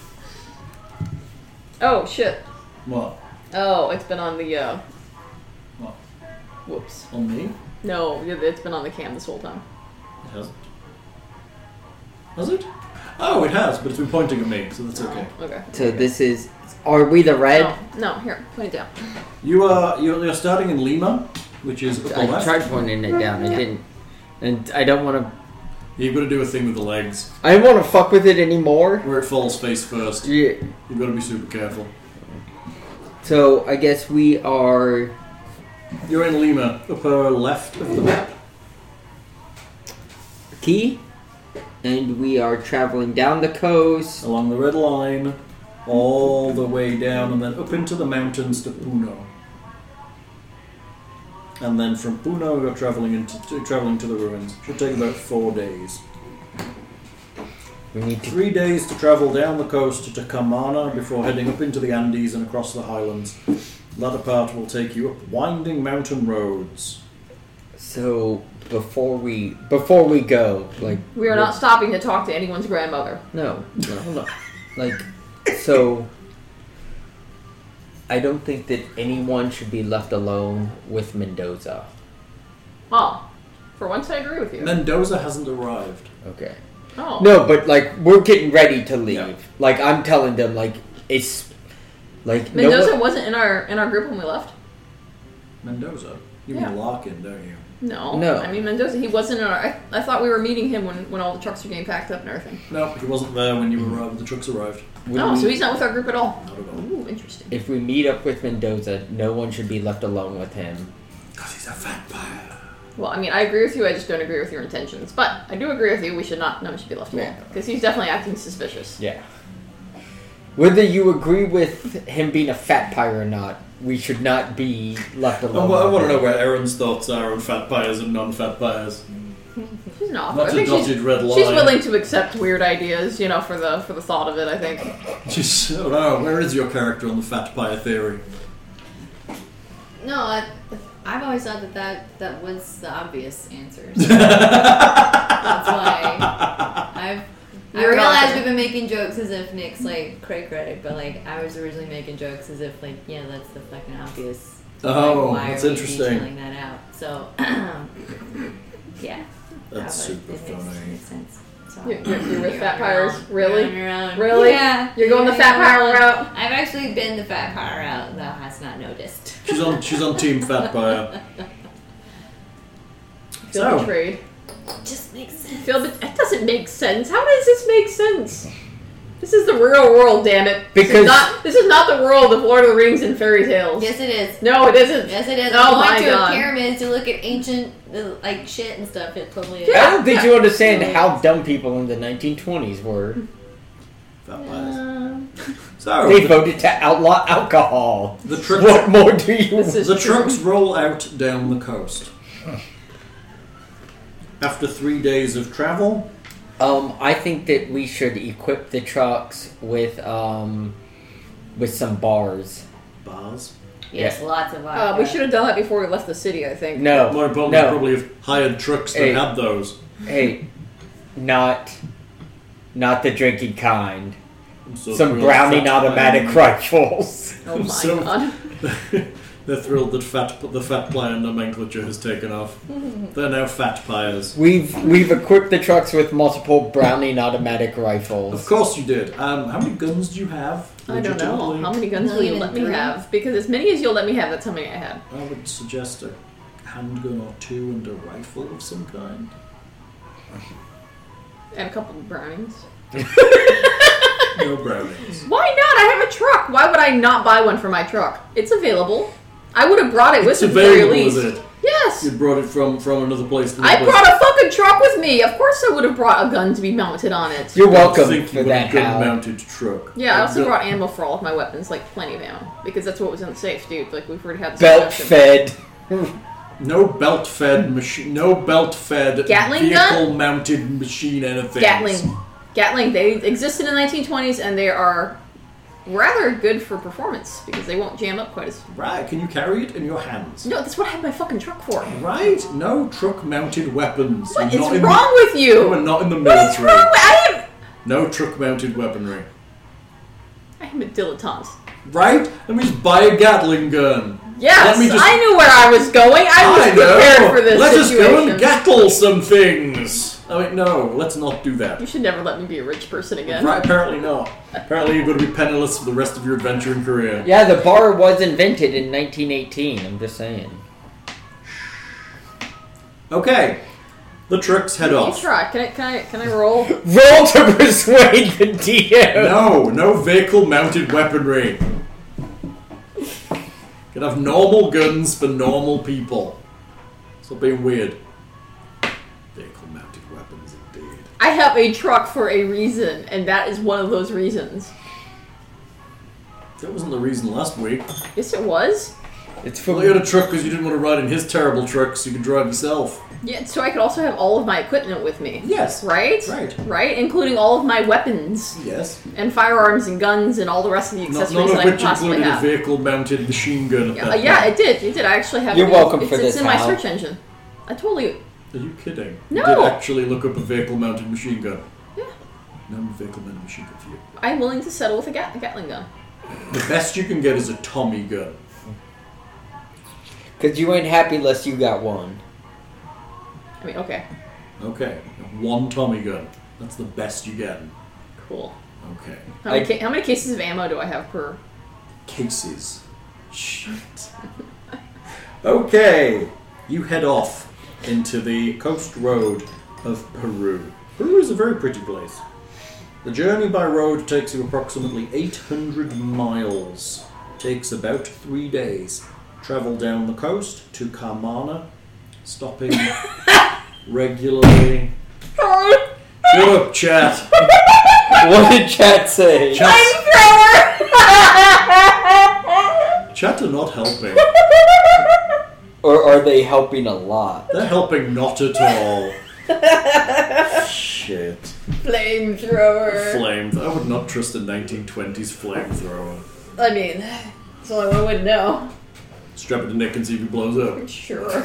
[SPEAKER 3] Oh shit!
[SPEAKER 2] What?
[SPEAKER 3] Oh, it's been on the. uh...
[SPEAKER 2] What?
[SPEAKER 3] Whoops.
[SPEAKER 2] On me?
[SPEAKER 3] No, it's been on the cam this whole time.
[SPEAKER 2] It hasn't. Has it? Oh, it has, but it's been pointing at me, so that's okay.
[SPEAKER 3] Oh, Okay.
[SPEAKER 4] So this is. Are we the red?
[SPEAKER 3] No, no, here, put it down.
[SPEAKER 2] You are you're, you're starting in Lima, which is upper
[SPEAKER 4] I
[SPEAKER 2] left.
[SPEAKER 4] tried pointing it down. It didn't. And I don't want to.
[SPEAKER 2] You've got to do a thing with the legs
[SPEAKER 4] I don't want to fuck with it anymore.
[SPEAKER 2] where it falls face first.
[SPEAKER 4] Yeah.
[SPEAKER 2] You've got to be super careful.
[SPEAKER 4] So I guess we are.
[SPEAKER 2] You're in Lima, upper left of the map.
[SPEAKER 4] Key, and we are traveling down the coast.
[SPEAKER 2] along the red line, all the way down, and then up into the mountains to Puno. And then from Puno, you're traveling into to, traveling to the ruins. Should take about four days.
[SPEAKER 4] We need to.
[SPEAKER 2] Three days to travel down the coast to Camana before heading up into the Andes and across the highlands. Latter part will take you up winding mountain roads.
[SPEAKER 4] So before we before we go, like
[SPEAKER 3] We are not stopping to talk to anyone's grandmother.
[SPEAKER 4] No, no, hold on. Like so. I don't think that anyone should be left alone with Mendoza.
[SPEAKER 3] Oh, for once I agree with you.
[SPEAKER 2] Mendoza hasn't arrived.
[SPEAKER 4] Okay.
[SPEAKER 3] oh,
[SPEAKER 4] No, but like we're getting ready to leave.
[SPEAKER 2] Yeah.
[SPEAKER 4] Like I'm telling them, like it's like no
[SPEAKER 3] Mendoza
[SPEAKER 4] one-
[SPEAKER 3] wasn't in our in our group when we left.
[SPEAKER 2] Mendoza? You
[SPEAKER 3] Yeah.
[SPEAKER 2] mean Larkin, don't you?
[SPEAKER 3] No,
[SPEAKER 4] No.
[SPEAKER 3] I mean Mendoza. He wasn't in our. I, I thought we were meeting him when when all the trucks were getting packed up and everything.
[SPEAKER 2] No, he wasn't there when you arrived. The trucks arrived.
[SPEAKER 4] when
[SPEAKER 3] oh,
[SPEAKER 4] we-
[SPEAKER 3] so he's not with our group at all.
[SPEAKER 2] Not at all.
[SPEAKER 3] Ooh, interesting.
[SPEAKER 4] If we meet up with Mendoza, no one should be left alone with him.
[SPEAKER 2] Because he's a vampire.
[SPEAKER 3] Well, I mean, I agree with you. I just don't agree with your intentions. But I do agree with you. We should not. No, one should be left alone
[SPEAKER 4] Yeah.
[SPEAKER 3] because he's definitely acting suspicious.
[SPEAKER 4] Yeah. Whether you agree with him being a fat pyre or not, we should not be left
[SPEAKER 2] I
[SPEAKER 4] alone.
[SPEAKER 2] wa- I
[SPEAKER 4] with
[SPEAKER 2] want to
[SPEAKER 4] him.
[SPEAKER 2] know where Erin's thoughts are on fat buyers and non-fat buyers.
[SPEAKER 3] She's an author. I
[SPEAKER 2] Not a
[SPEAKER 3] think she's,
[SPEAKER 2] dotted red line.
[SPEAKER 3] she's willing to accept weird ideas, you know, for the for the thought of it. I think.
[SPEAKER 2] She's, oh no, where is your character on the fat buyer theory?
[SPEAKER 6] No, I, I've always thought that, that that was the obvious answer. So that's why I've. I
[SPEAKER 3] You're
[SPEAKER 6] realize
[SPEAKER 3] welcome.
[SPEAKER 6] we've been making jokes as if Nick's like Craig Reddick, but like I was originally making jokes as if like yeah, that's the fucking obvious.
[SPEAKER 2] Oh,
[SPEAKER 6] like, why
[SPEAKER 2] that's
[SPEAKER 6] are we
[SPEAKER 2] interesting.
[SPEAKER 6] detailing that out? So yeah,
[SPEAKER 2] That's
[SPEAKER 6] that would-
[SPEAKER 2] super
[SPEAKER 6] it makes,
[SPEAKER 2] funny.
[SPEAKER 6] Makes sense. So,
[SPEAKER 3] You're, you're, you're with
[SPEAKER 6] You're
[SPEAKER 3] fat
[SPEAKER 6] on
[SPEAKER 3] pyres,
[SPEAKER 6] your own.
[SPEAKER 3] really?
[SPEAKER 6] You're on your own.
[SPEAKER 3] Really?
[SPEAKER 6] Yeah.
[SPEAKER 3] You're going the fat pyre
[SPEAKER 6] pyre
[SPEAKER 3] route?
[SPEAKER 6] I've actually been the fat pyre route, though has not noticed.
[SPEAKER 2] She's on. She's on team fat buyer.
[SPEAKER 3] Feel
[SPEAKER 2] So-
[SPEAKER 3] betrayed.
[SPEAKER 6] Just makes sense.
[SPEAKER 3] Feel bet- that doesn't make sense. How does this make sense? This is the real world, damn it. this
[SPEAKER 4] Because-
[SPEAKER 3] is not, this is not the world of Lord of the Rings and fairy tales.
[SPEAKER 6] Yes, it is.
[SPEAKER 3] No, it isn't.
[SPEAKER 6] Yes, it is.
[SPEAKER 3] Oh
[SPEAKER 6] I'm going
[SPEAKER 3] my
[SPEAKER 6] to
[SPEAKER 3] God.
[SPEAKER 6] a pyramid to look at ancient uh, like shit and stuff. It totally is.
[SPEAKER 4] I don't think you understand
[SPEAKER 6] Yeah.
[SPEAKER 4] how dumb people in the 1920s were.
[SPEAKER 2] Fat buyers.
[SPEAKER 6] Um,
[SPEAKER 2] So
[SPEAKER 4] They
[SPEAKER 2] the,
[SPEAKER 4] voted to outlaw alcohol.
[SPEAKER 2] the
[SPEAKER 4] What
[SPEAKER 2] trucks.
[SPEAKER 4] more do you
[SPEAKER 3] This
[SPEAKER 4] want?
[SPEAKER 3] is
[SPEAKER 2] The trucks roll out down the coast. After three days of travel,
[SPEAKER 4] Um, I think that we should equip the trucks with um, with some bars.
[SPEAKER 2] bars.
[SPEAKER 6] yes, lots of
[SPEAKER 3] Uh,
[SPEAKER 6] vodka.
[SPEAKER 3] we should have done that before we left the city, I think.
[SPEAKER 4] No,
[SPEAKER 2] More importantly,
[SPEAKER 4] no.
[SPEAKER 2] probably have hired trucks that
[SPEAKER 4] Hey.
[SPEAKER 2] had those.
[SPEAKER 4] Hey, not not the drinking kind.
[SPEAKER 2] I'm so
[SPEAKER 4] some
[SPEAKER 2] thrilled
[SPEAKER 4] Browning
[SPEAKER 2] Fat
[SPEAKER 4] automatic
[SPEAKER 2] Buyer-
[SPEAKER 4] rifles.
[SPEAKER 3] Oh my
[SPEAKER 2] So-
[SPEAKER 3] god.
[SPEAKER 2] They're thrilled that fat, the fat player nomenclature has taken off. They're now fat pyres.
[SPEAKER 4] We've we've equipped the trucks with multiple Browning automatic
[SPEAKER 2] Of
[SPEAKER 4] rifles.
[SPEAKER 2] course you did. Um, how many guns do you have?
[SPEAKER 3] I don't know.
[SPEAKER 2] legitimately?
[SPEAKER 3] How many guns will you
[SPEAKER 6] Million
[SPEAKER 3] let
[SPEAKER 6] and
[SPEAKER 3] me
[SPEAKER 6] three.
[SPEAKER 3] have? Because as many as you'll let me have, that's how many I had.
[SPEAKER 2] I would suggest a handgun or two and a rifle of some kind.
[SPEAKER 3] And a couple of brownies.
[SPEAKER 2] No brownies.
[SPEAKER 3] Why not? I have a truck. Why would I not buy one for my truck? It's available. I would have brought it with
[SPEAKER 2] it's
[SPEAKER 3] me at the very
[SPEAKER 2] available,
[SPEAKER 3] least.
[SPEAKER 2] is it?
[SPEAKER 3] Yes.
[SPEAKER 2] You brought it from from another place. To another
[SPEAKER 3] I
[SPEAKER 2] place.
[SPEAKER 3] brought a fucking truck with me. Of course, I would have brought a gun to be mounted on it.
[SPEAKER 4] You're
[SPEAKER 2] I
[SPEAKER 4] welcome
[SPEAKER 2] think
[SPEAKER 4] for
[SPEAKER 2] you
[SPEAKER 4] that,
[SPEAKER 2] would have
[SPEAKER 4] Hal.
[SPEAKER 2] mounted truck.
[SPEAKER 3] Yeah, I
[SPEAKER 2] But
[SPEAKER 3] also
[SPEAKER 2] no-
[SPEAKER 3] brought animal for all of my weapons, like plenty of ammo, because that's what was in the safe, dude. Like we've already had this
[SPEAKER 4] Belt
[SPEAKER 3] discussion.
[SPEAKER 4] fed.
[SPEAKER 2] No belt fed machine. No belt fed
[SPEAKER 3] Gatling gun?
[SPEAKER 2] vehicle mounted machine anything.
[SPEAKER 3] Gatling. Gatling, they existed in the 1920s and they are rather good for performance because they won't jam up quite as.
[SPEAKER 2] Right? Can you carry it in your hands?
[SPEAKER 3] No, that's what I had my fucking truck for.
[SPEAKER 2] Right? No truck mounted weapons.
[SPEAKER 3] What
[SPEAKER 2] You're
[SPEAKER 3] is
[SPEAKER 2] not in the-
[SPEAKER 3] wrong with
[SPEAKER 2] You are
[SPEAKER 3] you?
[SPEAKER 2] not in the
[SPEAKER 3] What is
[SPEAKER 2] military.
[SPEAKER 3] wrong with I am.
[SPEAKER 2] No truck mounted weaponry.
[SPEAKER 3] I am a dilettante.
[SPEAKER 2] Right? Let me just buy a Gatling gun.
[SPEAKER 3] Yes,
[SPEAKER 2] Let me just-
[SPEAKER 3] I knew where I was going. I was prepared
[SPEAKER 2] know.
[SPEAKER 3] for this
[SPEAKER 2] Let
[SPEAKER 3] situation.
[SPEAKER 2] us go and gattle some things. I mean, no, let's not do that.
[SPEAKER 3] you should never let me be a rich person again.
[SPEAKER 2] Right? Apparently not. Apparently, you're going to be penniless for the rest of your adventure in Korea.
[SPEAKER 4] Yeah, the bar was invented in 1918. I'm just saying.
[SPEAKER 2] Okay. The trucks head
[SPEAKER 3] You
[SPEAKER 2] off.
[SPEAKER 3] try. Can I? Can I? Can I roll?
[SPEAKER 4] Roll to persuade the DM.
[SPEAKER 2] No, no vehicle mounted weaponry. Can have normal guns for normal people. Stop being weird. Vehicle mounted weapons, indeed.
[SPEAKER 3] I have a truck for a reason, and that is one of those reasons.
[SPEAKER 2] That wasn't the reason last week.
[SPEAKER 3] Yes, it was.
[SPEAKER 4] It's
[SPEAKER 2] Well,
[SPEAKER 4] for
[SPEAKER 2] you had a truck because you didn't want to ride in his terrible truck, so you could drive yourself.
[SPEAKER 3] Yeah, so I could also have all of my equipment with me.
[SPEAKER 2] Yes.
[SPEAKER 3] Right?
[SPEAKER 2] Right.
[SPEAKER 3] Right? Including all of my weapons
[SPEAKER 2] Yes.
[SPEAKER 3] and firearms and guns and all the rest of the
[SPEAKER 2] Not,
[SPEAKER 3] accessories
[SPEAKER 2] none of
[SPEAKER 3] that I could
[SPEAKER 2] which
[SPEAKER 3] possibly
[SPEAKER 2] included a
[SPEAKER 3] have.
[SPEAKER 2] vehicle mounted machine gun at
[SPEAKER 3] Yeah, uh,
[SPEAKER 2] that
[SPEAKER 3] yeah,
[SPEAKER 2] point.
[SPEAKER 3] it did. It did. I actually have
[SPEAKER 4] You're
[SPEAKER 3] it.
[SPEAKER 4] welcome
[SPEAKER 3] it's,
[SPEAKER 4] for
[SPEAKER 3] it's
[SPEAKER 4] this,
[SPEAKER 3] in my
[SPEAKER 4] Hal.
[SPEAKER 3] search engine. I totally.
[SPEAKER 2] Are you kidding?
[SPEAKER 3] No.
[SPEAKER 2] You did actually look up a vehicle mounted machine gun.
[SPEAKER 3] Yeah.
[SPEAKER 2] No vehicle mounted machine gun for you.
[SPEAKER 3] I'm willing to settle with a Gat- Gatling gun.
[SPEAKER 2] The best you can get is a Tommy gun.
[SPEAKER 4] because you ain't happy unless you got one.
[SPEAKER 3] I mean, okay.
[SPEAKER 2] Okay. One Tommy gun. That's the best you get.
[SPEAKER 3] Cool.
[SPEAKER 2] Okay.
[SPEAKER 3] How many,
[SPEAKER 4] I-
[SPEAKER 3] ca- how many cases of ammo do I have per.
[SPEAKER 2] Cases. Shit. okay. You head off into the coast road of Peru. Peru is a very pretty place. The journey by road takes you approximately 800 miles. Takes about three days. Travel down the coast to Carmana, stopping regularly. Shut up, chat.
[SPEAKER 4] What did chat say?
[SPEAKER 2] Chat's,
[SPEAKER 3] Flamethrower!
[SPEAKER 2] chat are not helping.
[SPEAKER 4] Or are they helping a lot?
[SPEAKER 2] They're helping not at all. Shit.
[SPEAKER 3] Flamethrower!
[SPEAKER 2] Flame. I would not trust a 1920s flamethrower.
[SPEAKER 3] I mean, it's the only one way to know.
[SPEAKER 2] Strap it to Nick and see if he blows up.
[SPEAKER 3] Sure.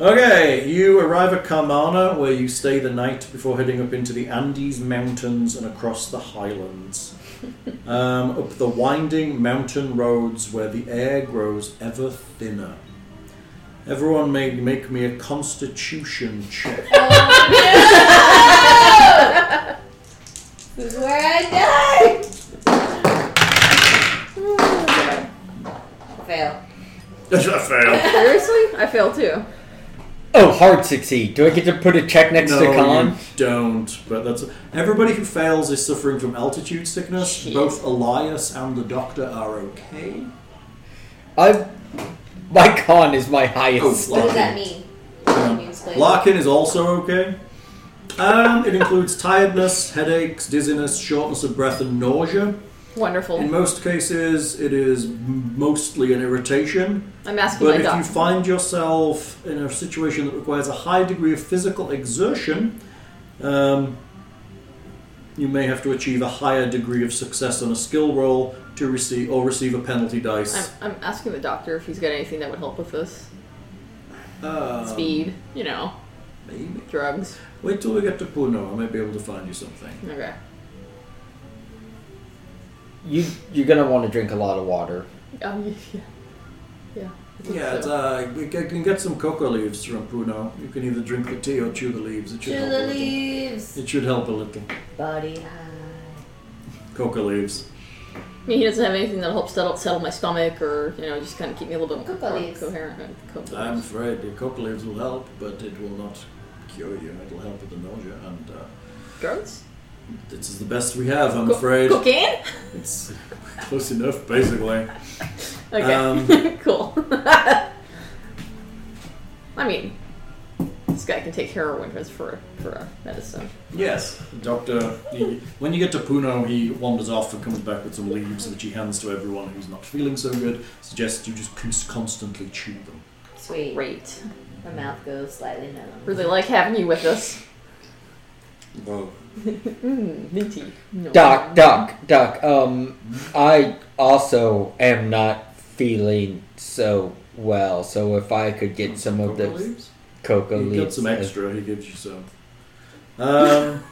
[SPEAKER 2] Okay, you arrive at Carmana, where you stay the night before heading up into the Andes Mountains and across the highlands. um, up the winding mountain roads where the air grows ever thinner. Everyone may make me a constitution check.
[SPEAKER 6] This is where I die. Fail.
[SPEAKER 2] I failed.
[SPEAKER 3] Seriously? I fail too.
[SPEAKER 4] Oh, hard succeed. Do I get to put a check next
[SPEAKER 2] No,
[SPEAKER 4] to con?
[SPEAKER 2] you don't. But that's everybody who fails is suffering from altitude sickness.
[SPEAKER 3] Shit.
[SPEAKER 2] Both Elias and the Doctor are okay.
[SPEAKER 4] I, my con is my highest.
[SPEAKER 6] What does that
[SPEAKER 2] Larkin.
[SPEAKER 6] mean? Can you
[SPEAKER 2] Yeah.
[SPEAKER 6] explain?
[SPEAKER 2] Um, Larkin is also okay. Um, it includes tiredness, headaches, dizziness, shortness of breath, and nausea. In
[SPEAKER 3] Wonderful.
[SPEAKER 2] most cases, it is m- mostly an irritation.
[SPEAKER 3] I'm asking
[SPEAKER 2] But
[SPEAKER 3] my
[SPEAKER 2] if you
[SPEAKER 3] doctor.
[SPEAKER 2] find yourself in a situation that requires a high degree of physical exertion, um, you may have to achieve a higher degree of success on a skill roll to receive or receive a penalty dice.
[SPEAKER 3] I'm, I'm asking the doctor if he's got anything that would help with this.
[SPEAKER 2] Um,
[SPEAKER 3] Speed, you know,
[SPEAKER 2] Maybe.
[SPEAKER 3] drugs.
[SPEAKER 2] Wait till we get to Puno. I might be able to find you something.
[SPEAKER 3] Okay.
[SPEAKER 4] You you're gonna want to drink a lot of water.
[SPEAKER 3] Um, yeah. Yeah. I think
[SPEAKER 2] Yeah,
[SPEAKER 3] so.
[SPEAKER 2] it's, uh, we ca- can get some cocoa leaves from Puno. You can either drink the tea or chew the leaves. It should
[SPEAKER 6] To
[SPEAKER 2] help
[SPEAKER 6] the
[SPEAKER 2] a little.
[SPEAKER 6] leaves.
[SPEAKER 2] It should help a little.
[SPEAKER 6] Body high.
[SPEAKER 2] Cocoa leaves.
[SPEAKER 3] I mean, he doesn't have anything that helps settle, settle my stomach or, you know, just kind of keep me a little bit
[SPEAKER 6] Cocoa
[SPEAKER 3] more
[SPEAKER 6] leaves.
[SPEAKER 3] coherent. and co-
[SPEAKER 2] I'm afraid the coca leaves will help, but it will not cure you. It'll help with the nausea, and uh,
[SPEAKER 3] Drugs?
[SPEAKER 2] this is the best we have, I'm
[SPEAKER 3] Co-
[SPEAKER 2] afraid.
[SPEAKER 3] Cocaine?
[SPEAKER 2] It's close enough, basically.
[SPEAKER 3] Okay.
[SPEAKER 2] Um,
[SPEAKER 3] cool. I mean, this guy can take heroin for for for medicine.
[SPEAKER 2] Yes, Doctor. He, when you get to Puno, he wanders off and comes back with some leaves, which he hands to everyone who's not feeling so good. Suggests you just cons- constantly chew them.
[SPEAKER 6] Sweet.
[SPEAKER 3] Great.
[SPEAKER 6] My mouth goes slightly numb.
[SPEAKER 3] Really like having you with us.
[SPEAKER 7] Well,
[SPEAKER 3] Mm, minty. No.
[SPEAKER 4] Doc, Doc, Doc. Um, I also am not feeling so well. So if I could get some of
[SPEAKER 2] Cocoa
[SPEAKER 4] the
[SPEAKER 2] leaves?
[SPEAKER 4] coca
[SPEAKER 2] He
[SPEAKER 4] leaves, uh,
[SPEAKER 2] got some extra. He gives you some. Um.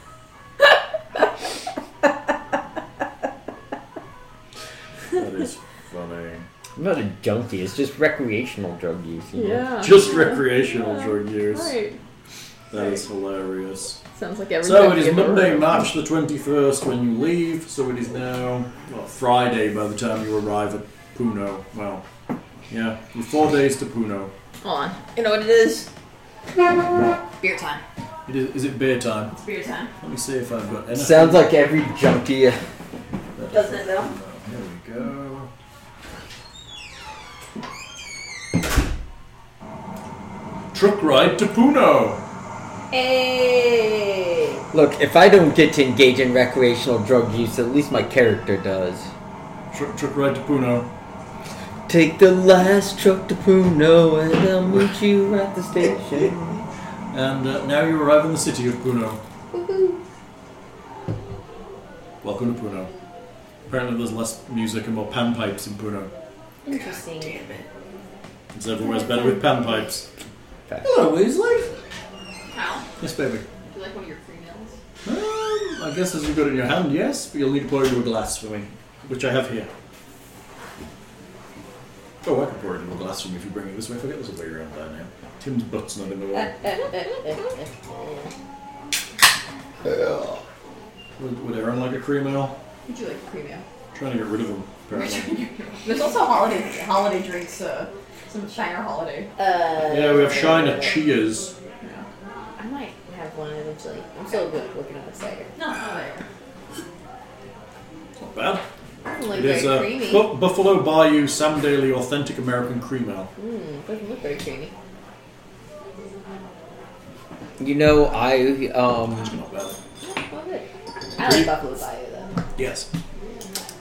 [SPEAKER 2] that is funny.
[SPEAKER 4] I'm not a junkie. It's just recreational drug use. you know?
[SPEAKER 3] Yeah.
[SPEAKER 2] Just recreational drug use.
[SPEAKER 3] Right.
[SPEAKER 2] That is hilarious.
[SPEAKER 3] Sounds like every
[SPEAKER 2] So
[SPEAKER 3] time
[SPEAKER 2] it
[SPEAKER 3] we
[SPEAKER 2] is
[SPEAKER 3] get over-
[SPEAKER 2] Monday, March the 21st when you leave, so it is now well, Friday by the time you arrive at Puno. Well, yeah, in four days to Puno.
[SPEAKER 3] Hold on. You know what it is?
[SPEAKER 5] Beer time.
[SPEAKER 2] It is, is it beer time?
[SPEAKER 5] It's beer time.
[SPEAKER 2] Let me see if I've got anything.
[SPEAKER 4] Sounds like every junkie.
[SPEAKER 5] Doesn't it though?
[SPEAKER 2] Here we go. Truck ride to Puno!
[SPEAKER 6] Hey!
[SPEAKER 4] Look, if I don't get to engage in recreational drug use, at least my character does.
[SPEAKER 2] Truck, truck ride to Puno.
[SPEAKER 4] Take the last truck to Puno and I'll meet you at the station.
[SPEAKER 2] And uh, now you arrive in the city of Puno.
[SPEAKER 6] Woohoo!
[SPEAKER 2] Welcome to Puno. Apparently there's less music and more panpipes in Puno.
[SPEAKER 6] Interesting.
[SPEAKER 2] It's everywhere's better with panpipes.
[SPEAKER 4] Fact.
[SPEAKER 2] Hello, Weasley.
[SPEAKER 5] How?
[SPEAKER 2] Yes, baby.
[SPEAKER 5] Do you like one of your free meals?
[SPEAKER 2] Um, I guess as you've got it in your hand, yes, but you'll need to pour it into a glass for me, which I have here. Oh, I can pour it into a glass for me if you bring it this way. I forget there's a way around that now. Tim's butt's not in the way. Would, would Aaron like a cream ale?
[SPEAKER 5] Would you like a free meal?
[SPEAKER 2] Trying to get rid of them, apparently.
[SPEAKER 5] There's also holiday holiday drinks. Uh, some Shiner holiday.
[SPEAKER 2] yeah, we have Shiner Cheers.
[SPEAKER 6] I might have one eventually. I'm so good at working on a cider.
[SPEAKER 5] No, not there.
[SPEAKER 2] Not bad.
[SPEAKER 6] Like
[SPEAKER 2] it is
[SPEAKER 6] very
[SPEAKER 2] uh,
[SPEAKER 6] creamy.
[SPEAKER 2] Bu- Buffalo Bayou Sam Daly Authentic American Cream Ale.
[SPEAKER 6] Mm, doesn't look very creamy.
[SPEAKER 4] You know, I um
[SPEAKER 2] Not bad.
[SPEAKER 6] I love it. I like Buffalo Bayou though.
[SPEAKER 2] Yes.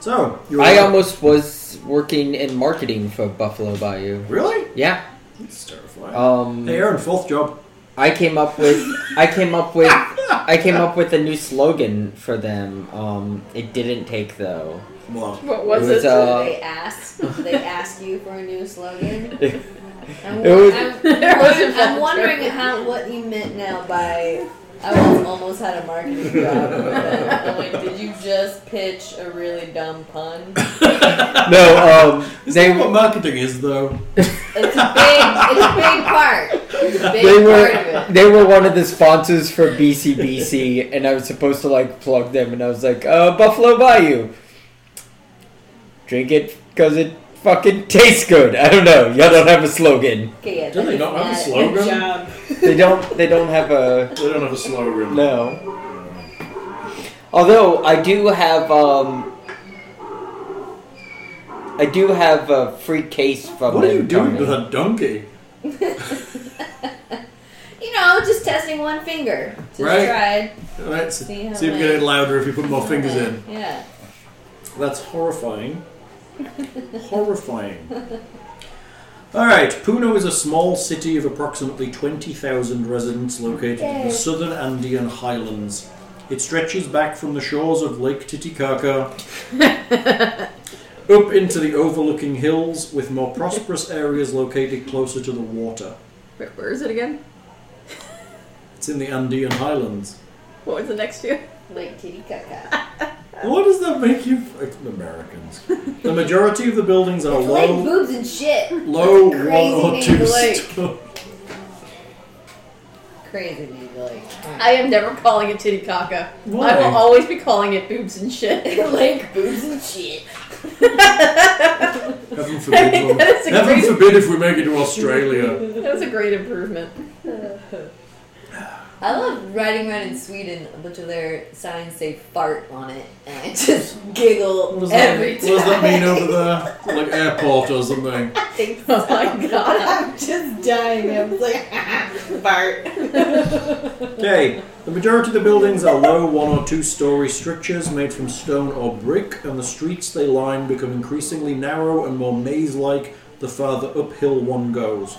[SPEAKER 2] So, you're
[SPEAKER 4] I almost was working in marketing for Buffalo Bayou.
[SPEAKER 2] Really?
[SPEAKER 4] Yeah.
[SPEAKER 2] It's terrifying.
[SPEAKER 4] Um
[SPEAKER 2] hey, Aaron, fourth job.
[SPEAKER 4] I came up with I came up with I came up with a new slogan for them. Um it didn't take though.
[SPEAKER 2] What?
[SPEAKER 3] What was
[SPEAKER 4] It was,
[SPEAKER 3] it?
[SPEAKER 4] uh,
[SPEAKER 6] Do they ask? Do they ask you for a new slogan?
[SPEAKER 4] It
[SPEAKER 6] I'm,
[SPEAKER 4] It was-
[SPEAKER 6] I'm,
[SPEAKER 3] It was
[SPEAKER 6] I'm,
[SPEAKER 3] involuntary.
[SPEAKER 6] wondering how what you meant now by I almost, almost had a marketing job. I'm like, did you just pitch a really dumb pun?
[SPEAKER 4] No, um
[SPEAKER 2] Is
[SPEAKER 4] they
[SPEAKER 2] that what marketing is, though?
[SPEAKER 6] It's a big, it's a big part. It's a big
[SPEAKER 4] they
[SPEAKER 6] part
[SPEAKER 4] were
[SPEAKER 6] of it.
[SPEAKER 4] they were one of the sponsors for BCBC, and I was supposed to like plug them, and I was like, uh, Buffalo Bayou, drink it because it fucking tastes good. I don't know, y'all don't have a slogan.
[SPEAKER 6] Okay, yeah,
[SPEAKER 2] Do
[SPEAKER 6] that
[SPEAKER 2] they
[SPEAKER 6] is
[SPEAKER 2] not have a
[SPEAKER 6] not
[SPEAKER 2] slogan?
[SPEAKER 6] job.
[SPEAKER 4] They don't they don't have a
[SPEAKER 2] They don't have a slogan.
[SPEAKER 4] no. Although I do have um. I do have a free case from
[SPEAKER 2] What are you
[SPEAKER 4] them
[SPEAKER 2] doing to
[SPEAKER 4] coming.
[SPEAKER 2] that donkey?
[SPEAKER 6] You know, just testing one finger. Just
[SPEAKER 2] Right.
[SPEAKER 6] tried.
[SPEAKER 2] Alright, see,
[SPEAKER 6] See how
[SPEAKER 2] see if you
[SPEAKER 6] that-
[SPEAKER 2] get it louder if you put more fingers in.
[SPEAKER 6] Yeah.
[SPEAKER 2] That's horrifying. horrifying. Alright, Puno is a small city of approximately 20,000 residents located in
[SPEAKER 6] Yay.
[SPEAKER 2] the southern Andean highlands. It stretches back from the shores of Lake Titicaca up into the overlooking hills, with more prosperous areas located closer to the water.
[SPEAKER 3] Wait, where is it again?
[SPEAKER 2] It's in the Andean highlands.
[SPEAKER 3] What was the next few?
[SPEAKER 6] Like kitty caca.
[SPEAKER 2] What does that make you? It's Americans. the majority of the buildings are
[SPEAKER 6] Like
[SPEAKER 2] low,
[SPEAKER 6] boobs and shit.
[SPEAKER 2] low
[SPEAKER 6] That's a crazy
[SPEAKER 2] one or
[SPEAKER 6] name
[SPEAKER 2] two
[SPEAKER 6] to like.
[SPEAKER 2] story.
[SPEAKER 6] Crazy dude, like.
[SPEAKER 3] I am never calling it titty caca.
[SPEAKER 2] Why?
[SPEAKER 3] I will always be calling it boobs and shit.
[SPEAKER 6] like boobs and shit.
[SPEAKER 2] Heaven forbid. one-
[SPEAKER 3] That is a
[SPEAKER 2] Heaven
[SPEAKER 3] great-
[SPEAKER 2] forbid if we make it to Australia.
[SPEAKER 3] That was a great improvement.
[SPEAKER 6] I love riding around in Sweden. A bunch of their signs say fart on it, and I just giggle
[SPEAKER 2] What does, that,
[SPEAKER 6] every
[SPEAKER 2] what
[SPEAKER 6] time.
[SPEAKER 2] does that mean over there? Like airport or something?
[SPEAKER 6] I think
[SPEAKER 3] Oh my god.
[SPEAKER 6] I'm just dying. I was like, Bart.
[SPEAKER 2] Okay, the majority of the buildings are low one or two story structures made from stone or brick, and the streets they line become increasingly narrow and more maze like the farther uphill one goes.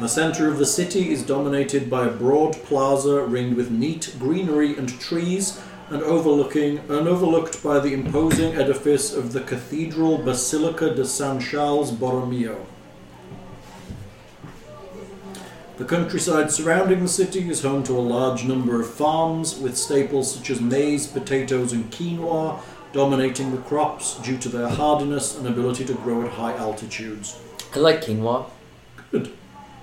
[SPEAKER 2] The centre of the city is dominated by a broad plaza ringed with neat greenery and trees, and overlooking and overlooked by the imposing edifice of the Cathedral Basilica de San Charles Borromeo. The countryside surrounding the city is home to a large number of farms, with staples such as maize, potatoes, and quinoa dominating the crops due to their hardiness and ability to grow at high altitudes.
[SPEAKER 4] I like quinoa.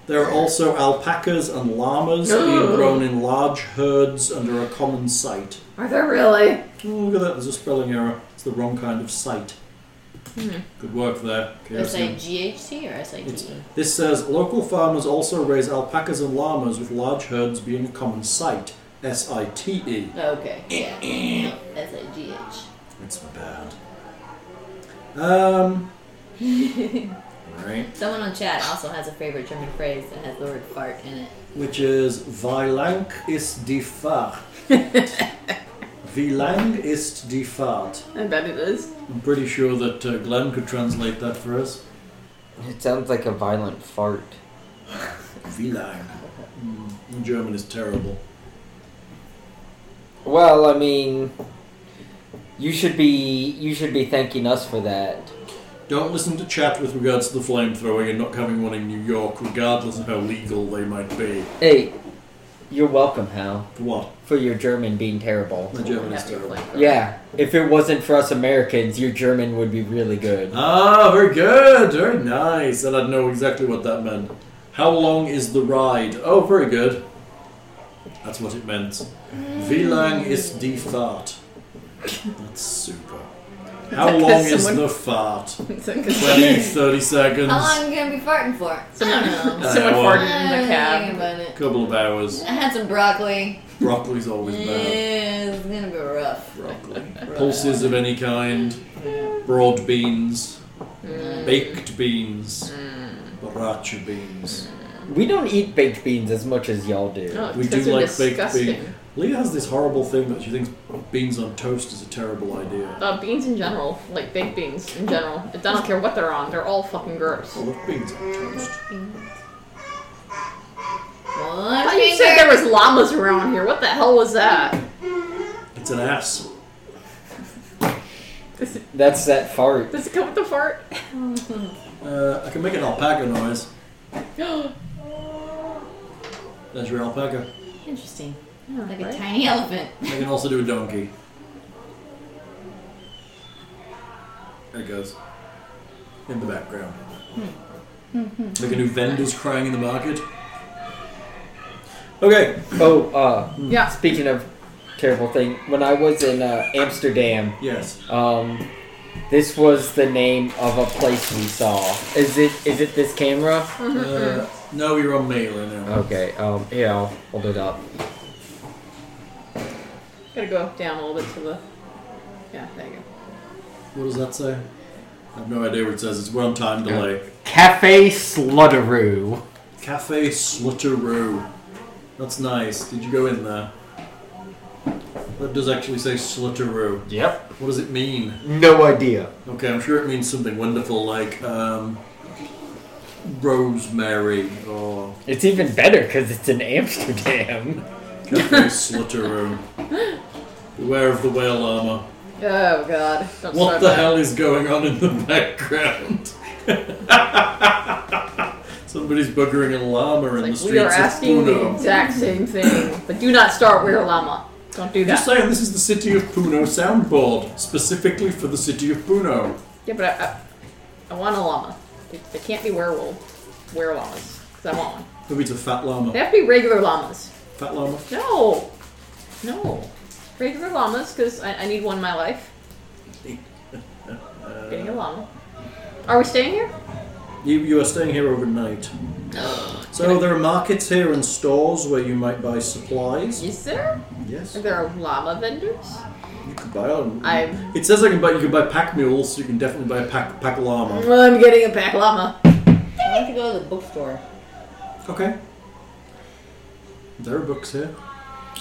[SPEAKER 2] There are also alpacas and llamas being grown in large herds and are a common sight.
[SPEAKER 3] Are there really?
[SPEAKER 2] Oh, look at that, there's a spelling error. It's the wrong kind of sight. Good work there.
[SPEAKER 5] S
[SPEAKER 2] Kirsten.
[SPEAKER 5] I G H C or S I
[SPEAKER 2] It's-
[SPEAKER 5] T?
[SPEAKER 2] This says local farmers also raise alpacas and llamas, with large herds being a common sight. S I T E.
[SPEAKER 5] Oh, Okay. Yeah. S I G H.
[SPEAKER 2] It's bad. Um. right.
[SPEAKER 5] Someone on chat also has a favorite German phrase that has the word fart in it.
[SPEAKER 2] Which is wie lang ist die Fahrt? Wie lang ist die Fahrt?
[SPEAKER 3] I bet it is.
[SPEAKER 2] I'm pretty sure that uh, Glenn could translate that for us.
[SPEAKER 4] It sounds like a violent fart.
[SPEAKER 2] Wie lang? Mm, German is terrible.
[SPEAKER 4] Well, I mean, you should be you should be thanking us for that.
[SPEAKER 2] Don't listen to chat with regards to the flamethrowing and not having one in New York, regardless of how legal they might be.
[SPEAKER 4] Hey, you're welcome, Hal,
[SPEAKER 2] For what?
[SPEAKER 4] for your German being terrible.
[SPEAKER 2] The German is
[SPEAKER 3] Happy
[SPEAKER 2] terrible.
[SPEAKER 3] flavor.
[SPEAKER 4] Yeah, if it wasn't for us Americans, your German would be really good.
[SPEAKER 2] Ah, very good, very nice. And I'd know exactly what that meant. How long is the ride? Oh, very good. That's what it meant. Wie lang ist die Fahrt? That's super. How
[SPEAKER 3] Because
[SPEAKER 2] long is
[SPEAKER 3] someone-
[SPEAKER 2] the fart?
[SPEAKER 3] It's like a-
[SPEAKER 2] 20, 30 seconds?
[SPEAKER 5] How long are you gonna be farting for? I don't know.
[SPEAKER 3] Someone
[SPEAKER 2] well.
[SPEAKER 3] farted in the
[SPEAKER 5] Thinking
[SPEAKER 3] cab.
[SPEAKER 5] about it.
[SPEAKER 2] Couple of hours.
[SPEAKER 5] I had some broccoli.
[SPEAKER 2] Broccoli's always bad.
[SPEAKER 5] Yeah, it's gonna be rough.
[SPEAKER 2] Broccoli. Pulses of any kind. Broad beans. Baked beans. Borracha beans.
[SPEAKER 4] We don't eat baked beans as much as y'all do.
[SPEAKER 3] No, it's
[SPEAKER 2] We
[SPEAKER 3] 'cause
[SPEAKER 2] do
[SPEAKER 3] they're
[SPEAKER 2] like baked
[SPEAKER 3] disgusting.
[SPEAKER 2] beans. Leah has this horrible thing that she thinks beans on toast is a terrible idea.
[SPEAKER 3] Uh, beans in general, like baked beans in general. I don't care what they're on, they're all fucking gross.
[SPEAKER 2] I love beans on toast.
[SPEAKER 5] One
[SPEAKER 3] I thought you
[SPEAKER 5] finger.
[SPEAKER 3] said there was llamas around here. What the hell was that?
[SPEAKER 2] It's an ass.
[SPEAKER 4] That's that fart.
[SPEAKER 3] Does it come with the fart?
[SPEAKER 2] Uh, I can make an alpaca noise. That's your alpaca.
[SPEAKER 5] Interesting.
[SPEAKER 3] Yeah,
[SPEAKER 5] Like a
[SPEAKER 3] right?
[SPEAKER 5] tiny elephant.
[SPEAKER 2] I can also do a donkey. There it goes. In the background. They can do vendors crying in the market. Okay.
[SPEAKER 4] Oh, uh,
[SPEAKER 3] Yeah.
[SPEAKER 4] speaking of terrible thing, when I was in uh, Amsterdam,
[SPEAKER 2] Yes.
[SPEAKER 4] um, this was the name of a place we saw. Is it is it this camera?
[SPEAKER 2] Uh, no, you're on mailer now.
[SPEAKER 4] Okay. Um. Yeah. I'll hold it up.
[SPEAKER 3] Gotta go down a little bit to the. Yeah, there you go.
[SPEAKER 2] What does that say? I have no idea what it says. It's one time delay.
[SPEAKER 4] Cafe Slutteroo.
[SPEAKER 2] Cafe Slutteroo. That's nice. Did you go in there? That does actually say Slutteroo.
[SPEAKER 4] Yep.
[SPEAKER 2] What does it mean?
[SPEAKER 4] No idea.
[SPEAKER 2] Okay, I'm sure it means something wonderful like um, rosemary or
[SPEAKER 4] It's even better because it's in Amsterdam.
[SPEAKER 2] Cafe Slutteroo. Beware of the whale armor.
[SPEAKER 3] Oh god. Don't
[SPEAKER 2] What
[SPEAKER 3] start
[SPEAKER 2] the
[SPEAKER 3] that.
[SPEAKER 2] hell is going on in the background? Somebody's buggering a llama in the
[SPEAKER 3] Like,
[SPEAKER 2] streets
[SPEAKER 3] we are
[SPEAKER 2] of
[SPEAKER 3] asking
[SPEAKER 2] Puno.
[SPEAKER 3] the exact same thing, but do not start with a llama. Don't do
[SPEAKER 2] Just
[SPEAKER 3] that.
[SPEAKER 2] saying, this is the City of Puno soundboard, specifically for the City of Puno.
[SPEAKER 3] Yeah, but I, I, I want a llama. They, they can't be werewolf, were llamas, because I want one.
[SPEAKER 2] Maybe it's a fat
[SPEAKER 3] They
[SPEAKER 2] llama.
[SPEAKER 3] have to be regular llamas.
[SPEAKER 2] Fat llama?
[SPEAKER 3] No, no, regular llamas because I, I need one in my life. Getting a llama. Are we staying here?
[SPEAKER 2] You, you are staying here overnight. So there are markets here and stores where you might buy supplies.
[SPEAKER 3] Is there?
[SPEAKER 2] Yes.
[SPEAKER 3] Are there llama vendors?
[SPEAKER 2] You could buy them.
[SPEAKER 3] I'm.
[SPEAKER 2] It says I can buy, you can buy pack mules, so you can definitely buy a pack, pack llama.
[SPEAKER 3] I'm getting a pack llama.
[SPEAKER 5] I want to go to the bookstore.
[SPEAKER 2] Okay. There are books here.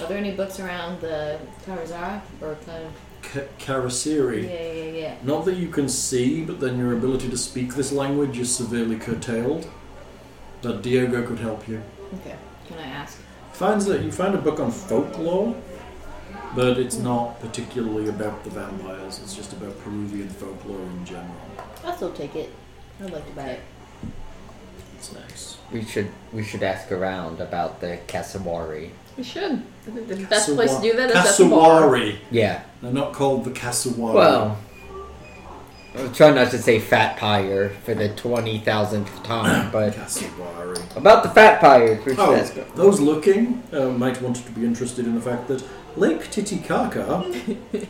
[SPEAKER 5] Are there any books around the Karazara or Ka-
[SPEAKER 2] K- Karasiri.
[SPEAKER 5] Yeah, yeah, yeah.
[SPEAKER 2] Not that you can see, but then your ability to speak this language is severely curtailed. But Diogo could help you.
[SPEAKER 5] Okay. Can I ask?
[SPEAKER 2] Finds that you find a book on folklore, but it's not particularly about the vampires. It's just about Peruvian folklore in general.
[SPEAKER 5] I'll still take it. I'd like to buy it.
[SPEAKER 2] It's nice.
[SPEAKER 4] We should we should ask around about the Casamari.
[SPEAKER 3] We should. I think the best place to do that is at the bar.
[SPEAKER 2] Cassowary.
[SPEAKER 4] Yeah.
[SPEAKER 2] They're not called the Cassowary.
[SPEAKER 4] Well, I'm trying not to say fat pyre for the twenty thousandth time, but
[SPEAKER 2] Cassowary.
[SPEAKER 4] about the fat pyre. We should
[SPEAKER 2] Oh,
[SPEAKER 4] ask.
[SPEAKER 2] those looking uh, might want to be interested in the fact that Lake Titicaca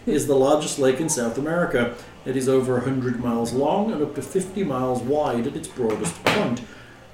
[SPEAKER 2] is the largest lake in South America. It is over 100 miles long and up to 50 miles wide at its broadest point,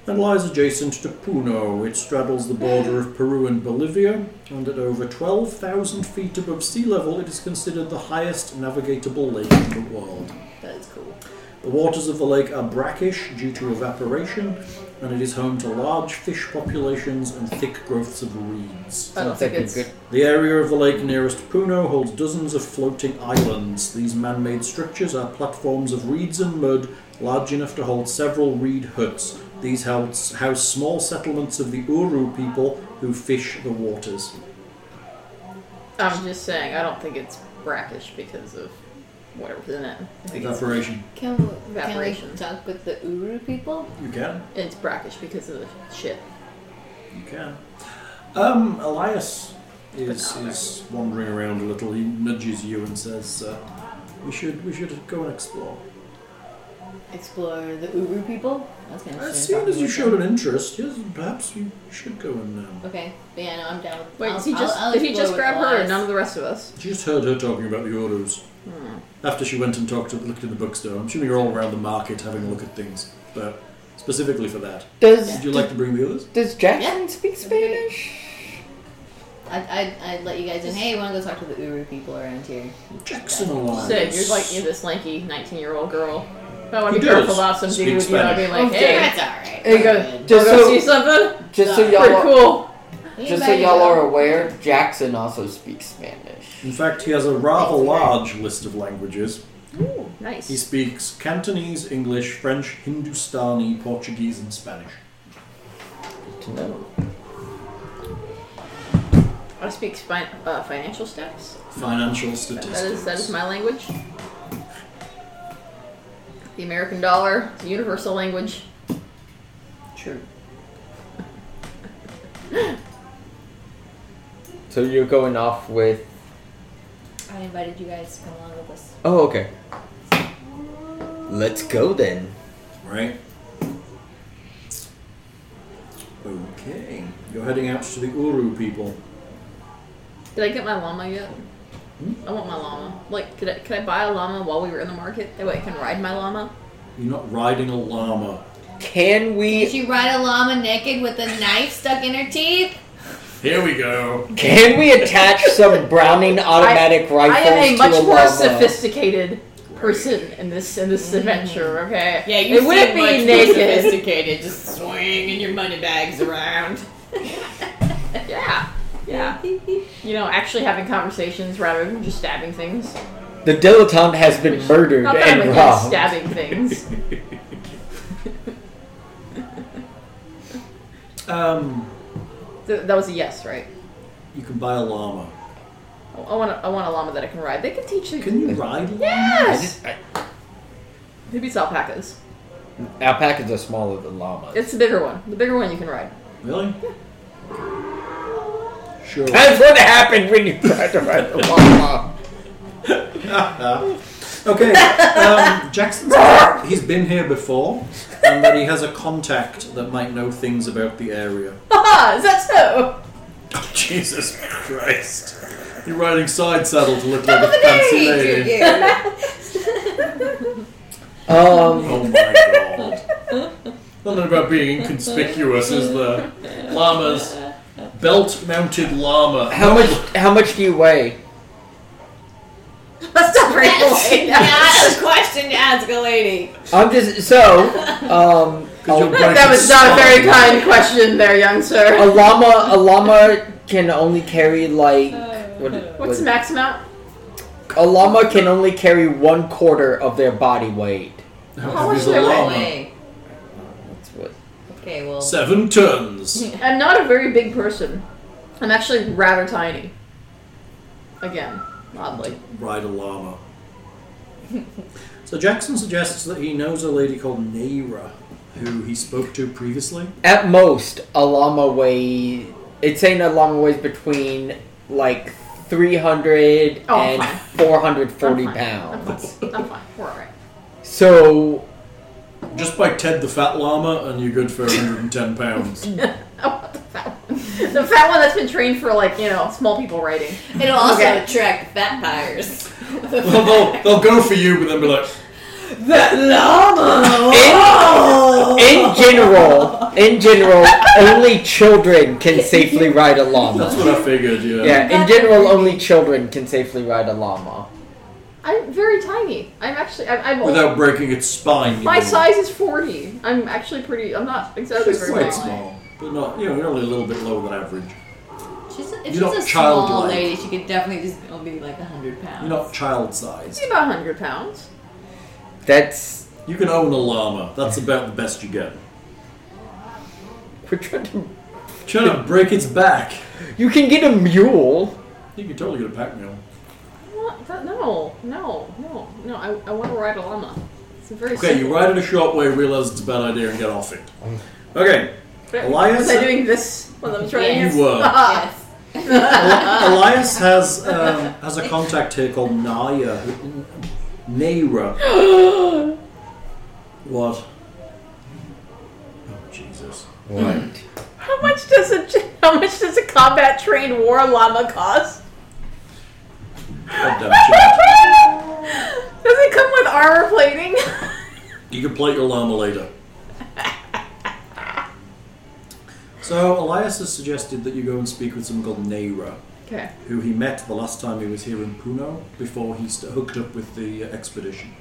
[SPEAKER 2] and lies adjacent to Puno. It straddles the border of Peru and Bolivia, and at over 12,000 feet above sea level, it is considered the highest navigatable lake in the world.
[SPEAKER 5] That is cool.
[SPEAKER 2] The waters of the lake are brackish due to evaporation, and it is home to large fish populations and thick growths of reeds.
[SPEAKER 3] I don't
[SPEAKER 4] Sounds
[SPEAKER 3] think
[SPEAKER 4] like a
[SPEAKER 3] it's.
[SPEAKER 4] good-
[SPEAKER 2] The area of the lake nearest Puno holds dozens of floating islands. These man made structures are platforms of reeds and mud large enough to hold several reed huts. These house, house small settlements of the Uru people who fish the waters.
[SPEAKER 3] I'm just saying, I don't think it's brackish because of whatever's in it. I think it's,
[SPEAKER 2] Evaporation.
[SPEAKER 5] Can, can we
[SPEAKER 3] Evaporation.
[SPEAKER 5] talk with the Uru people?
[SPEAKER 2] You can.
[SPEAKER 3] it's brackish because of the shit.
[SPEAKER 2] You can. Um, Elias is,
[SPEAKER 3] But not
[SPEAKER 2] is wandering around a little. He nudges you and says, uh, "We should we should go and explore."
[SPEAKER 5] Explore the Uru people? That's kind of
[SPEAKER 2] As soon as you showed an interest, yes, perhaps you should go and. Um,
[SPEAKER 5] Okay. But yeah, no, I'm down. with-
[SPEAKER 3] Wait,
[SPEAKER 5] I'll-
[SPEAKER 3] is he
[SPEAKER 5] I'll-
[SPEAKER 3] just,
[SPEAKER 5] I'll
[SPEAKER 3] did he
[SPEAKER 5] explore
[SPEAKER 3] just
[SPEAKER 5] with
[SPEAKER 3] grab her
[SPEAKER 5] Elias.
[SPEAKER 3] and none of the rest of us?
[SPEAKER 2] you just heard her talking about the Urus
[SPEAKER 3] Hmm.
[SPEAKER 2] after she went and talked to looked in the bookstore. I'm assuming you're all around the market having a look at things, but specifically for that,
[SPEAKER 4] Does
[SPEAKER 2] would you like to bring the others?
[SPEAKER 4] does Jackson
[SPEAKER 5] Yeah.
[SPEAKER 4] speak Spanish?
[SPEAKER 5] I'd, I'd, I'd let you guys in. Hey, want to go talk to the Uru people around here?
[SPEAKER 2] Jackson Elias.
[SPEAKER 3] Sid, you're like you're this lanky 19 year old girl. Oh, I want to
[SPEAKER 2] He
[SPEAKER 3] be careful
[SPEAKER 2] does
[SPEAKER 3] about some
[SPEAKER 2] speak
[SPEAKER 3] dude, you know, I'd be like, hey,
[SPEAKER 5] alright.
[SPEAKER 4] Hey,
[SPEAKER 5] Good.
[SPEAKER 3] you
[SPEAKER 4] just
[SPEAKER 3] go see
[SPEAKER 4] so
[SPEAKER 3] something?
[SPEAKER 4] just so y'all
[SPEAKER 3] Pretty
[SPEAKER 4] are,
[SPEAKER 3] cool.
[SPEAKER 4] just so y'all are aware, Jackson also speaks Spanish.
[SPEAKER 2] In fact, he has a rather large list of languages.
[SPEAKER 3] Nice.
[SPEAKER 2] He speaks Cantonese, English, French, Hindustani, Portuguese, and Spanish.
[SPEAKER 4] Good to know.
[SPEAKER 3] I speak spin- uh, financial stats.
[SPEAKER 2] Financial
[SPEAKER 3] That
[SPEAKER 2] statistics.
[SPEAKER 3] is that is my language. The American dollar, the universal language.
[SPEAKER 4] True. so you're going off with?
[SPEAKER 5] I invited you guys to come along with us.
[SPEAKER 4] Oh, okay. Let's go then.
[SPEAKER 2] right? Okay. You're heading out to the Uru people.
[SPEAKER 3] Did I get my llama yet?
[SPEAKER 2] Hmm?
[SPEAKER 3] I want my llama. Like, could I, could I buy a llama while we were in the market? That way I can ride my llama.
[SPEAKER 2] You're not riding a llama.
[SPEAKER 4] Can
[SPEAKER 5] Did
[SPEAKER 4] we?
[SPEAKER 5] she ride a llama naked with a knife stuck in her teeth?
[SPEAKER 7] Here we go.
[SPEAKER 4] Can we attach some Browning automatic
[SPEAKER 3] I
[SPEAKER 4] rifles
[SPEAKER 3] am a
[SPEAKER 4] to
[SPEAKER 3] much
[SPEAKER 4] a
[SPEAKER 3] more
[SPEAKER 4] llama?
[SPEAKER 3] sophisticated person in this in this adventure. Okay.
[SPEAKER 8] Mm-hmm. Yeah, you
[SPEAKER 3] it wouldn't
[SPEAKER 8] seem much
[SPEAKER 3] be
[SPEAKER 8] more
[SPEAKER 3] naked.
[SPEAKER 8] sophisticated, just swinging your money bags around.
[SPEAKER 3] yeah. Yeah. You know, actually having conversations rather than just stabbing things.
[SPEAKER 4] The dilettante has been murdered
[SPEAKER 3] Not that I'm
[SPEAKER 4] and
[SPEAKER 3] against
[SPEAKER 4] robbed.
[SPEAKER 3] stabbing things.
[SPEAKER 2] Um,
[SPEAKER 3] Th- that was a yes, right?
[SPEAKER 2] you can buy a llama.
[SPEAKER 3] I- I want a, I want a llama that I can ride. They can teach you.
[SPEAKER 2] Can you ride a llama?
[SPEAKER 4] I
[SPEAKER 3] yes.
[SPEAKER 4] just- I-
[SPEAKER 3] Maybe it's alpacas.
[SPEAKER 4] alpacas are smaller than llamas.
[SPEAKER 3] It's the bigger one. The bigger one you can ride.
[SPEAKER 2] Really? Sure.
[SPEAKER 4] That's what happened when you tried to ride the llama.
[SPEAKER 2] Okay. Um, Jackson's he's been here before, and that he has a contact that might know things about the area.
[SPEAKER 3] Haha, is that so?
[SPEAKER 2] Oh, Jesus Christ! You're riding side saddle to look like
[SPEAKER 6] Top
[SPEAKER 2] a
[SPEAKER 6] of the
[SPEAKER 2] fancy
[SPEAKER 6] day,
[SPEAKER 2] lady.
[SPEAKER 6] Junior.
[SPEAKER 4] Um,
[SPEAKER 7] Oh my god. Nothing about being inconspicuous is the llamas.
[SPEAKER 2] Belt mounted llama.
[SPEAKER 4] how much? How much do you weigh?
[SPEAKER 3] That's not right away.
[SPEAKER 8] Not a question to ask a lady.
[SPEAKER 4] I'm just so. Um,
[SPEAKER 7] Because you'll break
[SPEAKER 3] That
[SPEAKER 7] its
[SPEAKER 3] was not a very
[SPEAKER 7] spine.
[SPEAKER 3] kind question there, young
[SPEAKER 4] A
[SPEAKER 3] sir.
[SPEAKER 4] llama, a llama can only carry like what,
[SPEAKER 3] Uh, What's the
[SPEAKER 4] what-
[SPEAKER 3] max amount?
[SPEAKER 4] a llama can only carry one quarter of their body weight.
[SPEAKER 3] How much
[SPEAKER 2] There's
[SPEAKER 3] do
[SPEAKER 2] a
[SPEAKER 3] they
[SPEAKER 2] llama.
[SPEAKER 3] weigh?
[SPEAKER 4] That's what.
[SPEAKER 6] Okay, well,
[SPEAKER 2] Seven tons.
[SPEAKER 3] I'm not a very big person. I'm actually rather tiny. Again, oddly.
[SPEAKER 2] Ride a llama. so Jackson suggests that he knows a lady called Naira, who he spoke to previously.
[SPEAKER 4] At most, a llama weighs. It's saying a llama weighs between like 300
[SPEAKER 3] Oh,
[SPEAKER 4] and
[SPEAKER 3] fine. I'm
[SPEAKER 4] 440
[SPEAKER 3] fine.
[SPEAKER 4] pounds.
[SPEAKER 3] I'm fine. We're alright.
[SPEAKER 4] So
[SPEAKER 2] Just by Ted the Fat Llama, and you're good for 110 pounds.
[SPEAKER 3] Oh, the fat one. The fat one that's been trained for, like, you know, small people writing.
[SPEAKER 6] it'll also
[SPEAKER 3] Okay.
[SPEAKER 6] attract vampires.
[SPEAKER 2] well, they'll, they'll go for you, but then be like,
[SPEAKER 6] That llama.
[SPEAKER 4] in general, in general, only children can safely ride a llama.
[SPEAKER 2] that's what I figured, yeah.
[SPEAKER 4] Yeah, in general, only children can safely ride a llama.
[SPEAKER 3] I'm very tiny. I'm actually. I'm, I'm
[SPEAKER 2] Without breaking its spine. you
[SPEAKER 3] My
[SPEAKER 2] mean.
[SPEAKER 3] size is 40. I'm actually pretty. I'm not exactly
[SPEAKER 2] It's
[SPEAKER 3] very
[SPEAKER 2] quite
[SPEAKER 3] small.
[SPEAKER 2] small. But not, you know, you're only a little bit lower than average.
[SPEAKER 6] She's a,
[SPEAKER 2] You're
[SPEAKER 6] if she's
[SPEAKER 2] not
[SPEAKER 6] a small
[SPEAKER 2] childlike.
[SPEAKER 6] lady, she could definitely just it'll be like hundred pounds.
[SPEAKER 2] You're not child sized.
[SPEAKER 3] It's about 100 pounds.
[SPEAKER 4] That's
[SPEAKER 2] You can own a llama. That's about the best you get.
[SPEAKER 4] we're trying to.
[SPEAKER 2] Trying to break its back.
[SPEAKER 4] You can get a mule.
[SPEAKER 2] You could totally get a pack mule.
[SPEAKER 3] What? That, no, no, no, no. I, I want to ride a llama. It's a very
[SPEAKER 2] Okay, you
[SPEAKER 3] simple-
[SPEAKER 2] ride it a short way, realize it's a bad idea, and get off it. Okay, Elias-
[SPEAKER 3] Was I doing this while I'm trying?
[SPEAKER 2] you were.
[SPEAKER 5] Uh,
[SPEAKER 6] Yes.
[SPEAKER 2] Eli- Elias has um, has a contact here called Naya. who- Naira. what? Oh, Jesus.
[SPEAKER 4] What?
[SPEAKER 3] How much does a how much does a combat trained war llama cost?
[SPEAKER 2] God damn
[SPEAKER 3] does
[SPEAKER 2] it.
[SPEAKER 3] it come with armor plating?
[SPEAKER 2] You can plate your llama later. So, Elias has suggested that you go and speak with someone called Naira,
[SPEAKER 3] okay.
[SPEAKER 2] who he met the last time he was here in Puno before he st- hooked up with the uh, expedition.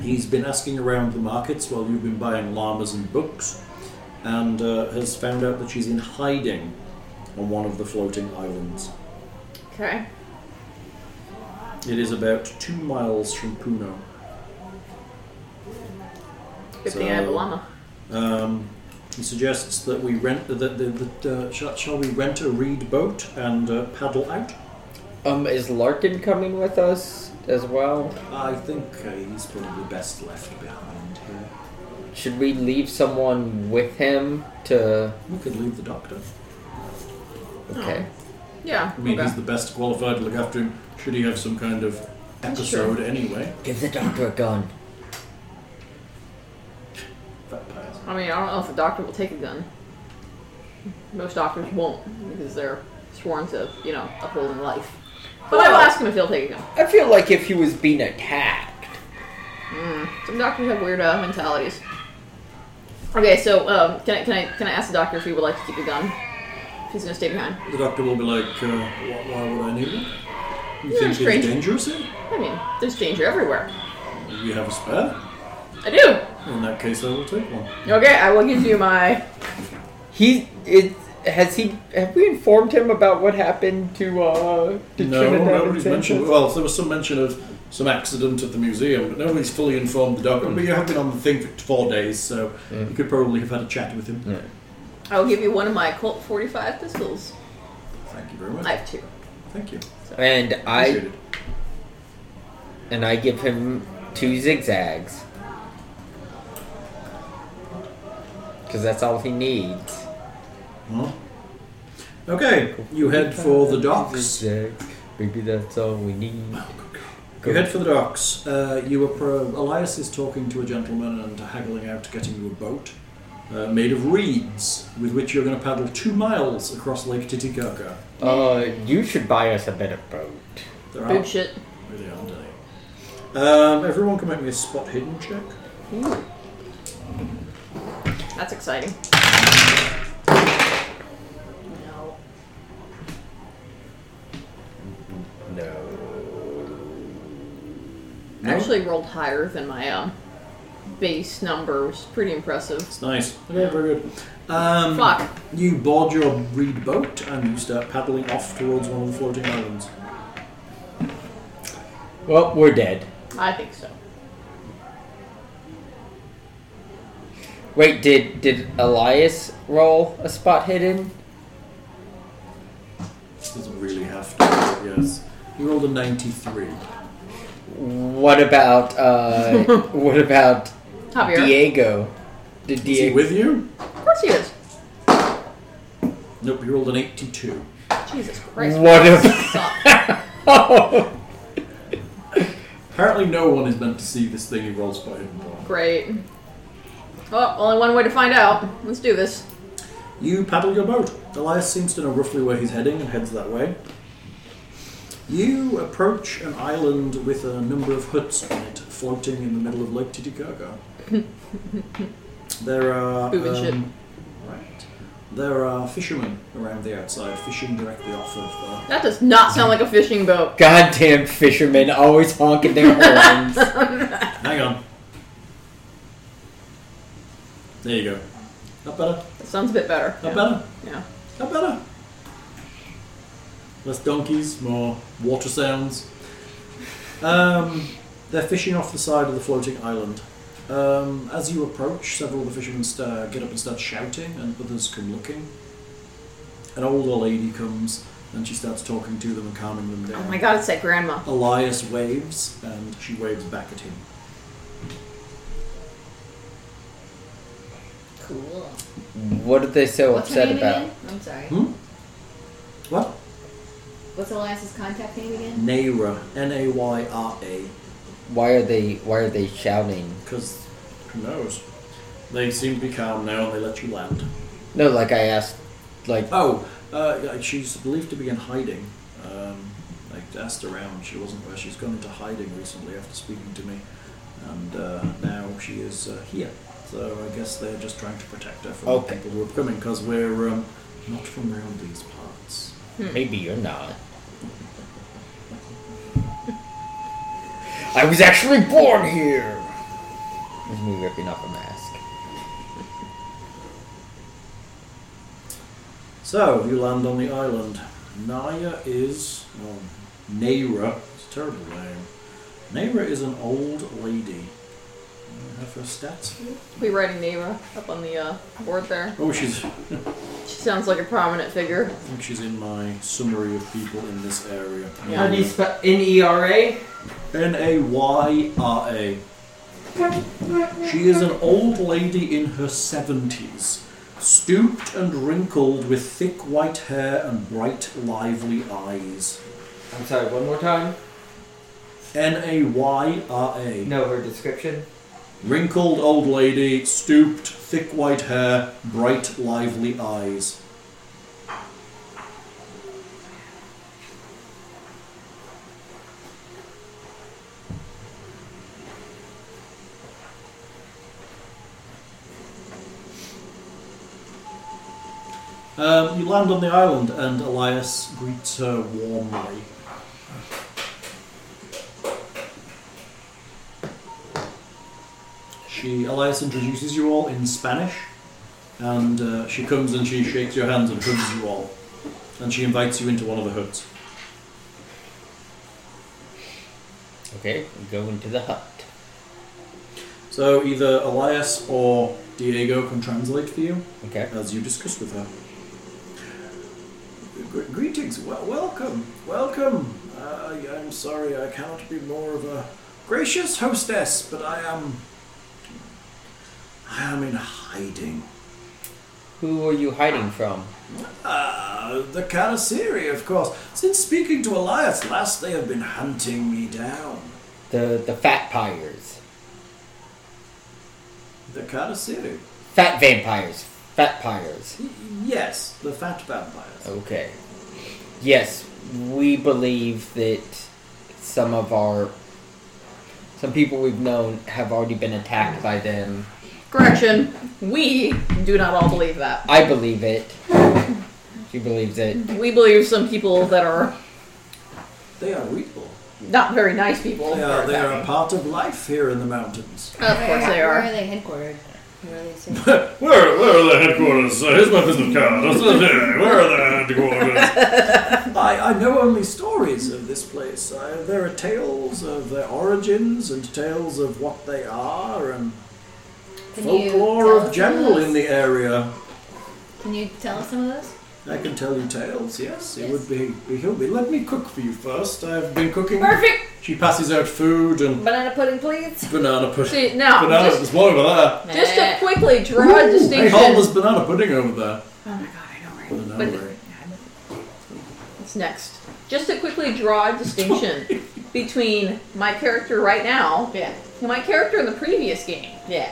[SPEAKER 2] He's been asking around the markets while you've been buying llamas and books, and uh, has found out that she's in hiding on one of the floating islands.
[SPEAKER 3] Okay.
[SPEAKER 2] It is about two miles from Puno.
[SPEAKER 3] Good thing I have a
[SPEAKER 2] So-
[SPEAKER 3] llama.
[SPEAKER 2] Um, he suggests that we rent that, that, that uh, shall, shall we rent a reed boat and uh, paddle out?
[SPEAKER 4] Um, is Larkin coming with us as well?
[SPEAKER 2] I think uh, he's probably best left behind here.
[SPEAKER 4] Should we leave someone with him to?
[SPEAKER 2] We could leave the doctor.
[SPEAKER 4] Okay.
[SPEAKER 3] Yeah.
[SPEAKER 2] I mean,
[SPEAKER 3] okay.
[SPEAKER 2] he's the best qualified to look after him. Should he have some kind of episode anyway?
[SPEAKER 4] Give the doctor a gun.
[SPEAKER 2] Vampires.
[SPEAKER 3] I mean, I don't know if a doctor will take a gun. Most doctors won't because they're sworn to, you know, upholding life. But I will ask him if he'll take a gun.
[SPEAKER 4] I feel like if he was being attacked,
[SPEAKER 3] Some doctors have weird uh, mentalities. Okay, so um, can I can I can I ask the doctor if he would like to keep a gun? If he's gonna stay behind.
[SPEAKER 2] The doctor will be like, uh, why, why would I need one? You
[SPEAKER 3] Yeah,
[SPEAKER 2] think
[SPEAKER 3] strange.
[SPEAKER 2] he's dangerous here?
[SPEAKER 3] I mean, there's danger everywhere.
[SPEAKER 2] You have a spare?
[SPEAKER 3] I do.
[SPEAKER 2] In that case, I will take one.
[SPEAKER 3] Okay, I will give you my.
[SPEAKER 4] he it has he have we informed him about what happened to uh to
[SPEAKER 2] No,
[SPEAKER 4] Trinidad and
[SPEAKER 2] nobody's
[SPEAKER 4] Sanchez?
[SPEAKER 2] mentioned. Well, there was some mention of some accident at the museum, but nobody's fully informed the doctor. But you have been on the thing for four days, so you could probably have had a chat with him.
[SPEAKER 3] I will give you one of my Colt 45 pistols.
[SPEAKER 2] Thank you very much.
[SPEAKER 3] I have two.
[SPEAKER 2] Thank you.
[SPEAKER 4] And I
[SPEAKER 2] Appreciate it.
[SPEAKER 4] and I give him two zigzags because that's all he needs.
[SPEAKER 2] Huh? Okay, you head for the docks.
[SPEAKER 4] Zigzag, Maybe that's all we need.
[SPEAKER 2] You head for the docks. Uh, you were pro- Elias is talking to a gentleman and haggling out getting you a boat uh, made of reeds, with which you're going to paddle two miles across Lake Titicaca.
[SPEAKER 4] Uh, you should buy us a better boat.
[SPEAKER 2] There
[SPEAKER 3] Big
[SPEAKER 2] are
[SPEAKER 3] shit.
[SPEAKER 2] Really aren't they? Um, everyone can make me a spot hidden check.
[SPEAKER 3] That's exciting.
[SPEAKER 6] No.
[SPEAKER 4] No.
[SPEAKER 3] I actually rolled higher than my um, base number, which is pretty impressive.
[SPEAKER 2] It's nice. Okay, very good. Um,
[SPEAKER 3] Fuck.
[SPEAKER 2] You board your reed boat and you start paddling off towards one of the floating islands.
[SPEAKER 4] Well, we're dead.
[SPEAKER 3] I think so.
[SPEAKER 4] Wait, did did Elias roll a spot hidden?
[SPEAKER 2] Doesn't really have to. but Yes. You rolled a 93.
[SPEAKER 4] What about uh what about
[SPEAKER 3] Javier.
[SPEAKER 4] Diego? Did
[SPEAKER 2] Is he
[SPEAKER 4] Diego
[SPEAKER 2] with you?
[SPEAKER 3] Of course he is.
[SPEAKER 2] Nope, you rolled an 82.
[SPEAKER 3] Jesus Christ.
[SPEAKER 4] What
[SPEAKER 3] Suck.
[SPEAKER 4] if
[SPEAKER 2] Apparently, no one is meant to see this thing he rolls by hidden roll.
[SPEAKER 3] Great. Well, only one way to find out. Let's do this.
[SPEAKER 2] You paddle your boat. Elias seems to know roughly where he's heading and heads that way. You approach an island with a number of huts on it, floating in the middle of Lake Titicaca. there are um,
[SPEAKER 3] Boob and shit.
[SPEAKER 2] right. There are fishermen around the outside, fishing directly off of.
[SPEAKER 3] That does not sound like a fishing boat.
[SPEAKER 4] goddamn fishermen always honking their horns?
[SPEAKER 2] The, hang on. There you go. Not better.
[SPEAKER 3] That sounds a bit better.
[SPEAKER 2] Not better.
[SPEAKER 3] Yeah.
[SPEAKER 2] Not better. Less donkeys, more water sounds. Um, they're fishing off the side of the floating island. Um, as you approach, several of the fishermen sta get up and start shouting, and others come looking. An older lady comes and she starts talking to them and calming them
[SPEAKER 3] Oh
[SPEAKER 2] down.
[SPEAKER 3] my god, it's that grandma.
[SPEAKER 2] Elias waves and she waves back at him.
[SPEAKER 5] Cool.
[SPEAKER 4] What are they so
[SPEAKER 5] What's her
[SPEAKER 4] upset
[SPEAKER 5] name
[SPEAKER 4] about?
[SPEAKER 5] again? I'm sorry.
[SPEAKER 2] Hmm? What?
[SPEAKER 5] What's Elias's contact name again?
[SPEAKER 2] Nayra. N A Y R A.
[SPEAKER 4] Why are they why are they shouting?
[SPEAKER 2] Because who knows? They seem to be calm now and they let you land.
[SPEAKER 4] No, like I asked like
[SPEAKER 2] Oh, uh, yeah, she's believed to be in hiding. Um, I asked around, she wasn't where. She's gone into hiding recently after speaking to me. And uh, now she is uh, here. So I guess they're just trying to protect her from the
[SPEAKER 4] Okay.
[SPEAKER 2] people who are coming because we're um, not from around these parts.
[SPEAKER 4] maybe you're not. I was actually born here. It's me ripping off a mask.
[SPEAKER 2] So you land on the island. Naya is, well, Naira. It's a terrible name. Naira is an old lady. I have her stats. here.
[SPEAKER 3] We writing Neva up on the uh, board there.
[SPEAKER 2] Oh, she's.
[SPEAKER 3] She sounds like a prominent figure.
[SPEAKER 2] I think she's in my summary of people in this area.
[SPEAKER 3] How do
[SPEAKER 4] spell N E R A?
[SPEAKER 2] N A Y R A. She is an old lady in her 70s, stooped and wrinkled with thick white hair and bright, lively eyes.
[SPEAKER 9] I'm sorry, one more time?
[SPEAKER 2] N A Y R A.
[SPEAKER 9] No, her description?
[SPEAKER 2] Wrinkled old lady, stooped, thick white hair, bright, lively eyes. Um, you land on the island, and Elias greets her warmly. She Elias introduces you all in Spanish, and uh, she comes and she shakes your hands and hugs you all, and she invites you into one of the huts.
[SPEAKER 4] Okay, we go into the hut.
[SPEAKER 2] So either Elias or Diego can translate for you
[SPEAKER 4] Okay.
[SPEAKER 2] as you discuss with her. Gre- Greetings, well, welcome, welcome. Uh, I'm sorry, I cannot be more of a gracious hostess, but I am. I am in hiding.
[SPEAKER 4] Who are you hiding from?
[SPEAKER 2] Ah, the Karasiri, of course. Since speaking to Elias last, they have been hunting me down.
[SPEAKER 4] The the fat pyres.
[SPEAKER 2] The Karasiri?
[SPEAKER 4] Fat vampires. Fat pyres.
[SPEAKER 2] Y- Yes, the fat vampires.
[SPEAKER 4] Okay. Yes, we believe that some of our some people we've known have already been attacked by them.
[SPEAKER 3] Correction. We do not all believe that.
[SPEAKER 4] I believe it. She believes it.
[SPEAKER 3] We believe some people that are
[SPEAKER 2] They are real.
[SPEAKER 3] not very nice people.
[SPEAKER 2] They are, they are a part of life here in the mountains.
[SPEAKER 3] Of course they
[SPEAKER 6] Where
[SPEAKER 3] are.
[SPEAKER 6] are they headquartered? Where are they staying?
[SPEAKER 7] Where, where are the headquarters? Uh, here's my business card. That's the day. Where are the headquarters?
[SPEAKER 2] I, I know only stories of this place. I, there are tales of their origins and tales of what they are and
[SPEAKER 6] Can you
[SPEAKER 2] folklore
[SPEAKER 6] tell us
[SPEAKER 2] of
[SPEAKER 6] some
[SPEAKER 2] general
[SPEAKER 6] those?
[SPEAKER 2] in the area.
[SPEAKER 6] Can you tell us some of those?
[SPEAKER 2] I can tell you tales, yes. It
[SPEAKER 6] Yes.
[SPEAKER 2] would be, be Hilby. Let me cook for you first. I've been cooking.
[SPEAKER 3] Perfect.
[SPEAKER 2] She passes out food and
[SPEAKER 6] Banana pudding, please.
[SPEAKER 2] banana pudding.
[SPEAKER 3] See now,
[SPEAKER 2] Banana,
[SPEAKER 3] just,
[SPEAKER 2] there's one over there.
[SPEAKER 3] just to quickly draw a
[SPEAKER 2] Hey,
[SPEAKER 3] distinction.
[SPEAKER 2] Hall, there's banana pudding over there.
[SPEAKER 3] Oh my god, I know, right?
[SPEAKER 2] Banana
[SPEAKER 3] But-
[SPEAKER 2] pudding.
[SPEAKER 3] What's next? Just to quickly draw a distinction between my character right now
[SPEAKER 5] Yeah.
[SPEAKER 3] and my character in the previous game.
[SPEAKER 5] Yeah.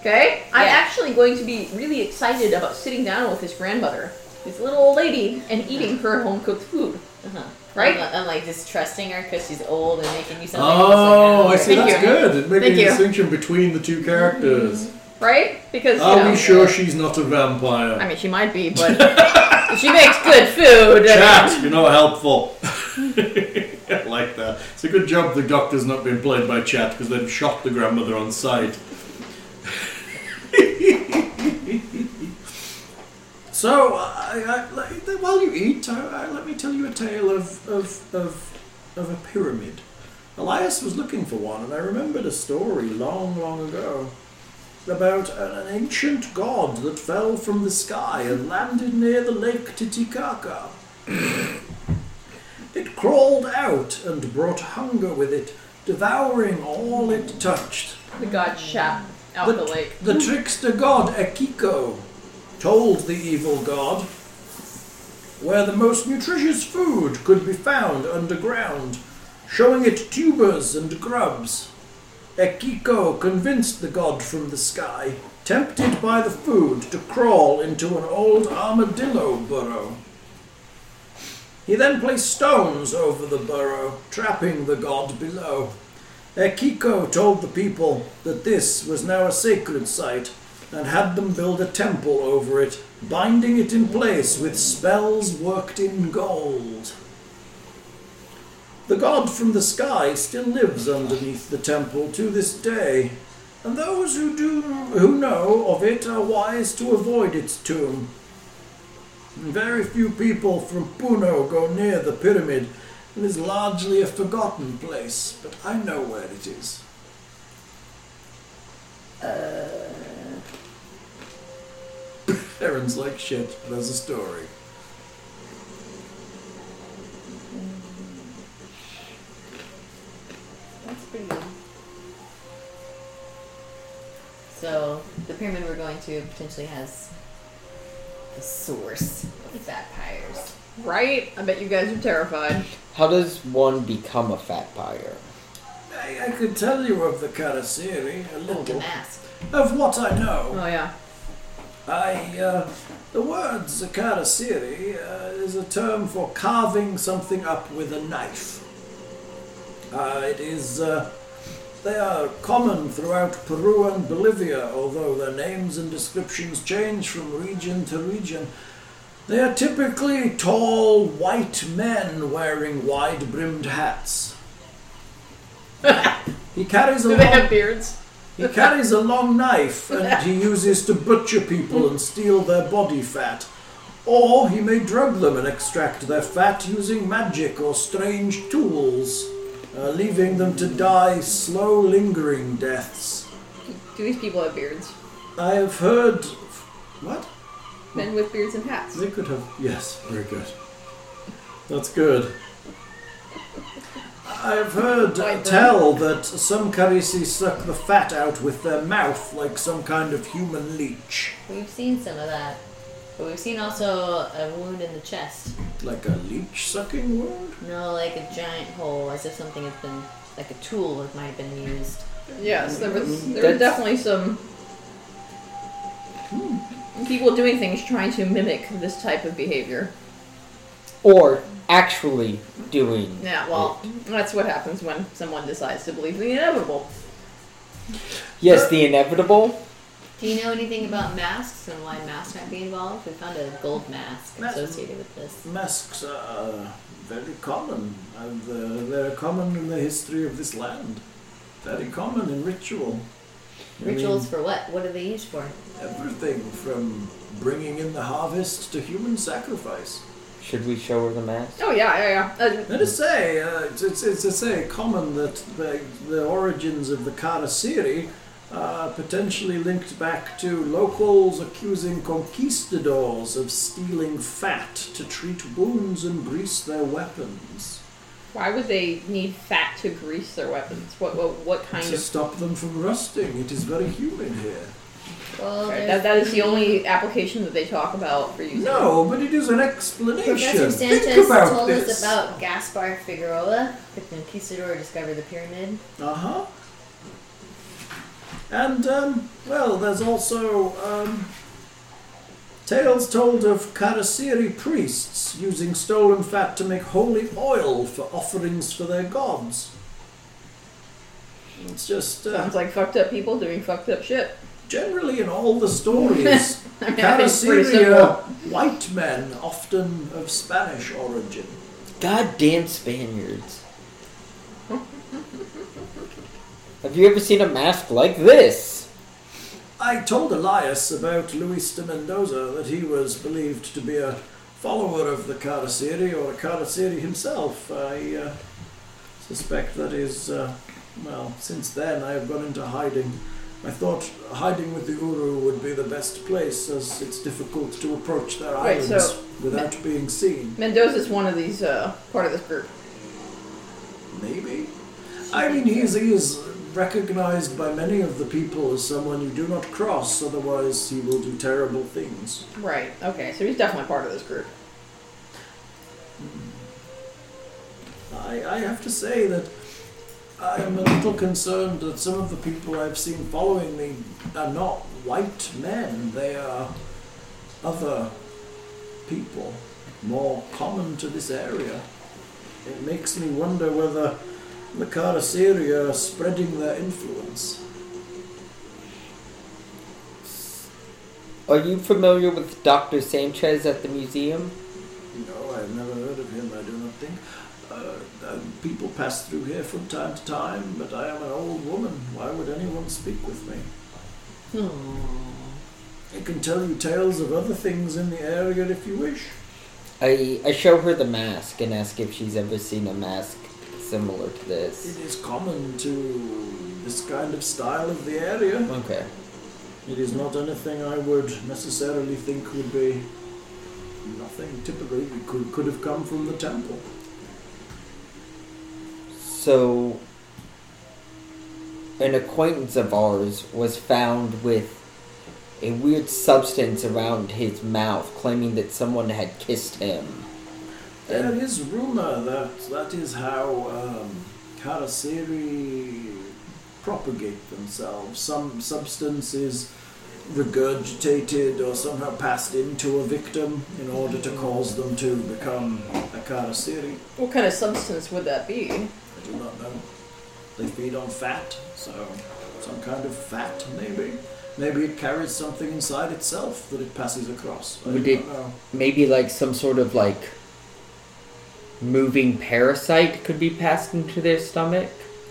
[SPEAKER 3] Okay? I'm
[SPEAKER 5] Yeah.
[SPEAKER 3] actually going to be really excited about sitting down with his grandmother, this little old lady, and eating her home cooked food.
[SPEAKER 5] Uh-huh.
[SPEAKER 3] Right?
[SPEAKER 5] I'm, I'm like just trusting her because she's old and making you something.
[SPEAKER 2] Oh, I see.
[SPEAKER 3] Thank
[SPEAKER 2] That's
[SPEAKER 3] you.
[SPEAKER 2] good. It may
[SPEAKER 3] Thank
[SPEAKER 2] be
[SPEAKER 3] you. Mm-hmm.
[SPEAKER 2] a distinction between the two characters.
[SPEAKER 3] Right? Because you
[SPEAKER 2] Are
[SPEAKER 3] know,
[SPEAKER 2] we sure she's not a vampire?
[SPEAKER 3] I mean she might be, but if she makes good food. I mean-
[SPEAKER 2] Chat, you're not helpful. I like that. It's a good job the doctor's not being played by chat because they've shot the grandmother on sight. so, I, I, like, while you eat, I, I, let me tell you a tale of, of, of, of a pyramid. Elias was looking for one, and I remembered a story long, long ago about an an ancient god that fell from the sky and landed near the lake Titicaca. It crawled out and brought hunger with it, devouring all it touched.
[SPEAKER 3] The god shot out the lake.
[SPEAKER 2] the trickster god Akiko told the evil god where the most nutritious food could be found underground, showing it tubers and grubs. Ekiko convinced the god from the sky, tempted by the food, to crawl into an old armadillo burrow. He then placed stones over the burrow, trapping the god below. Ekiko told the people that this was now a sacred site and had them build a temple over it, binding it in place with spells worked in gold. The god from the sky still lives underneath the temple to this day, and those who do who know of it are wise to avoid its tomb. Very few people from Puno go near the pyramid. It is largely a forgotten place, but I know where it is. Uh... Aaron's like shit, but there's a story.
[SPEAKER 5] That's pretty good. So the pyramid we're going to potentially has the source of vampires.
[SPEAKER 3] Right? I bet you guys are terrified.
[SPEAKER 4] How does one become a fat pyre?
[SPEAKER 2] I, I could tell you of the Karasiri a
[SPEAKER 5] Look at
[SPEAKER 2] little.
[SPEAKER 5] mask.
[SPEAKER 2] Of what I know.
[SPEAKER 3] Oh yeah.
[SPEAKER 2] I, uh, the word zakarasiri uh, is a term for carving something up with a knife. Uh, it is, uh, they are common throughout Peru and Bolivia, although their names and descriptions change from region to region. They are typically tall, white men wearing wide brimmed hats. he carries a
[SPEAKER 3] Do they
[SPEAKER 2] long-
[SPEAKER 3] have beards?
[SPEAKER 2] he carries a long knife and he uses to butcher people and steal their body fat. Or he may drug them and extract their fat using magic or strange tools, uh, leaving them to die slow, lingering deaths.
[SPEAKER 3] Do these people have beards?
[SPEAKER 2] I have heard. What?
[SPEAKER 3] Men with beards and hats.
[SPEAKER 2] They could have. Yes, very good. That's good. I've heard uh, tell that some Karisi suck the fat out with their mouth like some kind of human leech.
[SPEAKER 5] We've seen some of that, but we've seen also a wound in the chest.
[SPEAKER 2] Like a leech sucking wound?
[SPEAKER 5] No, like a giant hole, as if something has been like a tool that might have been used.
[SPEAKER 3] Yes, there was there were
[SPEAKER 4] That's-
[SPEAKER 3] definitely some people doing things trying to mimic this type of behavior.
[SPEAKER 4] Or actually doing
[SPEAKER 3] Yeah, well, that's what happens when someone decides to believe the inevitable.
[SPEAKER 4] Yes, the inevitable.
[SPEAKER 5] Do you know anything about masks and why masks might be involved? We found a gold mask
[SPEAKER 2] Mas-
[SPEAKER 5] associated with this.
[SPEAKER 2] Masks are uh, very common, and uh, they're common in the history of this land. Very common in ritual. I mean,
[SPEAKER 5] Rituals for what? What are they used for?
[SPEAKER 2] everything from bringing in the harvest to human sacrifice.
[SPEAKER 4] Should we show her the mask?
[SPEAKER 3] Oh yeah, yeah, yeah.
[SPEAKER 2] Let us say, uh, it's, it's, it's to say common that the, the origins of the Karasiri are potentially linked back to locals accusing conquistadors of stealing fat to treat wounds and grease their weapons.
[SPEAKER 3] why would they need fat to grease their weapons? What what, what kind
[SPEAKER 2] To
[SPEAKER 3] of?
[SPEAKER 2] stop them from rusting, it is very humid here.
[SPEAKER 5] Well, there's
[SPEAKER 3] That, that is the only application that they talk about for using.
[SPEAKER 2] No, but it is an explanation.
[SPEAKER 5] Professor
[SPEAKER 2] Think
[SPEAKER 5] Sanchez
[SPEAKER 2] about
[SPEAKER 5] told
[SPEAKER 2] this.
[SPEAKER 5] us about Gaspar Figueroa, the conquistador who discovered the pyramid.
[SPEAKER 2] Uh huh. And, um, well, there's also, um, tales told of Karasiri priests using stolen fat to make holy oil for offerings for their gods. It's just, uh,
[SPEAKER 3] Sounds like fucked up people doing fucked up shit.
[SPEAKER 2] generally in all the stories,
[SPEAKER 3] I mean, I think it's pretty
[SPEAKER 2] Karasiri are
[SPEAKER 3] simple.
[SPEAKER 2] white men, often of Spanish origin.
[SPEAKER 4] Goddamn Spaniards. Have you ever seen a mask like this?
[SPEAKER 2] I told Elias about Luis de Mendoza that he was believed to be a follower of the Caraceri or a Caraceri himself. I uh, suspect that is, uh, well, since then I have gone into hiding. I thought hiding with the Uru would be the best place as it's difficult to approach their
[SPEAKER 3] Right,
[SPEAKER 2] islands
[SPEAKER 3] so-
[SPEAKER 2] without being seen.
[SPEAKER 3] Mendoza's one of these uh, part of this group.
[SPEAKER 2] Maybe. I mean, he's, he is recognized by many of the people as someone you do not cross, otherwise, he will do terrible things.
[SPEAKER 3] Right. Okay. So he's definitely part of this group.
[SPEAKER 2] I, I have to say that I am a little concerned that some of the people I've seen following me are not white men. They are other people, more common to this area. It makes me wonder whether the Karasiri are spreading their influence.
[SPEAKER 4] Are you familiar with Dr. Sanchez at the museum?
[SPEAKER 2] No, I've never heard of him, I do not think. Uh, uh, people pass through here from time to time, but I am an old woman. Why would anyone speak with me? I can tell you tales of other things in the area if you wish.
[SPEAKER 4] I, I show her the mask and ask if she's ever seen a mask similar to
[SPEAKER 2] It
[SPEAKER 4] this.
[SPEAKER 2] is common to this kind of style of the area.
[SPEAKER 4] Okay.
[SPEAKER 2] It is not anything I would necessarily think would be nothing typically. It could, could have come from the temple.
[SPEAKER 4] So, an acquaintance of ours was found with a weird substance around his mouth, claiming that someone had kissed him.
[SPEAKER 2] There is rumor that that is how um, Karasiri propagate themselves. Some substance is regurgitated or somehow passed into a victim in order to cause them to become a Karasiri.
[SPEAKER 3] What kind of substance would that be?
[SPEAKER 2] I do not know. They feed on fat, so some kind of fat, maybe. Maybe it carries something inside itself that it passes across. I
[SPEAKER 4] Would
[SPEAKER 2] do
[SPEAKER 4] it-
[SPEAKER 2] not know.
[SPEAKER 4] Maybe like some sort of like moving parasite could be passed into their stomach.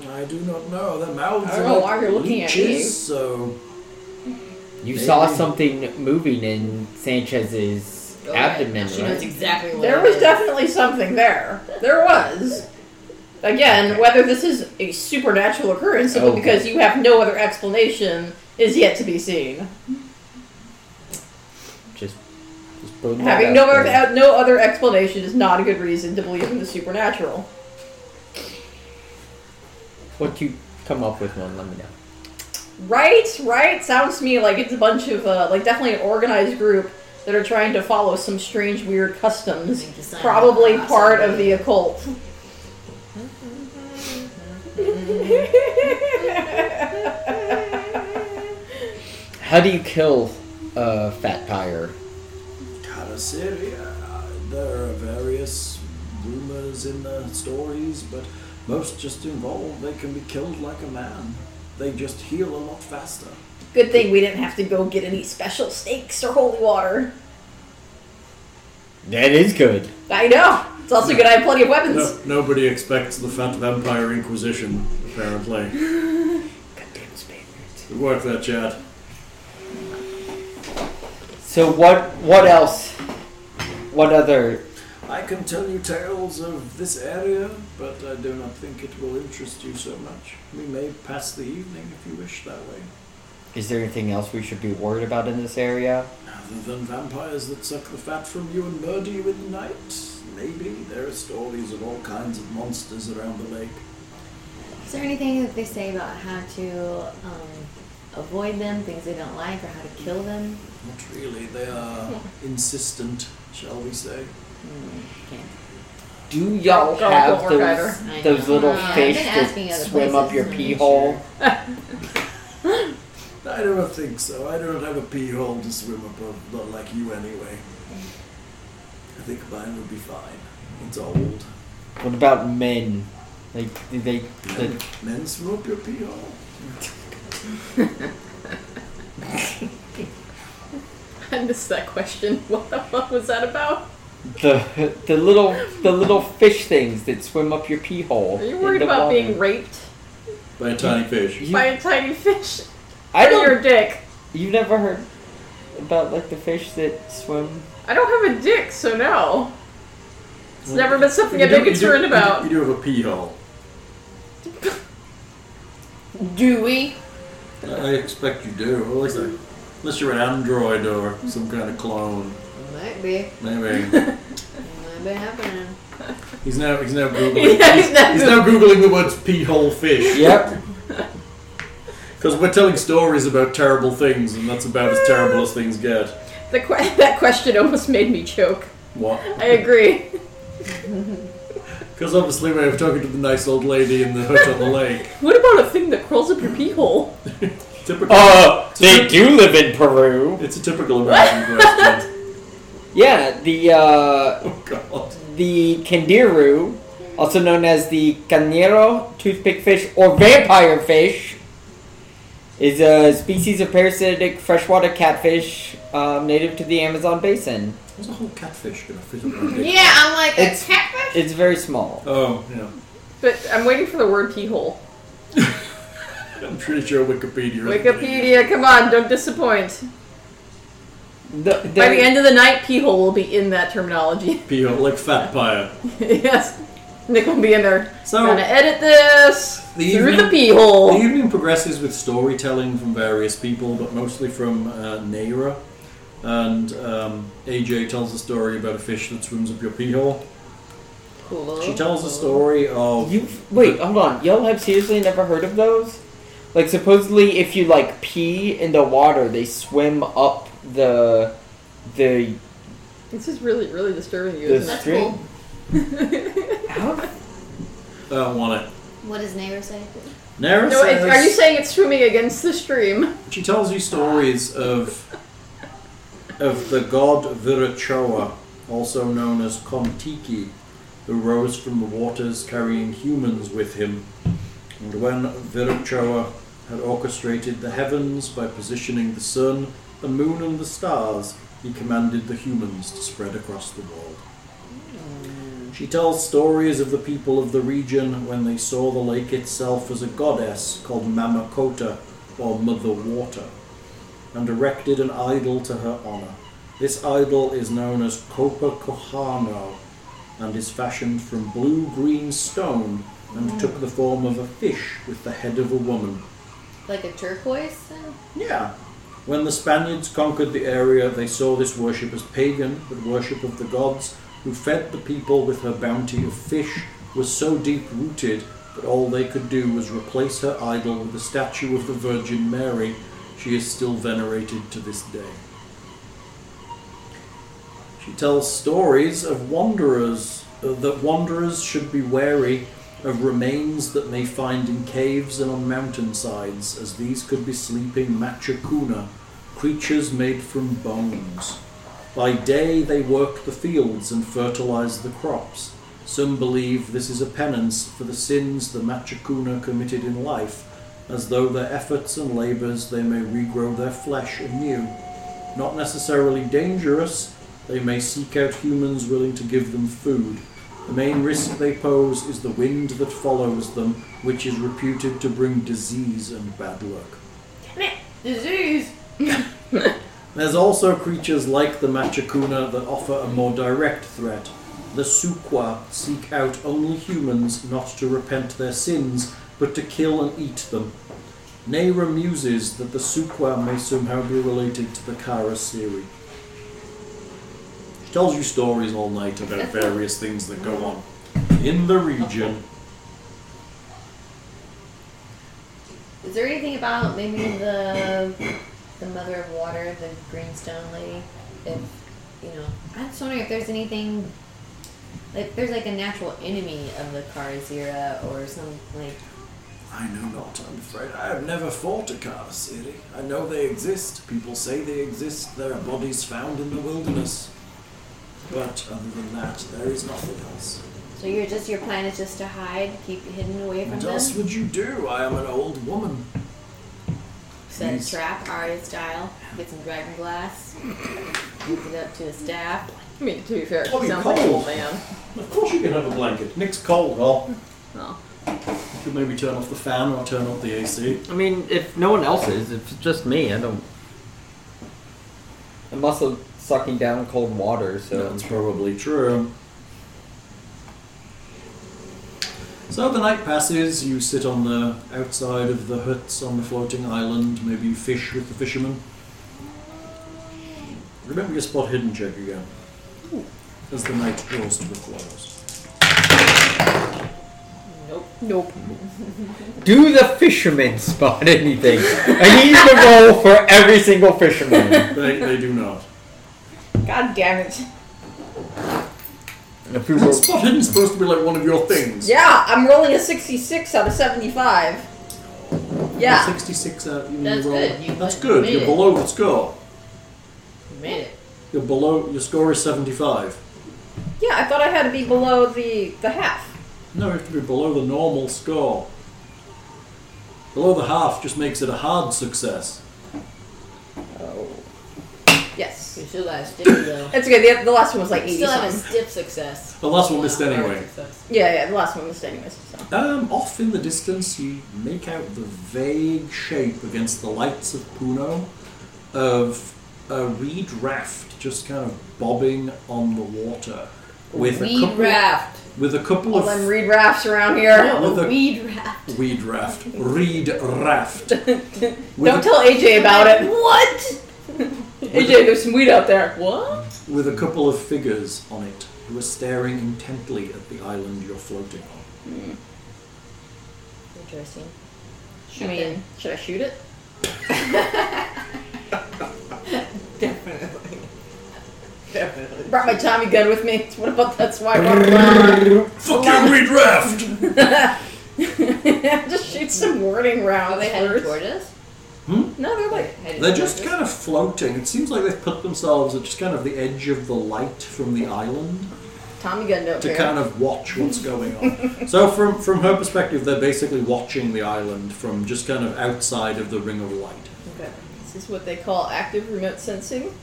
[SPEAKER 2] I do not know. Their mouths
[SPEAKER 3] I don't
[SPEAKER 2] are
[SPEAKER 3] know
[SPEAKER 2] like
[SPEAKER 3] why you're looking at
[SPEAKER 2] leeches,
[SPEAKER 3] me.
[SPEAKER 2] so
[SPEAKER 4] You saw
[SPEAKER 2] Maybe.
[SPEAKER 4] something moving in Sanchez's
[SPEAKER 5] Oh, yeah.
[SPEAKER 4] abdomen,
[SPEAKER 5] She knows
[SPEAKER 4] right?
[SPEAKER 5] exactly what
[SPEAKER 3] There
[SPEAKER 5] it
[SPEAKER 3] was
[SPEAKER 5] is.
[SPEAKER 3] definitely something there. There was. Again, whether this is a supernatural occurrence simply
[SPEAKER 4] Okay.
[SPEAKER 3] because you have no other explanation is yet to be seen.
[SPEAKER 4] Just, just putting that
[SPEAKER 3] Having
[SPEAKER 4] out
[SPEAKER 3] no other,
[SPEAKER 4] there.
[SPEAKER 3] no other explanation is not a good reason to believe in the supernatural.
[SPEAKER 4] What you come up with, one, let me know.
[SPEAKER 3] Right, right. Sounds to me like it's a bunch of uh, like definitely an organized group that are trying to follow some strange, weird customs.
[SPEAKER 5] Like design
[SPEAKER 3] Probably
[SPEAKER 5] across
[SPEAKER 3] part of
[SPEAKER 5] it.
[SPEAKER 3] the occult.
[SPEAKER 4] How do you kill a fat pyre?
[SPEAKER 2] Karasiri. Uh, there are various rumors in the stories, but most just involve they can be killed like a man. They just heal a lot faster.
[SPEAKER 10] Good thing we didn't have to go get any special steaks or holy water.
[SPEAKER 4] That is good.
[SPEAKER 10] I know. It's also good I have plenty of weapons.
[SPEAKER 2] No, nobody expects the Fat Vampire Inquisition, apparently.
[SPEAKER 10] Goddamn Spain.
[SPEAKER 2] Good work there, Chad.
[SPEAKER 4] So what? What else? What other?
[SPEAKER 2] I can tell you tales of this area, but I do not think it will interest you so much. We may pass the evening if you wish that way.
[SPEAKER 4] Is there anything else we should be worried about in this area?
[SPEAKER 2] Other than vampires that suck the fat from you and murder you in the night, maybe there are stories of all kinds of monsters around the lake.
[SPEAKER 6] Is there anything that they say about how to um, avoid them, things they don't like, or how to kill them?
[SPEAKER 2] Not really, they are insistent, shall we say.
[SPEAKER 4] Do y'all
[SPEAKER 3] Don't
[SPEAKER 4] have
[SPEAKER 3] work either.
[SPEAKER 6] I know.
[SPEAKER 4] those, those little
[SPEAKER 6] Yeah, I've
[SPEAKER 4] fish
[SPEAKER 6] been asking
[SPEAKER 4] that
[SPEAKER 6] other
[SPEAKER 4] swim up
[SPEAKER 6] places,
[SPEAKER 4] your
[SPEAKER 6] I'm
[SPEAKER 4] pee
[SPEAKER 6] not
[SPEAKER 4] hole?
[SPEAKER 2] I don't think so. I don't have a pee hole to swim above, not like you anyway. I think mine would be fine. It's old.
[SPEAKER 4] What about men? Like do they?
[SPEAKER 2] Men,
[SPEAKER 4] The,
[SPEAKER 2] men swim up your pee hole.
[SPEAKER 3] I missed that question. What the fuck was that about?
[SPEAKER 4] the the little the little fish things that swim up your pee hole.
[SPEAKER 3] Are you
[SPEAKER 4] in
[SPEAKER 3] worried
[SPEAKER 4] the
[SPEAKER 3] about
[SPEAKER 4] water.
[SPEAKER 3] being raped
[SPEAKER 2] By a tiny fish.
[SPEAKER 4] You-
[SPEAKER 3] by a tiny fish?
[SPEAKER 4] I
[SPEAKER 3] or your
[SPEAKER 4] don't.
[SPEAKER 3] dick?
[SPEAKER 4] You've never heard about like the fish that swim.
[SPEAKER 3] I don't have a dick, so no. It's
[SPEAKER 2] Well,
[SPEAKER 3] never been something
[SPEAKER 2] You
[SPEAKER 3] I've been
[SPEAKER 2] do- you do-
[SPEAKER 3] concerned
[SPEAKER 2] you do-
[SPEAKER 3] about.
[SPEAKER 2] You do have a pee hole.
[SPEAKER 10] Do we?
[SPEAKER 2] I- I expect you do. Well, at least I- Unless you're an android or some kind of clone.
[SPEAKER 6] Might be.
[SPEAKER 2] Maybe.
[SPEAKER 6] Might be happening.
[SPEAKER 2] He's now he's now googling
[SPEAKER 3] Yeah, he's not
[SPEAKER 2] he's now googling the words pee hole fish.
[SPEAKER 4] Yep.
[SPEAKER 2] Because we're telling stories about terrible things and that's about as terrible as things get.
[SPEAKER 3] The que- that question almost made me choke.
[SPEAKER 2] What?
[SPEAKER 3] I agree.
[SPEAKER 2] Because obviously we were talking to the nice old lady in the hut on the lake.
[SPEAKER 3] What about a thing that crawls up your pee hole?
[SPEAKER 2] Typical.
[SPEAKER 4] Oh, they do live in Peru.
[SPEAKER 2] It's a typical American question.
[SPEAKER 4] Yeah, the uh,
[SPEAKER 2] Oh god.
[SPEAKER 4] the kandiru, also known as the canero toothpick fish or vampire fish, is a species of parasitic freshwater catfish um, native to the Amazon basin.
[SPEAKER 2] What's a whole catfish gonna fit up on a dick?
[SPEAKER 10] Yeah, I'm like a
[SPEAKER 4] It's-
[SPEAKER 10] catfish.
[SPEAKER 4] It's very small.
[SPEAKER 2] Oh, yeah.
[SPEAKER 3] But I'm waiting for the word pee hole.
[SPEAKER 2] I'm pretty sure Wikipedia. isn't it?
[SPEAKER 3] Wikipedia, come on, don't disappoint.
[SPEAKER 4] The-
[SPEAKER 3] By the
[SPEAKER 4] there-
[SPEAKER 3] end of the night, pee hole will be in that terminology.
[SPEAKER 2] Pee hole, like fat pie.
[SPEAKER 3] yes. Nick will be in there.
[SPEAKER 2] So-
[SPEAKER 3] gonna edit this
[SPEAKER 2] Oh. The
[SPEAKER 3] through
[SPEAKER 2] evening-
[SPEAKER 3] the pee
[SPEAKER 2] The
[SPEAKER 3] hole.
[SPEAKER 2] evening progresses with storytelling from various people, but mostly from uh, Naira. And um, AJ tells a story about a fish that swims up your pee hole.
[SPEAKER 5] Cool.
[SPEAKER 2] She tells a story of.
[SPEAKER 4] You wait, hold on. Y'all have seriously never heard of those? Like supposedly, if you like pee in the water, they swim up the the
[SPEAKER 3] This is really, really disturbing you,
[SPEAKER 4] the
[SPEAKER 3] isn't it?
[SPEAKER 4] stream. How
[SPEAKER 2] I don't want it.
[SPEAKER 6] What does neighbor say?
[SPEAKER 2] Naira
[SPEAKER 3] No,
[SPEAKER 2] uh, says.
[SPEAKER 3] it, are you saying it's swimming against the stream?
[SPEAKER 2] She tells you stories of of the god Virachoa, also known as Kontiki, who rose from the waters carrying humans with him. And when Virachoa had orchestrated the heavens by positioning the sun, the moon, and the stars, he commanded the humans to spread across the world. She tells stories of the people of the region when they saw the lake itself as a goddess called Mamakota, or Mother Water, and erected an idol to her honor. This idol is known as Copa Kohano and is fashioned from blue green stone and took the form of a fish with the head of a woman.
[SPEAKER 6] Like a turquoise? then?
[SPEAKER 2] Yeah. When the Spaniards conquered the area, they saw this worship as pagan, but worship of the gods, who fed the people with her bounty of fish, was so deep rooted that all they could do was replace her idol with a statue of the Virgin Mary. She is still venerated to this day. She tells stories of wanderers, uh, that wanderers should be wary of remains that they find in caves and on mountainsides, as these could be sleeping machacuna, creatures made from bones. By day they work the fields and fertilize the crops. Some believe this is a penance for the sins the machacuna committed in life, as though their efforts and labours they may regrow their flesh anew. Not necessarily dangerous, they may seek out humans willing to give them food. The main risk they pose is the wind that follows them, which is reputed to bring disease and bad luck.
[SPEAKER 11] Disease!
[SPEAKER 2] There's also creatures like the Machacuna that offer a more direct threat. The Suqua seek out only humans not to repent their sins, but to kill and eat them. Nehra muses that the Suqua may somehow be related to the Kara Siri. She tells you stories all night about various things that go on in the region.
[SPEAKER 6] Is there anything about maybe the the mother of water, the greenstone lady? If you know, I'm just wondering if there's anything like if there's like a natural enemy of the Karazira or some like
[SPEAKER 2] I know not, I'm afraid. I have never fought a Kara Siri. I know they exist. People say they exist. There are bodies found in the wilderness. But other than that, there is nothing else.
[SPEAKER 6] so you're just your plan is just to hide, keep hidden away from
[SPEAKER 2] What
[SPEAKER 6] them.
[SPEAKER 2] else would you do? I am an old woman.
[SPEAKER 6] Set
[SPEAKER 2] Please.
[SPEAKER 6] a trap, Arya style. Get some dragon glass. Loop it up to his staff.
[SPEAKER 11] I mean, to be fair, she
[SPEAKER 2] Oh, you
[SPEAKER 11] sounds like an
[SPEAKER 2] cold.
[SPEAKER 11] old man.
[SPEAKER 2] Of course you can have a blanket. Nick's cold, well.
[SPEAKER 11] No.
[SPEAKER 2] You could maybe turn off the fan or turn off the AC.
[SPEAKER 4] I mean, if no one else is, if it's just me, I don't. I'm also sucking down cold water, so.
[SPEAKER 2] That's probably true. So the night passes, you sit on the outside of the huts on the floating island, maybe you fish with the fishermen. Remember your spot hidden check again. As the night draws to a close.
[SPEAKER 3] Nope.
[SPEAKER 4] Do the fishermen spot anything? I need to roll for every single fisherman.
[SPEAKER 2] They, they do not.
[SPEAKER 3] God damn it.
[SPEAKER 4] And if we were,
[SPEAKER 2] But spot hidden's supposed to be like one of your things.
[SPEAKER 3] Yeah, I'm rolling a 66 out of 75. Yeah.
[SPEAKER 2] 66 out uh, you
[SPEAKER 6] That's
[SPEAKER 2] roll.
[SPEAKER 6] good, you
[SPEAKER 2] That's
[SPEAKER 6] made
[SPEAKER 2] good. You're
[SPEAKER 6] it.
[SPEAKER 2] below the score.
[SPEAKER 6] You made it.
[SPEAKER 2] You're below your score is 75.
[SPEAKER 3] Yeah, I thought I had to be below the, the half.
[SPEAKER 2] No, you have to be below the normal score. Below the half just makes it a hard success.
[SPEAKER 3] Yes.
[SPEAKER 6] You still got a stiff though.
[SPEAKER 3] That's okay. The, the last one was like 80
[SPEAKER 6] Still have a
[SPEAKER 3] something.
[SPEAKER 6] stiff success.
[SPEAKER 2] The last one missed
[SPEAKER 6] Wow,
[SPEAKER 2] anyway.
[SPEAKER 6] success.
[SPEAKER 3] Yeah, yeah, the last one was anyways. So.
[SPEAKER 2] Um, off in the distance, you make out the vague shape against the lights of Puno of a reed raft just kind of bobbing on the water with a
[SPEAKER 6] Weed
[SPEAKER 2] couple,
[SPEAKER 6] raft.
[SPEAKER 2] with a couple
[SPEAKER 3] All them
[SPEAKER 2] of
[SPEAKER 3] reed rafts around here.
[SPEAKER 2] with a
[SPEAKER 6] Weed raft.
[SPEAKER 2] weed raft, reed raft. with,
[SPEAKER 3] Don't
[SPEAKER 2] a,
[SPEAKER 3] tell AJ about it. What? AJ, there's some weed out there. What?
[SPEAKER 2] with a couple of figures on it who are staring intently at the island you're floating on.
[SPEAKER 6] Interesting.
[SPEAKER 11] I mean, should I shoot it?
[SPEAKER 3] Brought my Tommy gun with me. What about that's why I brought it
[SPEAKER 2] Fucking reed raft!
[SPEAKER 3] around. Just shoot some warning rounds.
[SPEAKER 6] Are Oh, they headed
[SPEAKER 3] first.
[SPEAKER 6] toward us?
[SPEAKER 3] No, they're like
[SPEAKER 6] Headed
[SPEAKER 2] They're
[SPEAKER 6] toward
[SPEAKER 2] just
[SPEAKER 6] us?
[SPEAKER 2] kind of floating. It seems like they've put themselves at just kind of the edge of the light from the island
[SPEAKER 3] Tommy gun don't
[SPEAKER 2] to
[SPEAKER 3] care.
[SPEAKER 2] kind of watch what's going on. so from from her perspective, they're basically watching the island from just kind of outside of the ring of light.
[SPEAKER 3] Okay. This is what they call active remote sensing.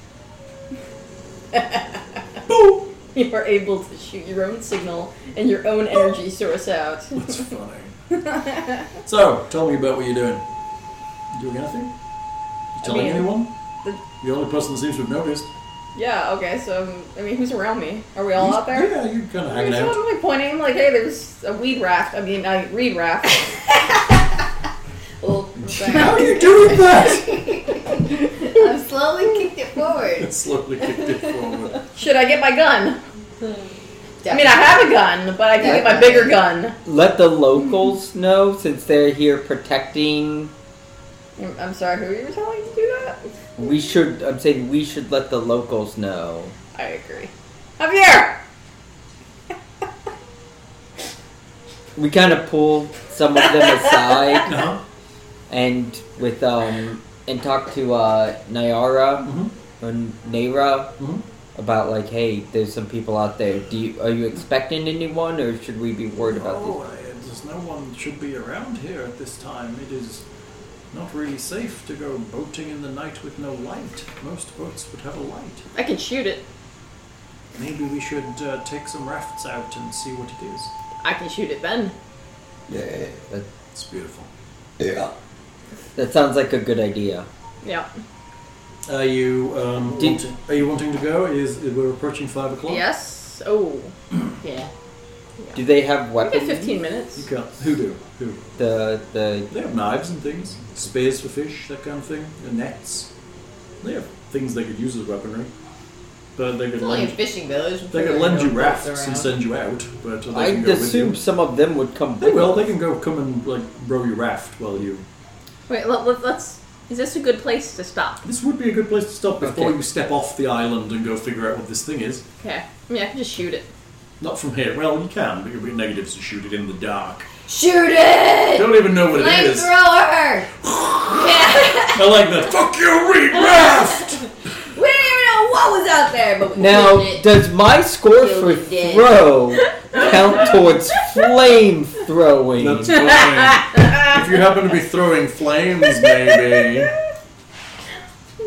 [SPEAKER 2] Boom!
[SPEAKER 3] You are able to shoot your own signal and your own energy source out.
[SPEAKER 2] That's funny. so tell me about what you're doing. Doing anything? You telling
[SPEAKER 3] mean,
[SPEAKER 2] anyone?
[SPEAKER 3] the-
[SPEAKER 2] The only person that seems to have noticed.
[SPEAKER 3] Yeah, okay, so, um, I mean, who's around me? Are we all out there?
[SPEAKER 2] Yeah, you're kind of
[SPEAKER 3] I mean,
[SPEAKER 2] hanging
[SPEAKER 3] so
[SPEAKER 2] out.
[SPEAKER 3] I'm like pointing, like, hey, there's a weed raft. I mean, a reed raft.
[SPEAKER 6] Well,
[SPEAKER 2] How
[SPEAKER 6] sorry.
[SPEAKER 2] are you doing that?
[SPEAKER 6] I've slowly kicked it forward.
[SPEAKER 2] slowly kicked it forward.
[SPEAKER 3] Should I get my gun? I mean, I have a gun, but I can get my bigger gun.
[SPEAKER 4] let the locals know since they're here protecting.
[SPEAKER 3] I'm- I'm sorry, who are you telling to do that?
[SPEAKER 4] We should. I'm saying we should let the locals know.
[SPEAKER 3] I agree. Javier!
[SPEAKER 4] We kind of pull some of them aside
[SPEAKER 2] Uh-huh.
[SPEAKER 4] and with um and talk to uh Nyara
[SPEAKER 2] Mhm.
[SPEAKER 4] or Naira
[SPEAKER 2] Mhm.
[SPEAKER 4] about like, hey, there's some people out there. Do you are you expecting anyone, or should we be worried about
[SPEAKER 2] Oh, I- there's no one should be around here at this time. It is Not really safe to go boating in the night with no light. Most boats would have a light.
[SPEAKER 3] I can shoot it.
[SPEAKER 2] Maybe we should uh, take some rafts out and see what it is.
[SPEAKER 3] I can shoot it then.
[SPEAKER 4] Yeah, that,
[SPEAKER 2] It's beautiful.
[SPEAKER 4] yeah. That sounds like a good idea.
[SPEAKER 3] Yeah.
[SPEAKER 2] Are you um,
[SPEAKER 4] Did-
[SPEAKER 2] wanting, are you wanting to go? Is we're approaching five o'clock?
[SPEAKER 3] Yes. Oh. Yeah.
[SPEAKER 4] Do they have
[SPEAKER 3] We got
[SPEAKER 4] weapons?
[SPEAKER 3] 15
[SPEAKER 2] You
[SPEAKER 3] minutes.
[SPEAKER 2] can. Who do? Who?
[SPEAKER 4] The the
[SPEAKER 2] They have knives and things, spears for fish, that kind of thing, and nets. They have things they could use as weaponry, but they could
[SPEAKER 6] It's only a
[SPEAKER 2] lend,
[SPEAKER 6] fishing village.
[SPEAKER 2] they could lend you rafts and send you out. But they
[SPEAKER 4] I
[SPEAKER 2] can go with you.
[SPEAKER 4] assume some of them would come.
[SPEAKER 2] They will. They can go come and like row your raft while you.
[SPEAKER 3] Wait, let, let, let's. Is this a good place to stop?
[SPEAKER 2] This would be a good place to stop before
[SPEAKER 4] Okay.
[SPEAKER 2] you step off the island and go figure out what this thing is.
[SPEAKER 3] Okay. I mean, I can just shoot it.
[SPEAKER 2] Not from here. Well, you can, but you'll be negatives to shoot it in the dark.
[SPEAKER 6] Shoot it!
[SPEAKER 2] Don't even know what it is.
[SPEAKER 6] Flamethrower!
[SPEAKER 2] I like the fuck you, read raft.
[SPEAKER 6] We didn't even know what was out there, but we
[SPEAKER 4] Now,
[SPEAKER 6] did it.
[SPEAKER 4] does my score
[SPEAKER 6] Killed
[SPEAKER 4] for
[SPEAKER 6] it dead.
[SPEAKER 4] throw count towards flame throwing?
[SPEAKER 2] That's fine. if you happen to be throwing flames, maybe.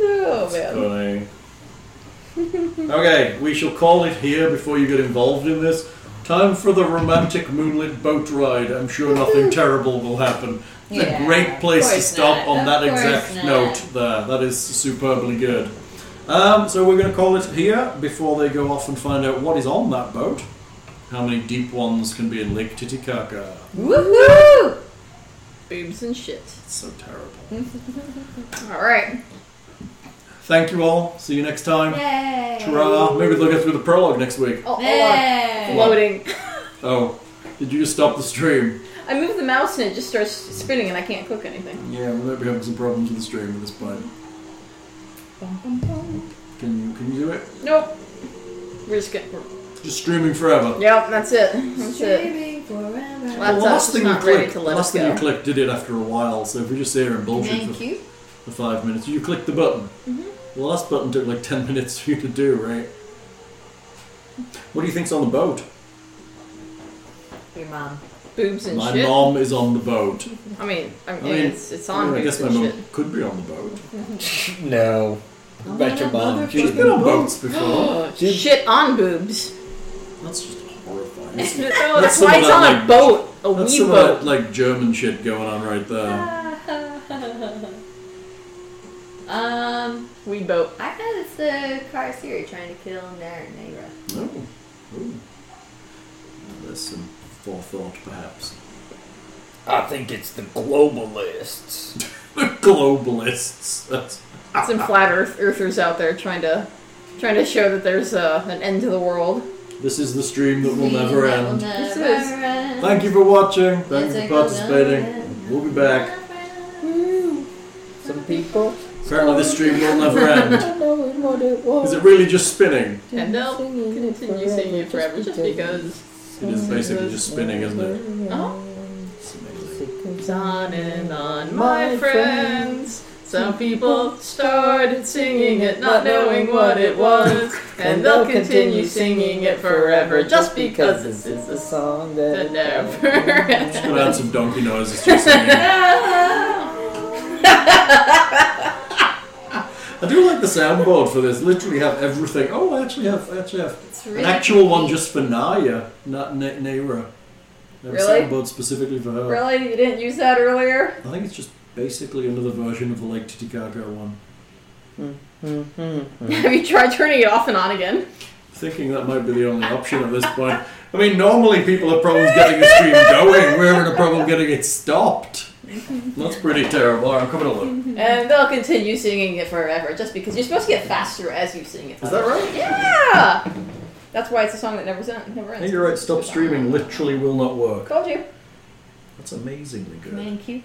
[SPEAKER 10] No, man.
[SPEAKER 2] Funny. okay, we shall call it here before you get involved in this. Time for the romantic moonlit boat ride. I'm sure nothing terrible will happen. It's
[SPEAKER 6] Yeah,
[SPEAKER 2] a great place
[SPEAKER 6] of
[SPEAKER 2] to
[SPEAKER 6] course
[SPEAKER 2] stop
[SPEAKER 6] not.
[SPEAKER 2] on
[SPEAKER 6] Of
[SPEAKER 2] that
[SPEAKER 6] course
[SPEAKER 2] exact
[SPEAKER 6] not.
[SPEAKER 2] note there. That is superbly good. Um, so we're going to call it here before they go off and find out what is on that boat. How many deep ones can be in Lake Titicaca?
[SPEAKER 6] Woohoo!
[SPEAKER 3] Boobs and shit.
[SPEAKER 2] It's so terrible.
[SPEAKER 3] All right.
[SPEAKER 2] Thank you all. See you next time.
[SPEAKER 6] Yay!
[SPEAKER 2] Ta-ra. Maybe they'll get through the prologue next week.
[SPEAKER 3] Oh, hold
[SPEAKER 6] Yay!
[SPEAKER 3] on. Loading.
[SPEAKER 2] Oh, did you just stop the stream?
[SPEAKER 3] I move the mouse and it just starts spinning and I can't click anything.
[SPEAKER 2] Yeah, we might be having some problems with the stream at this point. Can you can you do it?
[SPEAKER 3] Nope. We're just getting.
[SPEAKER 2] Just streaming forever.
[SPEAKER 3] Yep, that's it. That's it.
[SPEAKER 6] Streaming forever.
[SPEAKER 3] Well,
[SPEAKER 2] the
[SPEAKER 3] Laptop's
[SPEAKER 2] last thing you
[SPEAKER 3] not ready
[SPEAKER 2] clicked,
[SPEAKER 3] to let
[SPEAKER 2] last
[SPEAKER 3] us
[SPEAKER 2] thing you
[SPEAKER 3] go.
[SPEAKER 2] clicked did it after a while. So if we just sit here and bullshit
[SPEAKER 6] Thank
[SPEAKER 2] for,
[SPEAKER 6] you.
[SPEAKER 2] for five minutes, you clicked the button.
[SPEAKER 3] Mm-hmm.
[SPEAKER 2] The last button took like ten minutes for you to do, right? What do you think's on the boat?
[SPEAKER 6] Your mom.
[SPEAKER 3] Boobs and
[SPEAKER 2] My
[SPEAKER 3] shit.
[SPEAKER 2] mom is on the boat.
[SPEAKER 3] I mean, I mean,
[SPEAKER 2] mean,
[SPEAKER 3] it's, it's on
[SPEAKER 2] I, mean, I
[SPEAKER 3] boobs
[SPEAKER 2] guess my
[SPEAKER 3] and
[SPEAKER 2] mom
[SPEAKER 3] shit.
[SPEAKER 2] could be on the boat.
[SPEAKER 4] no. Bet your mom.
[SPEAKER 2] She's been on boats before.
[SPEAKER 4] Dude.
[SPEAKER 3] Shit on boobs.
[SPEAKER 2] That's just horrifying.
[SPEAKER 3] no,
[SPEAKER 2] That's
[SPEAKER 3] that's,
[SPEAKER 2] some
[SPEAKER 3] why
[SPEAKER 2] of
[SPEAKER 3] it's
[SPEAKER 2] that,
[SPEAKER 3] on
[SPEAKER 2] like-
[SPEAKER 3] a boat. A
[SPEAKER 2] that's
[SPEAKER 3] wee
[SPEAKER 2] some
[SPEAKER 3] boat.
[SPEAKER 2] of that like German shit going on right there.
[SPEAKER 6] Um,
[SPEAKER 3] Wee boat.
[SPEAKER 6] I thought it's the car Siri trying to kill Nara Negra.
[SPEAKER 2] No. Ooh. There's some forethought, perhaps.
[SPEAKER 4] I think it's the globalists.
[SPEAKER 2] Globalists. That's
[SPEAKER 3] Some flat earth earthers out there trying to trying to show that there's uh, an end to the world.
[SPEAKER 2] this is the stream that will never end.
[SPEAKER 3] This
[SPEAKER 6] This
[SPEAKER 3] is-
[SPEAKER 6] is.
[SPEAKER 2] Thank you for watching. Thank
[SPEAKER 6] It's
[SPEAKER 2] you
[SPEAKER 6] a
[SPEAKER 2] for participating.
[SPEAKER 6] good
[SPEAKER 2] We'll be back.
[SPEAKER 4] Some people.
[SPEAKER 2] Apparently, this stream will never end. Is it really just spinning?
[SPEAKER 3] And they'll continue singing it forever just because.
[SPEAKER 2] It is basically just spinning, isn't it?
[SPEAKER 3] Oh,
[SPEAKER 2] It's amazing.
[SPEAKER 3] it's on and on, my friends. Some people started singing it not knowing what it was. And they'll continue singing it forever just because this is a song
[SPEAKER 4] song
[SPEAKER 3] that
[SPEAKER 4] that
[SPEAKER 3] never
[SPEAKER 2] Just gonna add some donkey noises to singing. I do like the soundboard for this. Literally have everything. Oh, I actually have. I actually have
[SPEAKER 6] It's
[SPEAKER 2] An
[SPEAKER 6] really
[SPEAKER 2] actual one
[SPEAKER 6] neat.
[SPEAKER 2] just for Naya, not Na- Naira. I have a
[SPEAKER 3] Really?
[SPEAKER 2] soundboard specifically for her.
[SPEAKER 3] Really? You didn't use that earlier?
[SPEAKER 2] I think it's just basically another version of the Lake Titicaca one.
[SPEAKER 3] Have you tried turning it off and on again?
[SPEAKER 2] Thinking that might be the only option at this point. I mean, normally people have problems getting a stream going. We're having a problem getting it stopped. That's pretty terrible. All right, I'm coming along.
[SPEAKER 3] And they'll continue singing it forever just because you're supposed to get faster as you sing it.
[SPEAKER 2] Is that right?
[SPEAKER 3] Yeah! That's why it's a song that never, sen- never
[SPEAKER 2] I
[SPEAKER 3] ends.
[SPEAKER 2] think you're right. Stop streaming literally will not work.
[SPEAKER 3] Told you.
[SPEAKER 2] That's amazingly good.
[SPEAKER 6] Thank you.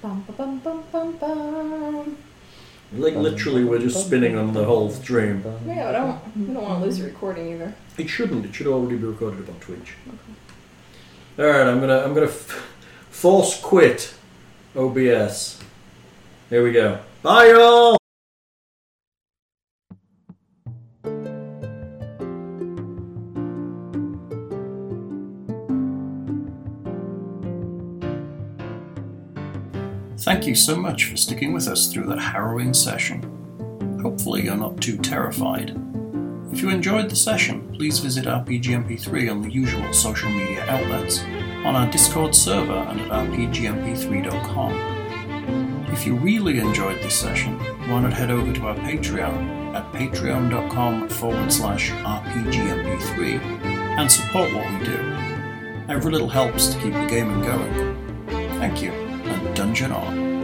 [SPEAKER 10] Bum, ba, bum, bum, bum, bum.
[SPEAKER 2] Like literally, we're just spinning on the whole stream.
[SPEAKER 3] Yeah, I don't, we don't want to lose the recording either.
[SPEAKER 2] It shouldn't. It should already be recorded up on Twitch. All right, I'm gonna I'm gonna f- force quit OBS. Here we go. Bye, y'all.
[SPEAKER 1] Thank you so much for sticking with us through that harrowing session. Hopefully, you're not too terrified. If you enjoyed the session, please visit RPGMP3 on the usual social media outlets, on our Discord server, and at RPGMP3.com. If you really enjoyed this session, why not head over to our Patreon at patreon.com forward slash RPGMP3 and support what we do. Every little helps to keep the gaming going. Thank you, and dungeon on.